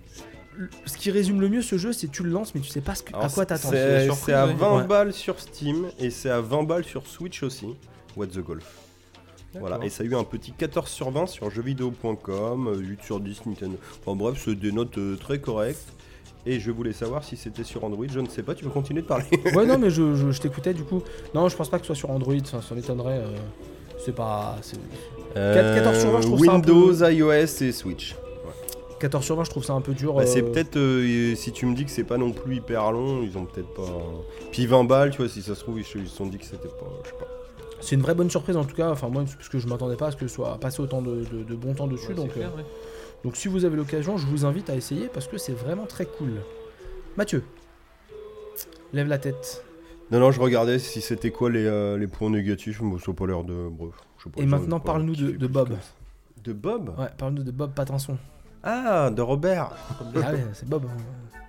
Speaker 2: le- ce qui résume le mieux ce jeu, c'est tu le lances, mais tu sais pas ce que-
Speaker 3: Alors,
Speaker 2: à quoi t'attends.
Speaker 3: c'est-
Speaker 4: C'est la
Speaker 3: C'est
Speaker 4: surprise,
Speaker 3: à
Speaker 4: ouais.
Speaker 3: 20
Speaker 2: Ouais.
Speaker 3: balles sur Steam et c'est à 20 balles sur Switch aussi. What the Golf. Voilà, et ça a eu un petit 14 sur 20 sur jeuxvideo.com, euh, 8 sur 10 Nintendo. Enfin bref, c'est des notes euh, très correctes. Et je voulais savoir si c'était sur Android, je ne sais pas, tu peux continuer de parler.
Speaker 2: ouais, non, mais je, je- je t'écoutais du coup. Non, je pense pas que ce soit sur Android, ça, ça m'étonnerait. euh, C'est pas. c'est- 14 sur 20, je trouve ça un peu-
Speaker 3: Euh, Windows, iOS et Switch.
Speaker 2: 14 sur 20, je trouve ça un peu dur.
Speaker 3: Bah, c'est
Speaker 2: euh,
Speaker 3: peut-être, euh, si tu me dis que c'est pas non plus hyper long, ils ont peut-être pas. Puis 20 balles, tu vois, si ça se trouve, ils se ils se sont dit que c'était pas. Je sais pas.
Speaker 2: C'est une vraie bonne surprise en tout cas, enfin moi parce que je m'attendais pas à ce que soit passé autant de, de- de bon temps dessus
Speaker 4: Ouais,
Speaker 2: donc,
Speaker 4: c'est clair,
Speaker 2: euh,
Speaker 4: ouais.
Speaker 2: donc si vous avez l'occasion je vous invite à essayer parce que c'est vraiment très cool. Mathieu, lève la tête.
Speaker 3: Non, non, je regardais si c'était quoi les, euh, les points négatifs, mais ça a pas l'air de. Bref, je sais pas,
Speaker 2: Et
Speaker 3: ils ont
Speaker 2: maintenant,
Speaker 3: pas
Speaker 2: parle-nous de-
Speaker 3: kiffé
Speaker 2: de
Speaker 3: plus
Speaker 2: Bob.
Speaker 3: que ça. De Bob
Speaker 2: Ouais, parle-nous de Bob Patinson.
Speaker 3: Ah, de Robert
Speaker 2: Ah ouais, c'est Bob.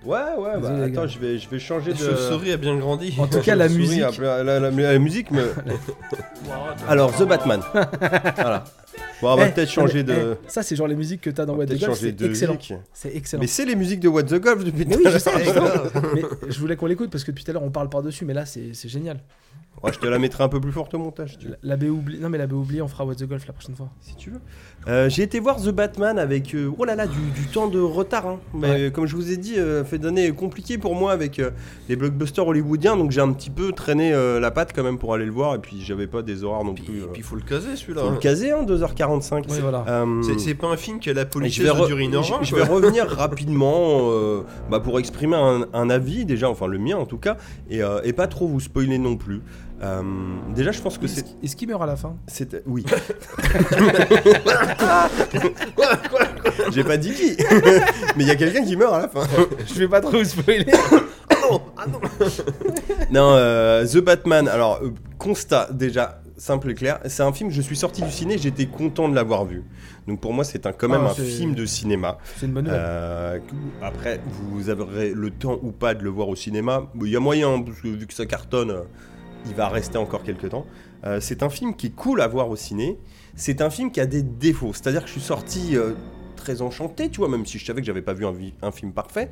Speaker 3: Ouais, ouais, bah
Speaker 2: Désolé, les gars.
Speaker 3: attends, je vais, je vais changer
Speaker 4: La
Speaker 3: de.
Speaker 4: chauve-souris a bien grandi.
Speaker 2: En tout cas la
Speaker 3: Chauve-souris,
Speaker 2: musique.
Speaker 3: ah, La, la- la- la musique, mais. Alors, The Batman. voilà. Bon, Ah, on va
Speaker 2: Eh,
Speaker 3: peut-être changer
Speaker 2: non, mais,
Speaker 3: de.
Speaker 2: eh, ça c'est genre les musiques que t'as dans
Speaker 3: on va
Speaker 2: What the
Speaker 3: peut-être
Speaker 2: Golf,
Speaker 3: changer
Speaker 2: c'est
Speaker 3: de
Speaker 2: excellent.
Speaker 3: musique.
Speaker 2: C'est excellent.
Speaker 3: Mais c'est les musiques de What the Golf depuis
Speaker 2: Mais oui, je sais,
Speaker 3: tout à l'heure.
Speaker 2: Mais je voulais qu'on l'écoute parce que depuis tout à l'heure on parle par-dessus, mais là c'est c'est génial.
Speaker 3: Ouais, je te la mettrai un peu plus forte au montage, si tu veux.
Speaker 2: La, la B oublie, non mais la B oublie, on fera What the Golf la prochaine fois.
Speaker 3: Si tu veux. Euh, J'ai été voir The Batman avec euh, oh là là du, du temps de retard. hein. Mais
Speaker 2: Ouais.
Speaker 3: euh, comme je vous ai dit, euh, fait d'année compliqué pour moi avec euh, les blockbusters hollywoodiens, donc j'ai un petit peu traîné euh, la patte quand même pour aller le voir et puis j'avais pas des horaires non
Speaker 4: Puis
Speaker 3: plus. euh,
Speaker 4: puis faut le caser celui-là.
Speaker 3: faut le
Speaker 4: hein.
Speaker 3: caser hein, 2h45.
Speaker 2: Ouais, voilà.
Speaker 3: Euh,
Speaker 4: C'est- C'est pas un film qui a la
Speaker 3: et
Speaker 4: politesse
Speaker 3: je vais, re-
Speaker 4: de durer une heure.
Speaker 3: je-
Speaker 4: vingt,
Speaker 3: je
Speaker 4: quoi.
Speaker 3: vais revenir rapidement euh, bah, pour exprimer un, un avis déjà, enfin le mien en tout cas, et, euh, et pas trop vous spoiler non plus. Euh, déjà, je pense que
Speaker 2: Est-ce
Speaker 3: c'est.
Speaker 2: est-ce qu'il meurt à la fin
Speaker 3: c'est- Oui. J'ai pas dit qui Mais il y a quelqu'un qui meurt à la fin.
Speaker 2: Je vais pas trop vous spoiler.
Speaker 3: Non, euh, The Batman, alors, euh, constat déjà simple et clair, c'est un film, je suis sorti du ciné, j'étais content de l'avoir vu. Donc pour moi, c'est un, quand même
Speaker 2: Ah,
Speaker 3: un
Speaker 2: c'est-
Speaker 3: film de cinéma.
Speaker 2: C'est une bonne nouvelle.
Speaker 3: Euh, que- après, vous aurez le temps ou pas de le voir au cinéma. Mais Il y a moyen, hein, parce que vu que ça cartonne, euh, il va rester encore quelques temps. Euh, c'est un film qui est cool à voir au ciné. C'est un film qui a des défauts. C'est-à-dire que je suis sorti euh, très enchanté, tu vois, même si je savais que j'avais pas vu un, vi- un film parfait.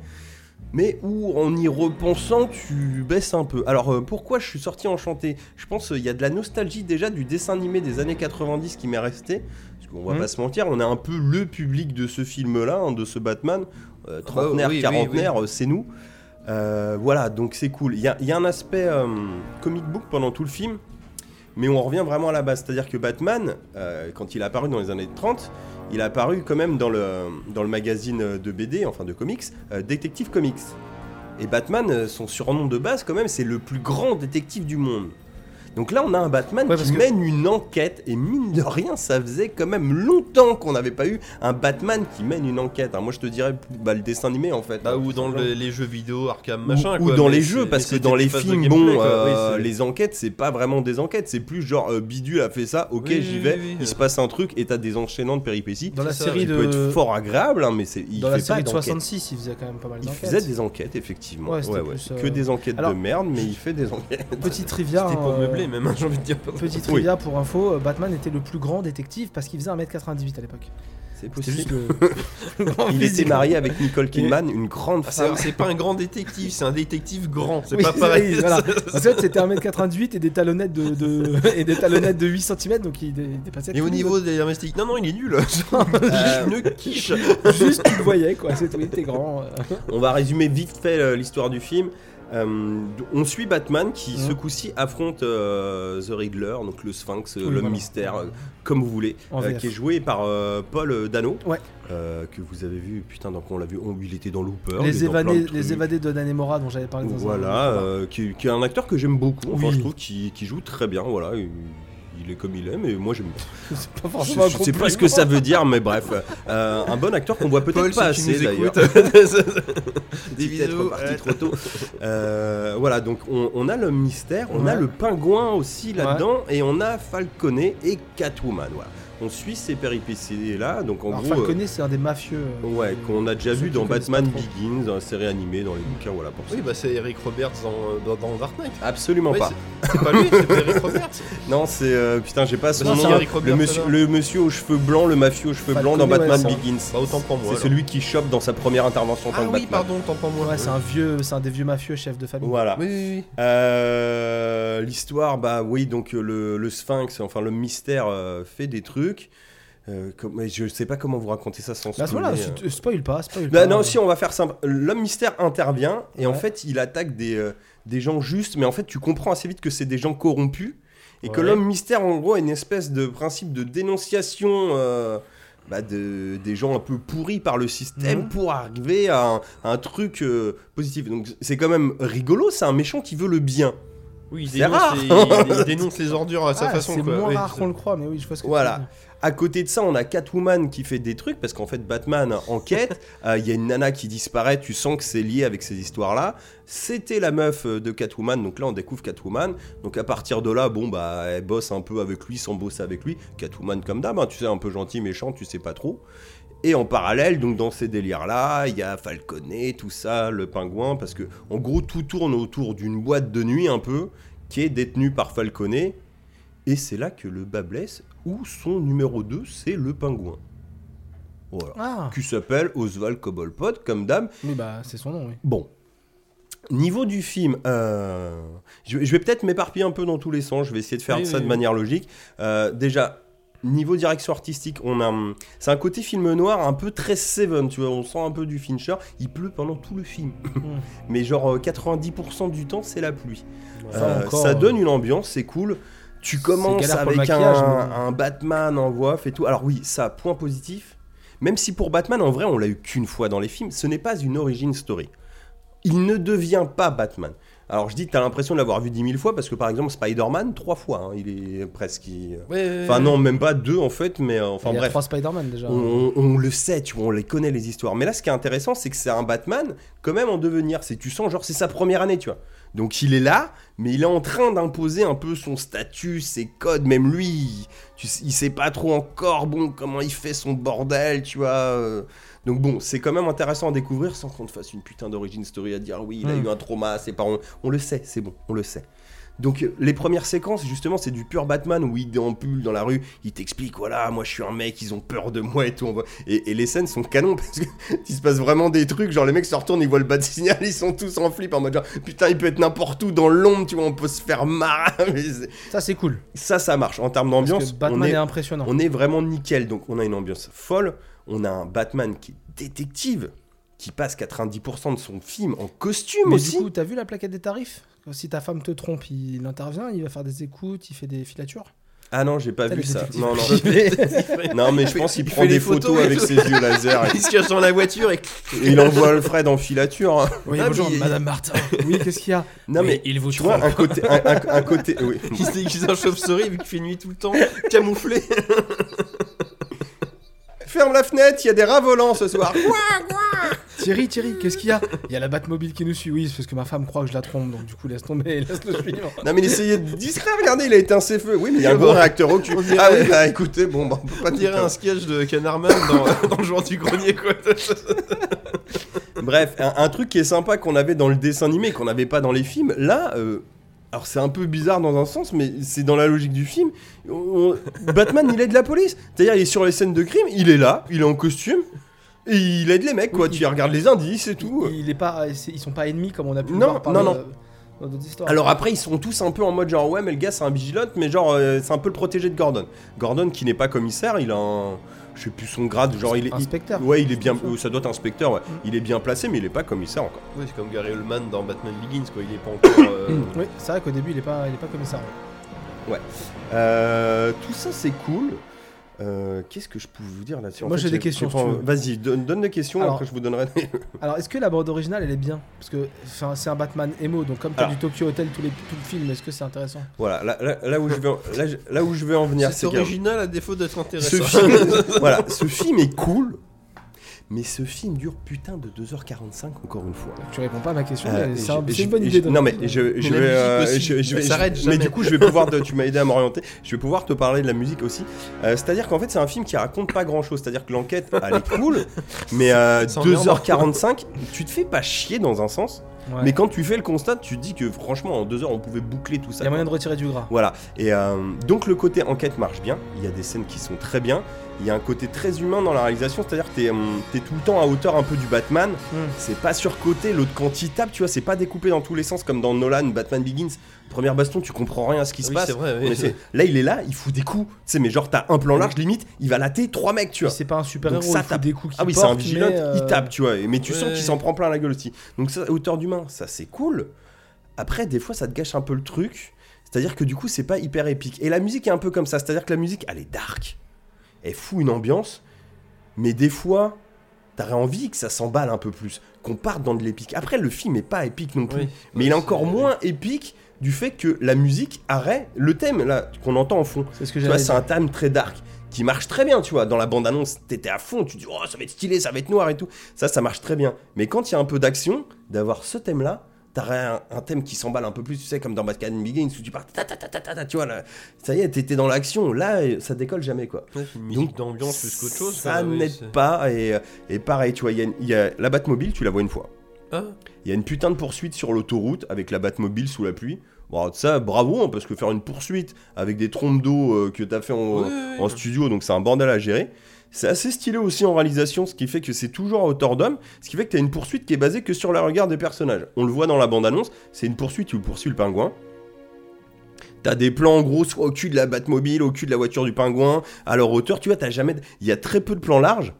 Speaker 3: Mais où, en y repensant, tu baisses un peu. Alors, euh, pourquoi je suis sorti enchanté Je pense qu'il y a de la nostalgie déjà du dessin animé des années 90 qui m'est resté. Parce qu'on va
Speaker 4: Mhm.
Speaker 3: pas se mentir, on a un peu le public de ce film-là, hein, de ce Batman. Euh,
Speaker 4: Ah bah,
Speaker 3: trentenaire,
Speaker 4: oui, oui,
Speaker 3: quarantenaire, euh, c'est nous. Euh, voilà, donc c'est cool. Il y a, il y a un aspect euh, comic book pendant tout le film, mais on revient vraiment à la base. C'est-à-dire que Batman, euh, quand il est apparu dans les années 30, il est apparu quand même dans le, dans le magazine de BD, enfin de comics, euh, Détective Comics. Et Batman, euh, son surnom de base quand même, c'est le plus grand détective du monde. Donc là, on a un Batman
Speaker 2: Ouais, parce
Speaker 3: qui
Speaker 2: que-
Speaker 3: mène une enquête, et mine de rien, ça faisait quand même longtemps qu'on n'avait pas eu un Batman qui mène une enquête. hein. Moi, je te dirais bah, le dessin animé en fait.
Speaker 4: Bah,
Speaker 3: hein,
Speaker 4: ou
Speaker 3: tout
Speaker 4: dans
Speaker 3: simplement.
Speaker 4: le- les jeux vidéo, Arkham,
Speaker 3: Ou-
Speaker 4: machin.
Speaker 3: ou
Speaker 4: quoi,
Speaker 3: dans
Speaker 4: mais
Speaker 3: les
Speaker 4: c'est-
Speaker 3: jeux, parce
Speaker 4: mais
Speaker 3: que
Speaker 4: c'est
Speaker 3: dans
Speaker 4: des
Speaker 3: les
Speaker 4: phases de
Speaker 3: films,
Speaker 4: gameplay,
Speaker 3: bon,
Speaker 4: quoi. Oui,
Speaker 3: euh,
Speaker 4: c'est-
Speaker 3: les enquêtes, c'est pas vraiment des enquêtes, c'est plus genre euh, Bidule a fait ça, ok,
Speaker 4: Oui,
Speaker 3: j'y
Speaker 4: oui,
Speaker 3: vais,
Speaker 4: oui, oui.
Speaker 3: il se passe un truc et t'as des enchaînants de péripéties.
Speaker 2: Euh, Dans la
Speaker 4: ça,
Speaker 2: série
Speaker 3: qui
Speaker 2: de.
Speaker 3: peut être fort agréable, hein, mais c'est, il
Speaker 2: dans
Speaker 3: fait
Speaker 2: la série
Speaker 3: pas
Speaker 2: de
Speaker 3: d'enquête.
Speaker 2: 66, il faisait quand même pas mal
Speaker 3: Il
Speaker 2: d'enquêtes.
Speaker 3: faisait des enquêtes, effectivement.
Speaker 2: Ouais,
Speaker 3: Ouais,
Speaker 2: c'était
Speaker 3: ouais,
Speaker 2: plus,
Speaker 3: Que
Speaker 2: euh,
Speaker 3: des enquêtes
Speaker 2: alors-
Speaker 3: de merde, mais il fait des enquêtes.
Speaker 2: Petit trivia.
Speaker 4: C'était
Speaker 3: Ah.
Speaker 4: pour
Speaker 2: hein,
Speaker 4: meubler, même, hein, j'ai envie de dire.
Speaker 2: Petit
Speaker 3: Oui.
Speaker 2: trivia pour info, euh, Batman était le plus grand détective parce qu'il faisait 1m98 à l'époque.
Speaker 3: C'est
Speaker 2: C'était juste
Speaker 3: possible.
Speaker 2: le, le grand
Speaker 3: Il était
Speaker 2: physique.
Speaker 3: marié avec Nicole Kidman, une grande
Speaker 4: Ah,
Speaker 3: femme.
Speaker 4: C'est c'est pas un grand détective, c'est un détective grand, c'est
Speaker 2: Oui,
Speaker 4: pas pareil.
Speaker 2: oui, voilà. En fait, c'était 1m98 et des talonnettes de, de- et des talonnettes de 8 cm, donc il, dé- il dépassait
Speaker 4: Et
Speaker 2: tout
Speaker 4: au
Speaker 2: le monde.
Speaker 4: niveau des domestiques, non, non, il est nul.
Speaker 3: Euh,
Speaker 4: C'est une quiche.
Speaker 2: Juste, tu le voyais, quoi. C'est tout, il était grand. euh.
Speaker 3: On va résumer vite fait euh, l'histoire du film. Euh, on suit Batman qui, ce
Speaker 2: Mhm.
Speaker 3: coup-ci, affronte euh, The Riddler, donc le Sphinx, euh,
Speaker 2: Oui,
Speaker 3: l'homme
Speaker 2: voilà.
Speaker 3: mystère, euh, comme vous voulez,
Speaker 2: En
Speaker 3: euh,
Speaker 2: VF.
Speaker 3: qui est joué par euh, Paul Dano,
Speaker 2: Ouais.
Speaker 3: euh, que vous avez vu, putain, donc on l'a vu, on- il était dans Looper. oh, il
Speaker 2: les,
Speaker 3: est dans plein de
Speaker 2: évadés,
Speaker 3: trucs.
Speaker 2: les évadés de Dan et Mora dont j'avais parlé dans un-
Speaker 3: Voilà, euh, qui, qui est un acteur que j'aime beaucoup, enfin
Speaker 2: Oui.
Speaker 3: je trouve qu'il qu'il joue très bien, voilà. il- il est comme il est, mais moi j'aime bien.
Speaker 2: C'est pas
Speaker 3: Je,
Speaker 2: forcément un
Speaker 3: je sais
Speaker 2: compliment.
Speaker 3: pas ce que ça veut dire, mais bref. Euh, un bon acteur qu'on voit peut-être pas assez d'ailleurs.
Speaker 4: Des
Speaker 3: Petit être
Speaker 4: bisous.
Speaker 3: parti
Speaker 4: ouais.
Speaker 3: trop tôt. Euh, voilà, donc on, on a le mystère, on a
Speaker 2: Ouais.
Speaker 3: le pingouin aussi là-dedans, et on a Falconet et Catwoman. Voilà. On suit ces péripéties-là, donc en
Speaker 2: Alors,
Speaker 3: gros. euh,
Speaker 2: Falconet, c'est un des mafieux. euh,
Speaker 3: ouais, qu'on a déjà
Speaker 2: ceux
Speaker 3: vu
Speaker 2: qui
Speaker 3: dans
Speaker 2: connaissent
Speaker 3: Batman
Speaker 2: pas trop.
Speaker 3: Begins, dans la série animée, dans les bouquins, voilà pour ça.
Speaker 4: Oui, bah c'est Eric Roberts dans, euh, dans, dans Dark Knight.
Speaker 3: Absolument
Speaker 4: Ouais,
Speaker 3: pas.
Speaker 4: c'est- C'est pas lui, c'est Eric Roberts.
Speaker 3: Non, c'est. euh, putain, j'ai pas son
Speaker 4: Non, c'est
Speaker 3: nom.
Speaker 4: Eric
Speaker 3: le,
Speaker 4: Roberts,
Speaker 3: monsieur,
Speaker 4: alors.
Speaker 3: le monsieur aux cheveux blancs, le mafieux aux cheveux
Speaker 2: Falconet,
Speaker 3: blancs dans
Speaker 2: ouais,
Speaker 3: Batman
Speaker 2: c'est un-
Speaker 3: Begins.
Speaker 4: Bah autant pour moi.
Speaker 3: C'est celui qui chope dans sa première intervention en
Speaker 4: Ah
Speaker 3: tant que
Speaker 4: oui,
Speaker 3: Batman.
Speaker 4: pardon, autant pour moi.
Speaker 2: Ouais, c'est un vieux, c'est un des vieux mafieux chef de famille.
Speaker 3: Voilà.
Speaker 4: Oui, oui, oui.
Speaker 3: Euh, l'histoire, bah oui, donc euh, le, le sphinx, enfin le mystère euh, fait des trucs. Euh, comme- mais je sais pas comment vous raconter ça sans
Speaker 2: Bah
Speaker 3: spoiler,
Speaker 2: voilà,
Speaker 3: euh.
Speaker 2: si tu- spoil pas, spoil
Speaker 3: Bah
Speaker 2: pas.
Speaker 3: non, si on va faire simple. L'homme mystère intervient et en
Speaker 2: Ouais.
Speaker 3: fait il attaque des, euh, des gens justes, mais en fait tu comprends assez vite que c'est des gens corrompus et que
Speaker 4: Ouais.
Speaker 3: l'homme mystère en gros a une espèce de principe de dénonciation euh, bah, de, des gens un peu pourris par le système
Speaker 2: Mhm.
Speaker 3: pour arriver à un, à un truc euh, positif. Donc c'est quand même rigolo, c'est un méchon qui veut le bien.
Speaker 4: Oui, il
Speaker 3: C'est
Speaker 4: dénonce,
Speaker 3: rare.
Speaker 4: les, il- il dénonce les ordures à sa
Speaker 2: Ah,
Speaker 4: façon.
Speaker 2: C'est
Speaker 4: quoi.
Speaker 2: moins
Speaker 4: Oui,
Speaker 2: rare
Speaker 4: c'est-
Speaker 2: qu'on le croit, mais oui, je vois ce que
Speaker 3: Voilà.
Speaker 2: tu veux dire.
Speaker 3: À côté de ça, on a Catwoman qui fait des trucs parce qu'en fait, Batman enquête. euh, Il y a une nana qui disparaît. Tu sens que c'est lié avec ces histoires-là. C'était la meuf euh, de Catwoman. Donc là, on découvre Catwoman. Donc à partir de là, bon bah, elle bosse un peu avec lui, sans bosser avec lui. Catwoman comme d'hab, hein, tu sais, un peu gentil, méchant, tu sais pas trop. Et en parallèle, donc dans ces délires-là, il y a Falconet, tout ça, le pingouin, parce que en gros tout tourne autour d'une boîte de nuit un peu qui est détenue par Falconet. Et c'est là que le bas blesse, où son numéro 2, c'est le pingouin. Voilà.
Speaker 2: Ah,
Speaker 3: Qui s'appelle Oswald Cobblepot, comme dame.
Speaker 2: oui, bah c'est son nom, oui.
Speaker 3: Bon. Niveau du film, euh, je, je vais peut-être m'éparpiller un peu dans tous les sens, je vais essayer de faire
Speaker 4: Oui,
Speaker 3: ça
Speaker 4: oui,
Speaker 3: de
Speaker 4: oui.
Speaker 3: manière logique. Euh, déjà, niveau direction artistique, on a, hum, c'est un côté film noir un peu très Seven, tu vois, on sent un peu du Fincher, il pleut pendant tout le film. Mais genre euh, 90% du temps, c'est la pluie. Euh,
Speaker 2: encore,
Speaker 3: ça
Speaker 2: euh,
Speaker 3: donne une ambiance, c'est cool. Tu commences
Speaker 2: galère pour le
Speaker 3: avec un,
Speaker 2: maquillage, hein. mais-
Speaker 3: un Batman en voix off et tout. Alors oui, ça, point positif. Même si pour Batman, en vrai, on l'a eu qu'une fois dans les films, ce n'est pas une origin story. Il ne devient pas Batman. Alors je dis, t'as l'impression de l'avoir vu 10 000 fois parce que par exemple Spider-Man, trois fois, hein, il est presque. il- Enfin non, même pas deux en fait, mais euh, enfin
Speaker 2: Euh. Il y a
Speaker 3: bref.
Speaker 2: trois Spider-Man déjà.
Speaker 3: On, on le sait, tu vois, on les connaît les histoires. Mais là, ce qui est intéressant, c'est que c'est un Batman quand même en devenir. C'est tu sens genre c'est sa première année, tu vois. Donc il est là, mais il est en train d'imposer un peu son statut, ses codes. Même lui, tu sais- il sait pas trop encore bon comment il fait son bordel, tu vois. euh. Donc bon, c'est quand même intéressant à découvrir sans qu'on te fasse une putain d'origin story à dire oui, il a
Speaker 2: Mm.
Speaker 3: eu un trauma, ses parents. On le sait, c'est bon, on le sait. Donc euh, les premières séquences justement c'est du pur Batman où il déambule dans la rue, il t'explique voilà moi je suis un mec, ils ont peur de moi et tout. on va- Et, et les scènes sont canons parce que il se passe vraiment des trucs, genre les mecs se retournent, ils voient le bat signal, ils sont tous en flip en mode genre putain il peut être n'importe où dans l'ombre, tu vois, on peut se faire marrer. mais c'est-
Speaker 2: Ça, c'est cool.
Speaker 3: ça ça marche en termes
Speaker 2: Parce
Speaker 3: d'ambiance.
Speaker 2: que Batman
Speaker 3: on
Speaker 2: est...
Speaker 3: est-
Speaker 2: impressionnant.
Speaker 3: on est vraiment nickel, donc on a une ambiance folle, on a un Batman qui est détective, qui passe 90% de son film en costume
Speaker 2: Mais
Speaker 3: aussi.
Speaker 2: du coup, t'as vu la plaquette des tarifs Si ta femme te trompe, il intervient, il va faire des écoutes, il fait des filatures.
Speaker 3: Ah non, j'ai pas
Speaker 2: T'as
Speaker 3: vu
Speaker 2: le
Speaker 3: ça.
Speaker 2: détective
Speaker 3: Non, non.
Speaker 2: privé.
Speaker 3: Non, mais je pense qu'il
Speaker 4: Il
Speaker 3: prend
Speaker 4: fait
Speaker 3: des
Speaker 4: les
Speaker 3: photos,
Speaker 4: photos et
Speaker 3: avec
Speaker 4: tout.
Speaker 3: ses yeux laser et
Speaker 4: Il se cache dans la voiture et.
Speaker 3: et il envoie Alfred en filature. hein.
Speaker 2: oui,
Speaker 4: Ah,
Speaker 2: bonjour,
Speaker 4: mais-
Speaker 2: Madame Martin. Oui, qu'est-ce qu'il y a
Speaker 3: Non, mais
Speaker 6: il vous
Speaker 3: tu vois, un côté. Un, un- un côté oui.
Speaker 4: Qui se déguise en chauve-souris vu qu'il fait nuit tout le temps, camouflé.
Speaker 3: Ferme la fenêtre, il y a des rats volants ce soir.
Speaker 2: Thierry, Thierry, qu'est-ce qu'il y a Il y a la Batmobile qui nous suit. Oui, c'est parce que ma femme croit que je la trompe, donc du coup, laisse tomber, laisse le suivre.
Speaker 3: non, mais il essayait de discret, regardez, il a éteint ses feux. Oui, mais il y a un
Speaker 4: Je
Speaker 3: gros
Speaker 4: vois.
Speaker 3: réacteur au cul.
Speaker 4: On dirait-
Speaker 3: Ah oui, bah écoutez, bon, bah, on peut pas
Speaker 4: On dirait
Speaker 3: dire.
Speaker 4: un sketch de Canarman dans, dans le joueur du grenier, quoi.
Speaker 3: Bref, un, un truc qui est sympa qu'on avait dans le dessin animé, qu'on n'avait pas dans les films, là, euh, alors c'est un peu bizarre dans un sens, mais c'est dans la logique du film. On- on- Batman, il aide la police. C'est-à-dire, il est sur les scènes de crime, il est là, il est en costume, et il aide les mecs, quoi.
Speaker 2: Oui,
Speaker 3: tu regardes les indices et tout.
Speaker 2: Il est pas, c'est- ils sont pas ennemis comme on a pu
Speaker 3: Non,
Speaker 2: le voir par
Speaker 3: non,
Speaker 2: le-
Speaker 3: non.
Speaker 2: dans d'autres histoires.
Speaker 3: Alors après, ils sont tous un peu en mode genre, ouais, mais le gars, c'est un vigilante, mais genre, euh, c'est un peu le protégé de Gordon. Gordon, qui n'est pas commissaire, il a un. Je sais plus son grade, genre, il est. il-
Speaker 2: inspecteur.
Speaker 3: Ouais, il est bien. euh, Ça doit être inspecteur, ouais. Il est bien placé, mais il est pas commissaire encore.
Speaker 4: Oui, c'est comme Gary Oldman dans Batman Begins, quoi. Il est pas encore. euh,
Speaker 2: Oui, c'est vrai qu'au début, il est pas, il est pas commissaire.
Speaker 3: Euh, tout ça, c'est cool. Euh, Qu'est-ce que je peux vous dire là-dessus En
Speaker 2: Moi,
Speaker 3: fait,
Speaker 2: j'ai des questions,
Speaker 3: pas-
Speaker 2: si tu veux.
Speaker 3: Vas-y, donne, donne des questions,
Speaker 2: Alors-
Speaker 3: après je vous donnerai. des-
Speaker 2: Alors, est-ce que la bande originale, elle est bien Parce que c'est un- c'est un Batman emo, donc comme t'as
Speaker 3: Alors.
Speaker 2: du Tokyo Hotel tous les, tout le film, est-ce que c'est intéressant
Speaker 3: voilà, là, là- là où je vais en, là, je- là où je vais en venir,
Speaker 4: C'est
Speaker 3: c'est que
Speaker 4: original à défaut d'être intéressant.
Speaker 3: ce film, voilà, ce film est cool, mais ce film dure putain de 2h45 encore une fois.
Speaker 2: Tu réponds pas à ma question,
Speaker 3: Euh,
Speaker 2: mais
Speaker 3: et
Speaker 2: c'est
Speaker 3: je-
Speaker 2: un-
Speaker 3: et
Speaker 2: c'est
Speaker 3: je-
Speaker 2: une bonne
Speaker 3: et
Speaker 2: idée.
Speaker 3: je-
Speaker 2: donc.
Speaker 3: Non mais je, je
Speaker 4: la
Speaker 3: vais,
Speaker 4: musique
Speaker 3: euh, je-
Speaker 4: aussi,
Speaker 3: je
Speaker 4: elle
Speaker 3: vais-
Speaker 4: s'arrête
Speaker 3: je-
Speaker 4: jamais.
Speaker 3: Mais du coup, je vais pouvoir. de- tu m'as aidé à m'orienter. Je vais pouvoir te parler de la musique aussi. Euh, c'est-à-dire qu'en fait, c'est un film qui raconte pas grand-chose. C'est-à-dire que l'enquête, elle est cool, mais euh,
Speaker 4: Ça emmerde.
Speaker 3: 2h45, tu te fais pas chier dans un sens.
Speaker 2: Ouais.
Speaker 3: Mais quand tu fais le constat, tu te dis que franchement, en 2 heures, on pouvait boucler tout ça.
Speaker 2: Il y a moyen de
Speaker 3: quoi.
Speaker 2: retirer du gras.
Speaker 3: Voilà. Et euh, donc le côté enquête marche bien. Il y a des scènes qui sont très bien. Il y a un côté très humain dans la réalisation, c'est-à-dire que t'es hum, t'es tout le temps à hauteur un peu du Batman.
Speaker 4: Hmm.
Speaker 3: C'est pas surcoté, l'autre quand il tape, tu vois, c'est pas découpé dans tous les sens comme dans Nolan, Batman Begins. Première baston, tu comprends rien à ce qui se
Speaker 4: Oui,
Speaker 3: passe.
Speaker 4: c'est vrai, oui.
Speaker 3: Mais c'est- là, il est là, il fout des coups. Tu sais, mais genre t'as un plan large, limite, il va latter trois mecs, tu vois.
Speaker 2: C'est pas un super
Speaker 3: Donc
Speaker 2: héros,
Speaker 3: ça
Speaker 2: il fout
Speaker 3: tape.
Speaker 2: des coups qui euh,
Speaker 3: Ah oui, c'est un vigilant, il tape, tu vois. et- Mais tu sens
Speaker 4: euh, Ouais.
Speaker 3: qu'il s'en prend plein la gueule aussi. Donc, ça, hauteur d'humain, ça c'est cool. Après, des fois, ça te gâche un peu le truc. C'est-à-dire que du coup, c'est pas hyper épique. Et la musique est un peu comme ça. C'est-à-dire que la musique, elle est dark. Elle fout une ambiance. Mais des fois, t'aurais envie que ça s'emballe un peu plus. Qu'on parte dans de l'épique. Après, le film est pas épique non plus.
Speaker 4: Oui.
Speaker 3: Mais il est encore moins épique du fait que la musique arrête le thème là qu'on entend en fond.
Speaker 2: C'est ce que
Speaker 3: Tu vois,
Speaker 2: j'avais
Speaker 3: c'est un thème très dark qui marche très bien, tu vois. Dans la bande-annonce, t'étais à fond, tu dis oh ça va être stylé, ça va être noir et tout. Ça, ça marche très bien. Mais quand il y a un peu d'action, d'avoir ce thème-là, t'as un, un thème qui s'emballe un peu plus, tu sais, comme dans Batman Begins où tu pars ta ta ta ta ta, ta, tu vois. là. ça y est, t'étais dans l'action. Là, euh, ça décolle jamais quoi.
Speaker 4: Ouais, c'est une
Speaker 3: Donc,
Speaker 4: musique d'ambiance plus qu'autre chose.
Speaker 3: Ça
Speaker 4: quoi, oui,
Speaker 3: n'aide
Speaker 4: c'est-
Speaker 3: pas et, euh, et pareil, tu vois, il y a une- il y, a la Batmobile, tu la vois une fois.
Speaker 4: Ah.
Speaker 3: Il y a une putain de poursuite sur l'autoroute avec la Batmobile sous la pluie. Bon, ça, bravo, hein, parce que faire une poursuite avec des trompes d'eau euh, que t'as fait en,
Speaker 4: Oui, oui,
Speaker 3: en
Speaker 4: oui.
Speaker 3: studio, donc c'est un bordel à gérer. C'est assez stylé aussi en réalisation, ce qui fait que c'est toujours à hauteur d'homme, ce qui fait que t'as une poursuite qui est basée que sur le regard des personnages. On le voit dans la bande-annonce, c'est une poursuite où il poursuit le pingouin. T'as des plans en gros soit au cul de la Batmobile, au cul de la voiture du pingouin, à leur hauteur, tu vois, t'as jamais... de- Il y a très peu de plans larges.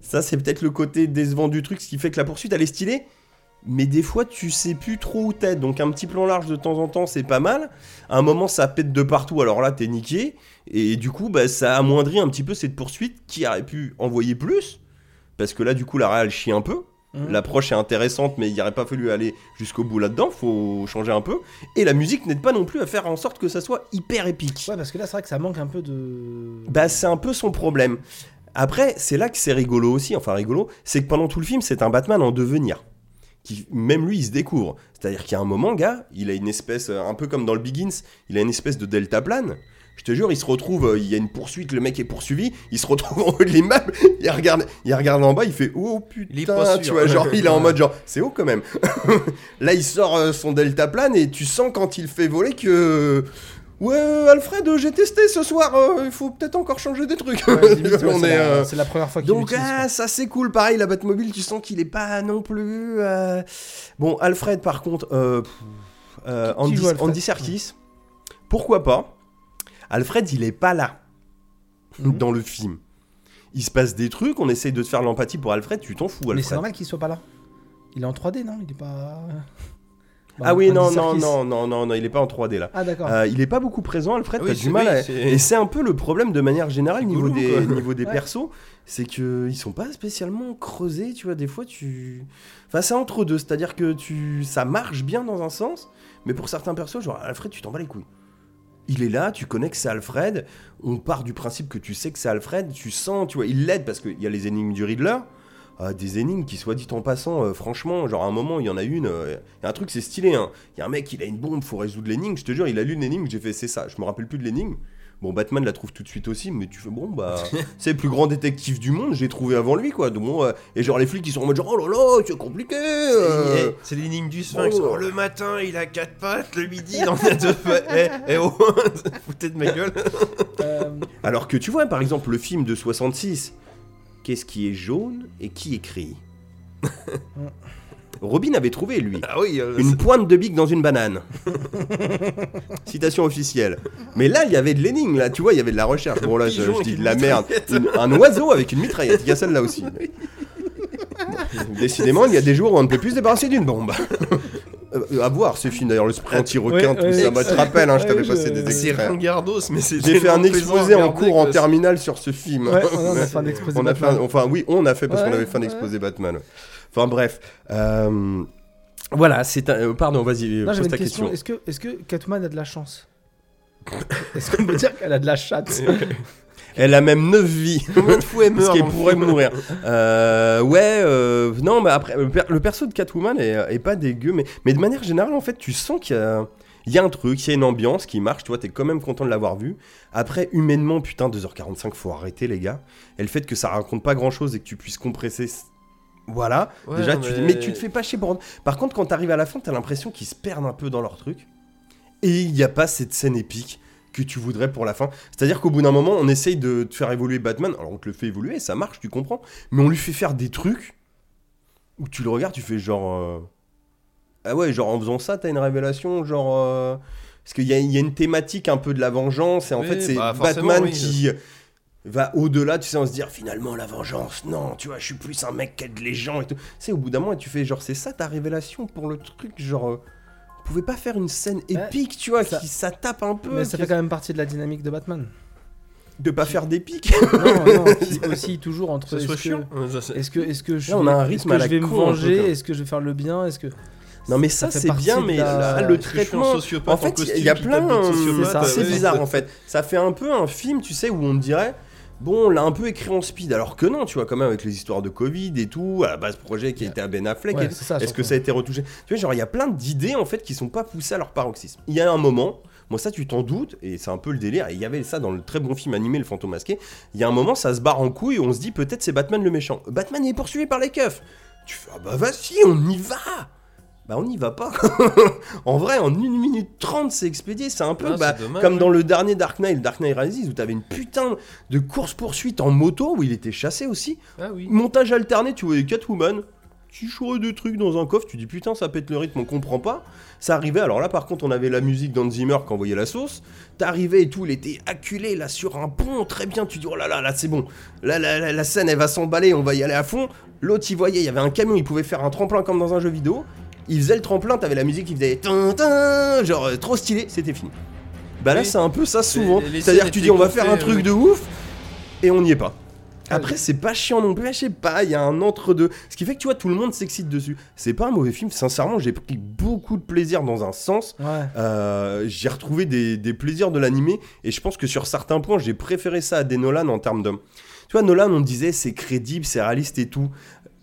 Speaker 3: Ça, c'est peut-être le côté décevant du truc, ce qui fait que la poursuite, elle est stylée, mais des fois, tu sais plus trop où t'es. Donc un petit plan large de temps en temps, c'est pas mal. À un moment, ça pète de partout, alors là, t'es niqué. Et du coup, bah, ça amoindrit un petit peu cette poursuite qui aurait pu envoyer plus. Parce que là, du coup, la réal chie un peu.
Speaker 2: Mhm.
Speaker 3: L'approche est intéressante, mais il n'y aurait pas fallu aller jusqu'au bout là-dedans, faut changer un peu. Et la musique n'aide pas non plus à faire en sorte que ça soit hyper épique.
Speaker 2: Ouais, parce que là, c'est vrai que ça manque un peu de.
Speaker 3: Bah, c'est un peu son problème. Après, c'est là que c'est rigolo aussi, enfin rigolo, c'est que pendant tout le film, c'est un Batman en devenir. Qui, même lui, il se découvre. C'est-à-dire qu'il y a un moment, gars, il a une espèce, euh, un peu comme dans le Begins, il a une espèce de delta plane. Je te jure, il se retrouve, euh, il y a une poursuite, le mec est poursuivi, il se retrouve en haut de l'immeuble, il regarde, il regarde en bas, il fait oh putain,
Speaker 4: Il est pas
Speaker 3: tu
Speaker 4: sûr.
Speaker 3: vois, genre il est en mode genre c'est haut quand même. Là, il sort euh, son delta plane et tu sens quand il fait voler que Ouais, euh, Alfred, euh, j'ai testé ce soir, euh, il faut peut-être encore changer des trucs.
Speaker 2: Ouais, limite, ouais,
Speaker 3: On
Speaker 2: c'est
Speaker 3: est,
Speaker 2: la-
Speaker 3: euh,
Speaker 2: c'est la première fois qu'il
Speaker 3: Donc,
Speaker 2: l'utilise,
Speaker 3: ah,
Speaker 2: quoi.
Speaker 3: ça c'est cool, pareil, la Batmobile, tu sens qu'il est pas non plus. euh, Bon, Alfred, par contre, euh, pff, euh,
Speaker 2: Qui- qui
Speaker 3: Andy,
Speaker 2: joue Alfred
Speaker 3: Andy Serkis, pourquoi pas Alfred, il est pas là
Speaker 2: Mhm.
Speaker 3: dans le film. Il se passe des trucs, on essaye de te faire l'empathie pour Alfred, tu t'en fous,
Speaker 2: Mais c'est
Speaker 3: Alfred.
Speaker 2: normal qu'il soit pas là. Il est en 3D, non Il est pas.
Speaker 3: ah oui,
Speaker 2: Andy
Speaker 3: non, non,
Speaker 2: Serkis.
Speaker 3: non, non, non, non, il est pas en 3D là.
Speaker 2: Ah d'accord.
Speaker 3: Euh, il est pas beaucoup présent, Alfred.
Speaker 4: Ah
Speaker 3: T'as
Speaker 4: oui,
Speaker 3: du
Speaker 4: c'est-
Speaker 3: mal.
Speaker 4: oui,
Speaker 3: à-
Speaker 4: c'est-
Speaker 3: Et c'est un peu le problème de manière générale niveau
Speaker 4: Gollum,
Speaker 3: des
Speaker 4: quoi.
Speaker 3: niveau des
Speaker 2: Ouais.
Speaker 3: persos, c'est que ils sont pas spécialement creusés. Tu vois, des fois tu, enfin c'est entre deux. C'est-à-dire que tu, ça marche bien dans un sens, mais pour certains persos, genre Alfred, tu t'en bats les couilles. Il est là, tu connais que c'est Alfred. On part du principe que tu sais que c'est Alfred. Tu sens, tu vois, il l'aide parce qu'il y a les énigmes du Riddler. Euh, des énigmes qui, soit dit en passant, euh, franchement, genre à un moment, il y en a une, euh, il y a un truc, c'est stylé. hein. Il y a un mec, il a une bombe, faut résoudre l'énigme. Je te jure, il a lu une énigme, j'ai fait, c'est ça. Je me rappelle plus de l'énigme. Bon, Batman la trouve tout de suite aussi, mais tu fais, bon, bah, c'est le plus grand détective du monde, j'ai trouvé avant lui, quoi. Donc, bon, euh, et genre, les flics, ils sont en mode, genre, oh là là, c'est compliqué. euh.
Speaker 4: Eh, C'est l'énigme du sphinx.
Speaker 3: oh.
Speaker 4: Oh, le matin, il a quatre pattes. Le midi, il en a deux pattes. Eh, eh oh, foutez de ma gueule.
Speaker 2: Euh,
Speaker 3: Alors que tu vois, par exemple, le film de 66, qu'est-ce qui est jaune et qui écrit Robin avait trouvé, lui.
Speaker 4: Ah oui, euh,
Speaker 3: Une pointe de bique dans une banane. Citation officielle. Mais là, il y avait de l'énigme, là, tu vois, il y avait de la recherche. Bon, là, je,
Speaker 4: pigeon
Speaker 3: je dis
Speaker 4: avec
Speaker 3: de la
Speaker 4: une
Speaker 3: merde. Une- un oiseau avec une mitraillette, il y a celle-là aussi. Décidément, il y a des jours où on ne peut plus se débarrasser d'une bombe. Euh, euh, à voir ce film d'ailleurs, le spray anti-requin,
Speaker 2: Ouais,
Speaker 3: tout
Speaker 2: ouais,
Speaker 3: ça. Bah, je te rappelle, hein, je t'avais
Speaker 2: ouais,
Speaker 3: passé
Speaker 2: je-
Speaker 3: des
Speaker 4: c'est- c'est
Speaker 3: extraits.
Speaker 4: ringardos, mais c'est.
Speaker 3: J'ai fait un
Speaker 4: tellement plaisant à
Speaker 3: exposé en
Speaker 4: regarder,
Speaker 3: cours en
Speaker 4: quoi.
Speaker 3: terminale sur ce film.
Speaker 2: ouais, on a fait un exposé.
Speaker 3: On a fait,
Speaker 2: Batman.
Speaker 3: un- enfin oui, on a fait parce qu'on
Speaker 2: Ouais,
Speaker 3: avait fait un
Speaker 2: ouais.
Speaker 3: exposé Batman. ouais. Enfin bref, euh, voilà, c'est un. euh, Pardon, vas-y, euh,
Speaker 2: Non,
Speaker 3: pose
Speaker 2: j'avais une
Speaker 3: ta
Speaker 2: question.
Speaker 3: question.
Speaker 2: Est-ce que, est-ce que Catwoman a de la chance Est-ce qu'on peut dire qu'elle a de la chatte
Speaker 3: Elle a même 9 vies.
Speaker 4: Combien de fois elle
Speaker 3: Parce
Speaker 4: meurt
Speaker 3: qu'elle
Speaker 4: dans le
Speaker 3: pourrait
Speaker 4: film
Speaker 3: mourir. Euh, ouais, euh, non, mais après, le per- le perso de Catwoman est, est pas dégueu, mais, mais de manière générale, en fait, tu sens qu'il y a, il y a un truc, il y a une ambiance qui marche, tu vois, t'es quand même content de l'avoir vu. Après, humainement, putain, 2h45, faut arrêter, les gars. Et le fait que ça raconte pas grand chose et que tu puisses compresser. c- Voilà,
Speaker 4: Ouais,
Speaker 3: Déjà,
Speaker 4: non,
Speaker 3: tu, mais tu te fais pas chier pour rendre- Par contre, quand t'arrives à la fin, t'as l'impression qu'ils se perdent un peu dans leur truc. Et il n'y a pas cette scène épique que tu voudrais pour la fin. C'est-à-dire qu'au bout d'un moment, on essaye de te faire évoluer Batman. Alors, on te le fait évoluer, ça marche, tu comprends. Mais on lui fait faire des trucs où tu le regardes, tu fais genre. euh, Ah ouais, genre en faisant ça, t'as une révélation, genre. euh, Parce qu'il y a, il y a une thématique un peu de la vengeance, et en
Speaker 4: Oui,
Speaker 3: fait, c'est
Speaker 4: bah, forcément,
Speaker 3: Batman
Speaker 4: oui.
Speaker 3: qui va au-delà, tu sais, en se dire finalement la vengeance, non, tu vois, je suis plus un mec qui aide les gens et tout. Tu sais, au bout d'un moment, tu fais genre, c'est ça ta révélation pour le truc, genre. euh, Vous pouvez pas faire une scène
Speaker 2: Ouais,
Speaker 3: épique, tu vois,
Speaker 2: ça-
Speaker 3: qui ça tape un peu,
Speaker 2: Mais ça
Speaker 3: qui-
Speaker 2: fait quand même partie de la dynamique de Batman.
Speaker 3: de pas faire d'épique.
Speaker 2: Non, non, qui aussi toujours entre.
Speaker 4: Ça
Speaker 2: est-ce
Speaker 4: soit
Speaker 2: que-
Speaker 4: chiant. Ouais, ça, c'est-
Speaker 2: Est-ce que, est-ce que je,
Speaker 3: Là, on a un
Speaker 2: est-ce
Speaker 3: rythme
Speaker 2: que
Speaker 3: à la
Speaker 2: je vais
Speaker 3: con,
Speaker 2: me
Speaker 3: un peu, quand même.
Speaker 2: venger Est-ce que je vais faire le bien Est-ce que
Speaker 3: non, mais ça,
Speaker 2: fait
Speaker 3: c'est
Speaker 2: partie
Speaker 3: bien,
Speaker 2: de
Speaker 3: mais
Speaker 2: la-
Speaker 3: là,
Speaker 2: Parce
Speaker 3: le
Speaker 2: que
Speaker 4: je suis un
Speaker 3: traitement.
Speaker 4: sociopathe
Speaker 3: En fait,
Speaker 4: costume
Speaker 3: il y a
Speaker 4: qui tape
Speaker 3: plein.
Speaker 4: d'autres
Speaker 3: euh,
Speaker 4: sociopathes,
Speaker 2: ça,
Speaker 4: ouais,
Speaker 3: C'est
Speaker 4: ouais.
Speaker 3: bizarre en fait. Ça fait un peu un film, tu sais, où on dirait. Bon, on l'a un peu écrit en speed, alors que non, tu vois, quand même, avec les histoires de Covid et tout, à la base projet qui a été à Ben Affleck,
Speaker 2: Ouais,
Speaker 3: et-
Speaker 2: c'est ça,
Speaker 3: est-ce que
Speaker 2: surtout.
Speaker 3: ça a été retouché Tu vois, genre, il y a plein d'idées en fait qui sont pas poussées à leur paroxysme. Il y a un moment, moi ça tu t'en doutes, et c'est un peu le délire, et il y avait ça dans le très bon film animé Le Fantôme Masqué, il y a un moment, ça se barre en couille, et on se dit peut-être c'est Batman le méchant. Batman est poursuivi par les keufs Tu fais, ah bah vas-y, on y va bah on n'y va pas. en vrai, en 1 minute 30, c'est expédié. C'est un peu
Speaker 4: Ah, c'est
Speaker 3: bah,
Speaker 4: dommage,
Speaker 3: comme
Speaker 4: ouais.
Speaker 3: dans le dernier Dark Knight, Dark Knight Rises, où t'avais une putain de course-poursuite en moto, où il était chassé aussi.
Speaker 4: Ah oui.
Speaker 3: Montage alterné, tu voyais Catwoman qui jouait des trucs dans un coffre, tu dis putain ça pète le rythme, on comprend pas. Ça arrivait, alors là par contre on avait la musique d'Anne Zimmer qui envoyait la sauce, t'arrivais et tout, il était acculé là sur un pont, très bien, tu dis oh là là là c'est bon, là, là, là, la scène elle va s'emballer, on va y aller à fond. L'autre il voyait, il y avait un camion, il pouvait faire un tremplin comme dans un jeu vidéo, il faisait le tremplin, t'avais la musique qui faisait tin, tin, genre euh, trop stylé, c'était fini. Bah là
Speaker 4: Oui.
Speaker 3: c'est un peu ça souvent,
Speaker 4: Les- les
Speaker 3: c'est-à-dire
Speaker 4: scènes
Speaker 3: que tu
Speaker 4: étaient
Speaker 3: dis on va faire un
Speaker 4: coiffées,
Speaker 3: truc
Speaker 4: euh,
Speaker 3: de ouf et on n'y est pas. Après, c'est pas chiant non plus, je sais pas, il y a un entre-deux. Ce qui fait que tu vois, tout le monde s'excite dessus. C'est pas un mauvais film, sincèrement, j'ai pris beaucoup de plaisir dans un sens.
Speaker 2: Ouais.
Speaker 3: Euh, j'ai retrouvé des, des plaisirs de l'animé et je pense que sur certains points, j'ai préféré ça à des Nolan en termes d'hommes. Tu vois, Nolan, on disait c'est crédible, c'est réaliste et tout.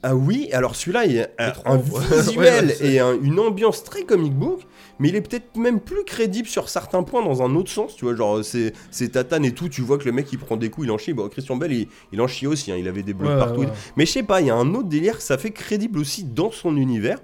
Speaker 3: Ah oui, alors celui-là, il y a un, un visuel et un- une ambiance très comic book, mais il est peut-être même plus crédible sur certains points dans un autre sens. Tu vois, genre, c'est, c'est tatane et tout, tu vois que le mec il prend des coups, il en chie. Bon, Christian Bell, il, il en chie aussi, hein, il avait des blocs
Speaker 2: Ouais,
Speaker 3: partout.
Speaker 2: ouais.
Speaker 3: Mais je sais pas, il y a un autre délire, ça fait crédible aussi dans son univers.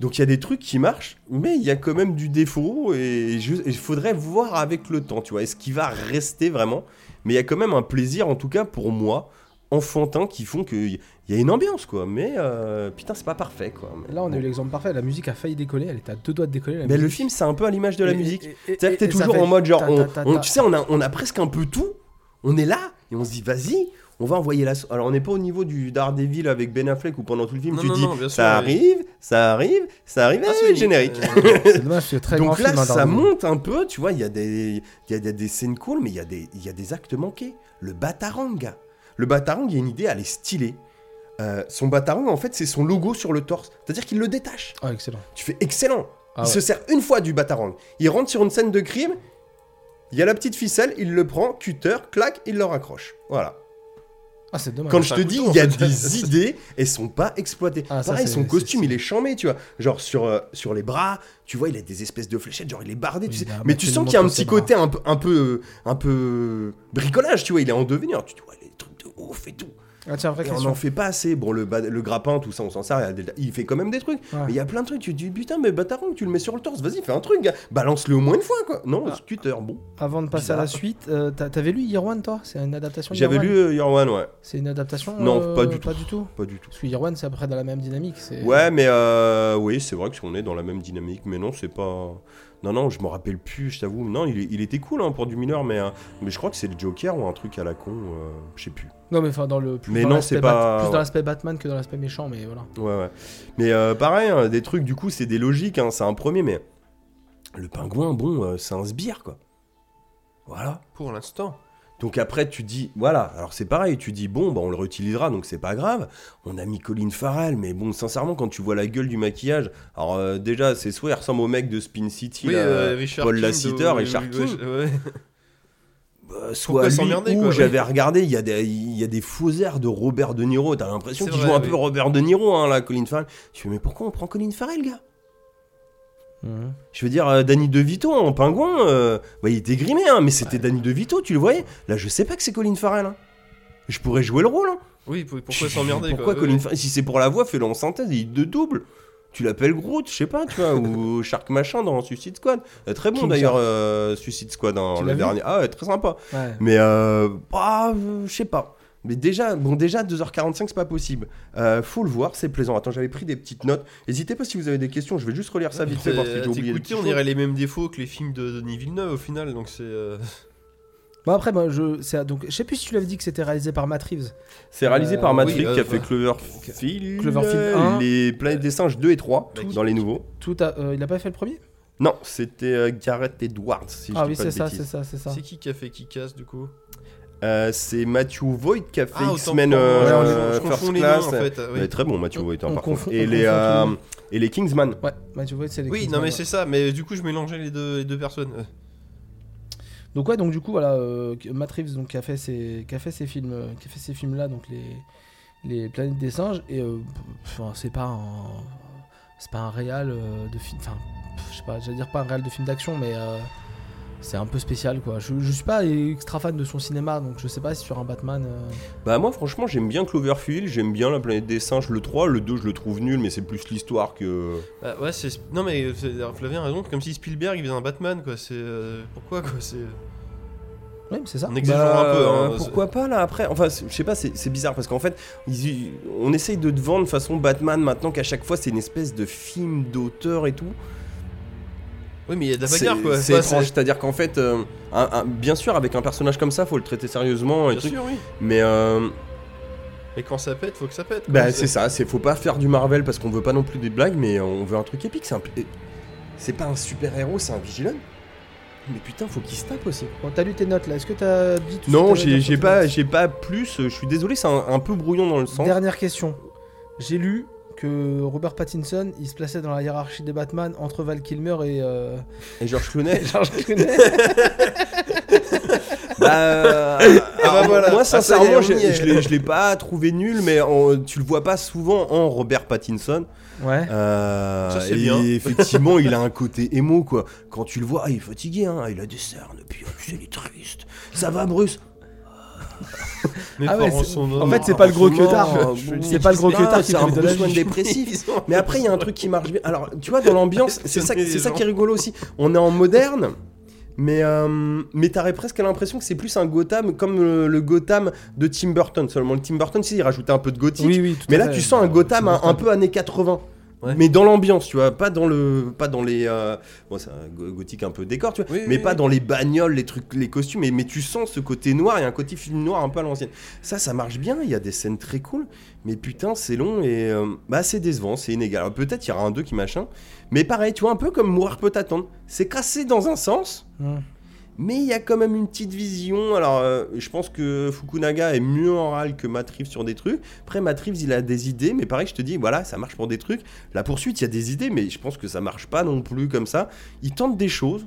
Speaker 3: Donc il y a des trucs qui marchent, mais il y a quand même du défaut et je- il faudrait voir avec le temps, tu vois, est-ce qu'il va rester vraiment Mais il y a quand même un plaisir, en tout cas pour moi, enfantin, qui font qu'il y a une ambiance, quoi. Mais euh, putain, c'est pas parfait, quoi. Mais,
Speaker 2: Là, on a eu l'exemple parfait. La musique a failli décoller. Elle était à deux doigts de décoller. la
Speaker 3: Mais le
Speaker 2: musique.
Speaker 3: film, c'est un peu à l'image de la
Speaker 2: Et-
Speaker 3: musique.
Speaker 2: et- et-
Speaker 3: C'est-à-dire que
Speaker 2: et-
Speaker 3: t'es
Speaker 2: et ça
Speaker 3: toujours
Speaker 2: fait
Speaker 3: en mode genre,
Speaker 2: ta-
Speaker 3: on,
Speaker 2: ta- ta-
Speaker 3: on-
Speaker 2: ta.
Speaker 3: tu sais, on a, on a presque un peu tout, on est là, et on se dit, vas-y, on va envoyer la. so- Alors on n'est pas au niveau du Daredevil avec Ben Affleck où pendant tout le film
Speaker 4: Non,
Speaker 3: tu
Speaker 4: non,
Speaker 3: dis,
Speaker 4: non, bien sûr,
Speaker 3: ça
Speaker 4: oui.
Speaker 3: arrive, ça arrive, ça arrive,
Speaker 4: Ah,
Speaker 3: et
Speaker 4: c'est
Speaker 3: générique.
Speaker 4: euh,
Speaker 2: C'est dommage, c'est très grand
Speaker 3: Donc là,
Speaker 2: film, hein,
Speaker 3: ça
Speaker 2: Daredevil.
Speaker 3: monte un peu, tu vois, il y, a des- il y, a, il y a des scènes cool, mais il y, a des- il y a des actes manqués. Le Batarang. Le Batarang, il y a une idée, elle est stylée. Euh, son Batarang, en fait, c'est son logo sur le torse. C'est-à-dire qu'il le détache.
Speaker 2: Ah, excellent.
Speaker 3: Tu fais excellent. il
Speaker 2: Ah ouais.
Speaker 3: se sert une fois du Batarang. Il rentre sur une scène de crime, il y a la petite ficelle, il le prend, cutter, claque, il le raccroche. Voilà.
Speaker 2: Ah, c'est dommage.
Speaker 3: Quand je
Speaker 4: c'est
Speaker 3: te
Speaker 4: un
Speaker 3: dis,
Speaker 4: couteau,
Speaker 3: il y a
Speaker 4: en fait.
Speaker 3: des idées, elles sont pas exploitées.
Speaker 2: Ah, ça,
Speaker 3: Pareil,
Speaker 2: c'est-
Speaker 3: son
Speaker 2: c'est-
Speaker 3: costume,
Speaker 2: c'est-
Speaker 3: il est chamé, tu vois. Genre sur, euh, sur les bras, tu vois, il a des espèces de fléchettes, genre il est bardé, tu
Speaker 2: Oui,
Speaker 3: sais.
Speaker 2: il a
Speaker 3: Mais tu
Speaker 2: absolument
Speaker 3: sens qu'il y a un
Speaker 2: tous
Speaker 3: petit
Speaker 2: ses bras.
Speaker 3: côté un peu, un peu, un peu bricolage, tu vois. Il est en devenir. Tu te dis, ouais, les trucs de ouf et tout.
Speaker 2: Ah, tiens, vraie
Speaker 3: Et on en
Speaker 2: question.
Speaker 3: fait pas assez. Bon, le, ba- le grappin, tout ça, on s'en sert. il y a des- Il fait quand même des trucs.
Speaker 2: Ouais.
Speaker 3: Mais il y a plein de trucs. Tu te dis, putain, mais Batarang, tu le mets sur le torse. Vas-y, fais un truc. gars. Balance-le au moins une fois, quoi. Non,
Speaker 2: Ah.
Speaker 3: scooter, bon.
Speaker 2: Avant de passer à la suite, euh, t'as- t'avais lu Year One, toi C'est une adaptation de
Speaker 3: J'avais
Speaker 2: Year One
Speaker 3: lu euh, Your One, ouais.
Speaker 2: C'est une adaptation
Speaker 3: Non,
Speaker 2: euh,
Speaker 3: pas du
Speaker 2: Pas du tout.
Speaker 3: Pas du tout.
Speaker 2: Parce que Year One, c'est après dans la même dynamique. c'est-
Speaker 3: Ouais, mais euh, oui, c'est vrai que qu'on est dans la même dynamique, mais non, c'est pas. Non, non, je me rappelle plus, je t'avoue. Non, il, il était cool hein, pour du mineur, mais, euh, mais je crois que c'est le Joker ou un truc à la con, euh, je sais plus.
Speaker 2: Non, mais enfin, dans le. Plus
Speaker 3: Mais
Speaker 2: dans
Speaker 3: non,
Speaker 2: l'aspect
Speaker 3: c'est pas-
Speaker 2: Bat- Plus dans l'aspect Batman que dans l'aspect méchant, mais voilà.
Speaker 3: Ouais, ouais. Mais euh, pareil, hein, des trucs, du coup, c'est des logiques, hein, c'est un premier, mais le pingouin, bon, euh, c'est un sbire, quoi. Voilà.
Speaker 4: Pour l'instant.
Speaker 3: Donc après, tu dis, voilà, alors c'est pareil, tu dis, bon, bah, on le réutilisera, donc c'est pas grave. On a mis Colin Farrell, mais bon, sincèrement, quand tu vois la gueule du maquillage, alors euh, déjà, c'est soit il ressemble au mec de Spin City, là,
Speaker 4: euh, Richard
Speaker 3: Paul
Speaker 4: King
Speaker 3: Lassiter,
Speaker 4: de-
Speaker 3: Richard
Speaker 4: ouais,
Speaker 3: King.
Speaker 4: ouais.
Speaker 3: euh, soit
Speaker 4: Pourquoi
Speaker 3: lui,
Speaker 4: s'emmerder,
Speaker 3: ou
Speaker 4: quoi,
Speaker 3: j'avais regardé, il y, a des- il y a des faux airs de Robert De Niro, t'as l'impression
Speaker 4: C'est
Speaker 3: qu'il
Speaker 4: vrai,
Speaker 3: joue un
Speaker 4: oui.
Speaker 3: peu Robert De Niro, hein, là, Colin Farrell. Je fais, mais pourquoi on prend Colin Farrell, gars Je veux dire, euh, Danny DeVito en pingouin, euh, bah, il était grimé, hein, mais c'était Danny DeVito, tu le voyais. Là, je sais pas que c'est Colin Farrell. hein. Je pourrais jouer le rôle. hein.
Speaker 4: Oui, pour-
Speaker 3: Je-
Speaker 4: pourquoi s'emmerder
Speaker 3: Pourquoi
Speaker 4: quoi
Speaker 3: Colin Farrell Si c'est pour la voix, fais-le en synthèse, il de double. Tu l'appelles Groot, je sais pas, tu vois, ou Shark Machin dans Suicide Squad. Euh, très bon
Speaker 2: King
Speaker 3: d'ailleurs, euh, Suicide Squad, hein,
Speaker 2: Tu l'as
Speaker 3: le
Speaker 2: vu
Speaker 3: dernier. Ah ouais, très sympa.
Speaker 2: Ouais.
Speaker 3: Mais euh, bah, euh, je sais pas. Mais déjà, bon, déjà 2h45, c'est pas possible. Euh, faut le voir, c'est plaisant. Attends, j'avais pris des petites notes. N'hésitez pas si vous avez des questions, je vais juste relire ça vite fait, voir si j'ai
Speaker 4: Euh,
Speaker 3: oublié. des
Speaker 4: t'écouter,
Speaker 3: petites
Speaker 4: on
Speaker 3: choses.
Speaker 4: dirait les mêmes défauts que les films de Denis Villeneuve au final, donc c'est. euh,
Speaker 2: Bon, après, moi, je. c'est- Donc, je sais plus si tu l'avais dit que c'était réalisé par Matt Reeves.
Speaker 3: C'est réalisé
Speaker 2: Euh,
Speaker 3: par Matt
Speaker 4: oui,
Speaker 3: Reeves
Speaker 4: euh,
Speaker 3: qui a fait
Speaker 4: bah,
Speaker 3: Cloverfield,
Speaker 2: Cloverfield 1.
Speaker 3: les Planètes des Singes 2 et 3,
Speaker 4: Tout-
Speaker 3: dans les nouveaux.
Speaker 2: Tout à- euh, il a pas fait le premier
Speaker 3: Non, c'était euh, Gareth Edwards, si je
Speaker 2: Ah
Speaker 3: dis
Speaker 2: oui,
Speaker 3: pas de
Speaker 2: c'est ça, c'est
Speaker 3: bêtises.
Speaker 2: ça, c'est ça.
Speaker 4: C'est qui qui a fait qui casse du coup
Speaker 3: Euh, C'est Matthew Voight qui a fait
Speaker 4: Ah, autant
Speaker 3: X-Men
Speaker 4: pour moi,
Speaker 3: euh,
Speaker 4: ouais, on- je
Speaker 3: First
Speaker 4: confonds les noms,
Speaker 3: Class.
Speaker 4: en fait, euh, oui.
Speaker 3: Ouais, très bon, Matthew
Speaker 2: On-
Speaker 3: Voight,
Speaker 2: on
Speaker 3: hein, par
Speaker 2: confond-
Speaker 3: contre.
Speaker 2: on
Speaker 3: Et les,
Speaker 2: confond
Speaker 3: euh,
Speaker 2: tout le monde.
Speaker 3: et les Kingsman.
Speaker 2: Ouais, bah, tu vois, c'est les
Speaker 4: Oui,
Speaker 2: Kingsman,
Speaker 4: non mais
Speaker 2: ouais.
Speaker 4: c'est ça, mais du coup je mélangeais les deux, les deux personnes. euh.
Speaker 2: Donc ouais, donc du coup voilà, euh, Matt Reeves donc qui a fait ces qui a fait ces films euh, qui a fait ces films là donc les les planètes des singes et euh, enfin c'est pas un c'est pas un réal euh, de film enfin pff, je sais pas, j'allais dire pas un réal de film d'action mais euh, c'est un peu spécial quoi. Je, je suis pas extra fan de son cinéma donc je sais pas si sur un Batman euh,
Speaker 3: Bah moi franchement j'aime bien Cloverfield, j'aime bien la planète des singes, le 3, le 2 je le trouve nul mais c'est plus l'histoire que...
Speaker 4: Ah, ouais, c'est. Non mais c'est- Flavien a raison, comme si Spielberg il faisait un Batman quoi, c'est. euh, Pourquoi quoi C'est.
Speaker 2: ouais, mais c'est ça.
Speaker 4: On exagère un peu. hein,
Speaker 3: euh,
Speaker 4: c'est-
Speaker 3: pourquoi pas là après Enfin c'est- je sais pas c'est c'est bizarre parce qu'en fait ils y- on essaye de te vendre façon Batman maintenant qu'à chaque fois c'est une espèce de film d'auteur et tout.
Speaker 4: Oui mais il y a de la
Speaker 3: C'est-
Speaker 4: bagarre quoi.
Speaker 3: C'est
Speaker 4: Enfin,
Speaker 3: étrange, c'est-à-dire qu'en fait euh, un- un- bien sûr avec un personnage comme ça faut le traiter sérieusement et
Speaker 4: Bien
Speaker 3: truc,
Speaker 4: sûr, oui.
Speaker 3: mais euh,
Speaker 4: Et quand ça pète, faut que ça pète. quoi.
Speaker 3: Bah c'est ça, c'est faut pas faire du Marvel parce qu'on veut pas non plus des blagues, mais on veut un truc épique. C'est un- c'est pas un super héros, c'est un vigilant. Mais putain, faut qu'il se tape aussi.
Speaker 2: Bon, t'as lu tes notes là, est-ce que t'as dit tout ce que
Speaker 3: Non,
Speaker 2: t'avais à
Speaker 3: j'ai
Speaker 2: dire sur
Speaker 3: j'ai
Speaker 2: tes
Speaker 3: pas,
Speaker 2: notes
Speaker 3: j'ai pas plus. euh, Je suis désolé, c'est un, un peu brouillon dans le sens.
Speaker 2: Dernière question. J'ai lu que Robert Pattinson, il se plaçait dans la hiérarchie des Batman entre Val Kilmer et euh,
Speaker 3: Et George Clooney.
Speaker 2: George Clooney.
Speaker 3: bah, euh, alors,
Speaker 4: bah voilà.
Speaker 3: Moi,
Speaker 4: Ah, ça y est,
Speaker 3: sincèrement,
Speaker 4: on
Speaker 3: j'ai-
Speaker 4: y est.
Speaker 3: je l'ai- je l'ai pas trouvé nul, mais en- tu le vois pas souvent en Robert Pattinson.
Speaker 2: ouais.
Speaker 3: Euh,
Speaker 4: Ça, c'est
Speaker 3: et
Speaker 4: bien.
Speaker 3: effectivement, il a un côté émo quoi. Quand tu le vois, ah, il est fatigué, hein, il a des cernes, puis oh, il est triste. Ça va, Bruce
Speaker 4: Mes
Speaker 2: Ah ouais,
Speaker 4: parents
Speaker 2: c'est-
Speaker 4: sont
Speaker 2: en
Speaker 4: morts.
Speaker 2: fait, c'est pas le gros
Speaker 3: Franchement,
Speaker 2: queutard.
Speaker 3: je- je-
Speaker 2: C'est pas le gros
Speaker 3: Ah,
Speaker 2: queutard qui
Speaker 3: C'est un
Speaker 2: te donne la
Speaker 3: Bruce Wayne
Speaker 2: vie.
Speaker 3: dépressif. Mais après, il y a un truc qui marche bien. Alors, tu vois, dans l'ambiance, c'est ça, c'est ça qui est rigolo aussi. On est en moderne, mais, euh, mais t'aurais presque l'impression que c'est plus un Gotham comme le, le Gotham de Tim Burton. Seulement, le Tim Burton, si, il rajoutait un peu de gothique.
Speaker 2: Oui, oui, tout
Speaker 3: mais
Speaker 2: à
Speaker 3: là,
Speaker 2: fait.
Speaker 3: tu sens un Gotham
Speaker 2: Tim
Speaker 3: un, un
Speaker 2: Burton.
Speaker 3: peu années 80.
Speaker 4: Ouais.
Speaker 3: Mais dans l'ambiance, tu vois, pas dans le, pas dans les, euh, bon, c'est un go- gothique un peu décor, tu vois,
Speaker 4: Oui,
Speaker 3: mais
Speaker 4: oui,
Speaker 3: pas
Speaker 4: oui.
Speaker 3: dans les bagnoles, les trucs, les costumes, mais, mais tu sens ce côté noir et un côté film noir un peu à l'ancienne. Ça, ça marche bien. Il y a des scènes très cool, mais putain, c'est long et euh, bah c'est décevant, c'est inégal. Alors, Peut-être il y aura un 2 qui machin, mais pareil, tu vois, un peu comme Mourir peut attendre. C'est cassé dans un sens,
Speaker 2: Hum.
Speaker 3: mais il y a quand même une petite vision. Alors, euh, je pense que Fukunaga est mieux en râle que Matt Reeves sur des trucs. Après, Matt Reeves, il a des idées, mais pareil, je te dis, voilà, ça marche pour des trucs. La poursuite, il y a des idées, mais je pense que ça marche pas non plus comme ça. Il tente des choses.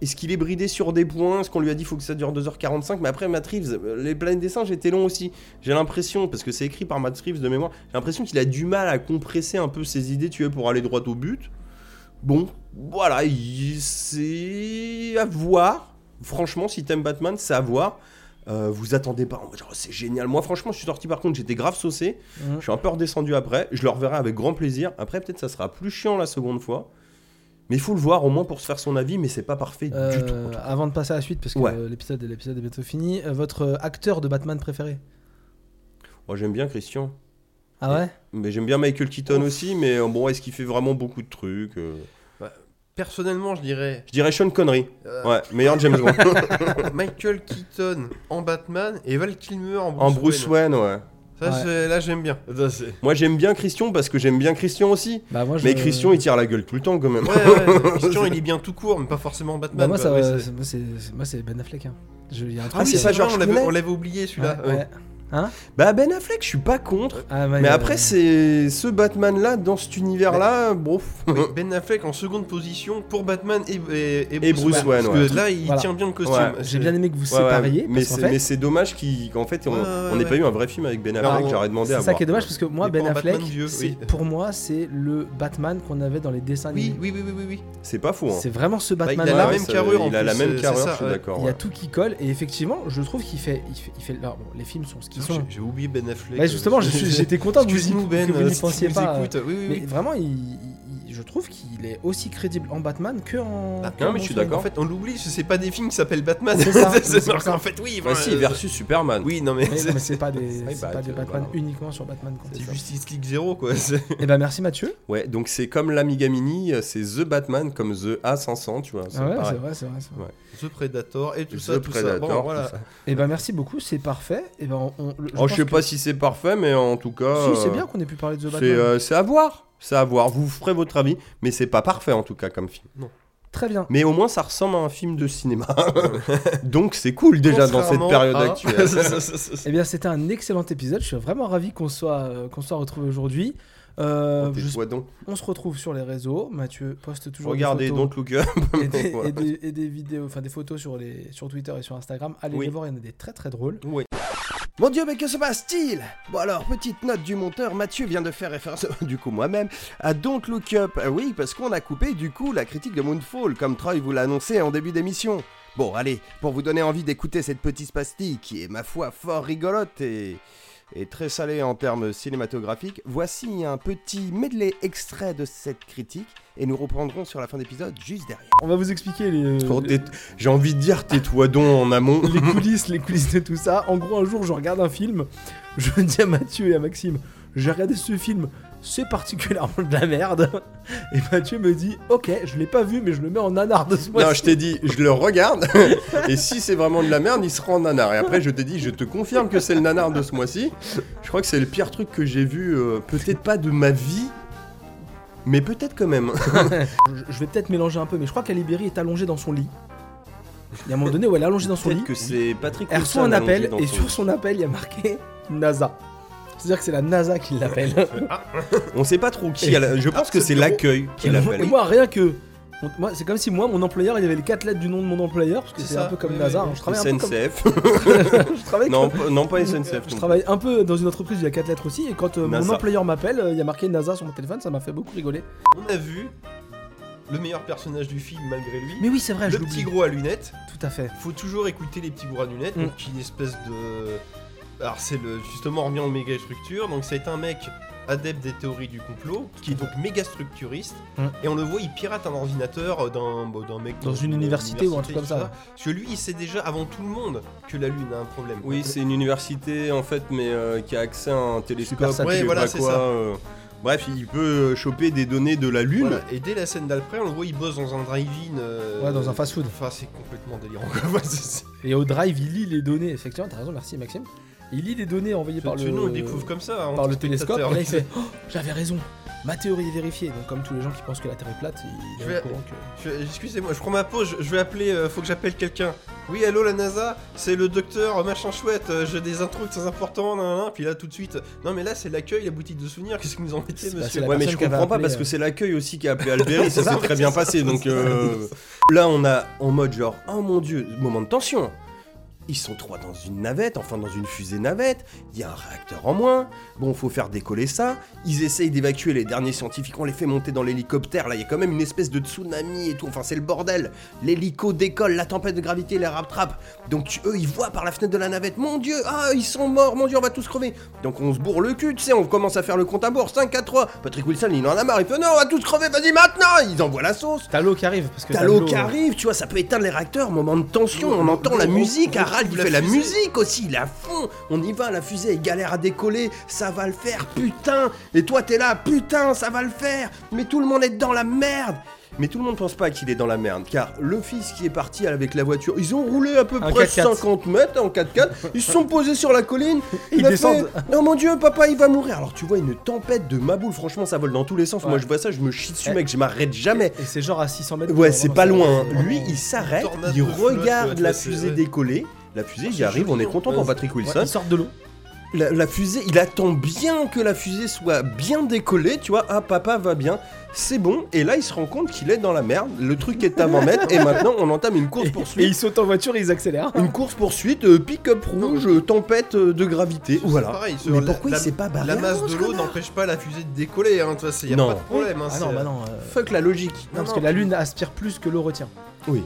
Speaker 3: Est-ce qu'il est bridé sur des points Est-ce qu'on lui a dit faut que ça dure 2h45 Mais après, Matt Reeves, euh, les planètes des singes étaient longs aussi. J'ai l'impression, parce que c'est écrit par Matt Reeves de mémoire, j'ai l'impression qu'il a du mal à compresser un peu ses idées, tu vois, pour aller droit au but. Bon, voilà, il- c'est à voir. Franchement, si t'aimes Batman, c'est à voir. Euh, vous attendez pas, en mode, genre, oh, c'est génial. Moi, franchement, je suis sorti par contre, j'étais grave saucé.
Speaker 2: Mhm.
Speaker 3: Je suis un peu redescendu après. Je le reverrai avec grand plaisir. Après, peut-être ça sera plus chiant la seconde fois. Mais il faut le voir au moins pour se faire son avis, mais c'est pas parfait
Speaker 2: Euh,
Speaker 3: du tout. en tout cas.
Speaker 2: avant de passer à la suite, parce que
Speaker 3: Ouais.
Speaker 2: euh, l'épisode l'épisode est bientôt fini, euh, votre euh, acteur de Batman préféré
Speaker 3: Moi, j'aime bien Christian.
Speaker 2: Ah ouais
Speaker 3: Mais j'aime bien Michael Keaton aussi, mais euh, bon, est-ce qu'il fait vraiment beaucoup de trucs euh,
Speaker 4: Personnellement, je dirais
Speaker 3: Je dirais Sean Connery.
Speaker 4: euh,
Speaker 3: Ouais, meilleur James Bond.
Speaker 4: Michael Keaton en Batman et Val Kilmer en Bruce,
Speaker 3: en Bruce
Speaker 4: Wayne.
Speaker 3: Wayne, ouais.
Speaker 4: Ça,
Speaker 2: Ouais.
Speaker 4: c'est- là, j'aime bien. Ça, c'est-
Speaker 3: Moi, j'aime bien Christian parce que j'aime bien Christian aussi.
Speaker 2: Bah moi je-
Speaker 3: Mais Christian, il tire la gueule tout le temps quand même.
Speaker 4: Ouais, ouais, Christian, il est bien tout court, mais pas forcément Batman.
Speaker 2: Bah moi
Speaker 4: quoi.
Speaker 2: ça
Speaker 4: Ouais,
Speaker 2: va-
Speaker 4: c'est-
Speaker 2: moi, c'est moi, c'est Ben Affleck. Hein. Je- il y a un
Speaker 4: Ah
Speaker 2: truc,
Speaker 4: oui,
Speaker 2: euh,
Speaker 4: c'est
Speaker 3: George
Speaker 4: George on l'avait
Speaker 3: Clooney.
Speaker 4: on l'avait oublié celui-là.
Speaker 2: ouais,
Speaker 4: ouais.
Speaker 2: ouais.
Speaker 3: Bah Ben Affleck, je suis pas contre.
Speaker 2: Ah, bah, il y
Speaker 3: Mais
Speaker 2: a-
Speaker 3: après, c'est ce Batman-là, dans cet univers-là, bon.
Speaker 4: Oui, Ben Affleck en seconde position pour Batman et, et,
Speaker 3: Et Bruce Wayne,
Speaker 4: Parce que
Speaker 3: ouais.
Speaker 4: là, il
Speaker 2: Voilà.
Speaker 4: tient bien le costume.
Speaker 3: Ouais,
Speaker 2: j'ai bien aimé que vous
Speaker 3: Ouais, ouais,
Speaker 2: sépariez.
Speaker 3: mais
Speaker 2: parce qu'en
Speaker 3: c'est
Speaker 2: fait,
Speaker 3: mais c'est dommage qu'il- qu'en fait, on
Speaker 4: Ouais, ouais,
Speaker 3: on n'ait
Speaker 4: ouais.
Speaker 3: pas eu un vrai film avec Ben
Speaker 4: Alors,
Speaker 3: Affleck,
Speaker 4: on-
Speaker 3: j'aurais demandé à
Speaker 2: C'est ça
Speaker 3: voir.
Speaker 2: qui est dommage parce que moi,
Speaker 4: Il
Speaker 2: Ben
Speaker 4: prend Batman
Speaker 2: Affleck,
Speaker 4: vieux,
Speaker 2: c'est-
Speaker 4: oui.
Speaker 2: pour moi, c'est le Batman qu'on avait dans les dessins
Speaker 4: Oui,
Speaker 2: animés.
Speaker 4: oui, oui, oui, oui. oui.
Speaker 3: C'est pas faux. hein.
Speaker 2: C'est vraiment ce
Speaker 4: il a
Speaker 2: Batman-là.
Speaker 4: la
Speaker 3: Ouais,
Speaker 4: même
Speaker 3: ça-
Speaker 4: carrure, en
Speaker 3: Il a
Speaker 4: plus,
Speaker 3: la même
Speaker 4: c'est-
Speaker 3: carrure,
Speaker 4: c'est
Speaker 3: je suis
Speaker 4: ça, ouais.
Speaker 3: d'accord.
Speaker 2: Il y a
Speaker 3: ouais.
Speaker 2: tout qui colle et effectivement, je trouve qu'il fait, il fait, il fait- alors, bon, les films sont ce qu'ils
Speaker 4: J'ai-
Speaker 2: sont.
Speaker 4: J'ai oublié Ben Affleck.
Speaker 2: Bah, justement, je suis- j'étais content que vous,
Speaker 4: Excuse-nous, Ben,
Speaker 2: que vous
Speaker 4: euh,
Speaker 2: n'y
Speaker 4: si tu
Speaker 2: pensiez
Speaker 4: nous
Speaker 2: pas.
Speaker 4: écoutes. Oui, oui,
Speaker 2: Mais
Speaker 4: oui.
Speaker 2: vraiment, il- il- il- je trouve qu'il est aussi crédible en Batman que en.
Speaker 4: Ah,
Speaker 2: que
Speaker 3: non,
Speaker 2: en
Speaker 3: mais je suis
Speaker 2: Batman.
Speaker 3: d'accord.
Speaker 4: En fait, on l'oublie, parce que c'est pas des films qui s'appellent Batman.
Speaker 2: C'est ça, c'est
Speaker 4: c'est
Speaker 2: ça.
Speaker 4: En fait, oui.
Speaker 3: Bah
Speaker 4: voilà,
Speaker 3: si,
Speaker 4: euh,
Speaker 3: versus Superman.
Speaker 4: Oui, non, mais.
Speaker 2: Mais,
Speaker 4: c'est-
Speaker 2: mais c'est pas des,
Speaker 3: Oui,
Speaker 2: c'est
Speaker 3: bah,
Speaker 2: pas des
Speaker 3: tu-
Speaker 2: Batman
Speaker 3: voilà.
Speaker 2: uniquement sur Batman. quoi.
Speaker 4: C'est Justice League 0, quoi. c'est-
Speaker 2: Et bah merci Mathieu.
Speaker 3: Ouais, donc c'est comme l'Amiga Mini, euh, c'est The Batman comme The A500, tu vois. c'est
Speaker 2: Ah ouais,
Speaker 3: pareil.
Speaker 2: c'est vrai, c'est vrai. c'est vrai.
Speaker 4: The Predator et tout
Speaker 3: The
Speaker 4: ça, tout ça.
Speaker 3: Predator,
Speaker 4: Bon,
Speaker 3: tout
Speaker 4: voilà.
Speaker 3: ça.
Speaker 2: Et bah merci beaucoup, c'est parfait. Et ben on. on-
Speaker 3: Oh, je sais
Speaker 2: pense
Speaker 3: pas si c'est parfait, mais en tout
Speaker 2: que-
Speaker 3: cas.
Speaker 2: Si c'est
Speaker 3: euh,
Speaker 2: bien qu'on ait pu parler de The
Speaker 3: C'est
Speaker 2: Batman.
Speaker 3: euh, c'est à voir, c'est à voir. Vous ferez votre avis, mais c'est pas parfait en tout cas comme film.
Speaker 2: Très bien.
Speaker 3: Mais au moins ça ressemble à un film de cinéma. Donc c'est cool déjà dans cette
Speaker 4: Contrairement
Speaker 3: période
Speaker 4: à-
Speaker 3: actuelle.
Speaker 2: Eh bien, c'était un excellent épisode. Je suis vraiment ravi qu'on soit, euh, qu'on soit retrouvé aujourd'hui. Euh,
Speaker 3: Tes
Speaker 2: je-
Speaker 3: doigts donc.
Speaker 2: on se retrouve sur les réseaux. Mathieu poste toujours
Speaker 3: Regardez
Speaker 2: des photos
Speaker 3: Don't Look Up.
Speaker 2: et, des,
Speaker 3: Ouais.
Speaker 2: et des- et des vidéos, enfin des photos sur, les, sur Twitter et sur Instagram. Allez
Speaker 3: Oui.
Speaker 2: les voir, il y en a des très très drôles.
Speaker 3: Mon dieu, mais que se passe-t-il Bon alors, petite note du monteur, Mathieu vient de faire référence, du coup moi-même, à Don't Look Up. Euh, Oui, parce qu'on a coupé du coup la critique de Moonfall, comme Troy vous l'a annoncé en début d'émission. Bon, allez, pour vous donner envie d'écouter cette petite pastille qui est, ma foi, fort rigolote et... et très salée en termes cinématographiques, voici un petit medley extrait de cette critique, et nous reprendrons sur la fin d'épisode juste derrière.
Speaker 2: On va vous expliquer les,
Speaker 3: J'ai envie de dire tais-toi donc en amont.
Speaker 2: les coulisses, les coulisses de tout ça. En gros, un jour, je regarde un film, je dis à Mathieu et à Maxime, j'ai regardé ce film, c'est particulièrement de la merde. Et Mathieu me dit, ok, je l'ai pas vu, mais je le mets en anard de ce mois.
Speaker 3: Non, je t'ai dit, je le regarde, et si c'est vraiment de la merde, il sera en nanar. Et après, je t'ai dit, je te confirme que c'est le nanar de ce mois-ci. Je crois que c'est le pire truc que j'ai vu, euh, peut-être pas de ma vie, mais peut-être quand même.
Speaker 2: Je- Je vais peut-être mélanger un peu, mais je crois qu'Alibéry est allongé dans son lit. Il y a un moment donné où elle est allongée dans son lit.
Speaker 3: Peut-être que c'est Patrick
Speaker 2: Elle
Speaker 3: Wilson
Speaker 2: reçoit un
Speaker 3: allongé
Speaker 2: appel
Speaker 3: dans
Speaker 2: et
Speaker 3: son-
Speaker 2: sur son appel il y a marqué NASA. C'est-à-dire que c'est la NASA qui l'appelle.
Speaker 3: On sait pas trop qui. a la- Je pense que c'est l'accueil qui
Speaker 2: Et
Speaker 3: l'appelle.
Speaker 2: moi, rien que. on- Moi, c'est comme si moi, mon employeur, il y avait les quatre lettres du nom de mon employeur, parce que
Speaker 4: C'est
Speaker 2: c'est
Speaker 4: ça,
Speaker 2: un peu
Speaker 4: oui,
Speaker 2: comme
Speaker 4: oui,
Speaker 2: NASA.
Speaker 4: oui.
Speaker 2: hein. Je travaille un peu comme-
Speaker 3: SNCF.
Speaker 2: je travaille
Speaker 3: Non,
Speaker 2: comme-
Speaker 3: pas- non, pas SNCF.
Speaker 2: Je travaille un peu dans une entreprise où il y a quatre lettres aussi, et quand euh, mon
Speaker 3: NASA.
Speaker 2: employeur m'appelle, euh, il y a marqué NASA sur mon téléphone, ça m'a fait beaucoup rigoler.
Speaker 4: On a vu le meilleur personnage du film malgré lui.
Speaker 2: Mais oui, c'est vrai, je
Speaker 4: le petit
Speaker 2: l'oublie.
Speaker 4: gros à lunettes.
Speaker 2: Tout à fait.
Speaker 4: Faut toujours écouter les petits gros à lunettes.
Speaker 2: Mm.
Speaker 4: Donc qui est une espèce de. Alors c'est le justement remis en méga structure. Donc c'est un mec adepte des théories du complot, qui est donc méga structuriste.
Speaker 2: Mm.
Speaker 4: Et on le voit, il pirate un ordinateur d'un bah, d'un mec
Speaker 2: Dans une université ou un truc
Speaker 4: et
Speaker 2: comme
Speaker 4: tout
Speaker 2: ça.
Speaker 4: Parce que lui, il sait déjà avant tout le monde que la lune a un problème.
Speaker 3: Oui, c'est une université en fait, mais euh, qui a accès à un télescope.
Speaker 2: Super satellite.
Speaker 3: je sais
Speaker 4: Ouais, voilà,
Speaker 3: pas
Speaker 4: c'est
Speaker 3: quoi,
Speaker 4: ça.
Speaker 3: euh, Bref, il peut euh, choper des données de la Lune.
Speaker 4: Voilà, Et dès la scène d'après, on le voit, il bosse dans un drive-in. euh,
Speaker 2: Ouais, dans un fast-food.
Speaker 4: Enfin, c'est complètement délirant. quoi. Ouais, c'est- c'est-
Speaker 2: Et au drive, il lit les données, effectivement, t'as raison, merci Maxime. Il lit les données envoyées par
Speaker 4: Ce
Speaker 2: le.
Speaker 4: nom, on le découvre comme ça. hein, en
Speaker 2: par
Speaker 4: tant
Speaker 2: le
Speaker 4: que
Speaker 2: télescope,
Speaker 4: spectateur.
Speaker 2: et là il fait Oh, J'avais raison, ma théorie est vérifiée. Donc, comme tous les gens qui pensent que la Terre est plate, il
Speaker 4: Je
Speaker 2: est
Speaker 4: vais-
Speaker 2: au courant que.
Speaker 4: Je- Excusez-moi, je prends ma pause, je, je vais appeler, euh, faut que j'appelle quelqu'un. Oui, allô la NASA, c'est le docteur euh, machin chouette, euh, j'ai des intros très importants, nan, nan, nan. puis là tout de suite. euh, Non mais là c'est l'accueil, la boutique de souvenirs, qu'est-ce que vous en mettez
Speaker 2: C'est
Speaker 4: monsieur
Speaker 2: la
Speaker 3: Ouais, mais
Speaker 2: personne
Speaker 3: je
Speaker 2: qui avait
Speaker 3: comprends pas
Speaker 2: appelé,
Speaker 3: parce
Speaker 2: euh,
Speaker 3: que c'est l'accueil aussi qui a appelé Alberi, ça s'est très bien passé. Donc euh, là, on a en mode genre, oh mon dieu, moment de tension. Ils sont trois dans une navette, enfin dans une fusée navette. Il y a un réacteur en moins. Bon, faut faire décoller ça. Ils essayent d'évacuer les derniers scientifiques. On les fait monter dans l'hélicoptère. Là, il y a quand même une espèce de tsunami et tout. Enfin, c'est le bordel. L'hélico décolle, la tempête de gravité les rattrape. Donc, tu- eux, ils voient par la fenêtre de la navette. Mon dieu, ah, ils sont morts. Mon dieu, on va tous crever. Donc, on se bourre le cul, tu sais. On commence à faire le compte à bourre. 5 à 3. Patrick Wilson, il en a marre. Il fait non, on va tous crever. Vas-y, maintenant. Ils envoient la sauce.
Speaker 2: T'as l'eau qui arrive parce que.
Speaker 3: T'as l'eau
Speaker 2: l'eau,
Speaker 3: qui
Speaker 2: euh,
Speaker 3: arrive, tu vois, ça peut éteindre les réacteurs, moment de tension, on entend la
Speaker 4: on-
Speaker 3: musique, Harald
Speaker 4: on
Speaker 3: il
Speaker 4: retrouve
Speaker 3: fait la
Speaker 4: la fusée.
Speaker 3: musique aussi, il est à fond, on y va, la fusée elle galère à décoller, ça va le faire, putain, et toi t'es là, putain, ça va le faire, mais tout le monde est dans la merde mais tout le monde pense pas qu'il est dans la merde, car le fils qui est parti avec la voiture, ils ont roulé à peu
Speaker 2: Un
Speaker 3: près
Speaker 2: 4x4.
Speaker 3: 50 mètres en 4x4, ils se sont posés sur la colline, il
Speaker 2: Ils
Speaker 3: a
Speaker 2: descendent.
Speaker 3: fait, non mon dieu, papa, il va mourir. Alors tu vois une tempête de maboule, franchement, ça vole dans tous les sens. Moi
Speaker 2: Ouais.
Speaker 3: je vois ça, je me chie dessus,
Speaker 2: Eh.
Speaker 3: mec, je m'arrête jamais.
Speaker 2: Et c'est genre à 600 mètres.
Speaker 3: Ouais,
Speaker 2: quoi,
Speaker 3: c'est
Speaker 2: vraiment,
Speaker 3: pas loin. hein.
Speaker 2: vraiment-
Speaker 3: Lui, il s'arrête,
Speaker 4: Tornade
Speaker 3: il
Speaker 4: de flotte,
Speaker 3: regarde
Speaker 4: ouais,
Speaker 3: la
Speaker 4: c'est-
Speaker 3: fusée
Speaker 4: ouais.
Speaker 3: décoller. La fusée, j'y
Speaker 4: c'est
Speaker 3: arrive, on est
Speaker 4: joli,
Speaker 3: content
Speaker 4: ouais,
Speaker 3: pour Patrick
Speaker 2: Ouais,
Speaker 3: Wilson.
Speaker 2: il sort de l'eau.
Speaker 3: La, la fusée, il attend bien que la fusée soit bien décollée, tu vois. Ah, papa va bien, c'est bon. Et là, il se rend compte qu'il est dans la merde. Le truc est à 20 mètres, et maintenant, on entame une
Speaker 2: Et,
Speaker 3: course
Speaker 2: et ils
Speaker 3: poursuite.
Speaker 2: sautent en voiture et ils accélèrent.
Speaker 3: Une course poursuite, euh, pick-up rouge, euh, tempête euh, de gravité.
Speaker 4: C'est
Speaker 3: Voilà.
Speaker 4: pareil, sur
Speaker 3: Mais
Speaker 4: la-
Speaker 3: pourquoi
Speaker 4: la-
Speaker 3: il s'est pas
Speaker 2: Bah,
Speaker 3: barré
Speaker 4: La masse
Speaker 3: avant, ce
Speaker 4: de l'eau
Speaker 3: connard
Speaker 4: n'empêche pas la fusée de décoller, hein, toi, c'est y a
Speaker 3: Non.
Speaker 4: pas de problème. hein,
Speaker 2: ah
Speaker 4: c'est-
Speaker 2: non, bah non. euh,
Speaker 3: Fuck la logique.
Speaker 2: non, parce
Speaker 4: non,
Speaker 2: que la
Speaker 4: puis-
Speaker 2: lune aspire plus que l'eau retient.
Speaker 3: Oui.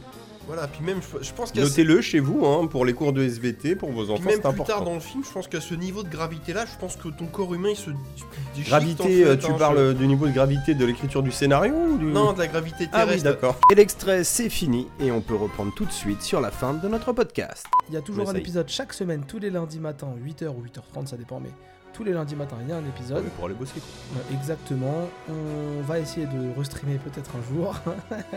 Speaker 4: Voilà, puis même, je, je pense qu'à ce-
Speaker 3: Notez-le chez vous, hein, pour les cours de SVT, pour vos
Speaker 4: puis
Speaker 3: enfants,
Speaker 4: même
Speaker 3: c'est
Speaker 4: plus tard
Speaker 3: important.
Speaker 4: dans le film, je pense qu'à ce niveau de gravité là, je pense que ton corps humain il se déchique, en
Speaker 3: Gravité,
Speaker 4: fait,
Speaker 3: euh,
Speaker 4: hein,
Speaker 3: tu
Speaker 4: je-
Speaker 3: parles euh, du niveau de gravité de l'écriture du scénario ou du...
Speaker 4: Non, de la gravité
Speaker 3: Ah oui,
Speaker 4: terrestre.
Speaker 3: d'accord. Et l'extrait, c'est fini et on peut reprendre tout de suite sur la fin de notre podcast.
Speaker 2: Il y a toujours
Speaker 3: Mais
Speaker 2: un
Speaker 3: ça y est.
Speaker 2: épisode chaque semaine, tous les lundis matins, 8h ou 8h30, ça dépend, mais tous les lundis matins, il y a un épisode.
Speaker 3: pour aller bosser, quoi.
Speaker 2: Ouais, Exactement. On va essayer de restreamer peut-être un jour.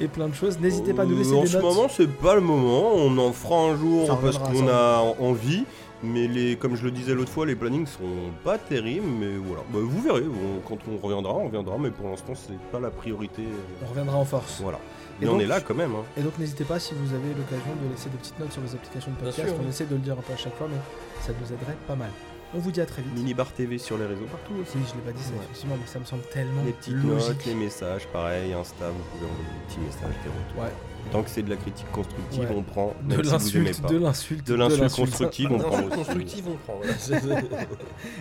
Speaker 2: et plein de choses. N'hésitez pas à nous laisser
Speaker 3: Euh, en
Speaker 2: des
Speaker 3: ce
Speaker 2: notes.
Speaker 3: moment, c'est pas le moment. On en fera un jour
Speaker 2: Ça
Speaker 3: parce
Speaker 2: reviendra,
Speaker 3: qu'on
Speaker 2: ça
Speaker 3: a envie. Mais les, comme je le disais l'autre fois, les plannings sont pas terribles. Mais voilà, Bah, vous verrez. on- quand on reviendra, on reviendra. Mais pour l'instant, c'est pas la priorité.
Speaker 2: On reviendra en force.
Speaker 3: Voilà.
Speaker 2: Et
Speaker 3: Mais on
Speaker 2: donc-
Speaker 3: est là quand même. hein.
Speaker 2: Et donc n'hésitez pas si vous avez l'occasion de laisser des petites notes sur vos applications de
Speaker 4: Bien
Speaker 2: podcast.
Speaker 4: sûr,
Speaker 2: On
Speaker 4: oui.
Speaker 2: essaie de le dire un peu à chaque fois, mais ça nous aiderait pas mal. On vous dit à très vite.
Speaker 3: Minibar TV sur les réseaux partout aussi.
Speaker 2: Si je l'ai pas dit, ça, effectivement, mais ça me semble tellement
Speaker 3: Les petites
Speaker 2: logique.
Speaker 3: notes, les messages, pareil, Insta, vous pouvez envoyer des petits messages, des retours.
Speaker 2: Ouais.
Speaker 3: Tant que c'est de la critique constructive,
Speaker 2: Ouais.
Speaker 3: on prend.
Speaker 2: De
Speaker 3: même si vous aimez
Speaker 2: l'insulte,
Speaker 3: pas.
Speaker 2: de l'insulte,
Speaker 3: de l'insulte constructive, on
Speaker 4: Dans
Speaker 3: prend
Speaker 4: un
Speaker 3: aussi.
Speaker 4: constructif, on prend. voilà, c'est-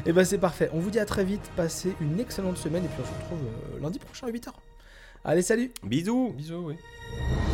Speaker 2: Et bah c'est parfait. On vous dit à très vite. Passez une excellente semaine et puis on se retrouve euh, lundi prochain à 8h. Allez, salut
Speaker 3: Bisous
Speaker 4: Bisous, oui.